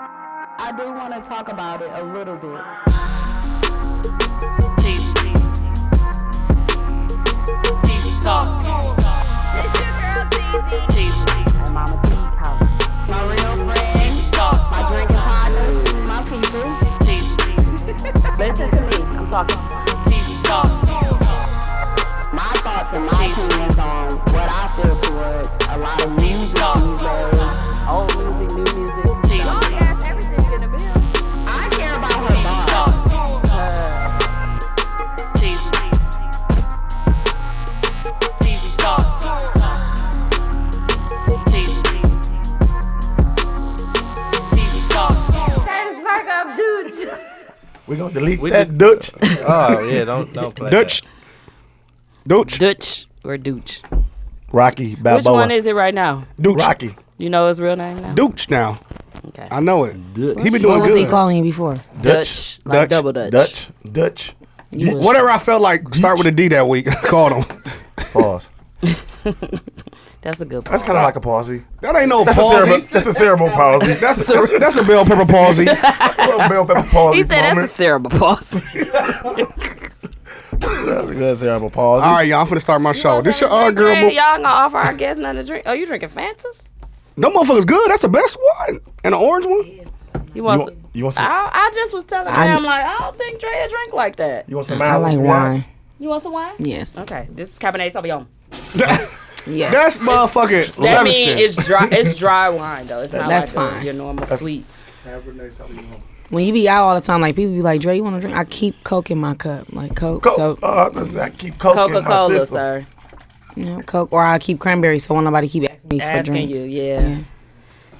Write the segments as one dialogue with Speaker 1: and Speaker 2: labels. Speaker 1: I do want to talk about it a little bit.
Speaker 2: TV. TV talk. TV.
Speaker 1: My mama T Collins. My real friend,
Speaker 2: TV talk.
Speaker 1: my drinking partners, my people.
Speaker 2: TV.
Speaker 1: Listen to me. I'm talking
Speaker 2: TV talk.
Speaker 1: my thoughts and my opinions on what I feel towards a lot of music
Speaker 2: talk.
Speaker 1: these days. Old music, new music.
Speaker 2: TV talk.
Speaker 1: I care about her
Speaker 2: TV
Speaker 1: thoughts.
Speaker 2: talk.
Speaker 1: her-
Speaker 2: TV. TV talk. TV. TV talk.
Speaker 3: We're gonna delete
Speaker 4: We
Speaker 3: that
Speaker 4: did-
Speaker 3: Dutch.
Speaker 4: Oh yeah, don't don't play
Speaker 3: Dutch. Dooch.
Speaker 5: Dutch or Dooch.
Speaker 3: Rocky Balboa.
Speaker 5: Which one is it right now?
Speaker 3: Dooch. Rocky.
Speaker 5: You know his real name now?
Speaker 3: Dooch now.
Speaker 5: Okay.
Speaker 3: I know it. He been doing
Speaker 6: What was
Speaker 3: good.
Speaker 6: he calling you before?
Speaker 5: Dutch, like double Dutch.
Speaker 3: Dutch. Dutch.
Speaker 6: You was-
Speaker 3: Whatever I felt like start with a D that week, I called him.
Speaker 7: Pause.
Speaker 5: That's a good
Speaker 7: That's
Speaker 5: point.
Speaker 7: kind of like a palsy.
Speaker 3: That ain't no
Speaker 7: That's a,
Speaker 3: palsy.
Speaker 7: cerebral, that's a cerebral palsy.
Speaker 3: That's, that's, that's a bell pepper palsy.
Speaker 7: a little bell pepper palsy.
Speaker 5: He said that's a
Speaker 7: moment.
Speaker 5: cerebral
Speaker 6: Oh,
Speaker 5: palsy.
Speaker 7: That's a good cerebral palsy.
Speaker 3: All right, y'all. I'm finna start my show. This your uh, girl.
Speaker 5: Hey,
Speaker 3: Mo-
Speaker 5: y'all gonna offer our guests nothing to drink? Oh, you drinking Fantas?
Speaker 3: them motherfuckers good. That's the best one. And the orange one.
Speaker 5: You
Speaker 7: You
Speaker 5: want?
Speaker 7: want,
Speaker 5: some?
Speaker 7: you want some?
Speaker 5: I, I just was telling
Speaker 6: I-
Speaker 5: him like I don't think Drea drink like that.
Speaker 7: You want some?
Speaker 6: I like wine.
Speaker 5: You want some wine?
Speaker 6: Yes.
Speaker 5: Okay, this is Cabernet Sauvignon.
Speaker 6: Yes.
Speaker 3: That's motherfucking.
Speaker 5: That
Speaker 3: Leviston.
Speaker 5: means it's dry. It's dry wine though. It's not
Speaker 6: That's
Speaker 5: like a-
Speaker 6: fine.
Speaker 5: your normal sweet.
Speaker 6: when you be out all the time, like people be like, Dre, you want to drink? I keep Coke in my cup. Like Coke.
Speaker 7: Coke.
Speaker 6: So,
Speaker 7: uh, I keep Coke
Speaker 5: Coca
Speaker 7: in my
Speaker 5: Cola,
Speaker 7: system.
Speaker 5: sir.
Speaker 6: you know, Coke. Or I keep cranberry so won't nobody keep asking me for
Speaker 5: Asking
Speaker 6: drinks.
Speaker 5: you, yeah,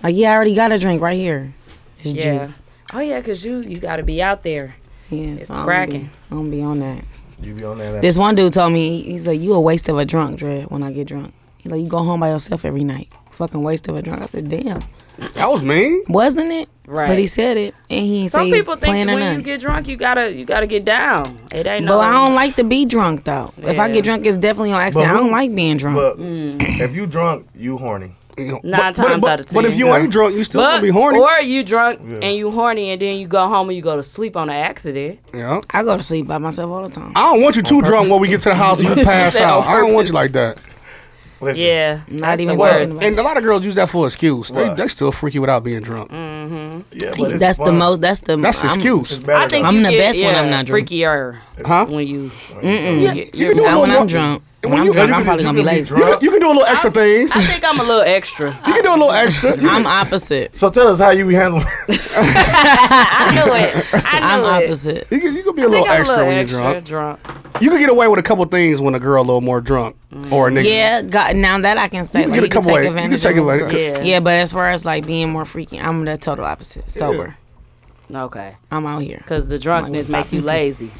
Speaker 6: Like, yeah, I already got a drink right here. It's
Speaker 5: yeah.
Speaker 6: juice.
Speaker 5: Oh yeah, cause you you gotta be out there.
Speaker 6: Yeah,
Speaker 5: It's
Speaker 6: so I don't
Speaker 5: cracking.
Speaker 6: be- I don't be on that.
Speaker 7: You be on that.
Speaker 6: This one dude told me, he- he's like, you a waste of a drunk, Dre, when I get drunk. He's like, you go home by yourself every night. Fucking waste of a drunk. I said, damn.
Speaker 3: that was mean.
Speaker 6: Wasn't it?
Speaker 5: Right.
Speaker 6: But he said it, and he ain't
Speaker 5: Some
Speaker 6: say he's
Speaker 5: people think
Speaker 6: playing or
Speaker 5: when you
Speaker 6: nothing.
Speaker 5: get drunk, you gotta you gotta get down. It ain't no.
Speaker 6: But I don't like to be drunk though. If I
Speaker 5: Yeah.
Speaker 6: get drunk, it's definitely on accident.
Speaker 7: But
Speaker 6: I
Speaker 7: who-
Speaker 6: don't like being drunk.
Speaker 7: But if you drunk, you horny.
Speaker 3: Nine
Speaker 5: Nine times out of
Speaker 3: But if
Speaker 5: ten.
Speaker 3: you
Speaker 5: Yeah.
Speaker 3: ain't drunk, you still
Speaker 5: But-
Speaker 3: gonna be horny.
Speaker 5: Or you drunk and you horny, and then you go home and you go to sleep on an accident.
Speaker 3: yeah.
Speaker 6: I go to sleep by myself all the time.
Speaker 3: I don't want you too drunk when we get to the house and you pass
Speaker 5: said on
Speaker 3: out. I don't want you like that.
Speaker 7: Listen,
Speaker 5: Yeah,
Speaker 6: Not even
Speaker 5: worst.
Speaker 6: working.
Speaker 3: And a lot of girls use that for excuse. They,
Speaker 7: What?
Speaker 3: they still freaky without being drunk.
Speaker 7: yeah, but it's
Speaker 6: That's the
Speaker 7: fun.
Speaker 6: most. That's the.
Speaker 3: That's the
Speaker 6: I'm-
Speaker 3: excuse.
Speaker 7: It's better
Speaker 5: I think
Speaker 6: I'm
Speaker 5: you
Speaker 6: the
Speaker 5: get,
Speaker 6: best
Speaker 5: yeah,
Speaker 6: when I'm not drunk.
Speaker 5: Freakier
Speaker 3: Huh?
Speaker 5: when you.
Speaker 6: Mm-mm.
Speaker 3: Yeah,
Speaker 5: you-
Speaker 3: you can do a
Speaker 6: Not
Speaker 3: little.
Speaker 6: when I'm
Speaker 3: more-
Speaker 6: drunk.
Speaker 3: When
Speaker 6: When, I'm
Speaker 3: you-
Speaker 6: drunk,
Speaker 3: you
Speaker 6: I'm
Speaker 3: can-
Speaker 6: probably
Speaker 7: you
Speaker 6: gonna be
Speaker 7: can be
Speaker 6: lazy.
Speaker 7: drunk.
Speaker 3: You can, you can do a little extra things.
Speaker 5: I think I'm a little extra.
Speaker 3: You can do a little extra. You-
Speaker 6: I'm opposite.
Speaker 7: So tell us how you handle. it.
Speaker 5: I knew it. I
Speaker 6: I'm
Speaker 5: knew it.
Speaker 6: opposite.
Speaker 3: You can, you can be a
Speaker 5: I
Speaker 3: little
Speaker 5: think I'm a
Speaker 3: extra
Speaker 5: little
Speaker 3: when
Speaker 5: extra
Speaker 3: you're drunk.
Speaker 5: drunk.
Speaker 3: You can get away with a couple things when a girl a little more drunk or a nigga.
Speaker 6: Yeah. God, now that I can say,
Speaker 3: You can
Speaker 6: like,
Speaker 3: get a
Speaker 6: you can
Speaker 3: couple
Speaker 6: take
Speaker 3: ways. You
Speaker 6: advantage.
Speaker 3: can take
Speaker 6: of a
Speaker 3: advantage.
Speaker 6: girl.
Speaker 5: Yeah.
Speaker 6: Yeah, but as far as like being more freaky, I'm the total opposite. Sober.
Speaker 5: Okay,
Speaker 6: I'm out here.
Speaker 5: because the drunkenness make you lazy.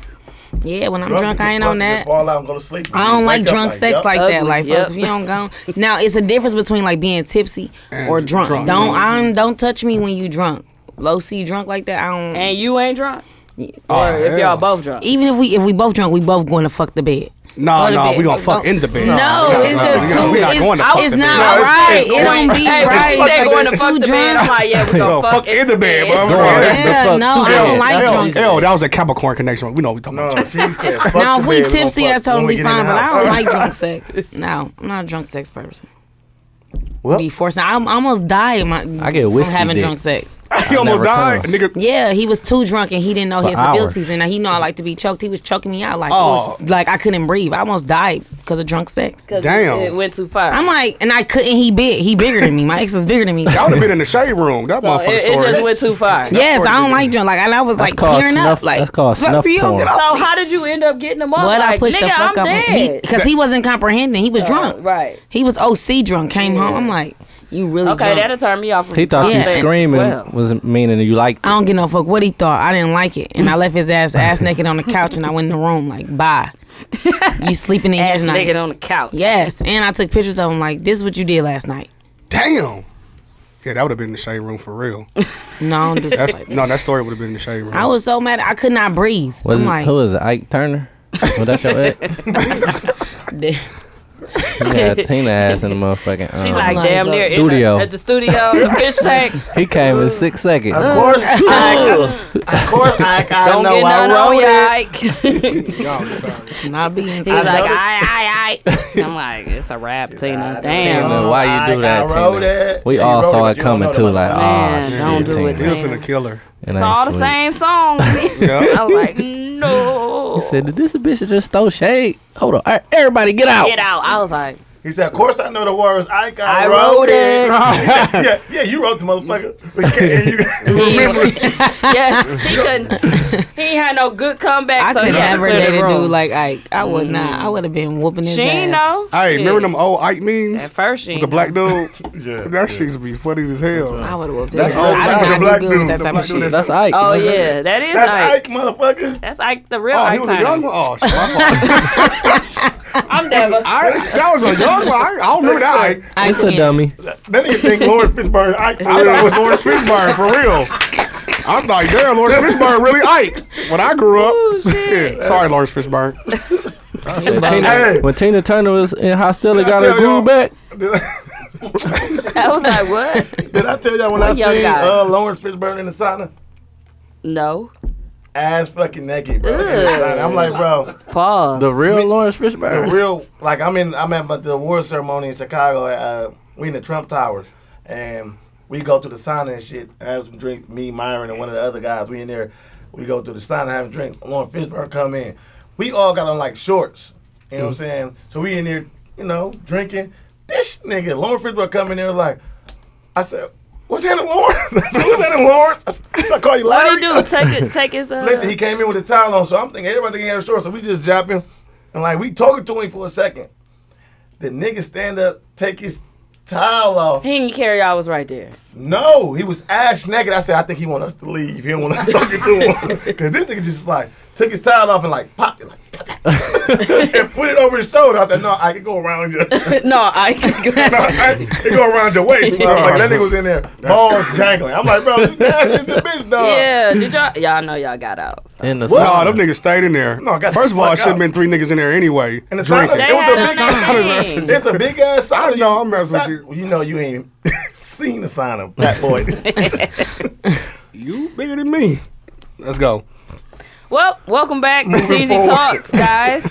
Speaker 6: Yeah, when I'm drunk, I ain't on
Speaker 7: You
Speaker 6: that.
Speaker 7: Fall out and go to sleep.
Speaker 6: I don't like drunk sex like that.
Speaker 5: Ugly,
Speaker 6: Like,
Speaker 5: yep.
Speaker 6: folks, if you don't go, now it's a difference between like being tipsy
Speaker 3: And
Speaker 6: or drunk.
Speaker 3: drunk,
Speaker 6: Don't
Speaker 3: yeah.
Speaker 6: I'm don't touch me when you drunk. Low C drunk like that. I don't.
Speaker 5: And you ain't drunk,
Speaker 3: Oh,
Speaker 5: or if
Speaker 3: hell.
Speaker 5: y'all both drunk.
Speaker 6: even if we if we both drunk, we both going to fuck the bed.
Speaker 3: Nah,
Speaker 6: Go to
Speaker 3: nah,
Speaker 6: bed.
Speaker 3: we gonna
Speaker 6: Go-
Speaker 3: fuck
Speaker 6: go-
Speaker 3: in the bed.
Speaker 6: No, it's
Speaker 3: nah,
Speaker 6: just
Speaker 3: nah,
Speaker 6: too.
Speaker 3: we not
Speaker 6: it's,
Speaker 3: going to fuck
Speaker 6: it's
Speaker 3: the
Speaker 6: not
Speaker 3: bed. No, it's-
Speaker 6: right.
Speaker 3: it's
Speaker 6: it
Speaker 3: going-
Speaker 6: don't be
Speaker 5: Hey,
Speaker 6: right.
Speaker 5: she said
Speaker 6: Like,
Speaker 5: going to
Speaker 6: it's
Speaker 5: fuck
Speaker 6: too
Speaker 5: the bed. I'm
Speaker 6: drunk.
Speaker 5: like, yeah, we gonna
Speaker 3: No,
Speaker 5: fuck,
Speaker 3: fuck in the bed, bro.
Speaker 6: Yeah, no, I don't like
Speaker 3: Hell,
Speaker 6: drunk.
Speaker 3: hell, that was a Capricorn connection. We know what we talking
Speaker 7: No,
Speaker 3: about.
Speaker 7: she said. fuck
Speaker 6: Now
Speaker 7: the
Speaker 6: if we
Speaker 7: bed, we'll
Speaker 6: tipsy,
Speaker 7: fuck
Speaker 6: that's
Speaker 7: when we
Speaker 6: totally
Speaker 7: get in
Speaker 6: fine.
Speaker 7: the
Speaker 6: But I
Speaker 7: house.
Speaker 6: don't like drunk sex. No, I'm not a drunk sex person.
Speaker 4: Well-
Speaker 6: be forced. I am- I almost died. My
Speaker 4: I get
Speaker 6: from
Speaker 4: whiskey
Speaker 6: having
Speaker 4: dick.
Speaker 6: drunk sex.
Speaker 3: He almost
Speaker 4: never
Speaker 3: died,
Speaker 4: come.
Speaker 3: nigga.
Speaker 6: Yeah, he was too drunk and he didn't know
Speaker 4: For
Speaker 6: his
Speaker 4: hours.
Speaker 6: abilities, and he know I like to be choked. He was choking me out like it
Speaker 3: Oh.
Speaker 6: was, like I couldn't breathe. I almost died because of drunk sex.
Speaker 5: 'cause
Speaker 3: Damn.
Speaker 5: It went too far.
Speaker 6: I'm like, and I couldn't. He big. He bigger than me. My ex was bigger than me.
Speaker 3: I would have been in the shade room. That
Speaker 5: So
Speaker 3: motherfucking
Speaker 5: it, it
Speaker 3: story.
Speaker 5: just went too far.
Speaker 6: Yes, I don't like drunk. Like and I was
Speaker 4: That's
Speaker 6: like
Speaker 4: called
Speaker 6: tearing
Speaker 4: snuff-
Speaker 6: up. Like
Speaker 4: that's called
Speaker 6: fuck
Speaker 4: snuff
Speaker 6: you,
Speaker 4: porn.
Speaker 6: get off.
Speaker 5: So how did you end up getting them up?
Speaker 6: What
Speaker 5: like,
Speaker 6: I pushed
Speaker 5: nigga,
Speaker 6: the
Speaker 5: I'm
Speaker 6: fuck up
Speaker 5: dead. Uh,
Speaker 6: because he wasn't comprehending. He was drunk.
Speaker 5: right.
Speaker 6: He was OC drunk. Came home. I'm like, you really
Speaker 5: Okay,
Speaker 6: drunk.
Speaker 5: that'll turn me off. From
Speaker 4: He thought
Speaker 6: Yeah.
Speaker 4: you
Speaker 5: sex as
Speaker 4: screaming
Speaker 5: well.
Speaker 4: was meaning you liked
Speaker 6: I
Speaker 4: it.
Speaker 6: don't give no fuck what he thought. I didn't like it, and I left his ass ass naked on the couch, and I went in the room like, bye. You sleeping in
Speaker 5: ass
Speaker 6: his night?
Speaker 5: naked on the couch.
Speaker 6: Yes, and I took pictures of him. Like, this is what you did last night.
Speaker 3: Damn. Yeah, that would have been in the shade room for real.
Speaker 6: No, I don't do stuff
Speaker 3: That's
Speaker 6: like that.
Speaker 3: no, that story would have been in the shade room.
Speaker 6: I was so mad I could not breathe.
Speaker 4: Was
Speaker 6: I'm
Speaker 4: it,
Speaker 6: like,
Speaker 4: who is it? Ike Turner? Was that your ex?
Speaker 6: "Th-
Speaker 4: Yeah, Tina ass in the motherfucking.
Speaker 5: She
Speaker 4: um,
Speaker 5: like
Speaker 6: Oh my
Speaker 5: damn
Speaker 6: God.
Speaker 5: near in the-
Speaker 4: Studio.
Speaker 5: at the studio, the fish tank.
Speaker 4: he came in six seconds.
Speaker 7: Of course, I, of course, I, I
Speaker 5: Don't
Speaker 7: know
Speaker 5: get
Speaker 7: I
Speaker 5: none on
Speaker 7: wrote
Speaker 5: ya.
Speaker 7: it.
Speaker 5: Ike. He's
Speaker 6: Not being
Speaker 5: like,
Speaker 6: like,
Speaker 7: noticed-
Speaker 5: I, I, I. I'm like, it's a rap, Tina. Damn.
Speaker 4: Tina, why you do
Speaker 7: I-
Speaker 4: that,
Speaker 7: I wrote
Speaker 4: Tina?
Speaker 7: it.
Speaker 4: We
Speaker 7: You
Speaker 4: all
Speaker 7: wrote
Speaker 4: saw
Speaker 7: but
Speaker 4: it
Speaker 7: you don't
Speaker 4: coming
Speaker 7: know the
Speaker 4: too.
Speaker 7: motherfucker.
Speaker 4: Like,
Speaker 5: Man,
Speaker 4: oh,
Speaker 5: don't do it,
Speaker 3: He
Speaker 4: Tina.
Speaker 3: was
Speaker 5: Tina.
Speaker 3: finna kill her.
Speaker 4: It
Speaker 5: It's
Speaker 4: ain't
Speaker 5: all the
Speaker 4: sweet.
Speaker 5: same song.
Speaker 3: Yeah.
Speaker 5: I was like, no.
Speaker 4: He said, "Did this bitch just throw shade?" Hold on, all right, everybody, get out.
Speaker 5: Get out. I was like,
Speaker 7: He said, "Of course, I know the words. I, I,
Speaker 5: I
Speaker 7: wrote,
Speaker 5: wrote
Speaker 7: it.
Speaker 5: it.
Speaker 7: yeah, yeah, you wrote the motherfucker. But you can't- and you-
Speaker 5: he, yeah, he couldn't. He ain't had no good comeback.
Speaker 6: I
Speaker 5: so he
Speaker 6: could
Speaker 5: had to
Speaker 6: never
Speaker 5: clear the
Speaker 6: date a
Speaker 5: room.
Speaker 6: dude like Ike. I would not. I would have been whooping his
Speaker 5: Mm. She ain't
Speaker 6: ass.
Speaker 5: know.
Speaker 3: Hey, remember
Speaker 5: Shit.
Speaker 3: them old Ike memes?
Speaker 5: At first, she
Speaker 3: with
Speaker 5: ain't
Speaker 3: the black dude?
Speaker 7: yeah,
Speaker 3: that
Speaker 7: yeah.
Speaker 3: shit used to be funny as hell.
Speaker 6: I would have whooped his ass.
Speaker 7: That's all
Speaker 6: I
Speaker 7: about
Speaker 6: did
Speaker 7: the
Speaker 6: not
Speaker 7: black
Speaker 6: do good with
Speaker 7: dude.
Speaker 6: that
Speaker 7: The
Speaker 6: type of
Speaker 7: black dude
Speaker 6: shit.
Speaker 4: That's Ike.
Speaker 5: know. Oh yeah, that is
Speaker 7: That's
Speaker 5: Ike.
Speaker 7: Ike, motherfucker.
Speaker 5: That's Ike, the real
Speaker 3: Oh, he
Speaker 5: Ike
Speaker 3: was a young
Speaker 5: Turner.
Speaker 3: one. Oh, shit, my fault.
Speaker 5: I'm never.
Speaker 3: I, that was a young one. I, I don't remember that Ike.
Speaker 6: I
Speaker 4: It's a
Speaker 6: can't.
Speaker 4: dummy.
Speaker 7: That nigga think Lawrence Fishburne Ike for
Speaker 3: I thought it was
Speaker 7: real.
Speaker 3: Lawrence Fishburne for real. I'm like, damn, Lawrence Fishburne really Ike. When I grew up,
Speaker 5: shit.
Speaker 3: Yeah, sorry, Lawrence Fishburne.
Speaker 4: When Tina,
Speaker 7: Hey.
Speaker 4: when Tina Turner was in hostility,
Speaker 7: Can I
Speaker 4: got her
Speaker 7: tell y'all-
Speaker 4: groove back.
Speaker 7: Did I,
Speaker 5: I was like, what?
Speaker 7: did I tell y'all when I
Speaker 5: young
Speaker 7: seen
Speaker 5: guy?
Speaker 7: uh, Lawrence Fishburne in the sauna?
Speaker 5: No.
Speaker 7: Ass fucking naked, bro. in the sauna. I'm like, bro,
Speaker 5: Pause.
Speaker 4: The real Lawrence
Speaker 7: the
Speaker 4: Fishburne.
Speaker 7: real like I'm in I'm at but the award ceremony in Chicago. Uh, we in the Trump Towers, and we go through the sauna and shit. Have some drink. Me, Myron, and one of the other guys. We in there. We go through the sauna, have a drink. Lauren Fishburne come in. We all got on like shorts. You know what I'm saying? So we in there, you know, drinking. This nigga, Lauren Fishburne, come in there like, I said. What's happening, Lawrence? I said, What's happening, Lawrence? I said, "Should I call you Larry.
Speaker 5: What do you do? Take it. Take his. Uh,
Speaker 7: Listen, he came in with a towel on, so I'm thinking everybody thinking he had a short, so we just drop him. And like we talking to him for a second. The nigga stand up, take his towel off.
Speaker 5: He and Carrie I was right there.
Speaker 7: No, he was ass naked. I said, I think he want us to leave. He don't want us talking to him. Cause this nigga just like took his towel off and like popped it like and put it over his shoulder. I said, No, I can go around your
Speaker 5: no, I.
Speaker 7: no, I, it go around your waist. motherfucker. that nigga was in there, balls jangling. I'm like, bro, you nasty as a bitch, dog.
Speaker 5: yeah. Did y'all? Y'all know y'all got out. so.
Speaker 4: In the
Speaker 7: What?
Speaker 4: sauna.
Speaker 3: No, them niggas stayed in there.
Speaker 7: No, got the
Speaker 3: First of all,
Speaker 7: fuck
Speaker 3: it should
Speaker 7: out.
Speaker 3: have been three niggas in there anyway.
Speaker 7: And the sauna,
Speaker 3: drinking.
Speaker 7: it
Speaker 5: They had
Speaker 7: was a
Speaker 5: on
Speaker 7: big
Speaker 5: that thing.
Speaker 7: It's a big ass sauna. You
Speaker 3: know, I'm messing with
Speaker 7: fat-
Speaker 3: you.
Speaker 7: You know you ain't seen the sign of Black Boy.
Speaker 3: You bigger than me. Let's go.
Speaker 5: Well, welcome back to
Speaker 7: Moving
Speaker 5: TZ
Speaker 7: forward.
Speaker 5: Talks, guys.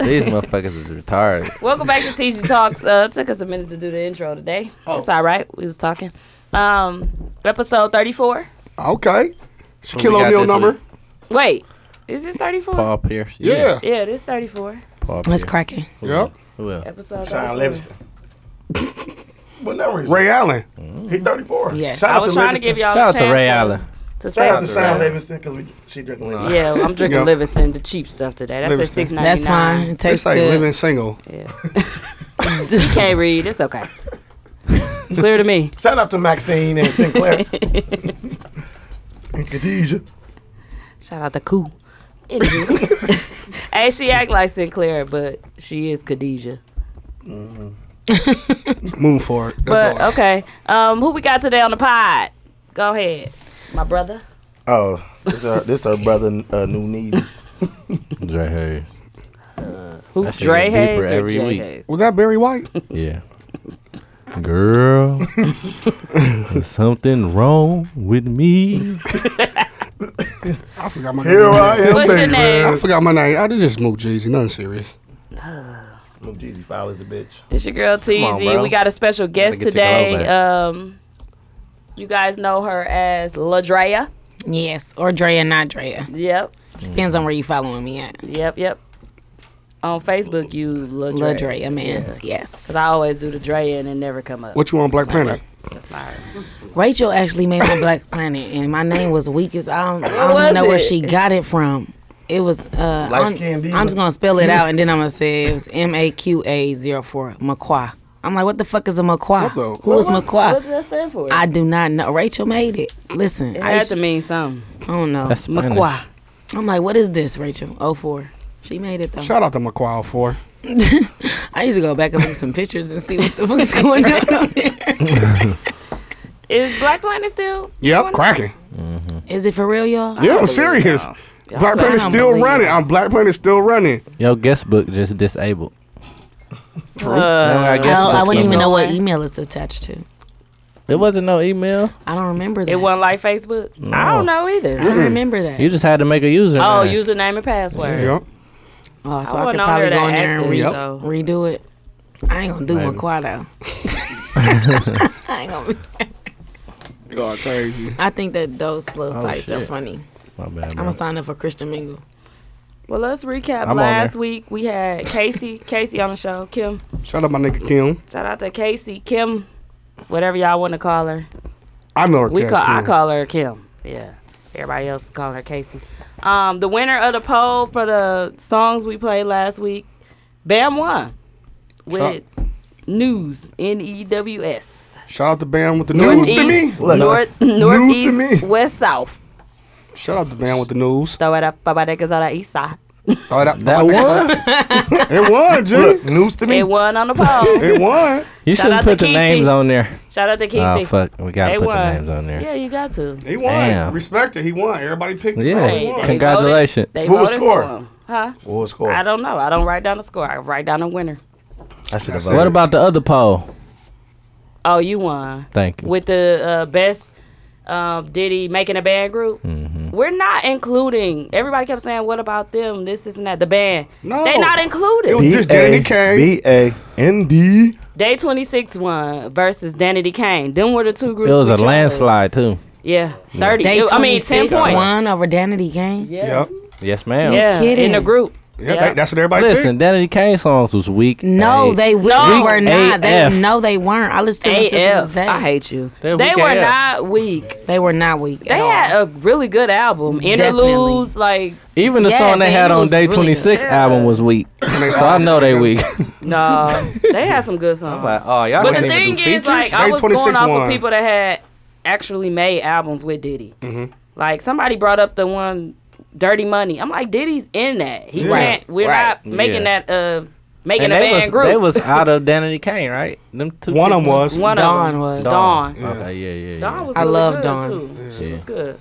Speaker 4: These motherfuckers is retarded.
Speaker 5: welcome back to TZ Talks. Uh, it took us a minute to do the intro today. It's all right. We was talking. Um, episode thirty-four.
Speaker 3: Okay.
Speaker 4: we
Speaker 3: Shaquille
Speaker 4: got
Speaker 3: O'Neal
Speaker 4: this
Speaker 3: number.
Speaker 4: week.
Speaker 5: Wait, is this thirty-four?
Speaker 4: Paul Pierce.
Speaker 3: Yeah.
Speaker 5: Yeah, this thirty-four.
Speaker 4: Paul
Speaker 6: That's
Speaker 4: Pierce.
Speaker 6: cracking.
Speaker 3: Yep.
Speaker 4: Who else?
Speaker 5: Episode. 34.
Speaker 7: Sean Livingston. What number is
Speaker 3: Ray Allen.
Speaker 7: he? He 34.
Speaker 6: Yes.
Speaker 7: Shout
Speaker 5: I
Speaker 7: out
Speaker 5: was
Speaker 7: to
Speaker 5: trying to
Speaker 7: Livingston.
Speaker 5: give y'all.
Speaker 4: Shout
Speaker 5: a
Speaker 4: out to
Speaker 5: chance
Speaker 4: Ray
Speaker 5: to-
Speaker 4: Allen.
Speaker 5: To say
Speaker 7: Shout out to
Speaker 5: something.
Speaker 7: Sean Livingston because she drinking
Speaker 4: Nah.
Speaker 7: Livingston.
Speaker 5: Yeah, I'm drinking
Speaker 3: Yeah.
Speaker 5: Livingston, the cheap stuff today. That's at
Speaker 3: Livingston.
Speaker 5: six ninety nine.
Speaker 6: That's fine. It
Speaker 3: They
Speaker 6: tastes
Speaker 3: say
Speaker 6: good.
Speaker 3: living single.
Speaker 5: You can't read. It's okay. Clear to me.
Speaker 7: Shout out to Maxine and Sinclair. and Khadijah.
Speaker 5: Shout out to Koo. Anywho. hey, she act like Sinclair, but she is Khadijah.
Speaker 3: Move forward. That's
Speaker 5: But uh,
Speaker 3: all.
Speaker 5: okay, um, who we got today on the pod? Go ahead, my brother.
Speaker 7: Oh, this our, this our brother, uh, New Knees.
Speaker 4: Dre Hayes.
Speaker 5: Who
Speaker 4: That shit get
Speaker 5: Dre
Speaker 4: deeper
Speaker 5: Hayes or
Speaker 4: every
Speaker 5: Jay
Speaker 4: week.
Speaker 5: Hayes?
Speaker 3: was that Barry White?
Speaker 4: Yeah. Girl, there's something wrong with me.
Speaker 3: I forgot my
Speaker 7: Here
Speaker 3: name.
Speaker 7: I am,
Speaker 5: What's your
Speaker 7: baby.
Speaker 3: I
Speaker 5: name?
Speaker 3: forgot my name. I did just move Jeezy. Nothing serious.
Speaker 7: Lil Jeezy Fowl is a bitch.
Speaker 5: It's your girl
Speaker 4: on, bro.
Speaker 5: Teasy. We got a special guest
Speaker 4: get your glow
Speaker 5: today.
Speaker 4: back.
Speaker 5: Um, you guys know her as Ladrea.
Speaker 6: Yes. Or Drea, not
Speaker 7: Mm.
Speaker 6: Drea.
Speaker 5: Yep,
Speaker 6: Depends on where you following me at.
Speaker 5: yep, yep. On Facebook, you
Speaker 6: Lil
Speaker 5: Ladrea.
Speaker 6: Drea, man. Yes.
Speaker 5: Cause I always do the Dre and it never come up.
Speaker 3: What you on Black Planet?
Speaker 5: That's not her.
Speaker 6: Rachel actually made my Black Planet, and my name was weak as I don't, I don't
Speaker 5: was
Speaker 6: even know where
Speaker 5: it?
Speaker 6: she got it from. It was uh,
Speaker 7: Light
Speaker 6: I'm,
Speaker 7: skin diva.
Speaker 6: I'm just gonna spell it out, and then I'm gonna say it was M A Q A 04 McQua. I'm like, what the fuck is a
Speaker 3: What
Speaker 6: McQua?
Speaker 3: the-
Speaker 6: Who is
Speaker 5: What
Speaker 6: McQua?
Speaker 5: does that stand for?
Speaker 6: I do not know. Rachel made it. Listen,
Speaker 5: it
Speaker 6: I,
Speaker 5: had
Speaker 6: used,
Speaker 5: to mean something.
Speaker 6: I don't know.
Speaker 4: That's Spanish.
Speaker 5: McQua.
Speaker 6: I'm like, what is this, Rachel? 04. She made it though.
Speaker 3: Shout out to McQuile for.
Speaker 6: I used to go back and look at some pictures and see what the fuck's going on. out there.
Speaker 5: Is Black Planet still?
Speaker 3: Yep, cracking.
Speaker 6: Is it for real, y'all?
Speaker 3: Yeah, I'm serious. Black
Speaker 5: Y'all
Speaker 3: Planet's
Speaker 6: don't
Speaker 3: still
Speaker 6: believe
Speaker 3: running.
Speaker 6: it.
Speaker 3: I'm Black Planet's still running.
Speaker 4: Your guest book just disabled. True.
Speaker 6: I, don't, Oh, I wouldn't even know what
Speaker 5: Snapchat.
Speaker 6: email it's attached to.
Speaker 4: It wasn't no email.
Speaker 6: I don't remember that.
Speaker 5: It wasn't like Facebook. I don't know either.
Speaker 6: I don't remember that.
Speaker 4: You just had to make a username.
Speaker 5: Oh, username and password.
Speaker 3: Yep.
Speaker 6: oh, so
Speaker 5: I
Speaker 6: I, could
Speaker 5: wasn't on
Speaker 6: probably
Speaker 5: there
Speaker 6: go
Speaker 5: that
Speaker 6: in there and
Speaker 5: active,
Speaker 6: re-
Speaker 5: yep.
Speaker 6: redo it. I ain't gonna do
Speaker 4: Maybe.
Speaker 6: one quado. I ain't gonna.
Speaker 3: God, crazy.
Speaker 6: I think that those little
Speaker 4: Oh,
Speaker 6: sites are
Speaker 4: shit.
Speaker 6: funny.
Speaker 4: My bad,
Speaker 6: I'm
Speaker 4: bro.
Speaker 6: gonna sign up for Christian Mingle.
Speaker 5: Well, let's recap.
Speaker 4: I'm on
Speaker 5: Last
Speaker 4: there.
Speaker 5: week we had Casey, Casey on the show. Kim,
Speaker 3: Shout out my nigga Kim.
Speaker 5: shout out to Casey, Kim, whatever y'all want to call her.
Speaker 3: I know her
Speaker 5: We
Speaker 3: cat's
Speaker 5: call, I
Speaker 3: Kim.
Speaker 5: call her Kim. Yeah. Everybody else calling her Casey. Um, the winner of the poll for the songs we played last week, Bam won with News N E W S.
Speaker 3: Shout out to Bam with the news to me.
Speaker 7: Look.
Speaker 5: North,
Speaker 3: to
Speaker 5: northeast,
Speaker 3: me.
Speaker 5: west, south.
Speaker 3: Shout out to Bam with the news.
Speaker 5: Throw it up, Baba Deckers on the east side.
Speaker 3: Throw it up.
Speaker 4: that one?
Speaker 3: It won, G.
Speaker 7: Look, news to me.
Speaker 5: It won on the poll.
Speaker 3: It won.
Speaker 4: You
Speaker 5: Shout
Speaker 4: shouldn't
Speaker 5: out to
Speaker 4: put the
Speaker 5: Kesey.
Speaker 4: names on there.
Speaker 5: Shout out to Casey.
Speaker 4: Oh fuck, we gotta
Speaker 5: They
Speaker 4: put
Speaker 5: won.
Speaker 4: the names on there.
Speaker 5: Yeah, you got to.
Speaker 3: He won.
Speaker 4: Damn.
Speaker 3: Respect it. He won. Everybody picked
Speaker 4: Yeah.
Speaker 3: him. He
Speaker 5: Hey, they
Speaker 3: won.
Speaker 5: voted-
Speaker 4: Congratulations.
Speaker 5: they
Speaker 7: Who Oh, was
Speaker 5: voted
Speaker 7: score?
Speaker 5: for him. Huh?
Speaker 7: What was score?
Speaker 5: I don't know. I don't write down the score. I write down a winner.
Speaker 7: I should have
Speaker 4: What about the other poll?
Speaker 5: Oh, you won.
Speaker 4: Thank you.
Speaker 5: with the uh, best um, Diddy making a band group.
Speaker 4: Mm-hmm.
Speaker 5: We're not including. Everybody kept saying, "What about them? This isn't that the band."
Speaker 3: No.
Speaker 5: they not
Speaker 3: It was
Speaker 5: included.
Speaker 3: just Danny Kane.
Speaker 7: B-A-N-D.
Speaker 5: Day twenty six one versus Danity Kane. Them were the two
Speaker 4: It
Speaker 5: groups.
Speaker 4: was
Speaker 5: we
Speaker 4: a
Speaker 5: chose.
Speaker 4: landslide too.
Speaker 5: Yeah, thirty.
Speaker 6: Day
Speaker 5: It- I mean, ten
Speaker 6: 26
Speaker 5: points.
Speaker 6: One over Danity Gang.
Speaker 5: Yeah,
Speaker 3: Yep.
Speaker 4: Yes, ma'am.
Speaker 5: yeah,
Speaker 6: kidding.
Speaker 5: in the group.
Speaker 3: Yep.
Speaker 5: Yeah.
Speaker 3: that- that's what everybody
Speaker 4: Listen, Danny Kane songs was weak.
Speaker 6: No,
Speaker 4: Hey,
Speaker 6: they we
Speaker 5: No.
Speaker 6: were not. They
Speaker 4: AF.
Speaker 6: no, they weren't. I listened to them still to this
Speaker 5: AF.
Speaker 6: day.
Speaker 5: I hate you. They
Speaker 4: They're
Speaker 5: were
Speaker 4: weak AF.
Speaker 5: not weak.
Speaker 6: They were not weak.
Speaker 5: They had a really good album.
Speaker 6: Definitely.
Speaker 5: Interludes, like
Speaker 4: even the
Speaker 6: Yes,
Speaker 4: song they
Speaker 6: they
Speaker 4: had on
Speaker 6: was
Speaker 4: Day
Speaker 6: really good.
Speaker 4: 26 album was weak. so I know they weak.
Speaker 5: no, they had some good songs.
Speaker 4: oh, y'all
Speaker 5: But the thing is, like, I
Speaker 3: Say
Speaker 5: was going
Speaker 3: 26
Speaker 5: off
Speaker 3: won.
Speaker 5: of people that had actually made albums with Diddy. Like somebody brought up the one "Dirty Money." I'm like, Diddy's in that. He can't.
Speaker 6: Right.
Speaker 5: We're
Speaker 4: Right.
Speaker 5: not making
Speaker 4: Yeah.
Speaker 5: that. Uh, making
Speaker 4: and
Speaker 5: a
Speaker 4: they
Speaker 5: band
Speaker 4: was,
Speaker 5: group.
Speaker 4: they was out of Danny Kane, right? Them two.
Speaker 3: One of them
Speaker 4: chicks-
Speaker 3: was.
Speaker 5: one
Speaker 6: Dawn
Speaker 5: of them.
Speaker 6: was.
Speaker 5: Dawn. Dawn.
Speaker 4: Okay, yeah, yeah. yeah.
Speaker 5: was.
Speaker 6: I
Speaker 5: really
Speaker 6: love
Speaker 5: good
Speaker 6: Dawn.
Speaker 5: Too. She
Speaker 4: Yeah.
Speaker 5: was good.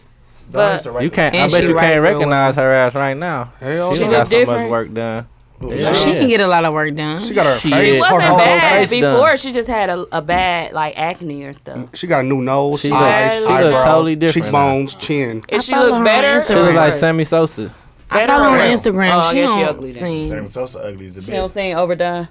Speaker 5: But-
Speaker 7: But
Speaker 4: You can't. I
Speaker 6: And
Speaker 4: bet
Speaker 6: she
Speaker 4: you
Speaker 6: writes
Speaker 4: can't
Speaker 6: real well.
Speaker 4: recognize her ass right now.
Speaker 3: Hell
Speaker 4: she
Speaker 5: no.
Speaker 4: got
Speaker 5: look
Speaker 4: so
Speaker 5: different.
Speaker 4: much work done. Yeah.
Speaker 6: She can get a lot of work done.
Speaker 3: She got her
Speaker 4: She
Speaker 5: She
Speaker 3: face.
Speaker 4: Fuck
Speaker 5: wasn't
Speaker 4: her whole
Speaker 5: bad
Speaker 4: face done.
Speaker 5: before. She just had a, a bad like acne or stuff.
Speaker 3: She got a new nose,
Speaker 4: She
Speaker 3: eyes,
Speaker 5: look- she look
Speaker 3: eyebrow,
Speaker 4: totally different
Speaker 3: cheekbones, chin.
Speaker 5: If she
Speaker 6: follow her
Speaker 5: looked
Speaker 6: on
Speaker 5: better,
Speaker 6: Instagram.
Speaker 4: She look like
Speaker 5: worse.
Speaker 4: Sammy Sosa.
Speaker 6: I
Speaker 5: Better
Speaker 6: follow her
Speaker 5: or-
Speaker 6: on Instagram.
Speaker 5: Oh, I
Speaker 6: she
Speaker 5: guess she
Speaker 6: don't
Speaker 5: ugly then.
Speaker 6: sing,
Speaker 7: Damn, Tosa ugly as a
Speaker 5: She don't
Speaker 7: bitch.
Speaker 5: sing overdone.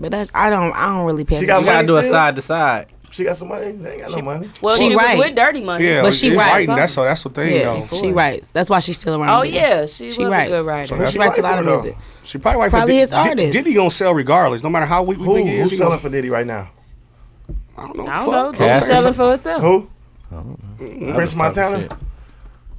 Speaker 6: but that, I don't. I don't really pay.
Speaker 7: She got
Speaker 6: attention.
Speaker 4: You gotta
Speaker 7: money
Speaker 4: do a
Speaker 7: still?
Speaker 4: side to side.
Speaker 7: She got some money? They ain't got no money.
Speaker 5: Well,
Speaker 6: She
Speaker 5: she,
Speaker 6: right.
Speaker 5: was with Dirty Money.
Speaker 3: Yeah,
Speaker 6: But she
Speaker 3: it
Speaker 6: writes.
Speaker 3: writing. That's what. That's what they
Speaker 6: Yeah,
Speaker 3: know.
Speaker 6: she writes. That's why she's still around.
Speaker 5: Oh
Speaker 6: Diddy.
Speaker 5: yeah, she,
Speaker 6: She
Speaker 5: was
Speaker 6: writes.
Speaker 5: a good writer.
Speaker 3: that's
Speaker 6: She writes a
Speaker 7: write
Speaker 6: lot of
Speaker 7: for, though?
Speaker 6: music.
Speaker 3: She probably write
Speaker 6: Probably
Speaker 3: for
Speaker 6: his
Speaker 3: Did- Did-
Speaker 6: artist.
Speaker 3: Diddy gonna sell regardless, no matter how weak we
Speaker 7: Who,
Speaker 3: think he is.
Speaker 7: who's
Speaker 3: he
Speaker 7: selling
Speaker 3: gonna-
Speaker 7: for Diddy right now?
Speaker 3: I don't know.
Speaker 5: I
Speaker 3: fuck.
Speaker 5: don't know.
Speaker 3: I'm
Speaker 5: She's
Speaker 4: Cassie.
Speaker 3: saying
Speaker 5: selling for herself.
Speaker 7: Who?
Speaker 4: Just
Speaker 7: French
Speaker 4: talking
Speaker 7: Montana?
Speaker 4: shit.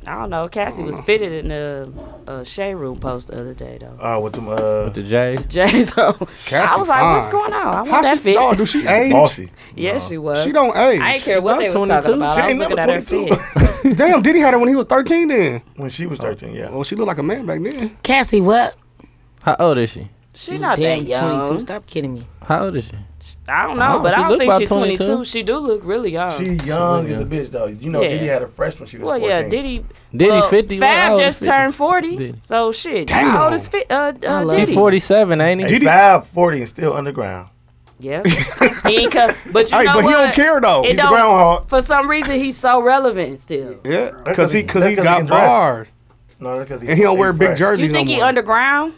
Speaker 5: I don't know. Cassie
Speaker 3: Oh.
Speaker 5: was fitted in the uh, Shade Room post the other day though.
Speaker 7: Oh, with them, uh,
Speaker 4: The J.
Speaker 5: Jay, so I
Speaker 3: Cassie
Speaker 5: was like, what's
Speaker 3: fine.
Speaker 5: going on? I want
Speaker 3: How
Speaker 5: that
Speaker 3: she,
Speaker 5: fit.
Speaker 3: no, do she age?
Speaker 7: Bossy.
Speaker 5: yes, she was.
Speaker 3: She don't age.
Speaker 5: I didn't care what they was talking
Speaker 4: 22.
Speaker 5: about.
Speaker 7: She
Speaker 5: I was
Speaker 7: ain't
Speaker 5: looking at
Speaker 7: never
Speaker 5: her
Speaker 7: 22.
Speaker 5: fit.
Speaker 3: Damn, Diddy had it when he was 13 then.
Speaker 7: When she was 13, yeah.
Speaker 3: Well, she looked like a man back then.
Speaker 6: Cassie, what?
Speaker 4: How old is she?
Speaker 5: She not
Speaker 6: Damn,
Speaker 5: that young.
Speaker 6: 22. Stop kidding me.
Speaker 4: How old is she?
Speaker 5: I don't know,
Speaker 4: Oh,
Speaker 5: but
Speaker 4: she look
Speaker 5: I don't think
Speaker 4: about
Speaker 5: she's 22.
Speaker 4: 22.
Speaker 5: She do look really young.
Speaker 7: She young as a bitch, though. You know,
Speaker 5: Yeah.
Speaker 7: Diddy had a fresh when she was
Speaker 5: well,
Speaker 7: 14.
Speaker 5: yeah, Diddy.
Speaker 4: Diddy
Speaker 5: well,
Speaker 4: 50? What
Speaker 5: Fab
Speaker 4: old is
Speaker 5: just
Speaker 4: 50?
Speaker 5: turned 40.
Speaker 4: Diddy.
Speaker 5: So shit.
Speaker 3: Damn.
Speaker 5: How old is fi- uh, uh,
Speaker 6: love
Speaker 5: Diddy?
Speaker 4: He 47, ain't he?
Speaker 7: Hey,
Speaker 3: Diddy-
Speaker 7: Fab 40 and still underground.
Speaker 5: Yeah. he ain't co- but you
Speaker 3: Hey,
Speaker 5: know
Speaker 3: but
Speaker 5: what?
Speaker 3: he don't care though.
Speaker 5: It
Speaker 7: He's a
Speaker 5: don't-
Speaker 7: groundhog.
Speaker 5: For some reason, he's so relevant still.
Speaker 3: Yeah,
Speaker 7: That's
Speaker 3: because he because
Speaker 7: 'cause he-
Speaker 3: he
Speaker 7: that's 'cause he
Speaker 3: got
Speaker 7: can dress.
Speaker 3: bars
Speaker 7: No, that's because he,
Speaker 3: and he don't wear big
Speaker 7: fresh.
Speaker 3: jerseys.
Speaker 5: You think
Speaker 3: no
Speaker 5: he
Speaker 3: more.
Speaker 5: underground?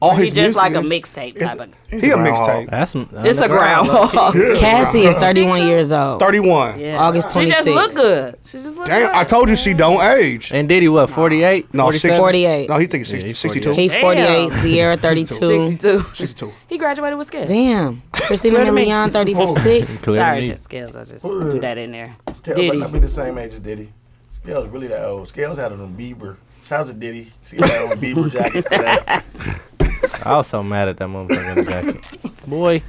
Speaker 3: All
Speaker 5: He
Speaker 3: his
Speaker 5: just
Speaker 3: music
Speaker 5: like a
Speaker 3: is-
Speaker 5: mixtape type of.
Speaker 3: He a
Speaker 7: Groundhog.
Speaker 3: mixtape.
Speaker 4: That's
Speaker 5: It's a groundhog.
Speaker 6: Cassie is 31 years old.
Speaker 3: 31.
Speaker 5: Yeah.
Speaker 6: August 26th.
Speaker 5: She just look good. She just look good.
Speaker 3: Damn, I told you she don't age.
Speaker 4: And Diddy, what, 48?
Speaker 3: No, 60,
Speaker 6: 48.
Speaker 3: No, he thinking 60,
Speaker 4: he's
Speaker 3: 62.
Speaker 6: He 48, Sierra 32.
Speaker 5: 62.
Speaker 3: 62.
Speaker 5: He graduated with skills.
Speaker 6: Damn. Christina
Speaker 5: Clear to me.
Speaker 6: Milian 36.
Speaker 5: Sorry,
Speaker 4: Clearly.
Speaker 5: just skills. I just threw that in there.
Speaker 7: Scales
Speaker 5: Diddy.
Speaker 7: might not be the same age as Diddy. Scales really that old. Scales had on Bieber. Shout out to Diddy. Scales had on a Bieber jacket for that.
Speaker 4: I was so mad at that motherfucker jacket. Boy.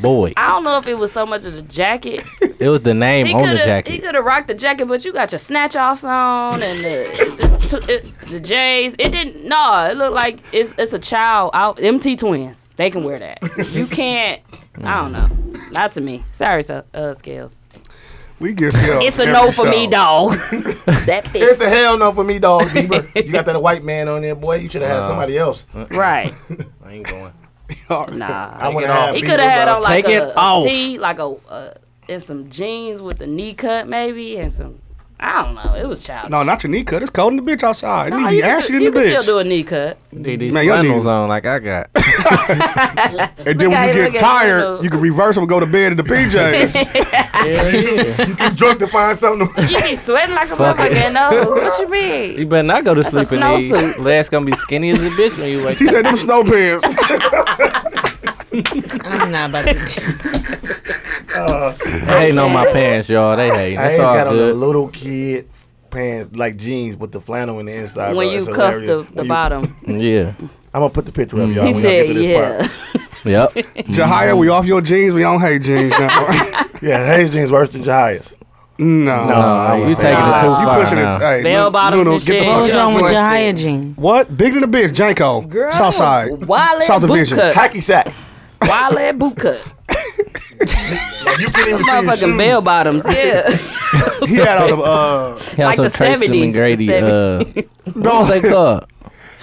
Speaker 4: Boy.
Speaker 5: I don't know if it was so much of the jacket.
Speaker 4: It was the name
Speaker 5: He
Speaker 4: on the
Speaker 5: could he
Speaker 4: jacket.
Speaker 5: could have rocked the jacket, but you got your snatch offs on and the it just took- it, the J's. It didn't. No, it looked like it's it's a child out. MT twins. They can wear that. You can't. I don't know. Not to me. Sorry, so, uh, scales.
Speaker 3: We get scale.
Speaker 5: It's a
Speaker 3: every
Speaker 5: no for me,
Speaker 3: show.
Speaker 5: dog. that
Speaker 7: it's
Speaker 5: fits.
Speaker 7: a hell no for me, dog. Bieber. You got that white man on there, boy. You should have had somebody else.
Speaker 5: Right.
Speaker 4: I ain't going.
Speaker 5: Nah.
Speaker 7: I wouldn't
Speaker 3: it
Speaker 7: have.
Speaker 3: off.
Speaker 5: He
Speaker 7: people
Speaker 5: could have had
Speaker 7: drive-
Speaker 5: on like
Speaker 4: Take it
Speaker 5: a,
Speaker 4: off.
Speaker 5: a tee, like a uh, and some jeans with a knee cut maybe, and some I don't know. It was childish.
Speaker 3: No, not your knee cut. It's cold in the bitch outside. It
Speaker 5: No,
Speaker 3: need to be
Speaker 5: you could-
Speaker 3: ashy in
Speaker 5: you
Speaker 3: the
Speaker 5: could still
Speaker 3: bitch.
Speaker 5: do a knee cut.
Speaker 4: Need these
Speaker 3: Man, y'all
Speaker 4: flannels
Speaker 3: need-
Speaker 4: on like I got.
Speaker 3: And then
Speaker 5: Look
Speaker 3: when you
Speaker 5: at it,
Speaker 3: get
Speaker 5: look at it,
Speaker 3: tired,
Speaker 5: look.
Speaker 3: you can reverse them and go to bed in the PJs.
Speaker 7: Too drunk to find something. to-
Speaker 5: You be sweating like a
Speaker 4: Fuck it.
Speaker 5: motherfucker in those. What you
Speaker 4: You
Speaker 5: mean?
Speaker 4: better not go to
Speaker 5: a
Speaker 4: sleep in these.
Speaker 5: snowsuit.
Speaker 4: Last gonna be skinny as a bitch when you wake
Speaker 3: she
Speaker 4: up.
Speaker 3: said them snow pants.
Speaker 6: I'm not about to.
Speaker 4: I hating on my pants, y'all. They hate.
Speaker 7: I
Speaker 4: That's
Speaker 7: ain't
Speaker 4: all
Speaker 7: got on the
Speaker 4: good.
Speaker 7: little kid pants like jeans with the flannel in the inside.
Speaker 5: When
Speaker 7: bro.
Speaker 5: you
Speaker 7: It's
Speaker 5: cuff
Speaker 7: hilarious.
Speaker 5: the,
Speaker 7: When
Speaker 5: the
Speaker 7: you-
Speaker 5: bottom.
Speaker 4: Yeah.
Speaker 7: I'm gonna put the picture up, y'all.
Speaker 5: He
Speaker 7: when y'all
Speaker 5: said,
Speaker 7: get to this part.
Speaker 5: yeah.
Speaker 4: Yep.
Speaker 3: Jahia, we off your jeans. We don't hate jeans now.
Speaker 7: Yeah, Hayes jeans worse than Jahia's.
Speaker 3: no.
Speaker 7: I
Speaker 4: you
Speaker 7: wouldn't say
Speaker 4: taking it
Speaker 7: that.
Speaker 4: too
Speaker 3: You
Speaker 4: far
Speaker 3: pushing
Speaker 4: now.
Speaker 3: it. Hey,
Speaker 5: Bell
Speaker 3: Lil-
Speaker 5: bottoms
Speaker 3: Lil,
Speaker 5: and
Speaker 3: get the
Speaker 5: shit.
Speaker 3: fuck
Speaker 6: What was
Speaker 3: out.
Speaker 6: wrong with
Speaker 5: Like-
Speaker 6: Jahia jeans?
Speaker 3: What? Bigger than the bitch, Janko. Southside.
Speaker 5: Wild
Speaker 3: South
Speaker 5: South boot
Speaker 3: Division.
Speaker 5: cut.
Speaker 7: Hacky sack.
Speaker 5: Wild leg boot cut.
Speaker 7: You can even see his
Speaker 5: Motherfucking
Speaker 7: shoes.
Speaker 5: bell bottoms. Yeah.
Speaker 7: He had on the uh,
Speaker 4: He also
Speaker 5: the
Speaker 4: Tracy
Speaker 5: 70s, the
Speaker 4: McGrady. Uh, what was they called?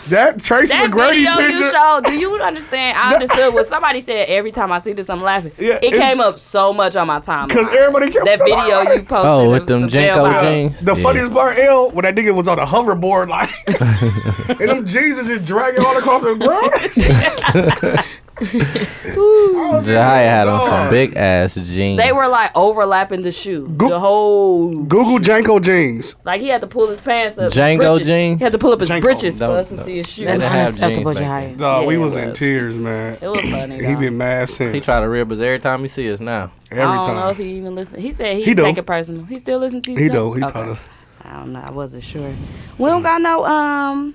Speaker 3: That Tracy
Speaker 5: that
Speaker 3: McGrady
Speaker 5: video you
Speaker 3: picture.
Speaker 5: showed, do you understand? I understood what somebody said every time I see this, I'm laughing.
Speaker 3: Yeah,
Speaker 5: it
Speaker 3: it's-
Speaker 5: came up so much on my timeline.
Speaker 3: Because everybody kept
Speaker 5: that video you posted.
Speaker 4: Oh, with
Speaker 5: of
Speaker 4: them
Speaker 5: the bell
Speaker 4: Jenko
Speaker 5: bottoms.
Speaker 4: jeans.
Speaker 3: The
Speaker 4: Yeah.
Speaker 3: funniest part, L, when that nigga was on a hoverboard, like, and them jeans are just dragging all across the ground. I was just
Speaker 4: Jahia had on some
Speaker 3: dog.
Speaker 4: big ass jeans.
Speaker 5: They were like overlapping the shoe.
Speaker 3: Go-
Speaker 5: the whole
Speaker 3: Google Janko jeans.
Speaker 5: like he had to pull his pants up. his
Speaker 4: Django
Speaker 5: britches.
Speaker 4: jeans?
Speaker 5: He had to pull up his
Speaker 3: Django.
Speaker 5: britches for
Speaker 4: Don't-
Speaker 5: us to
Speaker 4: don't.
Speaker 5: see his shoe.
Speaker 6: That's
Speaker 4: didn't have
Speaker 6: unacceptable,
Speaker 4: jeans back then.
Speaker 6: Jahia.
Speaker 3: Dog, we
Speaker 5: Yeah, it
Speaker 3: was, in
Speaker 5: was.
Speaker 3: tears, man.
Speaker 5: it was funny.
Speaker 3: He
Speaker 5: though.
Speaker 3: been mad since.
Speaker 4: He try to rib us every time he see us now.
Speaker 3: every
Speaker 5: I don't know
Speaker 3: time.
Speaker 5: if he even listened. He said he,
Speaker 3: He do.
Speaker 5: take it personal. He still listens to you.
Speaker 3: He do.
Speaker 5: though?
Speaker 3: He Mm.
Speaker 5: Okay.
Speaker 3: taught us.
Speaker 5: I don't know. I wasn't sure. We don't got no um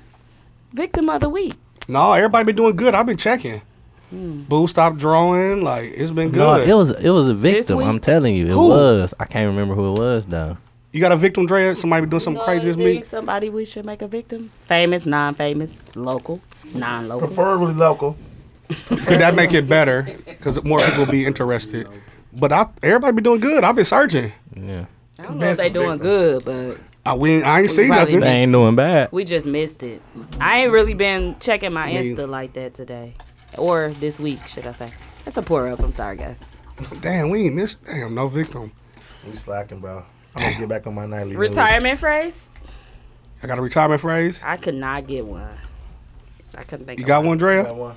Speaker 5: victim of the week.
Speaker 3: No, everybody been doing good. I've been checking.
Speaker 5: Hmm.
Speaker 3: Boo stopped drawing. Like it's been good.
Speaker 4: No, it was it was a victim.
Speaker 5: week?
Speaker 4: I'm telling you, it
Speaker 3: Who?
Speaker 4: was. I can't remember who it was though.
Speaker 3: you got a victim, Dre? Somebody been doing something
Speaker 5: You
Speaker 3: crazy
Speaker 5: know,
Speaker 3: this
Speaker 5: you
Speaker 3: week?
Speaker 5: think Somebody we should make a victim. Famous, non-famous, local, non-local.
Speaker 7: preferably local.
Speaker 3: Could that make it better? Because more people be interested. But I, everybody be doing good. I've been searching.
Speaker 4: Yeah,
Speaker 5: I don't know if they
Speaker 7: some
Speaker 5: doing good, but
Speaker 3: I we, I ain't seen
Speaker 5: probably
Speaker 3: nothing.
Speaker 4: they ain't doing bad.
Speaker 5: we just missed it. I ain't really been checking my
Speaker 3: Me-
Speaker 5: Insta like that today, or this week, should I say? That's a pour up. I'm sorry, guys.
Speaker 3: Damn, we ain't missed. Damn, no victim.
Speaker 7: We slacking, bro. I'm gonna get back on my nightly. news.
Speaker 5: Retirement phrase?
Speaker 3: I got a retirement phrase.
Speaker 5: I could not get one. I couldn't think.
Speaker 3: You
Speaker 5: of
Speaker 3: got
Speaker 5: one.
Speaker 3: one,
Speaker 7: Got
Speaker 3: Drea?
Speaker 7: one.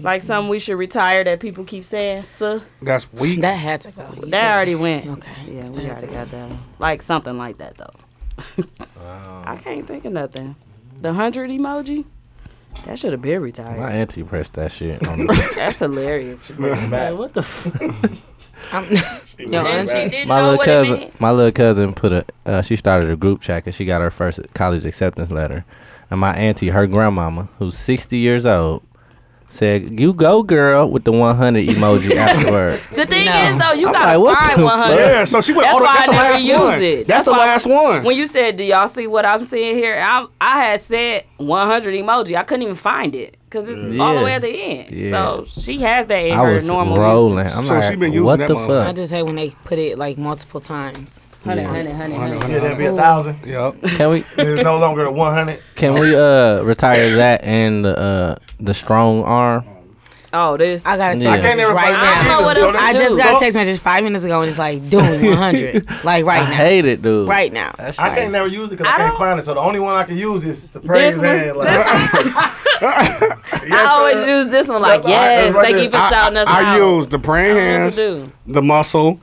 Speaker 5: Like something we should retire that people keep saying, sir.
Speaker 3: That's weak.
Speaker 6: That had to go. You
Speaker 5: That
Speaker 6: said-
Speaker 5: already went.
Speaker 6: Okay.
Speaker 5: Yeah, we already got that one. Like something like that though. I can't think of nothing. The hundred emoji? That should have been
Speaker 4: My
Speaker 5: retired.
Speaker 4: auntie pressed that shit. On the,
Speaker 5: That's hilarious.
Speaker 4: Like, what the? F-
Speaker 6: I'm, yo, auntie,
Speaker 5: didn't
Speaker 4: my little cousin, my little cousin put a. Uh, she started a group chat because she got her first college acceptance letter, and my auntie, her grandmama, who's sixty years old, said, "You go, girl," with the one hundred emoji afterward.
Speaker 5: The thing
Speaker 6: No.
Speaker 5: is though, you
Speaker 4: I'm like,
Speaker 5: gotta
Speaker 4: what
Speaker 5: find
Speaker 4: the
Speaker 5: one hundred.
Speaker 3: yeah, so she went.
Speaker 5: That's
Speaker 3: oh,
Speaker 5: why
Speaker 3: that's the
Speaker 5: I never
Speaker 3: last
Speaker 5: use
Speaker 3: one.
Speaker 5: it.
Speaker 3: That's
Speaker 5: That's
Speaker 3: the
Speaker 5: why-
Speaker 3: last one.
Speaker 5: When you said, "Do y'all see what I'm seeing here?" I I had said 100 emoji. I couldn't even find it because it's all the
Speaker 4: Yeah.
Speaker 5: way at the end.
Speaker 4: Yeah.
Speaker 5: So she has that in
Speaker 4: I
Speaker 5: her
Speaker 4: was
Speaker 5: normal.
Speaker 4: rolling.
Speaker 5: usage.
Speaker 4: I'm
Speaker 3: So
Speaker 4: like,
Speaker 3: she been using
Speaker 4: what
Speaker 3: that
Speaker 4: the
Speaker 3: motherfucker.
Speaker 6: I
Speaker 4: fuck?
Speaker 6: just hate when they put it like multiple times.
Speaker 5: Honey, honey, honey, honey.
Speaker 7: Yeah, that'd be a
Speaker 6: Ooh.
Speaker 7: thousand.
Speaker 3: Yep.
Speaker 4: Can we?
Speaker 7: It's no longer a 100.
Speaker 4: Can we uh retire that and the uh the strong arm?
Speaker 5: Oh, this.
Speaker 6: I got a text
Speaker 4: Yeah. I
Speaker 7: can't Oh.
Speaker 6: message
Speaker 7: ever
Speaker 6: right
Speaker 7: find
Speaker 5: I
Speaker 7: out
Speaker 5: don't
Speaker 6: now.
Speaker 5: know what else.
Speaker 6: I
Speaker 5: to
Speaker 6: just
Speaker 5: do.
Speaker 6: got a text message five minutes ago and it's like doing 100. like right
Speaker 4: I
Speaker 5: Uh-huh.
Speaker 6: now.
Speaker 4: hate it, dude.
Speaker 6: right now.
Speaker 4: That
Speaker 7: I
Speaker 4: shit
Speaker 7: can't
Speaker 4: is-
Speaker 7: never use it because
Speaker 5: I
Speaker 7: I, can't
Speaker 5: don't-
Speaker 7: find it. So the only one I can use is the praise
Speaker 5: one?
Speaker 7: hand. Like, Yes,
Speaker 5: I always
Speaker 7: sir.
Speaker 5: use this one. Like,
Speaker 7: That's all right.
Speaker 5: yes,
Speaker 7: That's right
Speaker 5: thank
Speaker 7: there.
Speaker 5: you for
Speaker 3: I,
Speaker 5: shouting us
Speaker 3: I, I
Speaker 5: out.
Speaker 3: use the praying
Speaker 5: what
Speaker 3: hands,
Speaker 5: to do.
Speaker 3: the muscle,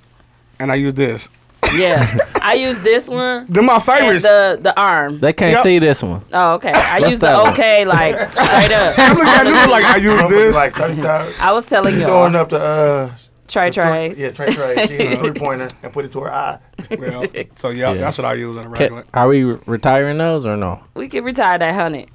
Speaker 3: and I use this.
Speaker 5: Yeah, I use this one.
Speaker 3: They're my
Speaker 5: And
Speaker 3: favorites.
Speaker 5: the the arm.
Speaker 4: They can't
Speaker 3: Yep.
Speaker 4: see this one.
Speaker 5: Oh, okay. I
Speaker 4: What's
Speaker 5: use the
Speaker 4: that one?
Speaker 5: okay, like straight up.
Speaker 3: I'm looking at you like I use
Speaker 7: I'm
Speaker 3: this.
Speaker 7: Like 33rd.
Speaker 5: I was telling you,
Speaker 7: Throwing
Speaker 5: all
Speaker 7: up the uh,
Speaker 5: Trey Trey.
Speaker 7: yeah, Trey Trey. She hit a three pointer and put it to her eye.
Speaker 3: Well, so yeah, that's what I use on a regular.
Speaker 4: Ca- Are we re- retiring those or no?
Speaker 5: We can retire that honey.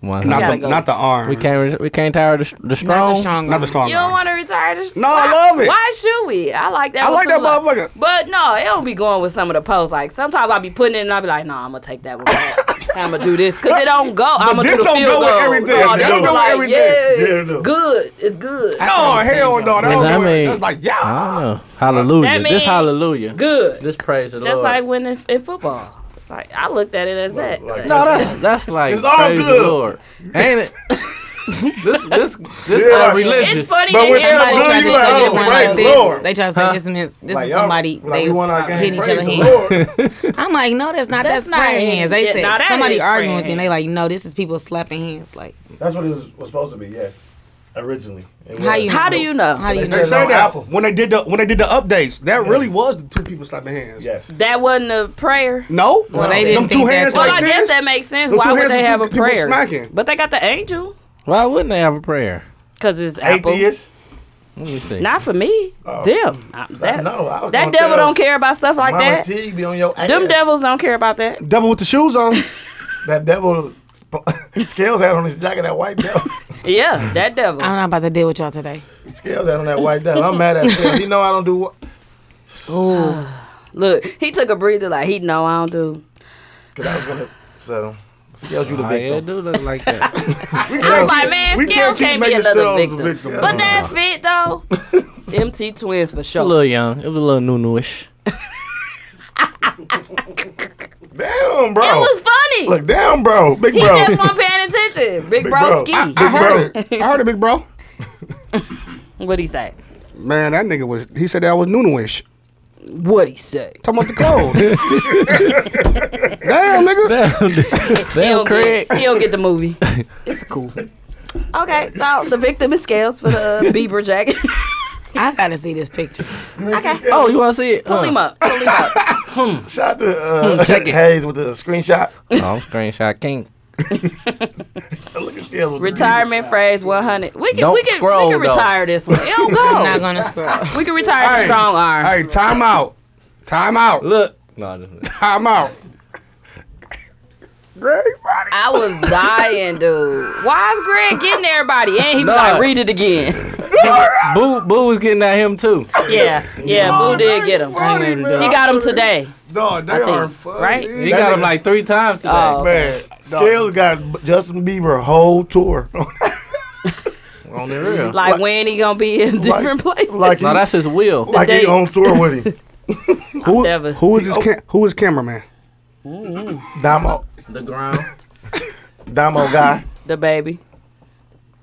Speaker 4: One
Speaker 3: Not
Speaker 4: hundred.
Speaker 3: the
Speaker 5: gotta go.
Speaker 3: not the arm.
Speaker 4: We can't. Re- we can't tire the, sh- the strong.
Speaker 6: Not the strong
Speaker 3: Not the
Speaker 6: one.
Speaker 3: strong
Speaker 5: You don't
Speaker 3: arm.
Speaker 5: want to retire this?
Speaker 3: Oh, No, I love it.
Speaker 5: Why should we? I like that.
Speaker 3: I
Speaker 5: one
Speaker 3: like
Speaker 5: too,
Speaker 3: that motherfucker.
Speaker 5: But no, it don't be going with some of the posts. Like sometimes I be putting it and I be like, no, I'm gonna take that one. back. I'm gonna do this because it don't go. I'm gonna do
Speaker 3: this
Speaker 5: the
Speaker 3: don't
Speaker 5: field
Speaker 3: go with
Speaker 5: goal.
Speaker 3: everything.
Speaker 5: No,
Speaker 3: It
Speaker 5: this
Speaker 3: don't
Speaker 5: one
Speaker 3: go with
Speaker 5: like,
Speaker 3: everything.
Speaker 5: Yeah,
Speaker 7: Yeah, it do.
Speaker 5: good. It's good.
Speaker 6: I
Speaker 3: No,
Speaker 6: can't stand
Speaker 3: Oh, hell
Speaker 6: y'all.
Speaker 3: no. That don't
Speaker 4: I
Speaker 3: do it.
Speaker 4: mean-
Speaker 3: That's like yeah.
Speaker 4: I don't know. Hallelujah.
Speaker 5: That
Speaker 4: this
Speaker 5: mean-
Speaker 4: hallelujah.
Speaker 5: good.
Speaker 4: This praise the
Speaker 5: Just
Speaker 4: Lord.
Speaker 5: like when in, in football. It's like I looked at it as that.
Speaker 7: Like-
Speaker 5: Like,
Speaker 4: no, that's that's like
Speaker 7: It's all
Speaker 4: praise
Speaker 7: good.
Speaker 4: the Lord. Ain't it? this this this
Speaker 7: Yeah.
Speaker 4: not religious.
Speaker 5: It's funny
Speaker 7: But
Speaker 5: that
Speaker 7: with
Speaker 5: everybody try to
Speaker 6: tried
Speaker 7: Snoop Dogg,
Speaker 5: tell
Speaker 6: to
Speaker 7: you like,
Speaker 5: you
Speaker 6: tell one
Speaker 7: oh, praise
Speaker 6: like this.
Speaker 7: Lord.
Speaker 6: They try to say
Speaker 4: Huh?
Speaker 6: this means this
Speaker 7: Like,
Speaker 6: is
Speaker 7: y'all-
Speaker 6: somebody
Speaker 7: like,
Speaker 6: they
Speaker 7: we want our
Speaker 6: was
Speaker 7: game.
Speaker 6: hitting each
Speaker 7: Praise
Speaker 6: other
Speaker 7: the
Speaker 6: hands.
Speaker 7: Lord.
Speaker 6: I'm like, no, that's not that's,
Speaker 5: That's not
Speaker 6: prayer
Speaker 5: hand-
Speaker 6: hands. They
Speaker 5: yeah,
Speaker 6: said
Speaker 5: now that
Speaker 6: somebody
Speaker 5: is
Speaker 6: arguing
Speaker 5: prayer
Speaker 6: with them. They
Speaker 5: hand.
Speaker 6: like, no, this is people slapping hands. Like,
Speaker 7: That's what it was, was supposed to be. Yes, originally. It
Speaker 6: how
Speaker 7: was.
Speaker 6: you?
Speaker 5: How do you know?
Speaker 6: How do you
Speaker 7: They
Speaker 3: They
Speaker 6: know?
Speaker 7: said-
Speaker 3: say
Speaker 7: on
Speaker 3: that
Speaker 7: Apple.
Speaker 3: when they did the when they did the updates, that really was the two people slapping hands.
Speaker 7: Yes.
Speaker 5: That wasn't a prayer.
Speaker 3: No,
Speaker 6: Well, they didn't
Speaker 3: them two
Speaker 6: think
Speaker 3: hands
Speaker 6: that
Speaker 5: Well,
Speaker 3: like
Speaker 5: I
Speaker 3: this.
Speaker 5: guess that makes sense.
Speaker 3: Them two
Speaker 5: Why would
Speaker 3: hands
Speaker 5: they
Speaker 3: and two
Speaker 5: have a
Speaker 3: people
Speaker 5: prayer?
Speaker 3: smacking.
Speaker 5: But they got the angel
Speaker 4: Why wouldn't they have a prayer?
Speaker 5: because it's Apple.
Speaker 7: Atheist.
Speaker 4: Let me see.
Speaker 5: Not for me. Them. I- that
Speaker 7: know. I was
Speaker 5: that
Speaker 7: gonna
Speaker 5: devil
Speaker 7: tell
Speaker 5: don't care about stuff like
Speaker 7: Mama
Speaker 5: that.
Speaker 7: T, you be on your ass.
Speaker 5: Them devils don't care about that.
Speaker 3: Double with the shoes on.
Speaker 7: That devil. Scales had on his jacket that white devil.
Speaker 5: Yeah, that devil.
Speaker 6: I'm not about to deal with y'all today.
Speaker 7: Scales had on that white devil. I'm mad at Scales. He know I don't do. what-
Speaker 6: Ooh,
Speaker 5: Look, he took a breather like he know I don't do.
Speaker 7: Cause I was gonna. So Scales, you the
Speaker 4: Oh, yeah, it
Speaker 7: victim.
Speaker 4: do look like that.
Speaker 5: I was like, man,
Speaker 7: we
Speaker 5: Scales
Speaker 7: can't keep
Speaker 5: can't be
Speaker 7: making
Speaker 5: another
Speaker 7: Scales the
Speaker 5: victim.
Speaker 7: victim.
Speaker 5: But that fit though. MT twins for
Speaker 4: a
Speaker 5: sure.
Speaker 4: little young. It was a little new newish.
Speaker 7: Damn, bro.
Speaker 5: It was funny.
Speaker 7: Look, damn, bro. Big
Speaker 5: he
Speaker 7: bro.
Speaker 5: just wasn't paying attention. Big,
Speaker 7: Big
Speaker 5: bro
Speaker 7: bro.
Speaker 5: ski.
Speaker 7: I-
Speaker 3: I heard it. I heard it, big bro.
Speaker 5: What he say?
Speaker 3: Man, that nigga was. He said that was Nunuish.
Speaker 5: What he say?
Speaker 3: Talking about the clothes. Damn, nigga.
Speaker 4: Damn, dude. damn
Speaker 5: he don't
Speaker 4: Craig.
Speaker 5: Get, he don't get the movie. It's cool. Okay, so the victim is Scales for the uh, Bieber jacket.
Speaker 6: I gotta see this picture.
Speaker 5: okay.
Speaker 4: Oh, you want to see it?
Speaker 5: Pull him up. Pull him up.
Speaker 7: Shout out to uh,
Speaker 4: Hmm, check it.
Speaker 7: Hayes with the screenshot.
Speaker 4: Oh, I'm screenshot king.
Speaker 7: Look at Scales. with the
Speaker 5: Retirement phrase 100. We can
Speaker 4: Don't
Speaker 5: we can
Speaker 4: scroll,
Speaker 5: we can
Speaker 4: though.
Speaker 5: retire this one. It don't
Speaker 6: I'm not
Speaker 5: go.
Speaker 6: gonna scroll.
Speaker 5: We can retire the
Speaker 3: Hey.
Speaker 5: strong arm.
Speaker 3: Hey, time out. Time out.
Speaker 4: Look. No, this is-
Speaker 3: Time out. Great body.
Speaker 5: I was dying, dude. Why is Greg getting everybody? And he be
Speaker 4: Nah.
Speaker 5: like, read it again.
Speaker 4: Boo, Boo was getting at him too.
Speaker 5: Yeah, yeah. Boo did get him. He
Speaker 3: Funny, man.
Speaker 5: got him today.
Speaker 3: Dog, they
Speaker 5: I think,
Speaker 3: are funny.
Speaker 5: right?
Speaker 4: He got him like three times today.
Speaker 5: Oh.
Speaker 3: Man,
Speaker 7: Scales got Justin Bieber whole tour.
Speaker 4: On the real.
Speaker 5: Like, when he gonna be in different places?
Speaker 7: like,
Speaker 4: no,
Speaker 7: he,
Speaker 4: that's his will.
Speaker 7: like
Speaker 5: They-
Speaker 7: he on tour with him.
Speaker 3: who,
Speaker 5: Devin.
Speaker 3: who is his ca- who is cameraman?
Speaker 7: Damo,
Speaker 4: The ground.
Speaker 7: Damo guy.
Speaker 5: the baby.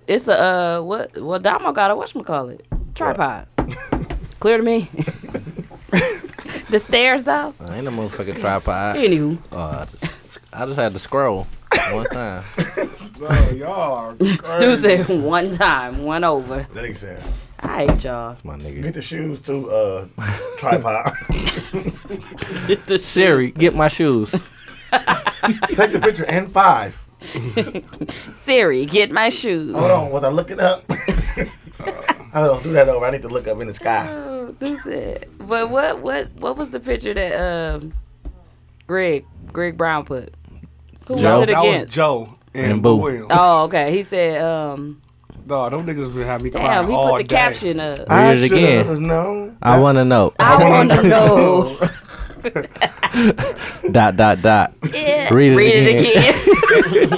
Speaker 5: It's a uh what well Damo got a whatchamacallit? Tripod. Clear to me. the stairs though.
Speaker 4: I ain't a motherfucking tripod.
Speaker 5: Anywho.
Speaker 4: Oh, I, just, I just had to scroll one time.
Speaker 7: Oh, y'all.
Speaker 5: Dude said one time, one over.
Speaker 7: That nigga said,
Speaker 5: I hate y'all.
Speaker 4: My nigga.
Speaker 7: get the shoes to uh, tripod.
Speaker 4: Siri, get my shoes.
Speaker 7: Take the picture and five.
Speaker 5: Siri, get my shoes.
Speaker 7: Hold on, was I looking up? I don't do that over. I need to look up in the sky.
Speaker 5: Oh, Dude said. But what what what was the picture that um Greg Greg Brown put? Who
Speaker 4: Joe.
Speaker 5: was it
Speaker 4: That
Speaker 3: That was
Speaker 5: against?
Speaker 3: Joe and,
Speaker 4: And Boo.
Speaker 3: Boo Williams.
Speaker 5: Oh, okay. He said, um,
Speaker 3: Dog, them niggas would have me crying
Speaker 5: damn, he
Speaker 3: all
Speaker 5: put the
Speaker 3: day.
Speaker 5: caption up.
Speaker 4: Read it again.
Speaker 7: No.
Speaker 4: I want to know.
Speaker 5: I wanna know.
Speaker 4: dot dot dot. Read it
Speaker 5: Read
Speaker 4: again.
Speaker 5: it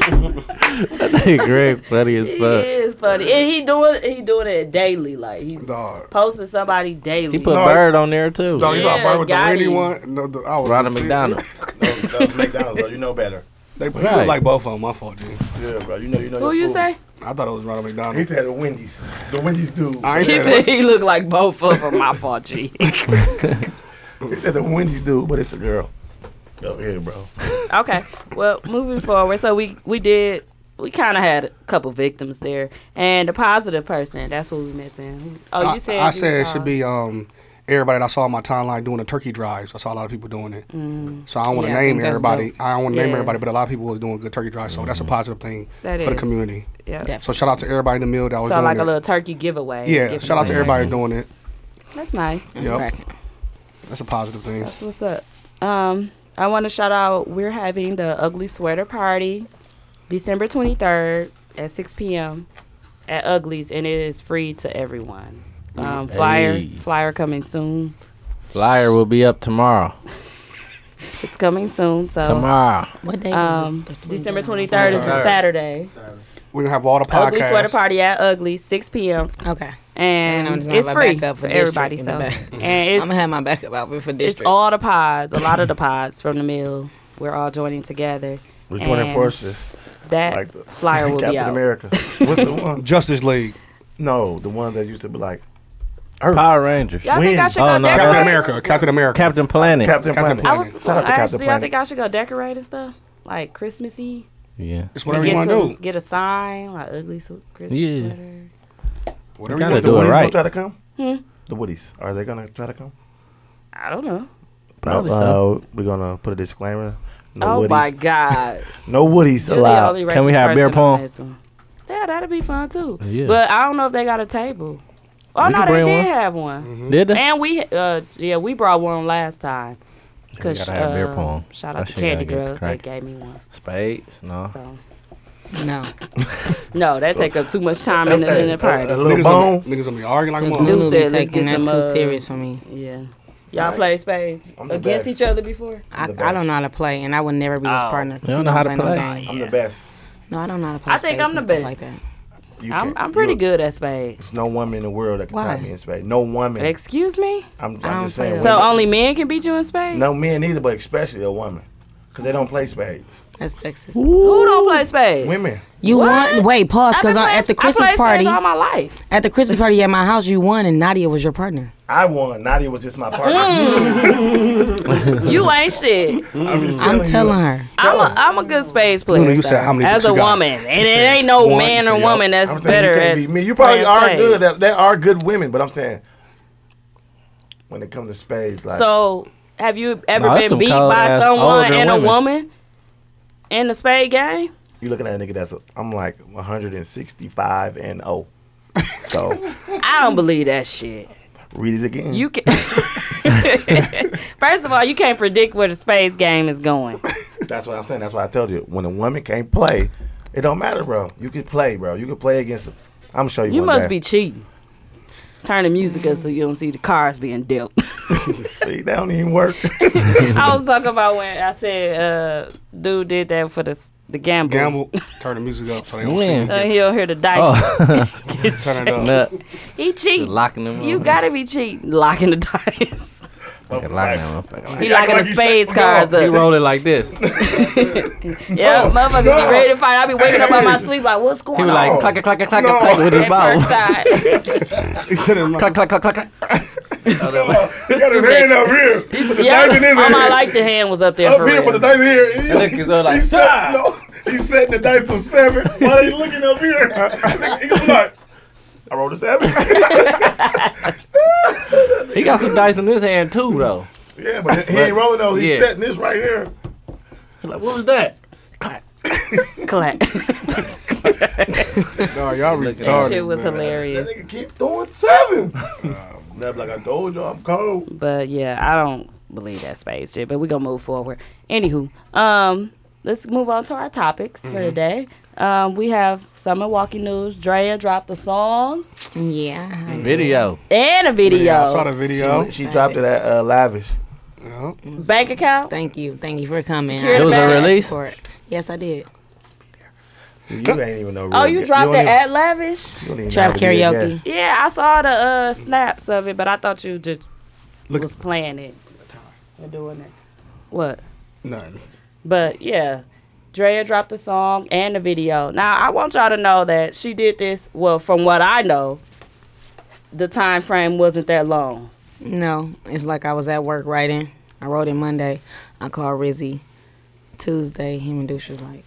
Speaker 5: again.
Speaker 4: Greg, funny as
Speaker 5: He
Speaker 4: fuck.
Speaker 5: is funny, and he doing he doing it daily. Like he's
Speaker 3: Dog.
Speaker 5: posting somebody daily.
Speaker 4: He put
Speaker 3: No.
Speaker 4: Bird on there too.
Speaker 3: Dog, you saw
Speaker 5: Yeah,
Speaker 3: Bird with the
Speaker 5: got
Speaker 3: Randy
Speaker 5: him.
Speaker 3: one? No, the, I was
Speaker 4: Ronald McDonald.
Speaker 7: That was McDonald's, bro. You know better.
Speaker 3: They put
Speaker 4: Right.
Speaker 3: like both of them. My fault, dude.
Speaker 7: Yeah, bro. You know, you know.
Speaker 5: Who
Speaker 7: your
Speaker 5: you
Speaker 7: food.
Speaker 5: say?
Speaker 3: I thought it was Ronald
Speaker 7: He
Speaker 3: McDonald.
Speaker 7: said the Wendy's. The Wendy's dude.
Speaker 3: I ain't
Speaker 5: He
Speaker 3: saying
Speaker 5: said he looked like both of them. My fault, G.
Speaker 7: He said the Wendy's dude, but it's a girl. Over here, bro.
Speaker 5: okay, well, moving forward. So we we did we kind of had a couple victims there, and the positive person. That's what we missing. Oh,
Speaker 3: I,
Speaker 5: you said
Speaker 3: I
Speaker 5: you
Speaker 3: said it
Speaker 5: saw-
Speaker 3: should be um everybody that I saw on my timeline doing the turkey drives. I saw a lot of people doing it.
Speaker 5: Mm.
Speaker 3: So I don't want to
Speaker 6: Yeah, I
Speaker 3: name
Speaker 6: think that's
Speaker 3: everybody. I don't want to name
Speaker 5: Yeah.
Speaker 3: everybody, but a lot of people was doing good turkey drives. So that's a
Speaker 7: Mm-hmm.
Speaker 3: positive thing
Speaker 5: That
Speaker 3: for the
Speaker 5: is.
Speaker 3: community.
Speaker 5: Yeah.
Speaker 6: Def-
Speaker 3: So shout out to everybody in the mill that was
Speaker 5: So
Speaker 3: doing
Speaker 5: like
Speaker 3: it.
Speaker 5: a little turkey giveaway.
Speaker 3: yeah,
Speaker 5: Giveaway.
Speaker 3: shout out to everybody doing it.
Speaker 5: That's nice.
Speaker 6: It's
Speaker 3: Yep.
Speaker 6: cracking.
Speaker 3: That's a positive thing.
Speaker 5: That's what's up. Um, I want to shout out. We're having the Ugly Sweater Party, December twenty third at six p.m. at Ugly's, and it is free to everyone. Um, flyer
Speaker 4: Hey.
Speaker 5: flyer coming soon.
Speaker 4: Flyer will be up tomorrow.
Speaker 5: It's coming soon. So
Speaker 4: Tomorrow.
Speaker 6: What day?
Speaker 5: um,
Speaker 6: is it?
Speaker 5: December twenty third is a
Speaker 4: Third.
Speaker 5: Saturday.
Speaker 3: We're gonna have all the
Speaker 5: Ugly Sweater
Speaker 3: podcasts.
Speaker 5: Party at Ugly, six p.m.
Speaker 6: Okay, And I'm
Speaker 5: and
Speaker 6: just gonna
Speaker 5: it's
Speaker 6: have my
Speaker 5: free
Speaker 6: backup
Speaker 5: for
Speaker 6: for district
Speaker 5: everybody.
Speaker 6: in
Speaker 5: So
Speaker 6: the back.
Speaker 5: and
Speaker 6: I'm
Speaker 5: it's
Speaker 6: gonna have my backup outfit for
Speaker 5: it's
Speaker 6: district.
Speaker 5: all the pods, a lot of the pods from the mill. We're all joining together.
Speaker 7: We're
Speaker 5: And-
Speaker 7: joining forces.
Speaker 5: that
Speaker 7: Like the-
Speaker 5: flyer will be
Speaker 7: Captain
Speaker 5: out.
Speaker 7: America. What's the one?
Speaker 3: Justice League.
Speaker 7: No, the one that used to be like
Speaker 4: Power Rangers.
Speaker 5: Y'all think I
Speaker 7: When?
Speaker 5: should
Speaker 4: Oh,
Speaker 5: go
Speaker 4: no,
Speaker 5: decorate?
Speaker 3: Captain
Speaker 4: that's-
Speaker 3: America. Captain America.
Speaker 4: Captain Planet.
Speaker 7: Captain
Speaker 3: Captain
Speaker 7: Planet.
Speaker 5: I
Speaker 3: Planet.
Speaker 5: was
Speaker 7: Shout out to Captain
Speaker 5: actually. Y'all
Speaker 7: Planet.
Speaker 5: think I should go decorate and stuff like Christmas Eve.
Speaker 4: yeah.
Speaker 3: It's whatever
Speaker 5: get
Speaker 3: you want
Speaker 5: some-
Speaker 3: to do.
Speaker 5: Get a sign like ugly sw- Christmas
Speaker 4: Yeah.
Speaker 5: sweater.
Speaker 3: Whatever
Speaker 4: gotta
Speaker 3: you want
Speaker 7: the
Speaker 3: to do.
Speaker 4: do it.
Speaker 7: Woodies gonna
Speaker 4: right.
Speaker 7: try to come?
Speaker 5: Hmm?
Speaker 7: The Woodies. Are they gonna try to come?
Speaker 5: I don't know.
Speaker 4: Probably
Speaker 7: no,
Speaker 4: so.
Speaker 7: Uh, we're gonna put a disclaimer. No
Speaker 5: oh
Speaker 7: Woodies.
Speaker 5: my God.
Speaker 7: No Woodies
Speaker 5: You're the
Speaker 7: allowed.
Speaker 5: only
Speaker 4: Can we
Speaker 5: racist
Speaker 4: have beer
Speaker 5: person on
Speaker 4: pong?
Speaker 5: this one. Yeah, that'd be fun too.
Speaker 4: Yeah.
Speaker 5: But I don't know if they got a table. Oh
Speaker 4: We
Speaker 5: no,
Speaker 4: can
Speaker 5: they
Speaker 4: bring
Speaker 5: did
Speaker 4: one. Mm-hmm.
Speaker 5: have one.
Speaker 4: Did they?
Speaker 5: And we, uh, yeah, we brought one last time. Cause
Speaker 4: gotta have beer
Speaker 5: uh,
Speaker 4: pong.
Speaker 5: shout
Speaker 4: That
Speaker 5: out to
Speaker 4: shit gotta
Speaker 5: Candy
Speaker 4: get
Speaker 5: Girls, they
Speaker 4: cracked.
Speaker 5: gave me one.
Speaker 4: Spades? No.
Speaker 5: So
Speaker 6: No.
Speaker 5: no, that take up too much time in the, in the
Speaker 7: A
Speaker 5: party.
Speaker 7: little
Speaker 3: Niggas gonna,
Speaker 7: bone.
Speaker 3: be, niggas gonna be arguing like a
Speaker 6: Since
Speaker 5: Blue
Speaker 3: mother.
Speaker 6: Blue
Speaker 5: said,
Speaker 6: be
Speaker 5: "Let's
Speaker 6: taking
Speaker 5: get
Speaker 6: that
Speaker 5: some,
Speaker 6: too
Speaker 5: uh,
Speaker 6: serious for me.
Speaker 5: Yeah, y'all play spades
Speaker 7: I'm the
Speaker 5: against
Speaker 7: best.
Speaker 5: each other before.
Speaker 6: I,
Speaker 7: the
Speaker 6: I
Speaker 7: best.
Speaker 6: don't know how to play, and I would never be his
Speaker 5: Oh.
Speaker 6: partner. 'cause
Speaker 4: You don't
Speaker 6: he
Speaker 4: know how to
Speaker 6: no
Speaker 4: play?
Speaker 6: games.
Speaker 7: I'm the best.
Speaker 6: No, I don't know how to play.
Speaker 5: I think
Speaker 6: spades
Speaker 5: I'm the
Speaker 6: and stuff
Speaker 5: best.
Speaker 6: Like that.
Speaker 7: You
Speaker 5: I'm
Speaker 7: can't-
Speaker 5: I'm pretty
Speaker 7: you're-
Speaker 5: good at spades.
Speaker 7: There's no woman in the world that can
Speaker 6: Why?
Speaker 7: top me in space. No woman.
Speaker 5: Excuse me.
Speaker 7: I'm,
Speaker 6: I
Speaker 7: I'm
Speaker 6: don't
Speaker 7: just
Speaker 6: play
Speaker 7: saying.
Speaker 6: that.
Speaker 5: So
Speaker 7: women-
Speaker 5: only men can beat you in spades.
Speaker 7: no men either, but especially a woman, because they don't play spades.
Speaker 6: That's sexist.
Speaker 5: Who don't play spades?
Speaker 7: Women.
Speaker 6: You
Speaker 5: What?
Speaker 6: won. Wait, pause.
Speaker 5: I've been
Speaker 6: Because
Speaker 5: playing-
Speaker 6: at the
Speaker 5: I played
Speaker 6: Christmas
Speaker 5: spades
Speaker 6: party,
Speaker 5: all my life.
Speaker 6: at the Christmas party at my house, you won, and Nadia was your partner.
Speaker 7: I won. Nadia was just my partner.
Speaker 5: Mm, You ain't shit.
Speaker 7: I'm, just
Speaker 6: I'm
Speaker 7: you.
Speaker 6: telling her.
Speaker 5: I'm a, I'm a good spades player.
Speaker 3: Luna, you
Speaker 5: so,
Speaker 3: said how many
Speaker 5: as
Speaker 3: books
Speaker 5: a
Speaker 3: you got?
Speaker 5: woman,
Speaker 3: She
Speaker 5: and it
Speaker 3: said
Speaker 5: ain't no
Speaker 3: one.
Speaker 5: man
Speaker 3: She
Speaker 5: or
Speaker 3: said,
Speaker 5: woman that's
Speaker 7: I'm saying you
Speaker 5: better
Speaker 7: can't
Speaker 5: at.
Speaker 7: beat me. You probably
Speaker 5: playing
Speaker 7: are
Speaker 5: spades.
Speaker 7: good. There, there are good women, but I'm saying when it comes to spades, like
Speaker 5: So, have you ever
Speaker 4: Nah, that's
Speaker 5: been
Speaker 4: some
Speaker 5: beat by
Speaker 4: cold-ass
Speaker 5: someone
Speaker 4: older
Speaker 5: and a
Speaker 4: women.
Speaker 5: woman in the spade game?
Speaker 7: you looking at a nigga that's a, I'm like 165 and 0. So
Speaker 5: I don't believe that shit.
Speaker 7: read it again.
Speaker 5: You can. First of all, you can't predict where the spades game is going.
Speaker 7: That's what I'm saying. That's why I told you when a woman can't play, it don't matter, bro. You can play, bro. You can play against. I'm gonna show you.
Speaker 5: You
Speaker 7: one
Speaker 5: must
Speaker 7: day.
Speaker 5: be cheating. Turn the music up so you don't see the cars being dealt.
Speaker 7: See, that don't even work.
Speaker 5: I was talking about when I said uh, dude did that for the s- the gamble.
Speaker 3: Gamble. Turn the music up so they don't
Speaker 4: Man.
Speaker 3: see
Speaker 5: So
Speaker 3: me.
Speaker 5: Uh, he'll hear the dice.
Speaker 4: Oh,
Speaker 5: Get
Speaker 3: Turn it
Speaker 5: shit.
Speaker 3: up.
Speaker 4: Look,
Speaker 5: He cheating.
Speaker 4: locking them.
Speaker 5: You
Speaker 4: up.
Speaker 5: gotta be cheating. Locking the dice.
Speaker 4: Fucking locking them. up. Fucking
Speaker 5: He locking
Speaker 7: like
Speaker 5: the
Speaker 7: you Oh,
Speaker 5: spades
Speaker 7: said-
Speaker 5: cards
Speaker 4: You
Speaker 5: up.
Speaker 4: roll it like this. He
Speaker 5: Yeah, motherfucker, get ready to fight. I be waking up on my sleep like, what's going
Speaker 4: be
Speaker 5: on?
Speaker 4: like clack clack clack clack clack with his
Speaker 5: That
Speaker 4: ball.
Speaker 5: first side.
Speaker 3: He said it like-
Speaker 4: Clack clack clack clack.
Speaker 7: He got his hand up here. The
Speaker 5: Yeah,
Speaker 7: dice in his
Speaker 5: um, I
Speaker 7: hand.
Speaker 5: like the hand was up there
Speaker 7: Up
Speaker 5: for
Speaker 7: here,
Speaker 5: real.
Speaker 7: but the dice in here.
Speaker 4: Look,
Speaker 7: He,
Speaker 4: he's all like,
Speaker 7: he's set, no, he's setting the dice to seven. Why they looking up here? He gonna be like, I rolled a seven.
Speaker 4: He got some dice in his hand too, though.
Speaker 7: yeah, but he ain't rolling those. He's
Speaker 4: Yeah.
Speaker 7: setting this right here.
Speaker 4: He's like, what was that?
Speaker 5: Clack.
Speaker 3: No, y'all
Speaker 5: that
Speaker 3: retarded.
Speaker 5: shit was
Speaker 3: man.
Speaker 5: hilarious.
Speaker 7: Nigga keep throwing seven. Um, That's like I told you, I'm cold.
Speaker 5: But yeah, I don't believe that space shit. But we gonna move forward. Anywho, um, let's move on to our topics for
Speaker 7: Mm-hmm.
Speaker 5: today. Um, we have some Milwaukee news. Drea dropped a song
Speaker 6: Yeah.
Speaker 4: Video.
Speaker 5: and a video.
Speaker 3: Yeah, I saw the video.
Speaker 7: She dropped it at uh, Lavish.
Speaker 3: Yeah.
Speaker 5: Bank account.
Speaker 6: Thank you. Thank you for coming.
Speaker 5: Secure
Speaker 6: I
Speaker 5: It was a
Speaker 6: appreciate the
Speaker 4: release?
Speaker 6: support. Yes, I did.
Speaker 7: See, you ain't even know.
Speaker 5: Oh, you dropped it
Speaker 7: it
Speaker 5: at Lavish.
Speaker 6: Trap karaoke.
Speaker 5: Yeah, I saw the uh, snaps of it, but I thought you just
Speaker 3: Look-
Speaker 5: was playing it. You're doing it. What?
Speaker 3: Nothing.
Speaker 5: But yeah, Drea dropped the song and the video. Now I want y'all to know that she did this. Well, from what I know, the time frame wasn't that long.
Speaker 6: No, it's like I was at work writing. I wrote it Monday. I called Rizzy Tuesday. Him and Deuce was like,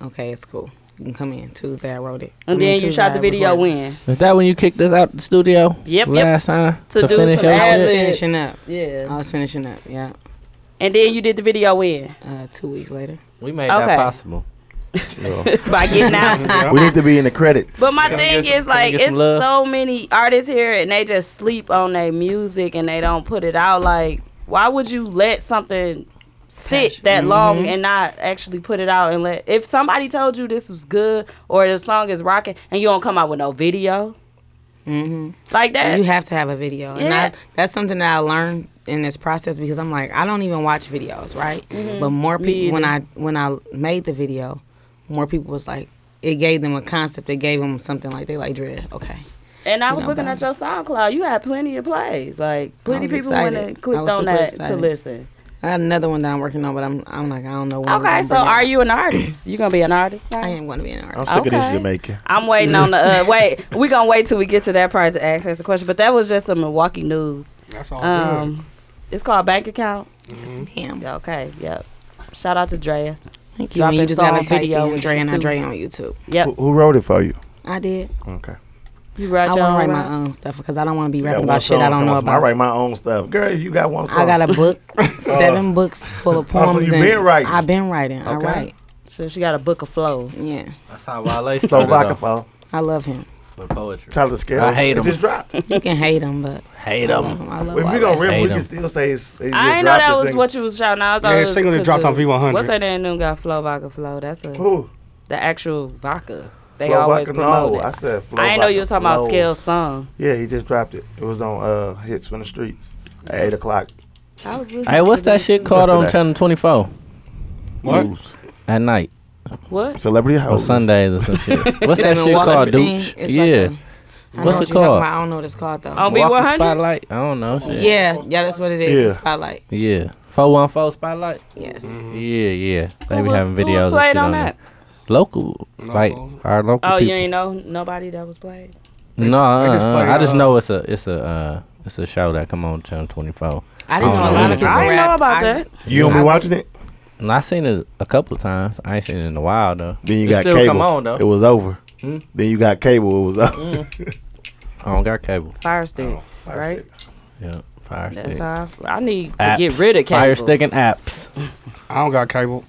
Speaker 6: okay, it's cool. You can come in. Tuesday, I wrote it. I
Speaker 5: And
Speaker 6: mean,
Speaker 5: then you
Speaker 6: Tuesday,
Speaker 5: shot the
Speaker 6: I
Speaker 5: video
Speaker 6: recorded.
Speaker 5: in.
Speaker 4: Is that when you kicked us out the studio?
Speaker 5: Yep, yep.
Speaker 4: Last time
Speaker 5: To do
Speaker 4: finish
Speaker 5: some
Speaker 4: your
Speaker 6: I was
Speaker 5: ad
Speaker 4: shit.
Speaker 5: lib.
Speaker 6: finishing up. I
Speaker 5: Yeah.
Speaker 6: was finishing up, yeah.
Speaker 5: And then you did the video in
Speaker 6: Uh, two weeks later.
Speaker 4: We made
Speaker 5: Okay.
Speaker 4: that possible.
Speaker 5: by getting out.
Speaker 7: We need to be in the credits.
Speaker 5: But my
Speaker 4: Can we
Speaker 5: thing
Speaker 4: get some- can
Speaker 5: is
Speaker 4: we
Speaker 5: like
Speaker 4: get
Speaker 5: it's
Speaker 4: some love?
Speaker 5: so many artists here and they just sleep on their music and they don't put it out. Like, why would you let something sit
Speaker 6: Passion.
Speaker 5: that
Speaker 4: Mm-hmm.
Speaker 5: long and not actually put it out and let if somebody told you this was good or the song is rocking and you don't come out with no video? Mm-hmm. Like that.
Speaker 6: You have to have a video. And
Speaker 5: Yeah.
Speaker 6: I, that's something that I learned in this process because I'm like, I don't even watch videos, right?
Speaker 5: Mm-hmm.
Speaker 6: But more people when I when I made the video, more people was like it gave them a concept. It gave them something like they like dread. Okay.
Speaker 5: and I was
Speaker 6: know,
Speaker 5: looking at
Speaker 6: but-
Speaker 5: your SoundCloud. You had plenty of plays. Like plenty
Speaker 6: was
Speaker 5: people went
Speaker 6: excited.
Speaker 5: and
Speaker 6: I
Speaker 5: clicked
Speaker 6: was
Speaker 5: on
Speaker 6: super
Speaker 5: that to
Speaker 6: excited.
Speaker 5: listen.
Speaker 6: I got another one that I'm working on, but I'm I'm like I don't know. When I'm
Speaker 5: Okay,
Speaker 6: gonna
Speaker 5: so
Speaker 6: bring it
Speaker 5: are
Speaker 6: out.
Speaker 5: you an artist? You gonna be an artist? now?
Speaker 6: I am going to be an artist.
Speaker 8: I'm sick of this
Speaker 5: Okay.
Speaker 8: Jamaican.
Speaker 5: I'm waiting on the uh, wait. We gonna wait till we get to that part to ask us the question. But that was just some Milwaukee news.
Speaker 3: That's
Speaker 7: Oh,
Speaker 3: all good.
Speaker 5: Um, it's called bank account.
Speaker 6: Damn.
Speaker 5: Yeah, okay, yep. Shout out to Drea.
Speaker 6: Thank you.
Speaker 5: Drop
Speaker 6: And you
Speaker 5: that
Speaker 6: just gotta
Speaker 5: song
Speaker 6: type
Speaker 5: video
Speaker 6: in
Speaker 5: on
Speaker 6: Dre and I
Speaker 5: YouTube.
Speaker 6: Dre on YouTube.
Speaker 5: Yep,
Speaker 8: Who, who wrote it for you?
Speaker 6: I did.
Speaker 8: Okay.
Speaker 5: you write
Speaker 6: I
Speaker 5: your
Speaker 6: want to
Speaker 5: own
Speaker 6: write
Speaker 5: rap.
Speaker 6: my own stuff because I don't want to be
Speaker 7: Got
Speaker 6: rapping
Speaker 7: one
Speaker 6: about shit I don't
Speaker 7: song, tell
Speaker 6: know
Speaker 7: me something. I
Speaker 6: about.
Speaker 7: write my own stuff. Girl, you got one song.
Speaker 6: I got a book, seven books full of
Speaker 7: Oh, so
Speaker 6: poems.
Speaker 7: you
Speaker 6: and
Speaker 7: been writing.
Speaker 6: I've been writing. I
Speaker 7: Okay.
Speaker 6: write.
Speaker 5: So she got a book of flows.
Speaker 6: Yeah,
Speaker 4: That's how Wale
Speaker 7: so
Speaker 4: started
Speaker 7: vodka
Speaker 4: off
Speaker 7: fall.
Speaker 6: I love him.
Speaker 4: with poetry.
Speaker 7: Tyler Scales.
Speaker 4: I hate
Speaker 7: It
Speaker 4: him.
Speaker 7: just dropped. if
Speaker 6: You can hate him, but
Speaker 4: Hate
Speaker 6: I
Speaker 4: him.
Speaker 6: love him. I love
Speaker 7: we
Speaker 6: Wale.
Speaker 7: gonna rip,
Speaker 4: Hate
Speaker 7: we
Speaker 4: him.
Speaker 7: can still say it's, it's just
Speaker 5: I didn't know
Speaker 7: dropped
Speaker 5: that
Speaker 7: his
Speaker 5: was
Speaker 7: single.
Speaker 5: what you was shouting out. I thought
Speaker 3: Yeah,
Speaker 5: it
Speaker 3: his
Speaker 5: was
Speaker 3: single that dropped on
Speaker 5: cuckoo.
Speaker 3: V100.
Speaker 5: What's her name? Them got Flow Vodka Flow. That's a,
Speaker 7: Who?
Speaker 5: the actual vodka. They
Speaker 7: Flo
Speaker 5: always
Speaker 7: Vodka?
Speaker 5: promote
Speaker 7: No,
Speaker 5: it.
Speaker 7: I said Flo
Speaker 5: I didn't know you was
Speaker 7: Vodka
Speaker 5: talking about
Speaker 7: Flow.
Speaker 5: Scale's song.
Speaker 7: Yeah, he just dropped it. It was on uh, Hits from the Streets at 8 o'clock.
Speaker 5: I was listening.
Speaker 4: Hey, what's
Speaker 5: to
Speaker 4: that
Speaker 5: this.
Speaker 4: shit called on
Speaker 7: Yesterday.
Speaker 4: Channel 24
Speaker 3: What?
Speaker 7: News.
Speaker 4: at night
Speaker 5: What?
Speaker 7: Celebrity
Speaker 4: or
Speaker 7: House.
Speaker 4: Sundays or some shit? What's
Speaker 6: The
Speaker 4: that shit
Speaker 6: Milwaukee
Speaker 4: called,
Speaker 6: thing,
Speaker 4: Dooch?
Speaker 6: it's
Speaker 4: Yeah.
Speaker 6: Like a,
Speaker 4: What's
Speaker 6: I know
Speaker 4: it
Speaker 6: what you're talking
Speaker 4: called?
Speaker 6: about. I don't know what it's called though.
Speaker 5: On B100?
Speaker 4: Milwaukee Spotlight? I don't know. Shit.
Speaker 6: yeah, yeah, that's what it is. It's
Speaker 7: Yeah.
Speaker 6: Spotlight.
Speaker 4: Yeah. 414 Spotlight?
Speaker 6: Yes.
Speaker 4: Yeah, yeah. They
Speaker 5: Who
Speaker 4: be
Speaker 5: was-
Speaker 4: having
Speaker 5: who was
Speaker 4: videos and
Speaker 5: played
Speaker 4: shit
Speaker 5: on
Speaker 4: on
Speaker 5: that?
Speaker 4: that. Local, like our local
Speaker 5: Oh, you
Speaker 4: people.
Speaker 5: ain't know nobody that was played.
Speaker 4: No, uh,
Speaker 3: just
Speaker 4: uh,
Speaker 3: play,
Speaker 4: I just
Speaker 3: uh,
Speaker 4: know it's a it's a uh, it's a show that come on Channel 24.
Speaker 6: I
Speaker 4: I don't
Speaker 6: didn't know a
Speaker 4: know who
Speaker 6: lot of
Speaker 4: the
Speaker 6: people
Speaker 5: I didn't know
Speaker 6: rapped.
Speaker 5: about
Speaker 6: I-
Speaker 5: that.
Speaker 7: You don't be watching it?
Speaker 4: And I seen it a couple of times. I ain't seen it in a while though.
Speaker 8: Then you
Speaker 4: It
Speaker 8: got
Speaker 4: still
Speaker 8: cable.
Speaker 4: come on though.
Speaker 8: It was over.
Speaker 4: Hmm?
Speaker 8: Then you got cable. It was over.
Speaker 4: I don't got cable.
Speaker 5: Fire stick,
Speaker 7: Fire
Speaker 5: right?
Speaker 7: stick.
Speaker 4: Yeah, Fire
Speaker 5: That's
Speaker 4: Stick.
Speaker 5: how I, I need to
Speaker 4: Apps.
Speaker 5: get rid of cable.
Speaker 4: Fire Stick and apps.
Speaker 3: I don't got cable.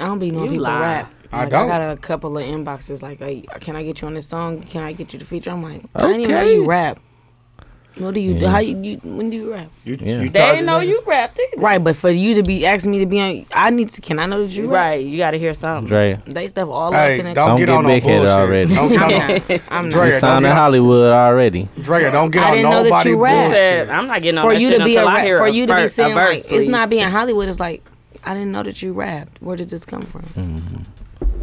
Speaker 6: I don't be knowing
Speaker 5: You
Speaker 6: people
Speaker 5: lie.
Speaker 6: rap.
Speaker 3: I
Speaker 6: Like,
Speaker 3: don't.
Speaker 6: I got a couple of inboxes like, hey, can I get you on this song? Can I get you to feature? I'm like, I didn't even know
Speaker 4: Okay.
Speaker 6: you rap. What do you do?
Speaker 4: Yeah.
Speaker 6: How you, you when do you rap?
Speaker 7: You,
Speaker 4: Yeah.
Speaker 7: you
Speaker 4: They
Speaker 5: They
Speaker 7: charging
Speaker 5: didn't know
Speaker 7: them?
Speaker 5: you rapped either.
Speaker 6: Right, but for you to be asking me to be on, I need to. Can I know that you rap?
Speaker 5: Right, you got to hear something.
Speaker 4: Dre,
Speaker 6: They stuff all
Speaker 3: Hey,
Speaker 6: up
Speaker 3: don't,
Speaker 6: in the.
Speaker 4: Don't
Speaker 3: get,
Speaker 4: get
Speaker 3: on no
Speaker 4: big-headed
Speaker 3: bullshit.
Speaker 4: already.
Speaker 3: Don't get on no,
Speaker 6: I'm not. I'm
Speaker 3: Dre,
Speaker 6: not.
Speaker 4: you
Speaker 3: don't
Speaker 4: signed
Speaker 3: get
Speaker 4: in
Speaker 3: on-
Speaker 4: Hollywood already.
Speaker 3: Drea, don't get
Speaker 6: I
Speaker 3: on
Speaker 6: didn't know that
Speaker 3: nobody
Speaker 6: you rap.
Speaker 3: bullshit.
Speaker 5: Said, I'm not getting on
Speaker 6: For
Speaker 5: that
Speaker 6: you
Speaker 5: shit
Speaker 6: to be a
Speaker 5: until I
Speaker 6: rap,
Speaker 5: hear
Speaker 6: for
Speaker 5: a
Speaker 6: you to be
Speaker 5: fir-
Speaker 6: saying
Speaker 5: a verse,
Speaker 6: like, it's not
Speaker 5: please.
Speaker 6: being Hollywood. It's like, I didn't know that you rapped. Where did this come from?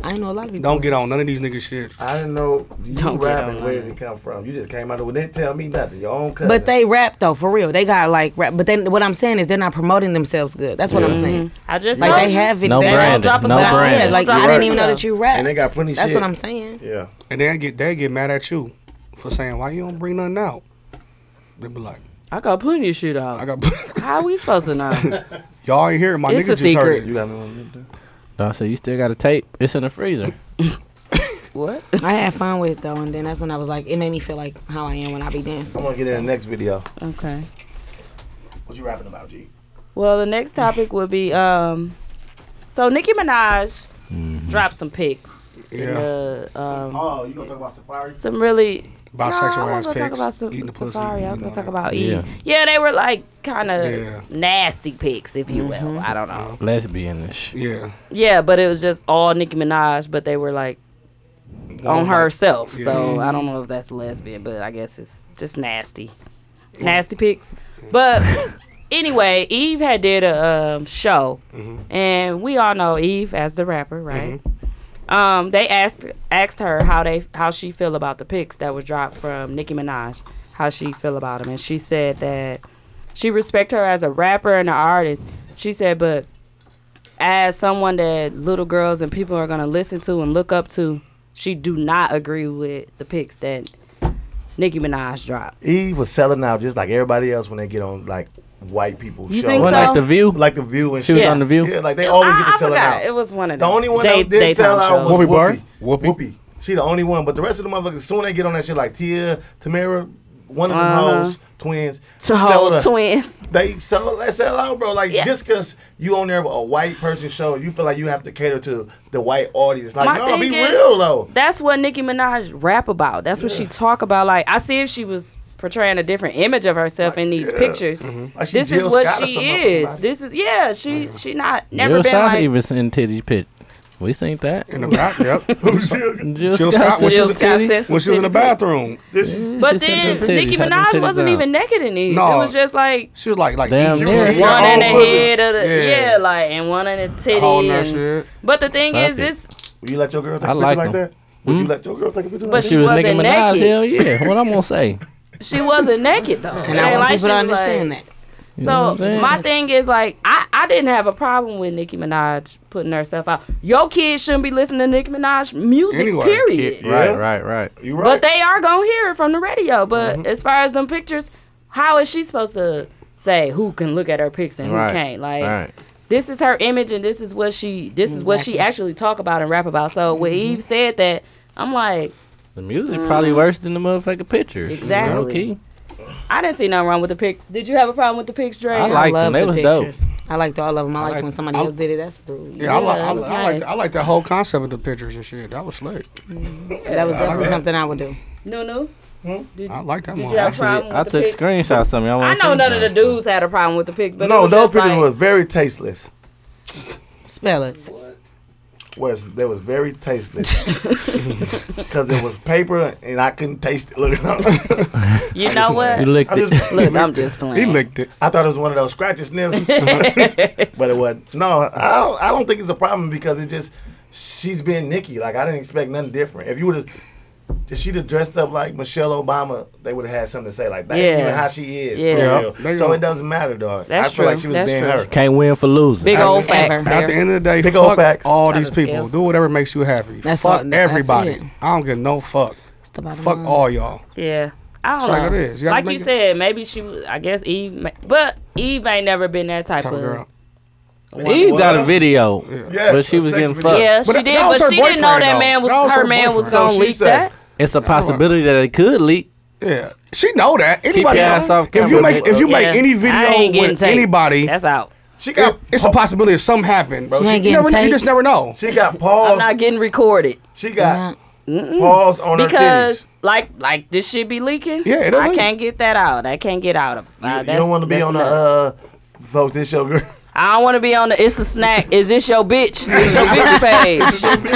Speaker 6: I know a lot of people.
Speaker 3: Mm-hmm. Don't get on none of these niggas shit.
Speaker 7: I didn't know you
Speaker 5: Don't get
Speaker 7: rap and
Speaker 5: on
Speaker 7: where
Speaker 5: that.
Speaker 7: did it come from. You just came out of it. Didn't tell me nothing. Your own cousin.
Speaker 6: But they rap though, for real. They got like rap. But then what I'm saying is they're not promoting themselves good. That's what I'm
Speaker 5: Mm-hmm.
Speaker 6: saying.
Speaker 5: I just
Speaker 6: Like
Speaker 5: told
Speaker 6: they
Speaker 5: you.
Speaker 6: have it.
Speaker 4: No
Speaker 6: they
Speaker 4: brand.
Speaker 5: drop a
Speaker 4: No
Speaker 5: song.
Speaker 6: but I, yeah,
Speaker 4: brand.
Speaker 6: like
Speaker 5: Don't
Speaker 6: I
Speaker 5: drop
Speaker 6: didn't
Speaker 5: a
Speaker 6: even know
Speaker 5: song.
Speaker 6: that you rap.
Speaker 7: and they got plenty
Speaker 6: That's
Speaker 7: shit.
Speaker 6: what I'm saying.
Speaker 7: Yeah.
Speaker 3: And they get they get mad at you for saying why you don't bring nothing out. They be like,
Speaker 5: I got plenty of shit out.
Speaker 3: I got
Speaker 5: How we supposed to know?
Speaker 3: y'all ain't hearing my
Speaker 5: It's a
Speaker 3: niggas just heard
Speaker 5: secret.
Speaker 3: it.
Speaker 7: You got me on that?
Speaker 4: No, I said you still got a tape. It's in the freezer.
Speaker 5: what?
Speaker 6: I had fun with it though, and then that's when I was like, it made me feel like how I am when I be
Speaker 7: I'm
Speaker 6: dancing.
Speaker 7: gonna get in the next video.
Speaker 5: Okay.
Speaker 7: What you rapping about, G?
Speaker 5: Well, the next topic would be um. So Nicki Minaj
Speaker 4: Mm-hmm.
Speaker 5: dropped some pics. in
Speaker 3: Yeah.
Speaker 5: the, um,
Speaker 7: Oh, you gonna talk about Safari?
Speaker 5: some really
Speaker 3: Bisexual
Speaker 5: no, I
Speaker 3: ass
Speaker 5: was gonna
Speaker 3: pics.
Speaker 5: talk about some
Speaker 3: eating the pussy.
Speaker 5: Safari. I was
Speaker 3: you
Speaker 5: gonna
Speaker 3: know
Speaker 5: talk about E.
Speaker 4: Yeah.
Speaker 5: Yeah, they were like kind of
Speaker 3: Yeah.
Speaker 5: nasty pics, if you will. I don't know.
Speaker 4: Lesbianish.
Speaker 3: Yeah.
Speaker 5: Yeah, but it was just all Nicki Minaj, but they were like on herself. So I don't know if that's lesbian, but I guess it's just nasty, nasty pics. But anyway, Eve had did a um, show, and we all know Eve as the rapper, right? Um, they asked asked her how they how she feel about the pics that were dropped from Nicki Minaj, how she feel about them, and she said that she respect her as a rapper and an artist. She said, but as someone that little girls and people are gonna listen to and look up to, she do not agree with the picks that Nicki Minaj dropped.
Speaker 7: Eve was selling out just like everybody else when they get on like white people
Speaker 5: You
Speaker 7: shows.
Speaker 5: think
Speaker 4: What,
Speaker 5: so?
Speaker 4: like the view?
Speaker 7: Like the View and
Speaker 4: she was
Speaker 7: shit.
Speaker 5: Yeah.
Speaker 4: on the view.
Speaker 7: Yeah, like they always Oh, get to selling out.
Speaker 5: It was one of
Speaker 7: The
Speaker 5: them.
Speaker 7: only one
Speaker 5: Day-
Speaker 7: that did
Speaker 5: daytime
Speaker 7: sell out
Speaker 5: shows.
Speaker 7: was
Speaker 3: Whoopi Bar-
Speaker 7: Whoopi. Whoopi. She the only one, but the rest of the motherfuckers, soon they get on that shit like Tia, Tamara, one of them
Speaker 5: Uh-huh.
Speaker 7: hoes, twins.
Speaker 5: to
Speaker 7: sell
Speaker 5: hoes,
Speaker 7: out.
Speaker 5: twins.
Speaker 7: They sell, they sell out, bro. Like
Speaker 5: Yeah.
Speaker 7: just 'cause you on there with a white person show, you feel like you have to cater to the white audience. Like,
Speaker 5: My
Speaker 7: no, be
Speaker 5: thing is-
Speaker 7: real though.
Speaker 5: That's what Nicki Minaj rap about. That's what she talk about. Like I see if she was portraying a different image of herself in these
Speaker 7: yeah. Mm-hmm.
Speaker 5: pictures.
Speaker 7: Like she
Speaker 5: This is
Speaker 7: Jill
Speaker 5: what
Speaker 7: Scott or
Speaker 5: she
Speaker 7: something.
Speaker 5: is.
Speaker 7: Mm-hmm.
Speaker 5: This is yeah. She she not never
Speaker 4: Jill
Speaker 5: been
Speaker 4: Scott
Speaker 5: like
Speaker 4: even seen titty pics. We seen that.
Speaker 3: In the back, yep.
Speaker 4: Jill,
Speaker 3: Jill
Speaker 4: Scott,
Speaker 3: Scott, when
Speaker 4: seen
Speaker 3: she
Speaker 5: Jill
Speaker 3: was-
Speaker 4: some
Speaker 5: Scott
Speaker 4: titties.
Speaker 5: said some
Speaker 3: When she was in the
Speaker 5: titty pics.
Speaker 3: bathroom,
Speaker 5: But
Speaker 4: She seen
Speaker 5: then
Speaker 4: some titties,
Speaker 5: Nicki
Speaker 4: had them
Speaker 5: Minaj
Speaker 4: titties
Speaker 5: wasn't
Speaker 4: out.
Speaker 5: even naked in these.
Speaker 3: No.
Speaker 5: It was just like
Speaker 3: she was like like
Speaker 4: Damn
Speaker 3: she
Speaker 4: near.
Speaker 3: was
Speaker 7: Yeah,
Speaker 5: one in the
Speaker 7: all pussy.
Speaker 5: head of the
Speaker 3: Yeah.
Speaker 5: yeah. like and one in the titty.
Speaker 3: holding that
Speaker 5: and-
Speaker 3: shit.
Speaker 5: but the thing
Speaker 4: Fuck
Speaker 5: is,
Speaker 4: it.
Speaker 5: it's
Speaker 7: Would you let your girl take
Speaker 4: I
Speaker 7: a picture
Speaker 4: like
Speaker 7: like,
Speaker 4: them.
Speaker 7: that? Would you let your girl take a picture
Speaker 5: But
Speaker 7: like
Speaker 4: She
Speaker 7: that?
Speaker 4: was
Speaker 5: wasn't
Speaker 4: Nicki Minaj.
Speaker 5: naked.
Speaker 4: Hell yeah. What I'm gonna say?
Speaker 5: she wasn't naked though.
Speaker 6: And I want people to understand that.
Speaker 5: So
Speaker 4: I'm saying?
Speaker 5: my thing is like I, I didn't have a problem with Nicki Minaj putting herself out. Your kids shouldn't be listening to Nicki Minaj music,
Speaker 3: Anyway,
Speaker 5: period.
Speaker 7: Yeah.
Speaker 4: Right, right, right.
Speaker 7: You
Speaker 5: But
Speaker 7: right. Mm-hmm.
Speaker 5: they are gonna hear it from the radio. But as far as them pictures, how is she supposed to say who can look at her pics and
Speaker 4: Right.
Speaker 5: who can't? Like
Speaker 4: right.
Speaker 5: this is her image and this is what she this is what she actually talk about and rap about. So when Eve said that, I'm like,
Speaker 4: The music probably worse than the motherfucking pictures.
Speaker 5: Mm. Exactly.
Speaker 4: Okay.
Speaker 5: I didn't see nothing wrong with the pics. Did you have a problem with the pics, Dre?
Speaker 4: I like them.
Speaker 6: love
Speaker 4: They
Speaker 6: the
Speaker 4: was dope.
Speaker 6: pictures. I liked all of them. I
Speaker 3: like-
Speaker 6: like when somebody
Speaker 3: I-
Speaker 6: else did it. That's rude.
Speaker 3: Yeah, I, like,
Speaker 5: Yeah,
Speaker 3: I,
Speaker 5: it was
Speaker 3: like- I like
Speaker 5: nice.
Speaker 3: I like that whole concept of the pictures and shit. That was slick.
Speaker 6: That was definitely
Speaker 3: that.
Speaker 6: something I would do.
Speaker 5: no, no. Did,
Speaker 3: I like that
Speaker 5: did
Speaker 3: one.
Speaker 5: you have a
Speaker 3: Actually,
Speaker 5: problem with
Speaker 4: I
Speaker 5: the
Speaker 4: took
Speaker 5: pics?
Speaker 4: screenshots of me. I,
Speaker 5: I
Speaker 4: wanna
Speaker 5: know
Speaker 4: see
Speaker 5: none of the
Speaker 4: them.
Speaker 5: dudes had a problem with the pics, but it
Speaker 7: no,
Speaker 5: was
Speaker 7: those
Speaker 5: just
Speaker 7: pictures
Speaker 5: like,
Speaker 7: was very tasteless.
Speaker 6: Spell it.
Speaker 7: Was they was very tasteless because it was paper and I couldn't taste it. Look, I
Speaker 5: you know
Speaker 4: You
Speaker 5: what?
Speaker 4: licked it.
Speaker 7: just
Speaker 5: Look, I'm just playing.
Speaker 3: he licked it.
Speaker 7: I thought it was one of those scratches sniffs, but it wasn't. No, I don't, I don't think it's a problem because it just she's being Nikki. Like I didn't expect nothing different. If you would have, if she'd have dressed up like Michelle Obama, they would have had something to say like that.
Speaker 5: Yeah.
Speaker 7: Even how she is. for
Speaker 5: Yeah.
Speaker 7: real.
Speaker 3: They
Speaker 7: So
Speaker 3: gonna-
Speaker 7: it doesn't matter, dog.
Speaker 5: That's
Speaker 7: I feel like
Speaker 5: true.
Speaker 7: she was
Speaker 5: That's
Speaker 7: being
Speaker 5: true.
Speaker 7: her.
Speaker 4: Can't win for losing.
Speaker 5: Big old
Speaker 6: Ever.
Speaker 5: facts.
Speaker 3: At the
Speaker 5: there.
Speaker 3: end of the day,
Speaker 7: Big old
Speaker 3: fuck
Speaker 7: facts.
Speaker 3: all
Speaker 5: Trying
Speaker 3: these
Speaker 5: to
Speaker 3: people.
Speaker 5: scale.
Speaker 3: Do whatever makes you happy.
Speaker 6: That's
Speaker 3: fuck
Speaker 6: all- that's
Speaker 3: everybody.
Speaker 6: it.
Speaker 3: I don't give no fuck.
Speaker 6: It's the bottom
Speaker 3: Fuck
Speaker 6: line.
Speaker 3: all y'all.
Speaker 5: Yeah. I don't
Speaker 3: It's like
Speaker 5: know.
Speaker 3: it is. You gotta
Speaker 5: like you
Speaker 3: make it-
Speaker 5: said, maybe she was, I guess Eve, ma- but Eve ain't never been that type,
Speaker 3: Type
Speaker 5: of
Speaker 3: of girl.
Speaker 4: He got a video,
Speaker 7: Yes,
Speaker 4: but she
Speaker 7: a
Speaker 4: was
Speaker 7: sex
Speaker 4: getting
Speaker 7: video.
Speaker 4: fucked.
Speaker 5: Yeah,
Speaker 3: But
Speaker 5: she
Speaker 3: that-
Speaker 5: did,
Speaker 3: that was
Speaker 5: but
Speaker 3: her
Speaker 5: she didn't know that
Speaker 3: boyfriend,
Speaker 5: man
Speaker 3: though.
Speaker 5: was
Speaker 3: That was
Speaker 5: her,
Speaker 3: her
Speaker 5: man was
Speaker 3: boyfriend.
Speaker 5: gonna
Speaker 7: So she
Speaker 5: leak
Speaker 7: said-
Speaker 5: that.
Speaker 4: It's a possibility that it could leak.
Speaker 3: Yeah, she know that. Anybody
Speaker 4: your
Speaker 3: know.
Speaker 4: ass off
Speaker 3: if you
Speaker 4: camera,
Speaker 3: make if you
Speaker 5: bitch.
Speaker 3: make
Speaker 5: Yeah.
Speaker 3: any
Speaker 5: I ain't
Speaker 3: video
Speaker 5: getting
Speaker 3: with
Speaker 5: taped.
Speaker 3: anybody,
Speaker 5: That's out.
Speaker 7: She got
Speaker 3: it- it's a possibility of something happened, bro.
Speaker 7: You
Speaker 6: ain't
Speaker 3: you,
Speaker 6: getting
Speaker 3: never, you
Speaker 6: taped.
Speaker 3: just never know.
Speaker 7: she got
Speaker 5: I'm
Speaker 7: paws.
Speaker 5: not getting recorded
Speaker 7: She
Speaker 6: Yeah.
Speaker 7: got paws on her titties.
Speaker 5: because, like, like this should be leaking.
Speaker 3: Yeah, it don't
Speaker 5: I
Speaker 3: leak.
Speaker 5: can't get that out. I can't get out of. Uh,
Speaker 7: you don't want to be on the uh, folks. This your girl.
Speaker 5: I don't want to be on the. It's a snack. Is this your bitch? It's your bitch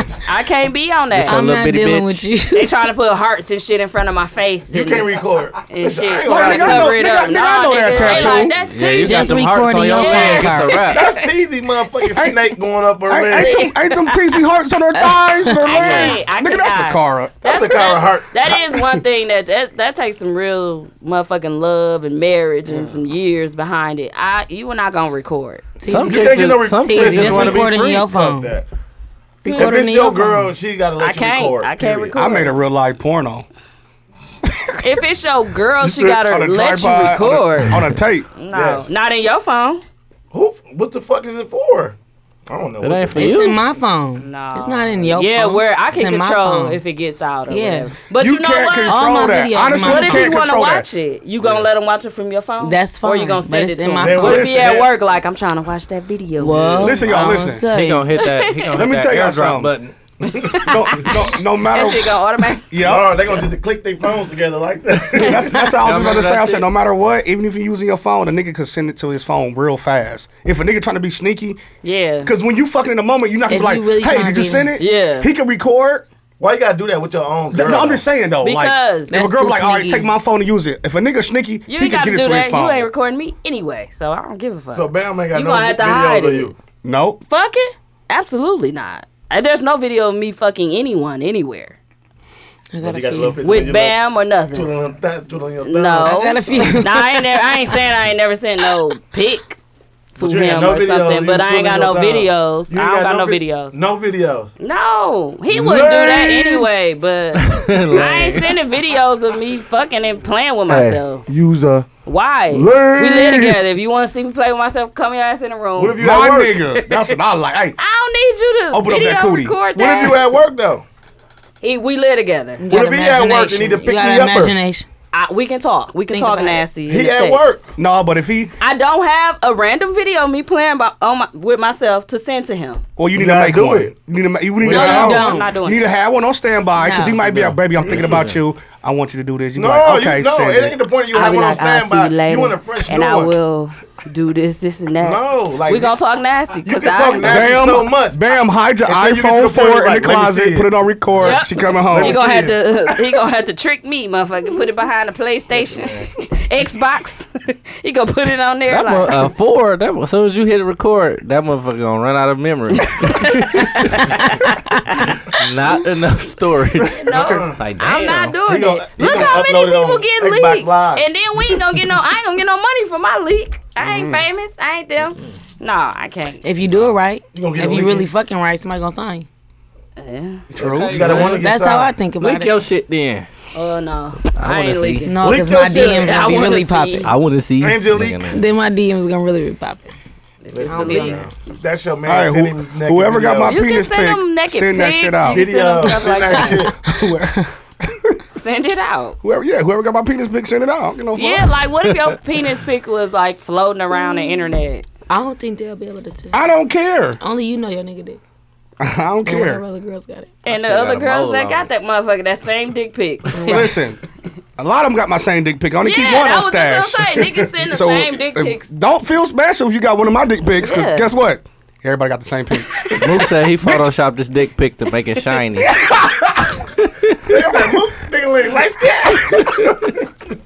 Speaker 5: page. I can't be on that.
Speaker 4: So
Speaker 6: I'm
Speaker 4: little
Speaker 6: not
Speaker 4: bitty
Speaker 6: dealing
Speaker 4: bitch.
Speaker 6: with you.
Speaker 5: they trying to put hearts and shit in front of my face.
Speaker 7: You
Speaker 5: and-
Speaker 7: can't record.
Speaker 5: and shit.
Speaker 7: I ain't
Speaker 3: Nigga, I
Speaker 5: Trying to
Speaker 7: gonna
Speaker 3: know-
Speaker 5: cover it
Speaker 3: nigga,
Speaker 5: up.
Speaker 3: nigga,
Speaker 5: Nah,
Speaker 3: I know that
Speaker 5: nigga, they
Speaker 3: tattoo.
Speaker 5: like, that's
Speaker 4: you
Speaker 5: teasing.
Speaker 4: got
Speaker 6: Just
Speaker 4: some hearts on
Speaker 6: recording
Speaker 4: your
Speaker 6: your
Speaker 4: leg. It's
Speaker 6: car.
Speaker 4: a wrap.
Speaker 7: That's teasy, motherfucking snake going up her
Speaker 3: Ain't,
Speaker 7: leg.
Speaker 3: ain't them, ain't them TC hearts on her thighs, her legs?
Speaker 5: can't- I
Speaker 3: Nigga, that's
Speaker 5: cannot.
Speaker 3: the car up.
Speaker 7: That's the kind of heart.
Speaker 5: That is one thing that, that that takes some real motherfucking love and marriage and some years behind it. I you were not gonna record.
Speaker 4: Some
Speaker 6: Teasing.
Speaker 7: You
Speaker 4: chicks,
Speaker 7: taking no
Speaker 4: just, some
Speaker 6: teasing.
Speaker 4: chicks
Speaker 6: Just
Speaker 4: just want to be
Speaker 6: recording
Speaker 4: free.
Speaker 6: your phone.
Speaker 7: Fuck that. If
Speaker 6: Recording
Speaker 7: it's
Speaker 6: in
Speaker 7: your
Speaker 6: phone.
Speaker 7: girl, she gotta let
Speaker 5: I
Speaker 7: you
Speaker 5: can't.
Speaker 7: record.
Speaker 5: I can't
Speaker 7: period.
Speaker 5: record.
Speaker 3: I made a real life porno.
Speaker 5: If it's your girl, she
Speaker 3: Shit,
Speaker 5: got to
Speaker 3: on a
Speaker 5: let you
Speaker 3: tripod, on a-
Speaker 5: record.
Speaker 3: on a, tape.
Speaker 5: no,
Speaker 7: Yes.
Speaker 5: not in your phone.
Speaker 7: Who? What the fuck is it for? I don't know.
Speaker 4: It
Speaker 7: what
Speaker 4: ain't
Speaker 7: the
Speaker 4: for
Speaker 6: It's in
Speaker 4: you.
Speaker 6: my phone.
Speaker 5: No,
Speaker 6: It's not in your
Speaker 5: yeah,
Speaker 6: phone.
Speaker 5: where I can
Speaker 6: It's in my
Speaker 5: control
Speaker 6: phone.
Speaker 5: if it gets out. Or
Speaker 6: Yeah.
Speaker 5: whatever. but you,
Speaker 3: You,
Speaker 5: know
Speaker 3: can't
Speaker 5: what?
Speaker 3: control
Speaker 6: All my
Speaker 3: that.
Speaker 6: videos
Speaker 3: Honestly,
Speaker 6: in
Speaker 5: What
Speaker 3: you
Speaker 6: my
Speaker 5: if you
Speaker 3: can't
Speaker 5: want to
Speaker 3: control
Speaker 5: watch
Speaker 3: that.
Speaker 5: it? You gonna let them watch it from your phone?
Speaker 6: That's
Speaker 5: Or you
Speaker 6: fine,
Speaker 5: gonna
Speaker 6: but
Speaker 5: send
Speaker 6: it's
Speaker 5: it
Speaker 6: in
Speaker 5: to
Speaker 6: my
Speaker 5: them?
Speaker 7: phone.
Speaker 5: What if
Speaker 7: Listen,
Speaker 5: you at
Speaker 7: that-
Speaker 5: work? Like I'm trying to watch that video.
Speaker 6: Well,
Speaker 3: Listen, y'all,
Speaker 6: I'll
Speaker 3: listen.
Speaker 6: tell
Speaker 4: He
Speaker 6: you.
Speaker 4: gonna hit that. He gonna
Speaker 3: Let me
Speaker 4: hit
Speaker 3: tell y'all
Speaker 4: that airdrop
Speaker 3: something.
Speaker 4: button.
Speaker 3: No, no, no
Speaker 5: That shit
Speaker 3: matter.
Speaker 5: gonna automatic.
Speaker 3: Yeah,
Speaker 7: Oh, they gonna just click their phones together like that.
Speaker 3: that's, that's what I was about
Speaker 4: Remember
Speaker 3: to say.
Speaker 4: that
Speaker 3: I said,
Speaker 4: shit?
Speaker 3: no matter what, even if you're using your phone, a nigga could send it to his phone real fast. If a nigga trying to be sneaky,
Speaker 5: Yeah.
Speaker 3: Because when you fucking in the moment, you're not gonna
Speaker 6: If
Speaker 3: be like,
Speaker 6: you really
Speaker 3: "Hey,
Speaker 6: tryna
Speaker 3: did you
Speaker 6: be-
Speaker 3: send it?"
Speaker 5: Yeah.
Speaker 3: He can record.
Speaker 7: Why you gotta do that with your own
Speaker 3: Th-
Speaker 7: girl?
Speaker 3: no, I'm just saying though.
Speaker 5: Because
Speaker 3: like, if
Speaker 6: that's
Speaker 3: a girl
Speaker 6: too
Speaker 3: be like, "All right,
Speaker 6: sneaky.
Speaker 3: take my phone and use it," if a nigga sneaky,
Speaker 5: You
Speaker 3: he
Speaker 5: ain't
Speaker 3: can
Speaker 5: gotta
Speaker 3: get
Speaker 5: do
Speaker 3: it to
Speaker 5: that.
Speaker 3: his phone.
Speaker 5: You ain't recording me anyway, so I don't give a fuck.
Speaker 7: So Bam ain't got
Speaker 5: You
Speaker 7: no
Speaker 5: gonna have to hide
Speaker 7: videos of
Speaker 5: it.
Speaker 7: you.
Speaker 3: nope.
Speaker 5: fuck it? Absolutely not. And there's no video of me fucking anyone anywhere
Speaker 6: I got
Speaker 7: But you
Speaker 6: a
Speaker 7: got a little
Speaker 6: few.
Speaker 7: picture
Speaker 5: with
Speaker 7: of your
Speaker 5: Bam or
Speaker 7: little-
Speaker 5: nothing.
Speaker 7: Twiddle on that, twiddle on your thumb.
Speaker 5: No,
Speaker 6: I got a few.
Speaker 5: Nah, I ain't never. I ain't saying I ain't never sent no pic to
Speaker 7: But you ain't
Speaker 5: him
Speaker 7: got no
Speaker 5: or
Speaker 7: videos,
Speaker 5: something,
Speaker 7: you
Speaker 5: but I ain't
Speaker 7: twiddling
Speaker 5: got no
Speaker 7: your thumb.
Speaker 5: videos.
Speaker 7: You
Speaker 5: I
Speaker 7: ain't
Speaker 5: don't got no
Speaker 7: vi-
Speaker 5: videos.
Speaker 7: No videos.
Speaker 5: No, he wouldn't do that
Speaker 7: Lame.
Speaker 5: anyway. But I ain't sending videos of me fucking and playing with myself.
Speaker 7: use a.
Speaker 5: Why? We live together. If you want to see me play with myself, come your ass in the room.
Speaker 7: What if you
Speaker 3: My
Speaker 7: at work?
Speaker 3: nigga, that's what I like. Hey,
Speaker 5: I don't need you to
Speaker 3: Open up
Speaker 5: video
Speaker 3: that cootie.
Speaker 5: record
Speaker 7: What
Speaker 5: that.
Speaker 7: if you at work though?
Speaker 5: He- we live together.
Speaker 7: What if he at work and he to
Speaker 6: You
Speaker 7: pick me
Speaker 6: got
Speaker 7: up? or-
Speaker 6: imagination.
Speaker 5: I, we can talk. We can
Speaker 6: Think
Speaker 5: talk
Speaker 6: about it.
Speaker 5: nasty. in
Speaker 7: He
Speaker 5: the
Speaker 7: at
Speaker 5: text.
Speaker 7: work.
Speaker 3: no, but if he,
Speaker 5: I don't have a random video of me playing by, on my, with myself to send to him.
Speaker 3: well, you need
Speaker 7: gotta
Speaker 3: to make
Speaker 7: do
Speaker 3: one.
Speaker 7: it.
Speaker 3: You need to, ma- you need to
Speaker 6: No,
Speaker 3: have
Speaker 6: you
Speaker 3: one.
Speaker 6: don't.
Speaker 5: I'm not
Speaker 3: You
Speaker 5: doing
Speaker 3: need to
Speaker 5: it.
Speaker 3: have one on standby because he
Speaker 6: No.
Speaker 3: might be like, "Baby, I'm thinking about you. I want you to do this." You be
Speaker 7: No,
Speaker 3: like, "Okay,
Speaker 7: you, no,
Speaker 3: send
Speaker 7: it ain't the point. You
Speaker 5: I'll
Speaker 7: have
Speaker 5: be
Speaker 7: one on
Speaker 5: like, I'll see you
Speaker 7: standby. You
Speaker 5: later,
Speaker 7: want a fresh
Speaker 5: and
Speaker 7: new
Speaker 5: I
Speaker 7: one.
Speaker 5: will do this, this, and that.
Speaker 7: No, like-
Speaker 5: we gonna talk nasty
Speaker 7: You
Speaker 5: because
Speaker 7: can
Speaker 5: I
Speaker 7: talk nasty
Speaker 3: Bam,
Speaker 7: so much.
Speaker 3: Bam, hide your
Speaker 7: Until you get to
Speaker 3: iPhone
Speaker 7: the point
Speaker 3: 4
Speaker 7: where
Speaker 3: in the
Speaker 7: like, let me see
Speaker 3: closet,
Speaker 7: it.
Speaker 3: put it on record.
Speaker 5: Yep.
Speaker 3: She coming home.
Speaker 5: He
Speaker 7: me
Speaker 5: gonna
Speaker 7: see
Speaker 5: have to he gonna have to trick me, motherfucker. Put it behind the PlayStation, Xbox. he gonna put it on there.
Speaker 4: That
Speaker 5: Like,
Speaker 4: one, uh, four. That one, as soon as you hit record, that motherfucker gonna run out of memory. Not enough storage.
Speaker 5: no,
Speaker 4: Like, damn.
Speaker 5: I'm not doing it.
Speaker 7: He gonna gonna- you
Speaker 5: Look
Speaker 7: gonna
Speaker 5: how
Speaker 7: upload
Speaker 5: many
Speaker 7: it
Speaker 5: people
Speaker 7: on
Speaker 5: get
Speaker 7: Xbox
Speaker 5: leaked,
Speaker 7: Live.
Speaker 5: and then we ain't gonna get no. I ain't gonna get no money for my leak. I ain't famous. I ain't them. No, I can't.
Speaker 6: If you do it right,
Speaker 7: You gonna get
Speaker 6: if
Speaker 7: a
Speaker 6: you
Speaker 7: leak
Speaker 6: really
Speaker 7: in.
Speaker 6: fucking right, somebody gonna sign you.
Speaker 3: True.
Speaker 7: You gotta want to get
Speaker 6: That's how I
Speaker 7: signed.
Speaker 6: think about
Speaker 4: Leak
Speaker 6: it.
Speaker 4: your shit then.
Speaker 5: Oh no,
Speaker 4: I
Speaker 5: I,
Speaker 4: wanna
Speaker 5: ain't
Speaker 4: see.
Speaker 5: leaking.
Speaker 6: no,
Speaker 7: Leak
Speaker 6: because
Speaker 7: your
Speaker 6: my
Speaker 7: shit.
Speaker 6: DMs
Speaker 5: I
Speaker 6: gonna be
Speaker 5: wanna
Speaker 6: really
Speaker 5: see.
Speaker 6: popping.
Speaker 4: I want to see.
Speaker 7: Angelique.
Speaker 4: Nigga,
Speaker 6: Then my DMs gonna really be popping. I don't be on there.
Speaker 7: That's your man.
Speaker 3: All right,
Speaker 7: send
Speaker 3: who-
Speaker 7: him naked
Speaker 3: whoever got
Speaker 7: video.
Speaker 3: my
Speaker 5: You can
Speaker 3: Penis
Speaker 5: send
Speaker 3: pic.
Speaker 5: them naked
Speaker 3: Send that
Speaker 5: pics.
Speaker 3: shit out.
Speaker 5: You can
Speaker 7: video.
Speaker 5: send them stuff like
Speaker 7: Send that
Speaker 5: that.
Speaker 7: shit.
Speaker 3: Whoever-
Speaker 5: Send it out.
Speaker 3: whoever, yeah, whoever got my penis big, send it out. I don't give no fuck.
Speaker 5: Yeah, like what if your penis pic was like floating around the internet?
Speaker 6: I don't think they'll be able to tell.
Speaker 3: I don't care.
Speaker 6: Only you know your nigga did.
Speaker 3: I don't
Speaker 6: And whatever
Speaker 3: care.
Speaker 6: other girls got it.
Speaker 5: And the
Speaker 4: should've
Speaker 5: other
Speaker 4: got a
Speaker 5: girls
Speaker 4: mole
Speaker 5: that
Speaker 4: on
Speaker 5: got that motherfucker, that same dick pic.
Speaker 3: Listen, a lot of them got my same dick pic. I only
Speaker 5: yeah,
Speaker 3: keep one
Speaker 5: that
Speaker 3: on
Speaker 5: was
Speaker 3: stash.
Speaker 5: just what I'm saying. Niggas send the same dick
Speaker 3: if-
Speaker 5: pics.
Speaker 3: don't feel special if you got one of my dick pics. Cause
Speaker 5: Yeah.
Speaker 3: guess what? Everybody got the same pic.
Speaker 4: Mook said he photoshopped his dick pic to make it shiny.
Speaker 7: Nigga, look, light skin.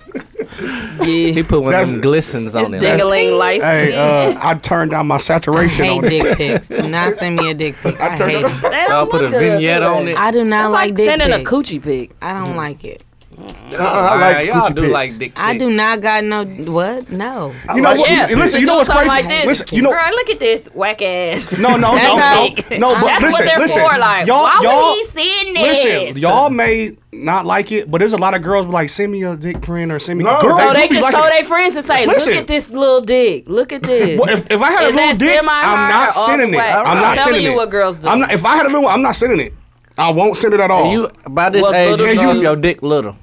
Speaker 4: he
Speaker 5: Yeah,
Speaker 4: put one
Speaker 3: That's-
Speaker 4: of them glistens on it.
Speaker 5: dingling lights.
Speaker 3: hey, uh, I turned down my saturation
Speaker 6: Hate
Speaker 3: on it.
Speaker 6: dick pics. Do not send me a dick pic. I,
Speaker 3: turned
Speaker 6: hate
Speaker 3: it
Speaker 6: it.
Speaker 5: They
Speaker 4: I'll
Speaker 5: don't
Speaker 4: put a
Speaker 5: look good, do
Speaker 4: vignette
Speaker 5: they?
Speaker 4: on it.
Speaker 6: I do not
Speaker 5: That's
Speaker 6: like, dick
Speaker 5: sending
Speaker 6: pics.
Speaker 5: a coochie pic.
Speaker 6: I don't like it.
Speaker 4: Uh-uh,
Speaker 7: Uh, I like
Speaker 4: y'all
Speaker 7: coochie
Speaker 4: do
Speaker 7: pic.
Speaker 4: like dick
Speaker 6: I
Speaker 4: pic.
Speaker 6: do not got no what? No.
Speaker 3: You know
Speaker 7: like
Speaker 3: what?
Speaker 7: dick
Speaker 5: Yeah,
Speaker 3: Listen,
Speaker 5: to
Speaker 3: you know
Speaker 5: do
Speaker 3: what's
Speaker 5: something
Speaker 3: crazy?
Speaker 5: Like this.
Speaker 3: Listen, you know.
Speaker 5: girl, look at this whack ass.
Speaker 3: No, no,
Speaker 6: That's
Speaker 3: no,
Speaker 6: how-
Speaker 3: no, no. But
Speaker 5: That's
Speaker 3: listen,
Speaker 5: what they're
Speaker 3: listen.
Speaker 5: for. Like,
Speaker 3: y'all,
Speaker 5: why
Speaker 3: y'all,
Speaker 5: would he send this?
Speaker 3: Listen, y'all may not like it, but there's a lot of girls be like, send me a dick print or send me.
Speaker 7: No,
Speaker 3: girl,
Speaker 5: So
Speaker 3: you
Speaker 5: they
Speaker 3: be
Speaker 5: can
Speaker 3: liking
Speaker 5: show
Speaker 3: it.
Speaker 5: their friends and say,
Speaker 3: Listen.
Speaker 5: "Look at this little dick. Look at this."
Speaker 3: Well, if, if I had a
Speaker 5: Is
Speaker 3: little
Speaker 5: that
Speaker 3: dick,
Speaker 5: semi-hard
Speaker 3: I'm
Speaker 5: or
Speaker 3: not
Speaker 5: all
Speaker 3: sending
Speaker 5: the
Speaker 3: it.
Speaker 5: way?
Speaker 3: I'm
Speaker 5: I'm
Speaker 3: not
Speaker 5: telling
Speaker 3: sending
Speaker 5: you
Speaker 3: it.
Speaker 5: what girls do.
Speaker 3: I'm not, if I had a little one, I'm not sending it. I won't send it at all.
Speaker 4: You by this
Speaker 5: Was
Speaker 4: age,
Speaker 5: little
Speaker 4: you
Speaker 5: dude-
Speaker 4: keep your dick little.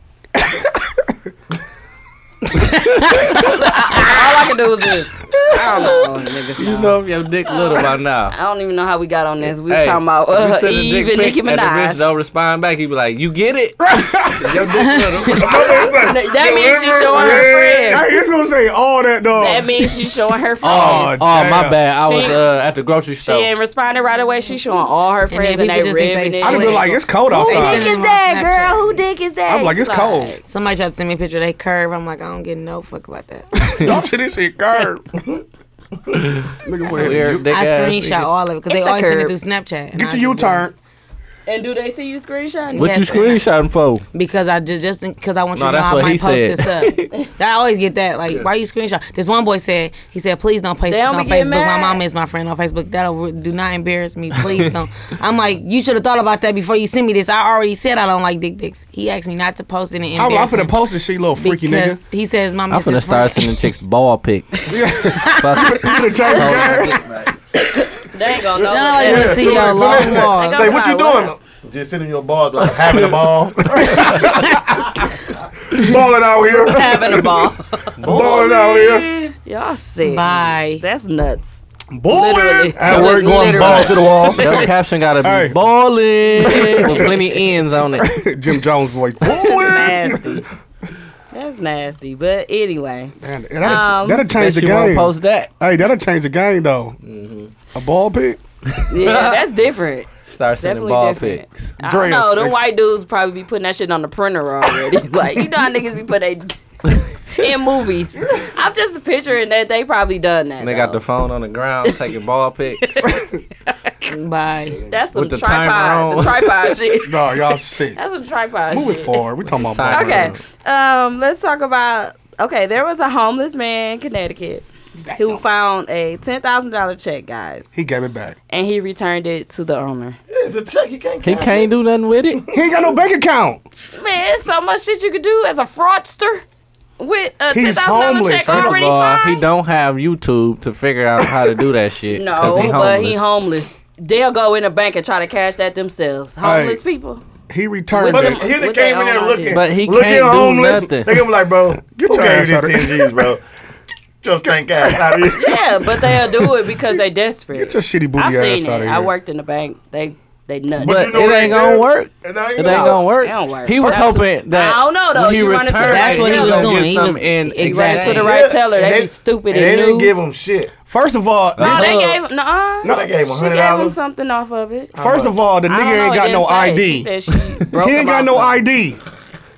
Speaker 5: All I can do is this. I don't know, niggas.
Speaker 4: You know if your dick little by now.
Speaker 5: I don't even know how we got on this. We was
Speaker 4: Hey,
Speaker 5: talking about
Speaker 4: you
Speaker 5: uh,
Speaker 4: send a
Speaker 5: Eve
Speaker 4: dick
Speaker 5: and Nicki
Speaker 4: pic and the bitch don't
Speaker 5: Minaj.
Speaker 4: respond back. He be like, "You get it? your dick little."
Speaker 5: That means she's showing
Speaker 3: I
Speaker 5: her friends.
Speaker 3: just gonna say all that dog.
Speaker 5: That means she's showing her
Speaker 4: Oh,
Speaker 5: friends.
Speaker 3: damn.
Speaker 4: my bad. I was
Speaker 5: She-
Speaker 4: uh, at the grocery
Speaker 5: She
Speaker 4: store.
Speaker 5: ain't responding right away. She's showing all her
Speaker 6: then
Speaker 5: friends and,
Speaker 6: people
Speaker 5: they
Speaker 6: just think they
Speaker 5: ribbing it.
Speaker 3: I'd have
Speaker 6: slick.
Speaker 3: been like, it's cold outside.
Speaker 5: Who dick
Speaker 6: send it on
Speaker 5: is that,
Speaker 6: Snapchat.
Speaker 5: girl? Who dick is that?
Speaker 3: I'm like, it's cold.
Speaker 6: Somebody tried to send me a picture of they curve. I'm like, I don't get no fuck about that.
Speaker 3: Y'all see this shit curved. Nigga, go ahead.
Speaker 4: Weird dick
Speaker 6: I
Speaker 4: ass
Speaker 6: screenshot
Speaker 4: nigga.
Speaker 6: all of it because they
Speaker 5: It's a
Speaker 6: always send it
Speaker 5: curve.
Speaker 6: through Snapchat. and
Speaker 3: Get
Speaker 6: I
Speaker 3: your U
Speaker 6: just be like-
Speaker 3: turn.
Speaker 5: And do they see you screenshotting?
Speaker 4: What you
Speaker 6: Yes, sir.
Speaker 4: screenshotting for?
Speaker 6: because I just just because I want you
Speaker 4: No,
Speaker 6: to know
Speaker 4: that's
Speaker 6: I
Speaker 4: what
Speaker 6: might
Speaker 4: he
Speaker 6: post
Speaker 4: said.
Speaker 6: this up. I always get that. Like, why you screenshot? This one boy said he said, please don't
Speaker 5: They
Speaker 6: post this
Speaker 5: don't
Speaker 6: on
Speaker 5: be getting
Speaker 6: Facebook. My
Speaker 5: mad.
Speaker 6: mom is my friend on Facebook. That'll do not embarrass me. Please don't. I'm like, you should have thought about that before you sent me this. I already said I don't like dick pics. He asked me not to post it and
Speaker 3: I'm, I'm
Speaker 6: embarrass
Speaker 3: finna post this shit, little freaky nigga.
Speaker 6: because he says my
Speaker 4: I'm
Speaker 6: mom
Speaker 4: finna
Speaker 6: is
Speaker 4: start
Speaker 6: friend.
Speaker 4: sending chicks ball pics. Fuck Oh, it.
Speaker 3: You finna change the game?
Speaker 5: They ain't gonna know.
Speaker 6: Now
Speaker 5: what
Speaker 6: I
Speaker 5: that
Speaker 6: want to
Speaker 5: is.
Speaker 6: see your
Speaker 7: so that's-
Speaker 6: long balls.
Speaker 7: Say, what you
Speaker 5: Wow,
Speaker 7: doing? Just sending your ball, like having a ball. Balling out here.
Speaker 5: Having a ball.
Speaker 7: Balling out here.
Speaker 5: Y'all sick.
Speaker 6: Bye.
Speaker 5: That's nuts.
Speaker 3: Boy,
Speaker 5: Literally.
Speaker 7: At work, going
Speaker 5: Literally.
Speaker 7: balls to the wall.
Speaker 4: Your caption gotta be
Speaker 3: Hey.
Speaker 4: balling with plenty ends on it.
Speaker 3: Jim Jones voice. Boy,
Speaker 5: nasty. That's nasty. But anyway,
Speaker 3: Man, that'll,
Speaker 5: Um,
Speaker 3: that'll change
Speaker 4: Guess
Speaker 3: the
Speaker 4: you won't
Speaker 3: game.
Speaker 4: post that.
Speaker 3: hey, that'll change the game though.
Speaker 4: Mm-hmm.
Speaker 3: A ball pick.
Speaker 5: yeah, that's different.
Speaker 4: Start sending
Speaker 5: Definitely
Speaker 4: ball
Speaker 5: different.
Speaker 4: pics.
Speaker 5: I
Speaker 3: Dre
Speaker 5: don't know.
Speaker 3: is
Speaker 5: Them
Speaker 3: ex-
Speaker 5: white dudes probably be putting that shit on the printer already. like you know how niggas be putting they in movies. I'm just picturing that they probably done that.
Speaker 4: And they got the
Speaker 5: though.
Speaker 4: phone on the ground taking ball pics.
Speaker 6: Bye.
Speaker 5: that's some
Speaker 4: with the timer
Speaker 5: tripod. The
Speaker 4: on.
Speaker 5: tripod shit.
Speaker 3: No, y'all sick.
Speaker 5: That's some tripod
Speaker 3: Moving
Speaker 5: shit.
Speaker 3: forward, we talking about ball
Speaker 4: Timer.
Speaker 5: Okay.
Speaker 3: picks.
Speaker 5: Um, let's talk about okay, there was a homeless man in Connecticut who found a ten thousand dollar check, guys,
Speaker 3: He gave it back.
Speaker 5: and he returned it to the owner.
Speaker 7: It's a check. You can't
Speaker 4: He can't do nothing with it.
Speaker 3: He ain't got no bank account.
Speaker 5: Man, there's so much shit you could do as a fraudster with a ten
Speaker 3: He's
Speaker 5: thousand dollar
Speaker 3: homeless.
Speaker 5: check
Speaker 3: First
Speaker 4: First of
Speaker 5: already
Speaker 4: all,
Speaker 5: signed.
Speaker 4: he don't have YouTube to figure out how to do that shit. 'cause
Speaker 5: no,
Speaker 4: he
Speaker 5: but he
Speaker 4: homeless.
Speaker 5: homeless. They'll go in the bank and try to cash that themselves. Homeless
Speaker 3: Hey.
Speaker 5: people.
Speaker 3: He returned
Speaker 7: But
Speaker 3: it.
Speaker 7: if he done
Speaker 5: With they
Speaker 7: came in there
Speaker 5: own
Speaker 7: looking,
Speaker 5: idea.
Speaker 4: But he
Speaker 7: looking
Speaker 4: can't do
Speaker 7: homeless.
Speaker 4: nothing.
Speaker 7: They gonna be like, bro, get who
Speaker 3: your
Speaker 7: gave
Speaker 3: ass
Speaker 7: you
Speaker 3: out of
Speaker 7: these 10 G's, bro? Just thank ass out of here.
Speaker 5: Yeah, but they'll do it because they desperate.
Speaker 3: Get your shitty booty
Speaker 5: I've
Speaker 3: ass
Speaker 5: seen
Speaker 3: out of
Speaker 5: it.
Speaker 3: here.
Speaker 5: I worked in the bank. They they nuts.
Speaker 4: But
Speaker 7: you know
Speaker 4: it ain't
Speaker 7: what they
Speaker 4: gonna
Speaker 7: do?
Speaker 4: work.
Speaker 7: And now you
Speaker 4: It ain't
Speaker 7: know.
Speaker 4: gonna work.
Speaker 5: It don't work.
Speaker 4: He was
Speaker 5: That's-
Speaker 4: hoping that
Speaker 5: I don't know, though.
Speaker 4: When he
Speaker 5: You run into-
Speaker 4: returned,
Speaker 5: That's what he was
Speaker 4: gonna get
Speaker 6: doing. He
Speaker 4: some
Speaker 6: was-
Speaker 4: in
Speaker 6: exactly.
Speaker 5: to
Speaker 4: exactly.
Speaker 5: the right teller. They, be stupid and,
Speaker 7: and they
Speaker 5: new.
Speaker 7: didn't give him shit.
Speaker 3: First of all,
Speaker 5: no,
Speaker 3: this-
Speaker 5: they
Speaker 4: Look.
Speaker 5: gave him. Nuh-uh.
Speaker 7: No, they gave him
Speaker 5: She
Speaker 7: hundred
Speaker 5: gave him
Speaker 7: dollars.
Speaker 5: something off of it.
Speaker 3: first of all, the
Speaker 5: I don't
Speaker 3: nigga
Speaker 5: know,
Speaker 3: ain't
Speaker 5: it
Speaker 3: got
Speaker 5: didn't
Speaker 3: no
Speaker 5: say.
Speaker 3: ID.
Speaker 5: She said she broke
Speaker 3: He ain't
Speaker 5: him
Speaker 3: got
Speaker 5: off
Speaker 3: no
Speaker 5: of it.
Speaker 3: ID.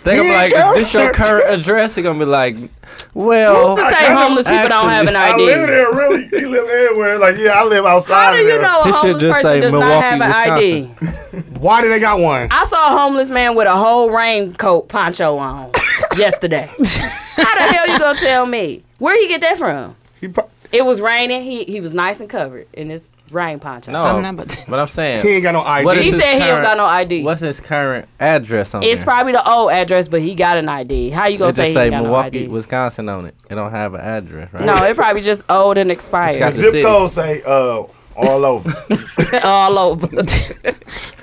Speaker 4: They gonna be
Speaker 7: He
Speaker 4: like,
Speaker 7: ain't
Speaker 4: is this your
Speaker 7: got shit.
Speaker 4: current address? They gonna be like,
Speaker 5: Who's
Speaker 4: well,
Speaker 5: to say
Speaker 7: kinda-
Speaker 5: homeless people don't have an
Speaker 7: I live
Speaker 5: ID?
Speaker 7: there, really. He live everywhere. Like, yeah, I live outside.
Speaker 5: How do
Speaker 7: of
Speaker 5: you
Speaker 7: there.
Speaker 5: know a
Speaker 4: This should
Speaker 5: homeless
Speaker 4: just say
Speaker 5: person does not
Speaker 4: Milwaukee,
Speaker 5: have an ID?
Speaker 3: Why do they got one?
Speaker 5: I saw a homeless man with a whole raincoat poncho on yesterday. How the hell you gonna tell me? Where you get that from?
Speaker 3: He pro-
Speaker 5: It was raining. He he was nice and covered in this rain poncho.
Speaker 4: no,
Speaker 6: I'm not- but-
Speaker 4: but I'm saying,
Speaker 3: he ain't got no ID.
Speaker 4: What
Speaker 5: He
Speaker 4: is his
Speaker 5: said he don't
Speaker 4: current-
Speaker 5: got no ID.
Speaker 4: what's his current address on
Speaker 5: It's
Speaker 4: there?
Speaker 5: probably the old address, but he got an ID. How you gonna
Speaker 4: It
Speaker 5: say,
Speaker 4: just
Speaker 5: he
Speaker 4: say
Speaker 5: got
Speaker 4: Milwaukee,
Speaker 5: no ID?
Speaker 4: Wisconsin on it. It don't have an address, right?
Speaker 5: No, it probably just old and
Speaker 4: got
Speaker 5: expired
Speaker 4: the
Speaker 7: Zip
Speaker 4: city.
Speaker 7: code say uh, all over.
Speaker 5: all over.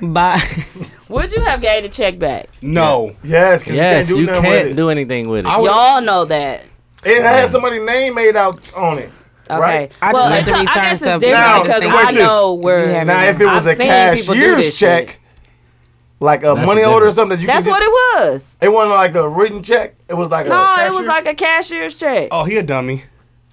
Speaker 6: Bye.
Speaker 5: Would you have gave the check back?
Speaker 3: no.
Speaker 7: yes, because
Speaker 4: Yes,
Speaker 7: you
Speaker 4: you
Speaker 7: can't do nothing with
Speaker 4: can't
Speaker 7: it.
Speaker 4: do anything with it.
Speaker 3: I would-
Speaker 5: Y'all know that.
Speaker 7: It had somebody's name made out on it.
Speaker 5: Okay.
Speaker 7: Right.
Speaker 6: I just
Speaker 5: well,
Speaker 6: let
Speaker 5: it
Speaker 6: the
Speaker 5: co- I
Speaker 6: return
Speaker 5: guess it's different
Speaker 6: stuff be
Speaker 7: Now,
Speaker 5: because
Speaker 7: wait
Speaker 5: I
Speaker 7: this.
Speaker 5: know
Speaker 6: You
Speaker 5: where.
Speaker 6: have
Speaker 7: Now, if it was
Speaker 5: Mm-hmm. I've
Speaker 7: a
Speaker 5: seen people do
Speaker 7: cashier's
Speaker 5: this shit.
Speaker 7: check, like a
Speaker 4: That's
Speaker 7: money order or
Speaker 4: different.
Speaker 7: something, that you
Speaker 5: That's
Speaker 7: could
Speaker 5: what
Speaker 7: just-
Speaker 5: it was.
Speaker 7: it wasn't like a written check. It was like a
Speaker 5: No, it was
Speaker 7: cashier-
Speaker 5: like a cashier's check.
Speaker 3: Oh, he a dummy.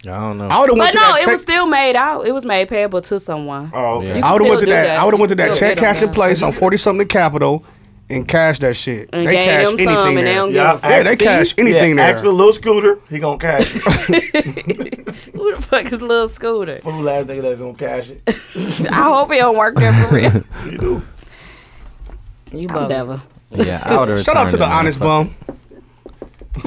Speaker 4: I don't know.
Speaker 3: I would have went
Speaker 5: But
Speaker 3: to
Speaker 5: no,
Speaker 3: that
Speaker 5: it
Speaker 3: check.
Speaker 5: was still made out. It was made payable to someone.
Speaker 7: Oh, okay.
Speaker 4: Yeah.
Speaker 3: I would have went to
Speaker 5: still
Speaker 3: that.
Speaker 5: do that.
Speaker 3: I would have went to
Speaker 5: You
Speaker 3: that
Speaker 5: still
Speaker 3: check
Speaker 5: get 'em
Speaker 3: cashing
Speaker 5: now.
Speaker 3: place on forty something Capitol and cash that shit.
Speaker 5: And
Speaker 3: they
Speaker 5: gave
Speaker 3: cash
Speaker 5: them some,
Speaker 3: anything
Speaker 5: and they
Speaker 3: there.
Speaker 5: don't
Speaker 7: Yeah,
Speaker 5: give a
Speaker 3: Yeah,
Speaker 5: fuck.
Speaker 3: they
Speaker 7: See?
Speaker 3: cash anything
Speaker 7: yeah,
Speaker 3: there.
Speaker 7: Ask for little scooter, he gonna cash it.
Speaker 5: Who the fuck is Lil Scooter?
Speaker 7: Fool ass nigga that's gonna cash it.
Speaker 5: I hope he don't work there for real.
Speaker 7: You do.
Speaker 6: You
Speaker 5: I'm
Speaker 6: both.
Speaker 5: never.
Speaker 4: yeah, I would have.
Speaker 3: Shout out to the honest bum.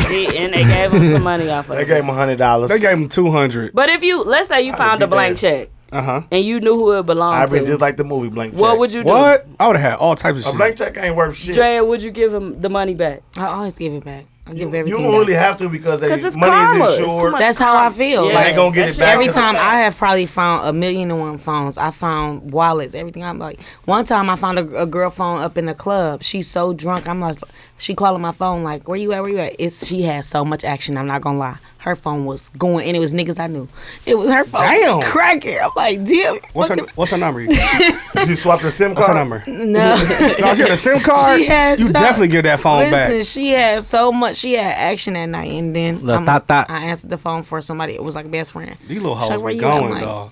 Speaker 5: He- and they gave him some money off of
Speaker 7: They
Speaker 5: it.
Speaker 7: gave him a hundred dollars.
Speaker 3: They gave him two hundred.
Speaker 5: But if you, let's say you found
Speaker 7: be
Speaker 5: a blank check
Speaker 3: Uh huh.
Speaker 5: and you knew who it belonged
Speaker 7: I've been
Speaker 5: to,
Speaker 7: just like the movie Blank Check.
Speaker 5: what would you do?
Speaker 3: What? I would have had all types of
Speaker 7: A
Speaker 3: shit.
Speaker 7: blank check ain't worth shit.
Speaker 5: Drea, would you give him the money back?
Speaker 6: I always give it back. I give
Speaker 7: you
Speaker 6: everything
Speaker 7: don't
Speaker 6: back.
Speaker 7: really have to because they,
Speaker 5: 'Cause it's
Speaker 7: money
Speaker 5: karma.
Speaker 7: is
Speaker 5: It's too
Speaker 7: insured.
Speaker 5: much
Speaker 6: That's how I feel.
Speaker 5: Yeah.
Speaker 6: Like
Speaker 7: They gonna get
Speaker 5: That
Speaker 7: it
Speaker 5: shit
Speaker 7: back.
Speaker 6: every
Speaker 5: is
Speaker 6: time
Speaker 5: bad.
Speaker 6: I have probably found a million and one phones. I found wallets, everything. I'm like, one time I found a, a girl phone up in the club. She's so drunk. I'm like, she calling my phone like, where you at? Where you at? It's she had so much action. I'm not gonna lie. Her phone was going, and it was niggas I knew. It was her phone.
Speaker 3: Damn.
Speaker 6: was cracking. I'm like, damn.
Speaker 3: What's her What's her number? What's
Speaker 7: You swap your SIM card.
Speaker 3: her number?
Speaker 6: No.
Speaker 3: No, she had a SIM card.
Speaker 6: She had
Speaker 3: you
Speaker 6: some-
Speaker 3: definitely give that phone
Speaker 6: Listen,
Speaker 3: back.
Speaker 6: she had so much. She had action that night, and then
Speaker 4: Lil'
Speaker 6: I'm-
Speaker 4: thot thot.
Speaker 6: I answered the phone for somebody. It was like a best friend.
Speaker 3: These little
Speaker 6: She's
Speaker 3: hoes
Speaker 6: like, "Where
Speaker 3: were
Speaker 6: you at?" I'm
Speaker 3: going,
Speaker 6: like,
Speaker 3: dog.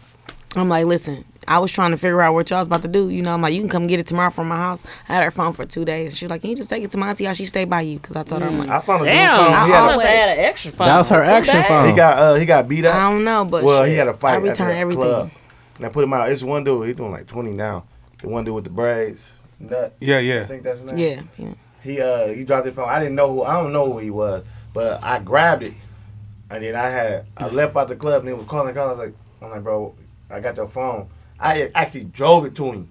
Speaker 6: I'm like, listen, I was trying to figure out what y'all was about to do. You know, I'm like, you can come get it tomorrow from my house. I had her phone for two days. She was like, can you just take it to my auntie? How she stay by you? Because I told her, I'm like,
Speaker 7: I found a dude
Speaker 5: Damn,
Speaker 7: phone.
Speaker 5: I
Speaker 7: He, had
Speaker 5: always
Speaker 7: a,
Speaker 6: always-
Speaker 5: had an extra phone.
Speaker 4: That was her
Speaker 5: Too
Speaker 4: action
Speaker 5: bad.
Speaker 4: phone.
Speaker 7: he got uh, he got beat up.
Speaker 6: I don't know, but
Speaker 7: well,
Speaker 6: shit,
Speaker 7: he had a fight.
Speaker 6: I
Speaker 7: at the
Speaker 6: return everything.
Speaker 7: Club. And I put him out. It's one dude. He doing like twenty now. The one dude with the braids. Nut.
Speaker 3: Yeah,
Speaker 7: I
Speaker 3: yeah.
Speaker 7: think that's his name.
Speaker 6: Yeah, yeah.
Speaker 7: He uh he dropped his phone. I didn't know who I don't know who he was, but I grabbed it. And then I had I left out the club and he was calling calling. I was like, I'm like, bro, I got your phone. I actually drove it to him.